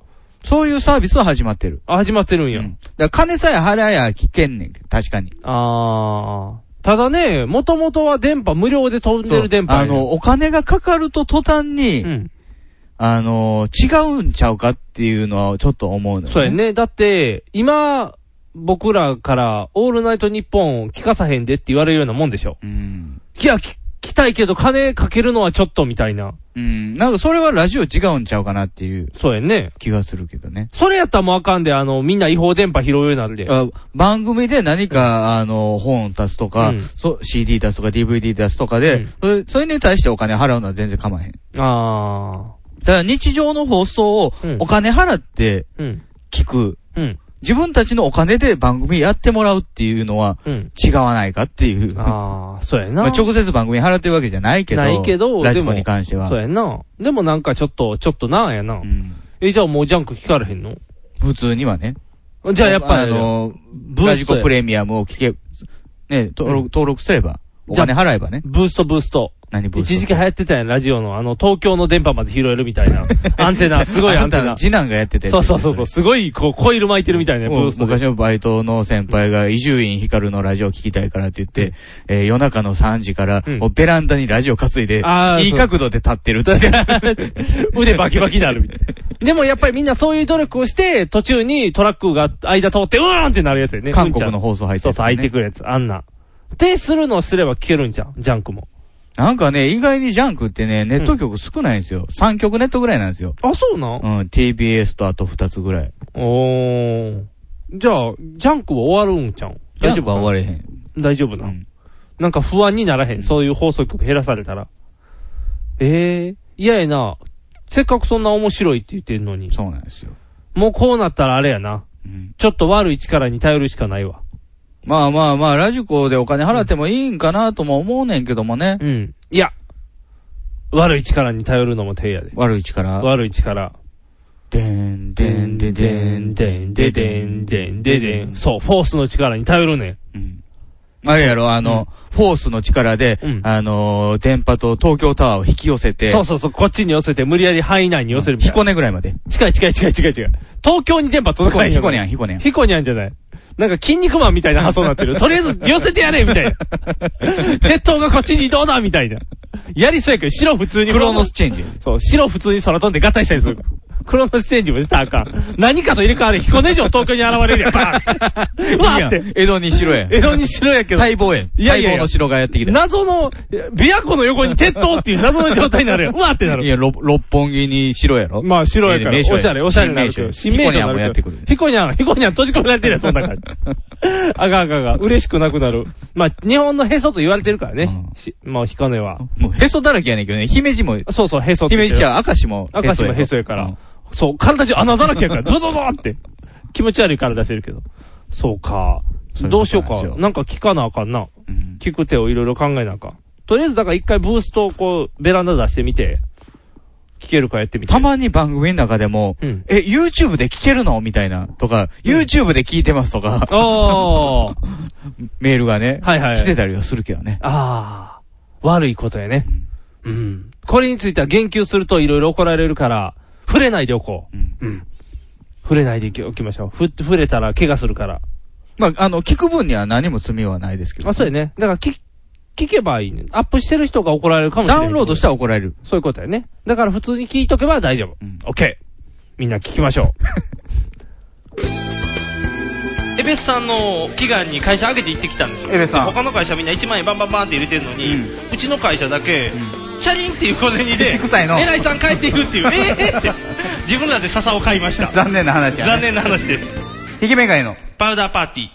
S2: そういうサービスは始まってる。
S3: あ、始まってるんや。
S2: だから金さえ払えや聞けんねんけど、確かに。
S3: あー。ただね、もともとは電波、無料で飛んでる電波や
S2: あ
S3: ね。
S2: の、お金がかかると途端に、あの、違うんちゃうかっていうのはちょっと思うのよ
S3: そうや。ね。だって、今、僕らから、オールナイトニッポン聞かさへんでって言われるようなもんでしょ。いや、聞きたいけど金かけるのはちょっとみたいな。
S2: うん。なんかそれはラジオ違うんちゃうかなっていう。
S3: そうやね。
S2: 気がするけどね。
S3: それやったらもうあかんで、あの、みんな違法電波拾うようになるで。
S2: あ番組で何か、あの、本出すとか、そう CD 出すとか DVD 出すとかで、それ、それに対してお金払うのは全然構わへん。
S3: あ
S2: ただ日常の放送をお金払って
S3: うん
S2: 聞く。
S3: うん
S2: 自分たちのお金で番組やってもらうっていうのは 違わないかっていう。
S3: ああ、そうやな
S2: まあ直接番組払ってるわけじゃないけど。
S3: ないけど、
S2: ラジ
S3: でも
S2: コに関しては。
S3: そうやな。でもなんかちょっと、ちょっとなあやな。え、じゃあもうジャンク聞かれへんの
S2: 普通にはね。
S3: じゃあやっぱ
S2: あの、
S3: ーストや
S2: ラジコプレミアムを聞け、ね、登録登録すれば、お金払えばね。
S3: ブーストブースト。
S2: 何ブースト
S3: 一時期流行ってたやん、ラジオの。あの、東京の電波まで拾えるみた いな。アンテナ、すごい
S2: あ
S3: アン
S2: ん
S3: テ
S2: た
S3: ナ
S2: の。次男がやってて。
S3: そうそうそうそう、すごい、こう、コイル巻いてるみたいな、ブ
S2: も
S3: ー
S2: う
S3: ストで。
S2: 昔のバイトの先輩が伊集院光のラジオ聞きたいからって言って、えー夜中の3時から、こうベランダにラジオ担いで
S3: あ、ー
S2: いい角度で立ってるっていう。
S3: 腕バキバキになるみたいな。でもやっぱりみんなそういう努力をして、途中にトラックが間通って、うわーんってなるやつやね。
S2: 韓国の放送入って
S3: そう
S2: る
S3: そう、開いてくるやつ、あんな。ってするのをすれば聞けるんじゃん、ジャンクも。
S2: なんかね、意外にジャンクってね、ネット局少ないんですよ。3局ネットぐらいなんですよ。
S3: あ、そうなん
S2: うん、TBS とあと2つぐらい。
S3: おー。じゃあ、ジャンクは終わるんちゃうん
S2: ジャンクは終われへん。
S3: 大丈夫な、なんか不安にならへん。そういう放送局減らされたら。ええ嫌やな。せっかくそんな面白いって言ってんのに。
S2: そうなんですよ。
S3: もうこうなったらあれやな。ちょっと悪い力に頼るしかないわ。
S2: まあまあまあ、ラジコでお金払ってもいいんかなとも思うねんけどもね。
S3: うん。いや。悪い力に頼るのも手やで。
S2: 悪い力。
S3: 悪い力。
S2: でんでんでんでんでん
S3: ででんでんででん。そう、フォースの力に頼るねん。
S2: あれやろ、あの、フォースの力で、あのー、電波と東京タワーを引き寄せて、
S3: そうそうそう、こっちに寄せて、無理やり範囲内に寄せるみたいな。
S2: 彦根ぐらいまで。
S3: 近い近い近い近い近い。東京に電波届かない
S2: ヒコニャンヒコニャン
S3: ヒコニャンじゃない。なんか筋肉マンみたいな発想になってる。とりあえず寄せてやれみたいな。鉄塔がこっちに移動だみたいな。やりそうやけど、白普通に。
S2: クロノスチェンジ。
S3: そう、白普通に空飛んで合体したりする。クロノスチェンジもしたらあかん。何かと入れ替わる。彦根城東京に現れるやん、バーンうわーって。
S2: 江戸に城や。
S3: 江戸に城やけど。
S2: 待望や。
S3: いやいやい
S2: 待
S3: や
S2: 望の城がやってきた。
S3: 謎の、琵琶湖の横に鉄塔っていう謎の状態になるやん。うわーってなる。
S2: いや、ろ六本木に城やろ。
S3: まあ、白やから、
S2: 名所
S3: おしゃれ、おしゃれになるけど、新名所
S2: 彦
S3: に
S2: 根屋
S3: な
S2: もやっ
S3: る
S2: て
S3: け
S2: く
S3: ど
S2: る。。
S3: ヒコニャン、ヒコニャン閉じ込められてるやん、そん な感じ。あがあがあが、嬉しくなくなる。まあ、日本のへそと言われてるからね、しもうヒコネは。
S2: もうへそだらけやねんけどね、姫路も、
S3: そうそう、へそって言
S2: 姫
S3: ってる
S2: 路ちゃう、明石も
S3: 赤石もへそやから。そう、体中穴だらけやから、ゾゾゾーって。気持ち悪い体してるけど。そうか。どうしようか。なんか聞かなあかんな。聞く手をいろいろ考えなあかん。とりあえず、だから一回ブーストをこう、ベランダ出してみて、聞けるかやってみて。
S2: たまに番組の中でも、え、YouTube で聞けるのみたいな、とか、YouTube で聞いてますとか、
S3: おー。
S2: メールがね、
S3: はい はい
S2: 来てたりはするけどね。
S3: ああ、悪いことやね。うん。これについては言及するといろいろ怒られるから、触れないでおこう。うん。触れないでおきましょう。ふ触れたら怪我するから。
S2: まあ、あの、聞く分には何も罪はないですけど、
S3: あ、そうやね。だから、聞、聞けばいいね。アップしてる人が怒られるかもしれない。
S2: ダウンロードしたら怒られる。
S3: そういうことやね。だから普通に聞いとけば大丈夫。オッケー。みんな聞きましょ
S15: エベスさんの祈願に会社上げて行ってきたんですよ
S7: エベスさん
S15: で他の会社みんな1万円バンバンバンって入れてるのに、うちの会社だけ、チャリンっていう小銭 で
S7: 口臭いの
S15: 偉いさん帰っていくっていうええ って自分らで笹を買いました
S7: 残念な話やね
S15: 残念な話です
S7: ヒゲメガネの
S15: パウダーパーティー
S3: う。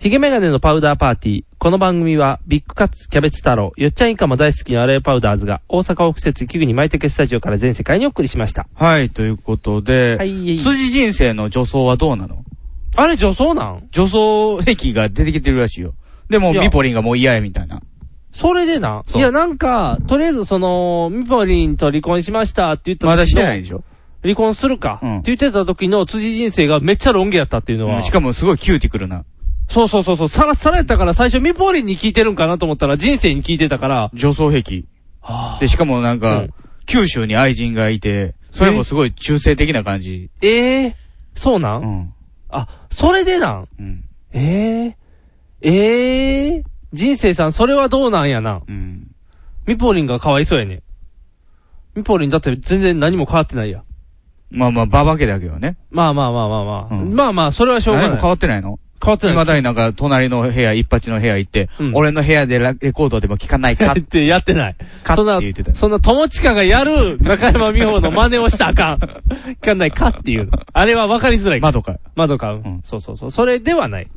S3: ヒゲメガネのパウダーパーティー。この番組は、ビッグカツ、キャベツ太郎、よっちゃんイカも大好きなアライパウダーズが、大阪を伏設器具に舞茸スタジオから全世界にお送りしました。
S2: はい、ということで、辻人生の女装はどうなの
S3: あれ女装なん
S2: 女装癖が出てきてるらしいよ。でも、
S3: いや
S2: ミポリンがもう嫌やみたいな。
S3: それでな、
S2: そ
S3: いうやなんか、とりあえずその、ミポリンと離婚しましたって言った時
S2: ま
S3: の
S2: だしてないでしょ
S3: 離婚するか、って言ってた時の辻人生がめっちゃロン毛やったっていうのは。
S2: しかもすごいキューティクルな。
S3: そうそうそうそう、さらさらやったから最初ミポリンに聞いてるんかなと思ったら人生に聞いてたから。
S2: 女装癖。で、しかもなんか、九州に愛人がいて、それもすごい中性的な感じ。
S3: ええそうなん、あ、それでなん、ええええ人生さん、それはどうなんやな。ミポリンがかわいそうやね。ミポリンだって全然何も変わってないや。
S2: まあまあ、ババケだけどね。
S3: まあまあまあまあまあ。まあまあ、それはしょうがない。
S2: 何も変わってないの
S3: 変わってない
S2: 未だになんか、隣の部屋、一発の部屋行って、俺の部屋でラレコードでも聞かないか
S3: ってやってない。
S2: かって
S3: そんな
S2: 言ってた、
S3: そんな友近がやる中山美穂の真似をしたらあかん。 聞かないかっていうの。あれは分かりづらい。窓
S2: か。
S3: 窓か。うん。そうそうそう。それではない。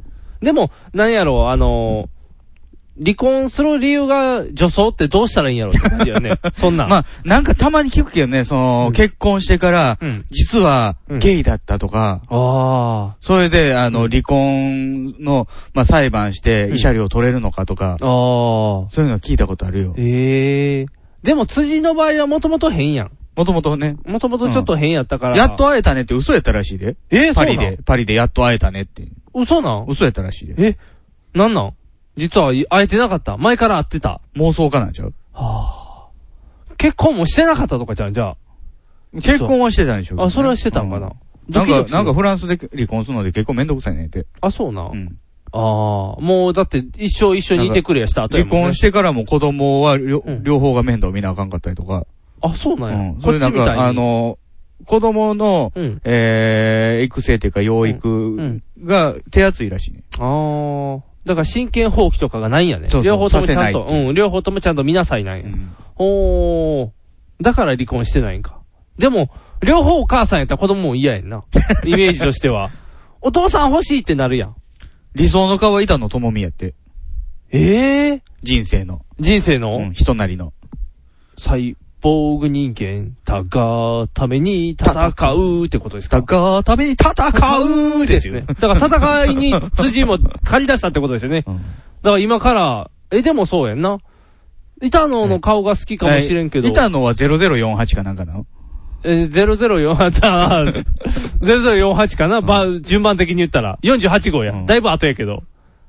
S3: でも、なんやろう、あのー離婚する理由が女装ってどうしたらいいんやろうって感じ よね。そんなん。
S2: まあ、なんかたまに聞くけどね、その、結婚してから、実はゲイだったとか、
S3: ああ。
S2: それで、あの、離婚の、まあ、裁判して、慰謝料取れるのかとか、そういうの聞いたことあるよ。
S3: ええでも辻の場合はもともと変やん。
S2: もともとね。
S3: もともとちょっと変やったから。
S2: やっと会えたねって嘘やったらしいで。
S3: えー
S2: パリ
S3: そうな
S2: で、パリでやっと会えたねって。
S3: 嘘なん
S2: 嘘やったらしいで。
S3: え、なんなん実は会えてなかった。前から会ってた。
S2: 妄想家なんちゃう
S3: 結婚もしてなかったとかじゃん、じゃあ。
S2: 結婚はしてたんでしょうけどね
S3: あ、それはしてたんかな。
S2: なん
S3: ドキド
S2: か、
S3: キする
S2: なんかフランスで離婚するので結構めんどくさいねって。
S3: あ、そうな。ああ、もうだって一生一緒にいてくれやした後や
S2: 離
S3: もんね
S2: 婚してからも子供は両両方が面倒見なあかんかったりとか。
S3: あ、そうなんや。
S2: うん。それなん
S3: こっちみたいに
S2: か、あの、子供の、えー育成っていうか養育が手厚いらしいね。
S3: ああ。だから親権放棄とかがないんやね。
S2: そうそう
S3: 両方ともちゃん
S2: さ
S3: と、
S2: せない
S3: うん、両方ともちゃんと見なさいなんや。おー。だから離婚してないんか。でも、両方お母さんやったら子供も嫌やん な。イメージとしては。お父さん欲しいってなるやん。
S2: 理想の顔は板野友美やって。
S3: ええ
S2: 人生の。
S3: 人生の、
S2: 人なりの。
S3: サイボーグ人間、たがために戦うってことですか
S2: たがために戦う
S3: ですね。だから戦いに辻も借り出したってことです よね。だから今から、え、でもそうやんな。板野の顔が好きかもしれんけど。
S2: 板野は0048かなんかなの
S3: えー、0048、あ ー0048かな、ば、順番的に言ったら。48号や。だいぶ後やけど。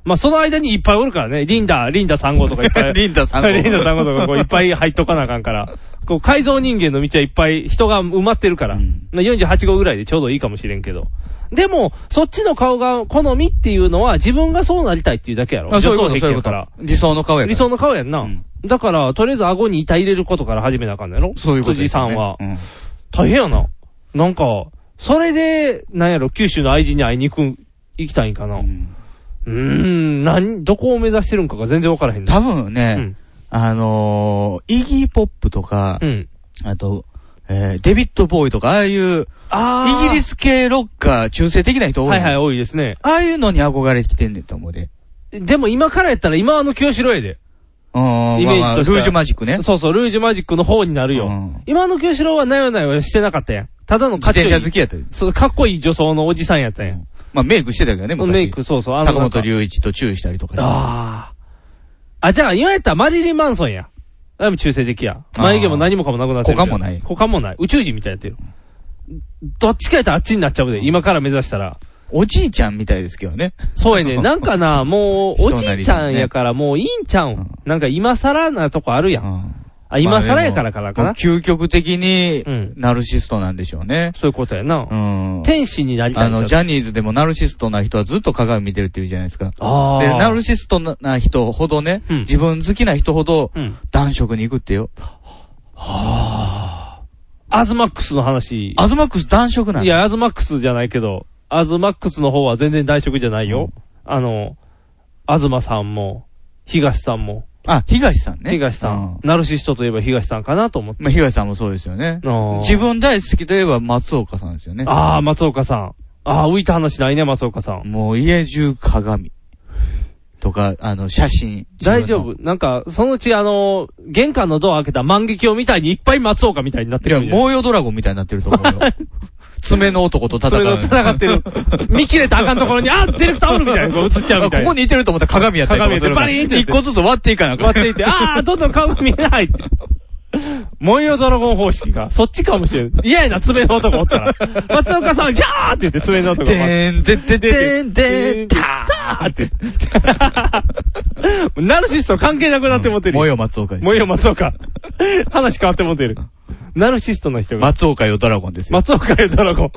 S3: まあ、その間にいっぱいおるからね。リンダ、リンダ3号とかいっ ぱい。
S2: リンダ3号
S3: リンダ3号とかこういっぱい入っとかなあかんから。こう、改造人間の道はいっぱい人が埋まってるから。まあ48号ぐらいでちょうどいいかもしれんけど。でも、そっちの顔が好みっていうのは自分がそうなりたいっていうだけやろ。
S2: あそういうこと
S3: 女装癖やか
S2: そうい
S3: ら
S2: うこと理想の顔やから
S3: 理想の顔やんな。だから、とりあえず顎に板入れることから始めなあかんのやろ
S2: そういうこと
S3: 辻
S2: です
S3: さ
S2: よ
S3: ん
S2: ね
S3: は。
S2: うん
S3: 大変やな。なんか、それで、なんやろ、九州の愛人に会いに行く、行きたいんかな。うん、ーん、何、どこを目指してるんかが全然わからへん
S2: 多分ね、あのー、イギーポップとか、あと、えーデビッド・ボーイとか、ああいう、イギリス系ロッカー、中性的な人多い。
S3: はいはい、多いですね。
S2: ああいうのに憧れてきてんねんと思うで。
S3: でも今からやったら今あの清志郎やで。
S2: イメ
S3: イメージとしては
S2: ルージュマジックね。
S3: そうそう、ルージュマジックの方になるよ。今の清志郎はなよなよしてなかったやん。ただのかっこいい
S2: 自転車好きやったよ
S3: そう、かっこいい女装のおじさんやったやん。
S2: まあメイクしてたけどね、昔。
S3: メイク、そうそう。あの
S2: 坂本龍一とチューしたりとかして。
S3: ああ。あ、じゃあ、今やったらマリリン・マンソンや。あれも中性的や。
S2: あー
S3: 眉毛も何もかもなくなってる。
S2: 股間もない
S3: 股間もない。宇宙人みたいになってる。どっちかやったらあっちになっちゃうで、今から目指したら。
S2: おじいちゃんみたいですけどね。
S3: そうやね。なんか な、もう、おじいちゃんやからもういいんちゃうん。なんか今更なとこあるやん。あ、今更やからかなか
S2: ま
S3: な
S2: あ。でも究極的に、ナルシストなんでしょうね。
S3: そういうことやな。
S2: うん。
S3: 天使になりたい
S2: あ
S3: んちゃう
S2: の、ジャニーズでもナルシストな人はずっと鏡見てるって言うじゃないですか。
S3: あー
S2: で、ナルシストな人ほどね、自分好きな人ほど、男色に行くってよ。
S3: アズマックスの話。
S2: アズマックス男色なん
S3: いや、アズマックスじゃないけど、アズマックスの方は全然男色じゃないよ。あの、アズマさんも、東さんも。
S2: あ、東さんね。
S3: 東さん。ナルシストといえば東さんかなと思って。
S2: まあ、東さんもそうですよね。自分大好きといえば松岡さんですよね。
S3: ああ、松岡さん。ああ、浮いた話ないね、松岡さん。
S2: もう家中鏡。とか、あの、写真。
S3: 大丈夫。なんか、そのうちあの、玄関のドア開けた万華鏡みたいにいっぱい松岡みたいになって
S2: い
S3: る
S2: や、
S3: んじゃない。
S2: 猛陽ドラゴンみたいになってると思 うよ。爪の男と戦う。
S3: 爪の戦ってる。見切れたらあかんところに、あディレクターおるみたいな、こう映っちゃうみたいな。
S2: ここにいてると思ったら鏡やったりとか
S3: 鏡やって
S2: するの
S3: バリーンってやっ
S2: 一
S3: て
S2: 個ずつ割っていかなあかん
S3: 割っていって、ああ、どんどん顔が見えないって。燃えよドラゴン方式か。そっちかもしれん。嫌やな、爪の男おったら。松岡さん、ジャーって言って爪の男が。
S2: てんてんてんてんてん
S3: たーって。ナルシスト関係なくなって持ってる。
S2: もよ松岡です。
S3: 燃えよ松岡。話変わって持ってる。ナルシストの人が。
S2: 松岡よドラゴンですよ。
S3: 松岡よドラゴン。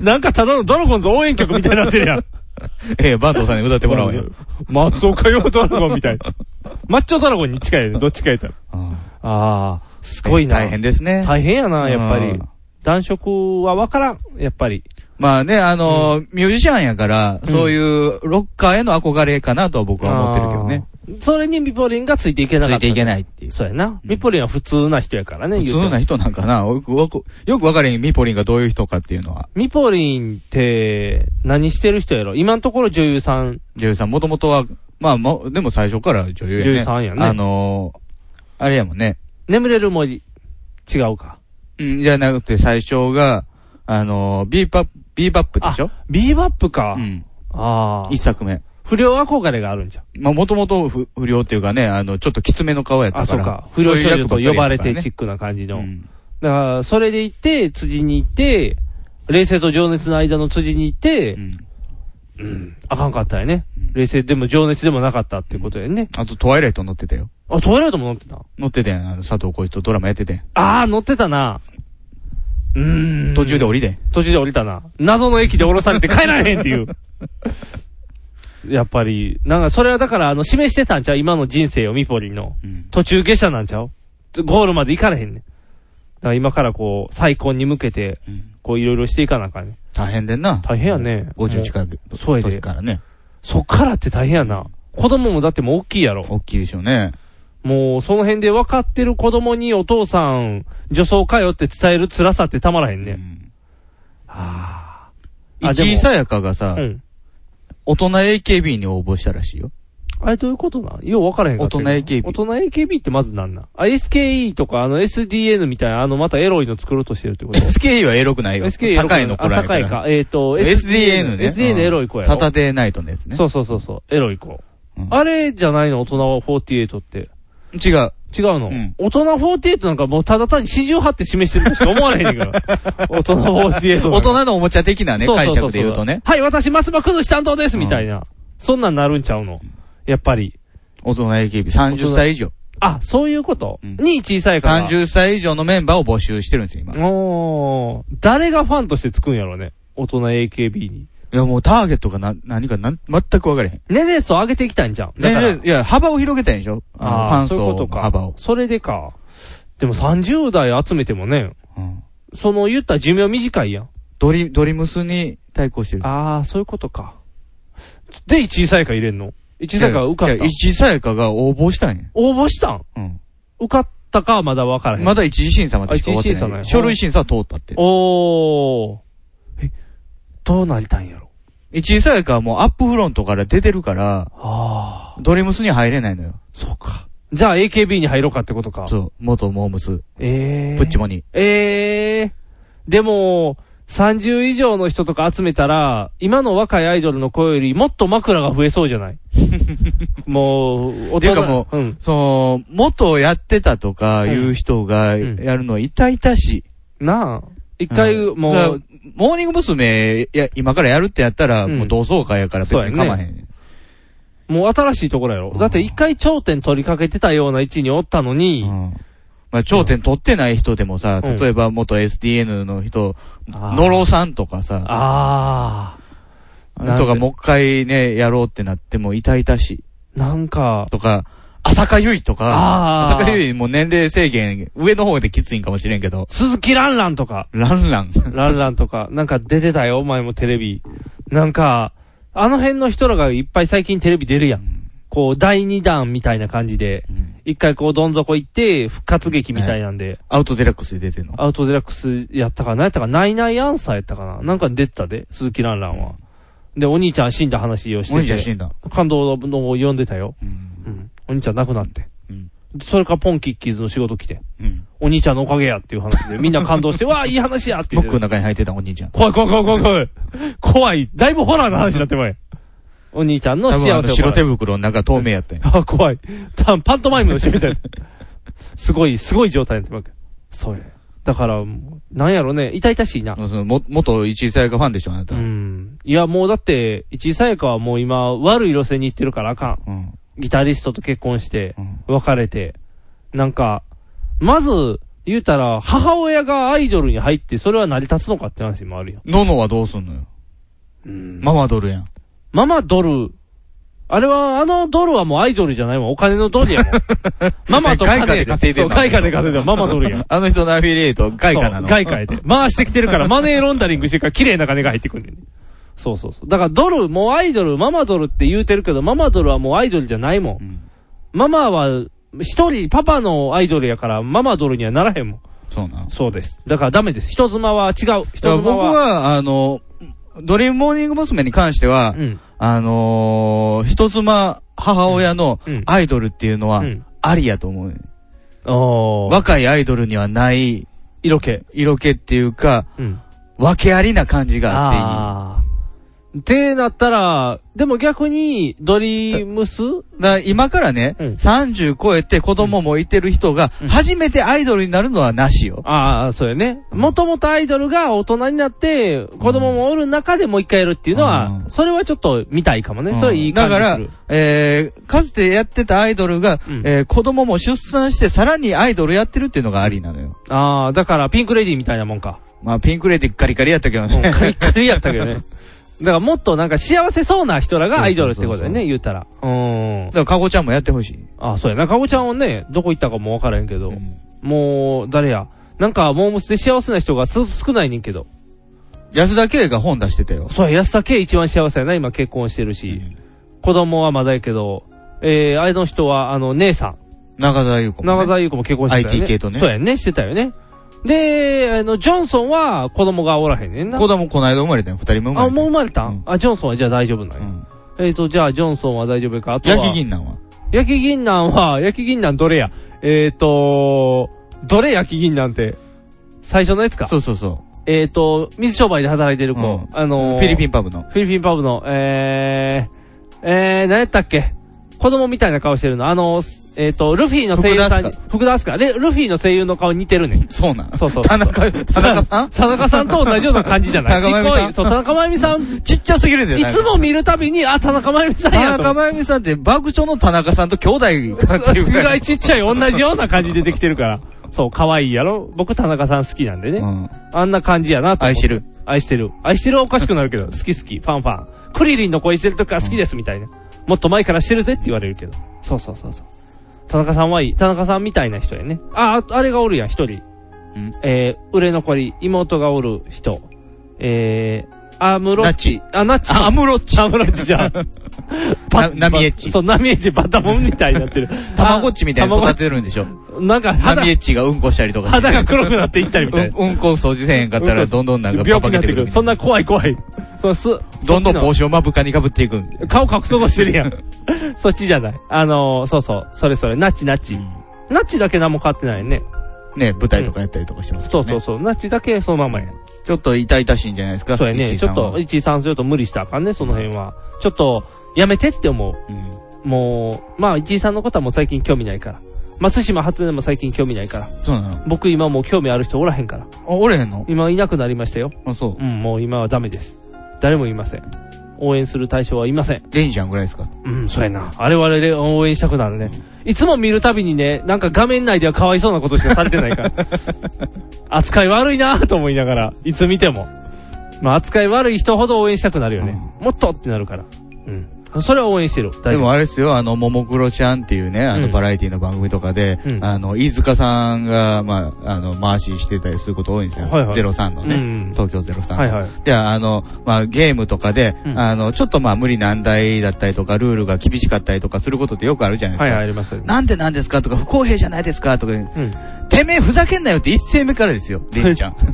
S3: なんかただのドラゴンズ応援曲みたいになってるやん。
S2: ええ、バンドさんに歌ってもらおうよ。
S3: 松岡用ドラゴンみた いな。マッチョドラゴンに近いよね、どっちか言ったら。ああ、すごいな。
S2: 大変ですね。
S3: 大変やな、やっぱり
S2: う。
S3: 男色はわからん、やっぱり。
S2: まあね、あの、ミュージシャンやから、そういうロッカーへの憧れかなとは僕は思ってるけどね。
S3: それにミポリンがついていけなかった。
S2: ついていけないっていう。
S3: そうやな。ミポリンは普通な人やからね、
S2: 普通な
S3: 人。
S2: 人なんかな。よくわかよくわかれへん、ミポリンがどういう人かっていうのは。
S3: ミポリンって、何してる人やろ今のところ女優さん。
S2: 女優さん、もともとは、まあ、もでも最初から女優やね。
S3: 女優さんやね
S2: あのー、あれやもんね。
S3: 眠れる文字。違うか。
S2: うん、じゃなくて最初が、あのー、ビーバップ、ビーバップでしょ
S3: ビーバップか。
S2: うん。
S3: ああ。
S2: 一作目。
S3: 不良憧れがあるんじゃん。
S2: まあ、もともと不不良っていうかね、あの、ちょっときつめの顔やった
S3: あ、
S2: か
S3: そう
S2: ら。
S3: か。不良少女と
S2: そういう
S3: 呼
S2: 役ば
S3: ば
S2: っかりや
S3: れ
S2: ったから
S3: て
S2: ね
S3: チックな感じの。だから、それで行って、辻に行って、冷静と情熱の間の辻に行って、うん。あかんかったよね。冷静でも情熱でもなかったっていうことやね。
S2: あと、トワイライト乗ってたよ。
S3: あ、トワイライトも乗ってた。
S2: 乗ってたやん。あの佐藤浩市とドラマやっててん。
S3: あー、乗ってたな。うーん。
S2: 途中で降りてん。
S3: 途中で降りたな。謎の駅で降ろされて帰られへんって いう。やっぱり、なんかそれはだから、あの、示してたんちゃう今の人生をミポリンの。途中下車なんちゃうゴールまで行かれへんねん。だから今からこう、再婚に向けて、こういろいろしていかなあかんねん。
S2: 大変でんな。
S3: 大変やね。
S2: 50近
S3: も
S2: く。
S3: う。そうやで。
S2: 時からね。
S3: そっからって大変やな。子供もだってもう大きいやろ。
S2: 大きいでしょうね。
S3: もう、その辺で分かってる子供にお父さん、女装かよって伝える辛さってたまらへんね。あでも
S2: 一井さやかがさ、
S3: うん
S2: 大人 AKB に応募したらしいよ。
S3: あれどういうことなんよう分からへんかったけど
S2: 大人 AKB
S3: 大人 AKB ってまずなんなんあ、SKE とか、あの SDN みたいな、あのまたエロいの作ろうとしてるってこと
S2: SKE はエロくないよ。
S3: SKE
S2: 堺の子らや
S3: あ、堺か。えっ、と、
S2: SDN ね。
S3: SDN エロい子や
S2: うん
S3: ろ。
S2: サタデーナイトのやつね。
S3: そうそうそうそう、エロい子。あれじゃないの、大人は48って。
S2: 違う。
S3: 違うの、大人48なんかもうただ単に四十八って示してるとしか思われへんね んから。大人48なんか。
S2: 大人のおもちゃ的なね、
S3: そうそ
S2: 解
S3: うそうそう
S2: 釈で言うとね。
S3: はい、私松葉崩し担当ですみたいな。そんなんなるんちゃうのやっぱり。
S2: 大人 AKB30 歳以上。
S3: あ、そういうこと、に小さいから。
S2: 30歳以上のメンバーを募集してるんですよ、今。
S3: おー誰がファンとしてつくんやろね。大人 AKB に。
S2: いや、もうターゲットがな、何かなん、全く分かれへん。
S3: 年齢層上げていきたいんじゃん。だから
S2: ねいや、幅を広げたいんでしょあのファン
S3: そういうこ
S2: 層
S3: と
S2: の幅を
S3: か。。それでか。でも30代集めてもね、その言ったら寿命短いやん。
S2: ドリ、ドリムスに対抗してる。
S3: ああ、そういうことか。で、1位さやか入れんの ?1 位さやか受かっ
S2: い
S3: た
S2: や。一位さやかが応募したんや。
S3: 応募したん
S2: うん。
S3: 受かったかはまだわからへん。
S2: まだ一次審査までしか終わって
S3: あ一次審査なん
S2: な
S3: や
S2: い。書類審査は通ったって。
S3: おー。え、どうなりたいんやろ。
S2: 一位さやかはもうアップフロントから出てるから、
S3: あ
S2: ドリムスに入れないのよ。
S3: じゃあ AKB に入ろうかってことか。
S2: そう。元モームス。
S3: えー。
S2: プッチモニ。
S3: ええー。でも、30以上の人とか集めたら、今の若いアイドルの声よりもっと枕が増えそうじ ゃないもう、
S2: っていうかもう、その、元やってたとかいう人がやるのは痛々し
S3: い。なあ。一回、もう
S2: だからモーニング娘。や、今からやるってやったら、もう同窓会やから別に構わへん。
S3: もう新しいところやろ。だって一回頂点取りかけてたような位置におったのに、
S2: まあ、頂点取ってない人でもさ、
S3: うん
S2: 例えば元 SDN の人、
S3: あー
S2: 野呂さんとかさ、
S3: あ
S2: あとかもう一回ね、やろうってなっても痛々しい。
S3: なんか、
S2: とか、浅香唯と
S3: あ
S2: か、
S3: ー
S2: 浅香唯も年齢制限、上の方できついんかもしれんけど、
S3: 鈴木ランランとか、
S2: ランラン。
S3: ランランとか、なんか出てたよ、お前もテレビ。なんか、あの辺の人らがいっぱい最近テレビ出るやん。こう、第2弾みたいな感じで、一回こう、どん底行って、復活劇みたいなんで、
S2: アウトデラックスで出てんの。
S3: アウトデラックスやったかな、何やったか、ナイナイアンサーやったかな。なんかに出てたで、鈴木ランランは。で、お兄ちゃん死んだ話をしてて。
S2: お兄ちゃん死んだ。
S3: 感動のを読んでたよ。うん。お兄ちゃん亡くなって。それからポンキッキーズの仕事来て。
S2: うん
S3: お兄ちゃんのおかげやっていう話 で、みんな感動して、わあ、いい話やって言
S2: 僕
S3: って
S2: の中に入ってたお兄ちゃん。
S3: 怖い怖い怖い怖い怖い。怖い。だいぶホラーの話になってまい。お兄ちゃんの
S2: 多
S3: 幸せ
S2: 分あ
S3: を
S2: の白手袋の中透明やったんや。
S3: あ、怖い。たパントマイムのしみたいな。すごい、すごい状態になってまうけどそうや。だから、なんやろね、痛々しいな。
S2: そのも元一位さやかファンでしょ、あなた。
S3: うん。いや、もうだって、一井さやかはもう今、悪い路線に行ってるからあかん。ギタリストと結婚して、別れて。なんか、まず、言うたら、母親がアイドルに入って、それは成り立つのかって話もあるよ。
S2: ののはどうすんのよ。ママドルやん。
S3: ママドル、あれは、あのドルはもうアイドルじゃないもん。お金のドル やもん。ママと金
S2: 外貨で稼いで
S3: る。
S2: る
S3: そう、外貨で稼いでる。ママドルやん。
S2: あの人のアフィリエイト、外貨なの。
S3: そう外貨やで。回してきてるから、マネーロンダリングしてるから、綺麗な金が入ってくるんだよね。そうそうそう。だからドル、もうアイドル、ママドルって言うてるけど、ママドルはもうアイドルじゃないもん。ママは、一人、パパのアイドルやから、ママドルにはならへんもん。
S2: そうな。
S3: そうです。だからダメです。人妻は違
S2: だ
S3: う。
S2: か
S3: 人
S2: ら
S3: 妻
S2: 僕
S3: は。
S2: は、あの、ドリームモーニング娘。に関しては、あのー、人妻母親のアイドルっていうのは、ありやと思う。若いアイドルにはない、
S3: 色気。
S2: 色気っていうか、
S3: うん
S2: 訳ありな感じがあっていい。
S3: あーってなったら、でも逆に、ドリームス
S2: だから今からね、30超えて子供もいてる人が、初めてアイドルになるのはなしよ。
S3: ああ、そうやね。もともとアイドルが大人になって、子供もおる中でもう一回やるっていうのは、それはちょっと見たいかもね。それいい
S2: だ
S3: 感じ
S2: か
S3: する。
S2: ら、えー、かつてやってたアイドルが、えー子供も出産してさらにアイドルやってるっていうのがありなのよ。
S3: ああ、だからピンクレディーみたいなもんか。
S2: まあ、ピンクレディガリガリやったけど
S3: うん
S2: ね。
S3: カリッカリやったけどね。だからもっとなんか幸せそうな人らがアイドルってことだよね、言うたら。うん。
S2: だから、かごちゃんもやってほしい。
S3: ああ、そうやな。かごちゃんはね、どこ行ったかもわからへんけど。もう、誰や。なんか、モームスで幸せな人がす少ないねんけど。
S2: 安田圭が本出してたよ。
S3: そうや、安田圭一番幸せやな、今結婚してるし。子供はまだやけど、えー、あれの人は、あの、姉さん。
S2: 中澤優子もね、
S3: 長澤優子も結婚してたよね。
S2: IT 系とね
S3: そうやね、してたよね。で、あの、ジョンソンは子供がおらへんねんな。
S2: 子供この間生まれたよ。二人も生ま
S3: あ、
S2: れた
S3: もう
S2: よ。
S3: 生まれたん、あ、ジョンソンはじゃあ大丈夫なんや。えっ、と、じゃあ、ジョンソンは大丈夫かあとは。
S2: 焼き銀杏は
S3: 焼き銀杏は、焼き銀杏どれやえっ、と、どれ焼き銀杏って、最初のやつか
S2: そうそうそ
S3: えっ、と、水商売で働いてる子、あのー
S2: フィリピンパブの
S3: フィリピンパブの、えー、えー、何やったっけ子供みたいな顔してるの。あのー、えっ、と、ルフィの声優さんに、福田明日香。で、ルフィの声優の顔に似てるね。
S2: そうなん
S3: そうそう。田
S2: 中、 田中さん
S3: 田中さんと同じような感じじゃない。
S2: 田中真由美さん
S3: ちっこいそう、田中真由美さ ん。
S2: ちっちゃすぎるで
S3: いつも見るたびに、あ、田中真由美さ
S2: う。
S3: んや
S2: 田
S3: と。
S2: 中真由美さんって、爆笑の田中さんと兄弟かっていう
S3: ぐ
S2: ぐ
S3: ら
S2: らい
S3: い。ちっちゃい、同じような感じでできてるから。そう、可愛いやろ僕、田中さん好きなんでね。あんな感じやなと思って。愛してる。愛してる。愛してるはおかしくなるけど、好き好き、ファンファン。クリリンの声してる時から好きですみたいな。もっと前からしてるぜって言われるけど。そうそうそうそう。田中さんはいい。田中さんみたいな人やね。あ、ああれがおるやん、一人。えー、売れ残り、妹がおる人、えー、アムロッチ。あ、ナッチ。アムロッチ。アムロッチじゃん。パナミエッチ。そう、ナミエッチバタモンみたいになってる。
S2: たまごっちみたいに育てるんでしょ。
S3: なんか肌
S2: ナミエッチがうんこしたりとか。
S3: 肌が黒くなっていったりみたいな
S2: うん。うんこ掃除せへんかったら、どんどんなんか
S3: 病気になってくる。そん
S2: な
S3: な怖い怖い。そう、す、
S2: どんどん帽
S3: 子。
S2: 子を目深にかぶっていく。
S3: 顔隠そうとしてるやん。そっちじゃない。あのー、そうそう、それそれ、ナッチナッチ。ナッチだけ何も変わってないね。
S2: ね、舞台とかやったりとかしてますけ
S3: そ
S2: ど
S3: う
S2: ね。
S3: そうそう、ナッチだけそのままや。
S2: ちょっと痛々しいんじゃないですか。
S3: そうやね。
S2: 石井さ
S3: ちょっ
S2: んは
S3: と、1、3すると無理したらあかんね、その辺は。ちょっと、やめてって思う。もう、まあ、1、3のことはもう最近興味ないから。松島初音も最近興味ないから。
S2: そうなの
S3: 僕今もう興味ある人おらへんから。
S2: あ、おれへんの
S3: 今いなくなりましたよ。
S2: あ、そう。
S3: うん、もう今はダメです。誰もいません。応援する対象はいません。
S2: レンジャーぐらいですか
S3: うん、そうやな。あれ我々で応援したくなるね。いつも見るたびにね、なんか画面内ではかわいそうなことしかされてない から。扱い悪いなと思いながら、いつ見ても。まあ扱い悪い人ほど応援したくなるよね。もっとってなるから。うん。それは応援してる。大
S2: で
S3: 丈
S2: も
S3: 夫。
S2: あれですよ、あの、ももクロちゃんっていうね、あの、バラエティの番組とかで、
S3: うん
S2: あの、飯塚さんが、まあ、あの、回ししてたりすること多いんですよ。
S3: はいはい
S2: 03のね、
S3: うんうん
S2: 東京03の。
S3: はいはい
S2: で、あの、まあ、ゲームとかで、
S3: うん
S2: あの、ちょっとまあ、無理難題だったりとか、ルールが厳しかったりとかすることってよくあるじゃないですか。
S3: はいはい、あります。
S2: なんでなんですかとか、不公平じゃないですかとか、
S3: うん。
S2: てめえふざけんなよって一声目からですよ、レンジちゃん。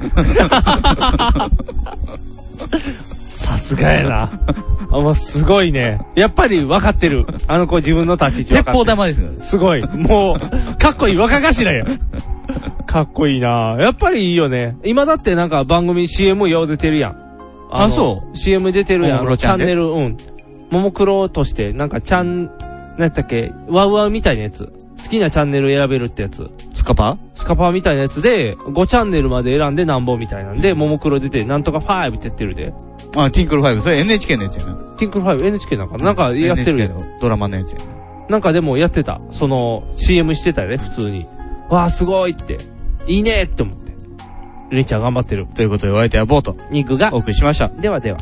S3: さすがやな。あ、もうすごいね。やっぱり分かってる。あの子自分の立ち位置分かっ
S2: 鉄
S3: てる。
S2: 砲玉ですよ
S3: すごい。もう、かっこいい若頭や。かっこいいなやっぱりいいよね。今だってなんか番組 CM よう出てるやん。の
S2: あそう
S3: ?CM 出てるやん。
S2: も
S3: あ
S2: もクロ
S3: のチ
S2: ちゃ
S3: ャ
S2: ん
S3: ン
S2: で
S3: ネル、うん。ももクロとして、なんかチャン、なんやったっけ、ワウワウみたいなやつ。好きなチャンネル選べるってやつ。
S2: スカパ
S3: スカパーみたいなやつで、5チャンネルまで選んでなんぼみたいなんで、ももクロ出て、なんとか5ってやってるで。
S2: あ、ティンクル5、それ NHK のやつやな。
S3: ティンクル5、NHK なんかな、なんかやってるや
S2: NHK のドラマのやつやな。
S3: なんかでもやってた。その、CM してたね、普通に。わあ、すごいって。いいねって思って。レンちゃん頑張ってる。
S2: ということで、お相手はボート。
S3: 肉が。
S2: お送りしました。
S3: ではでは。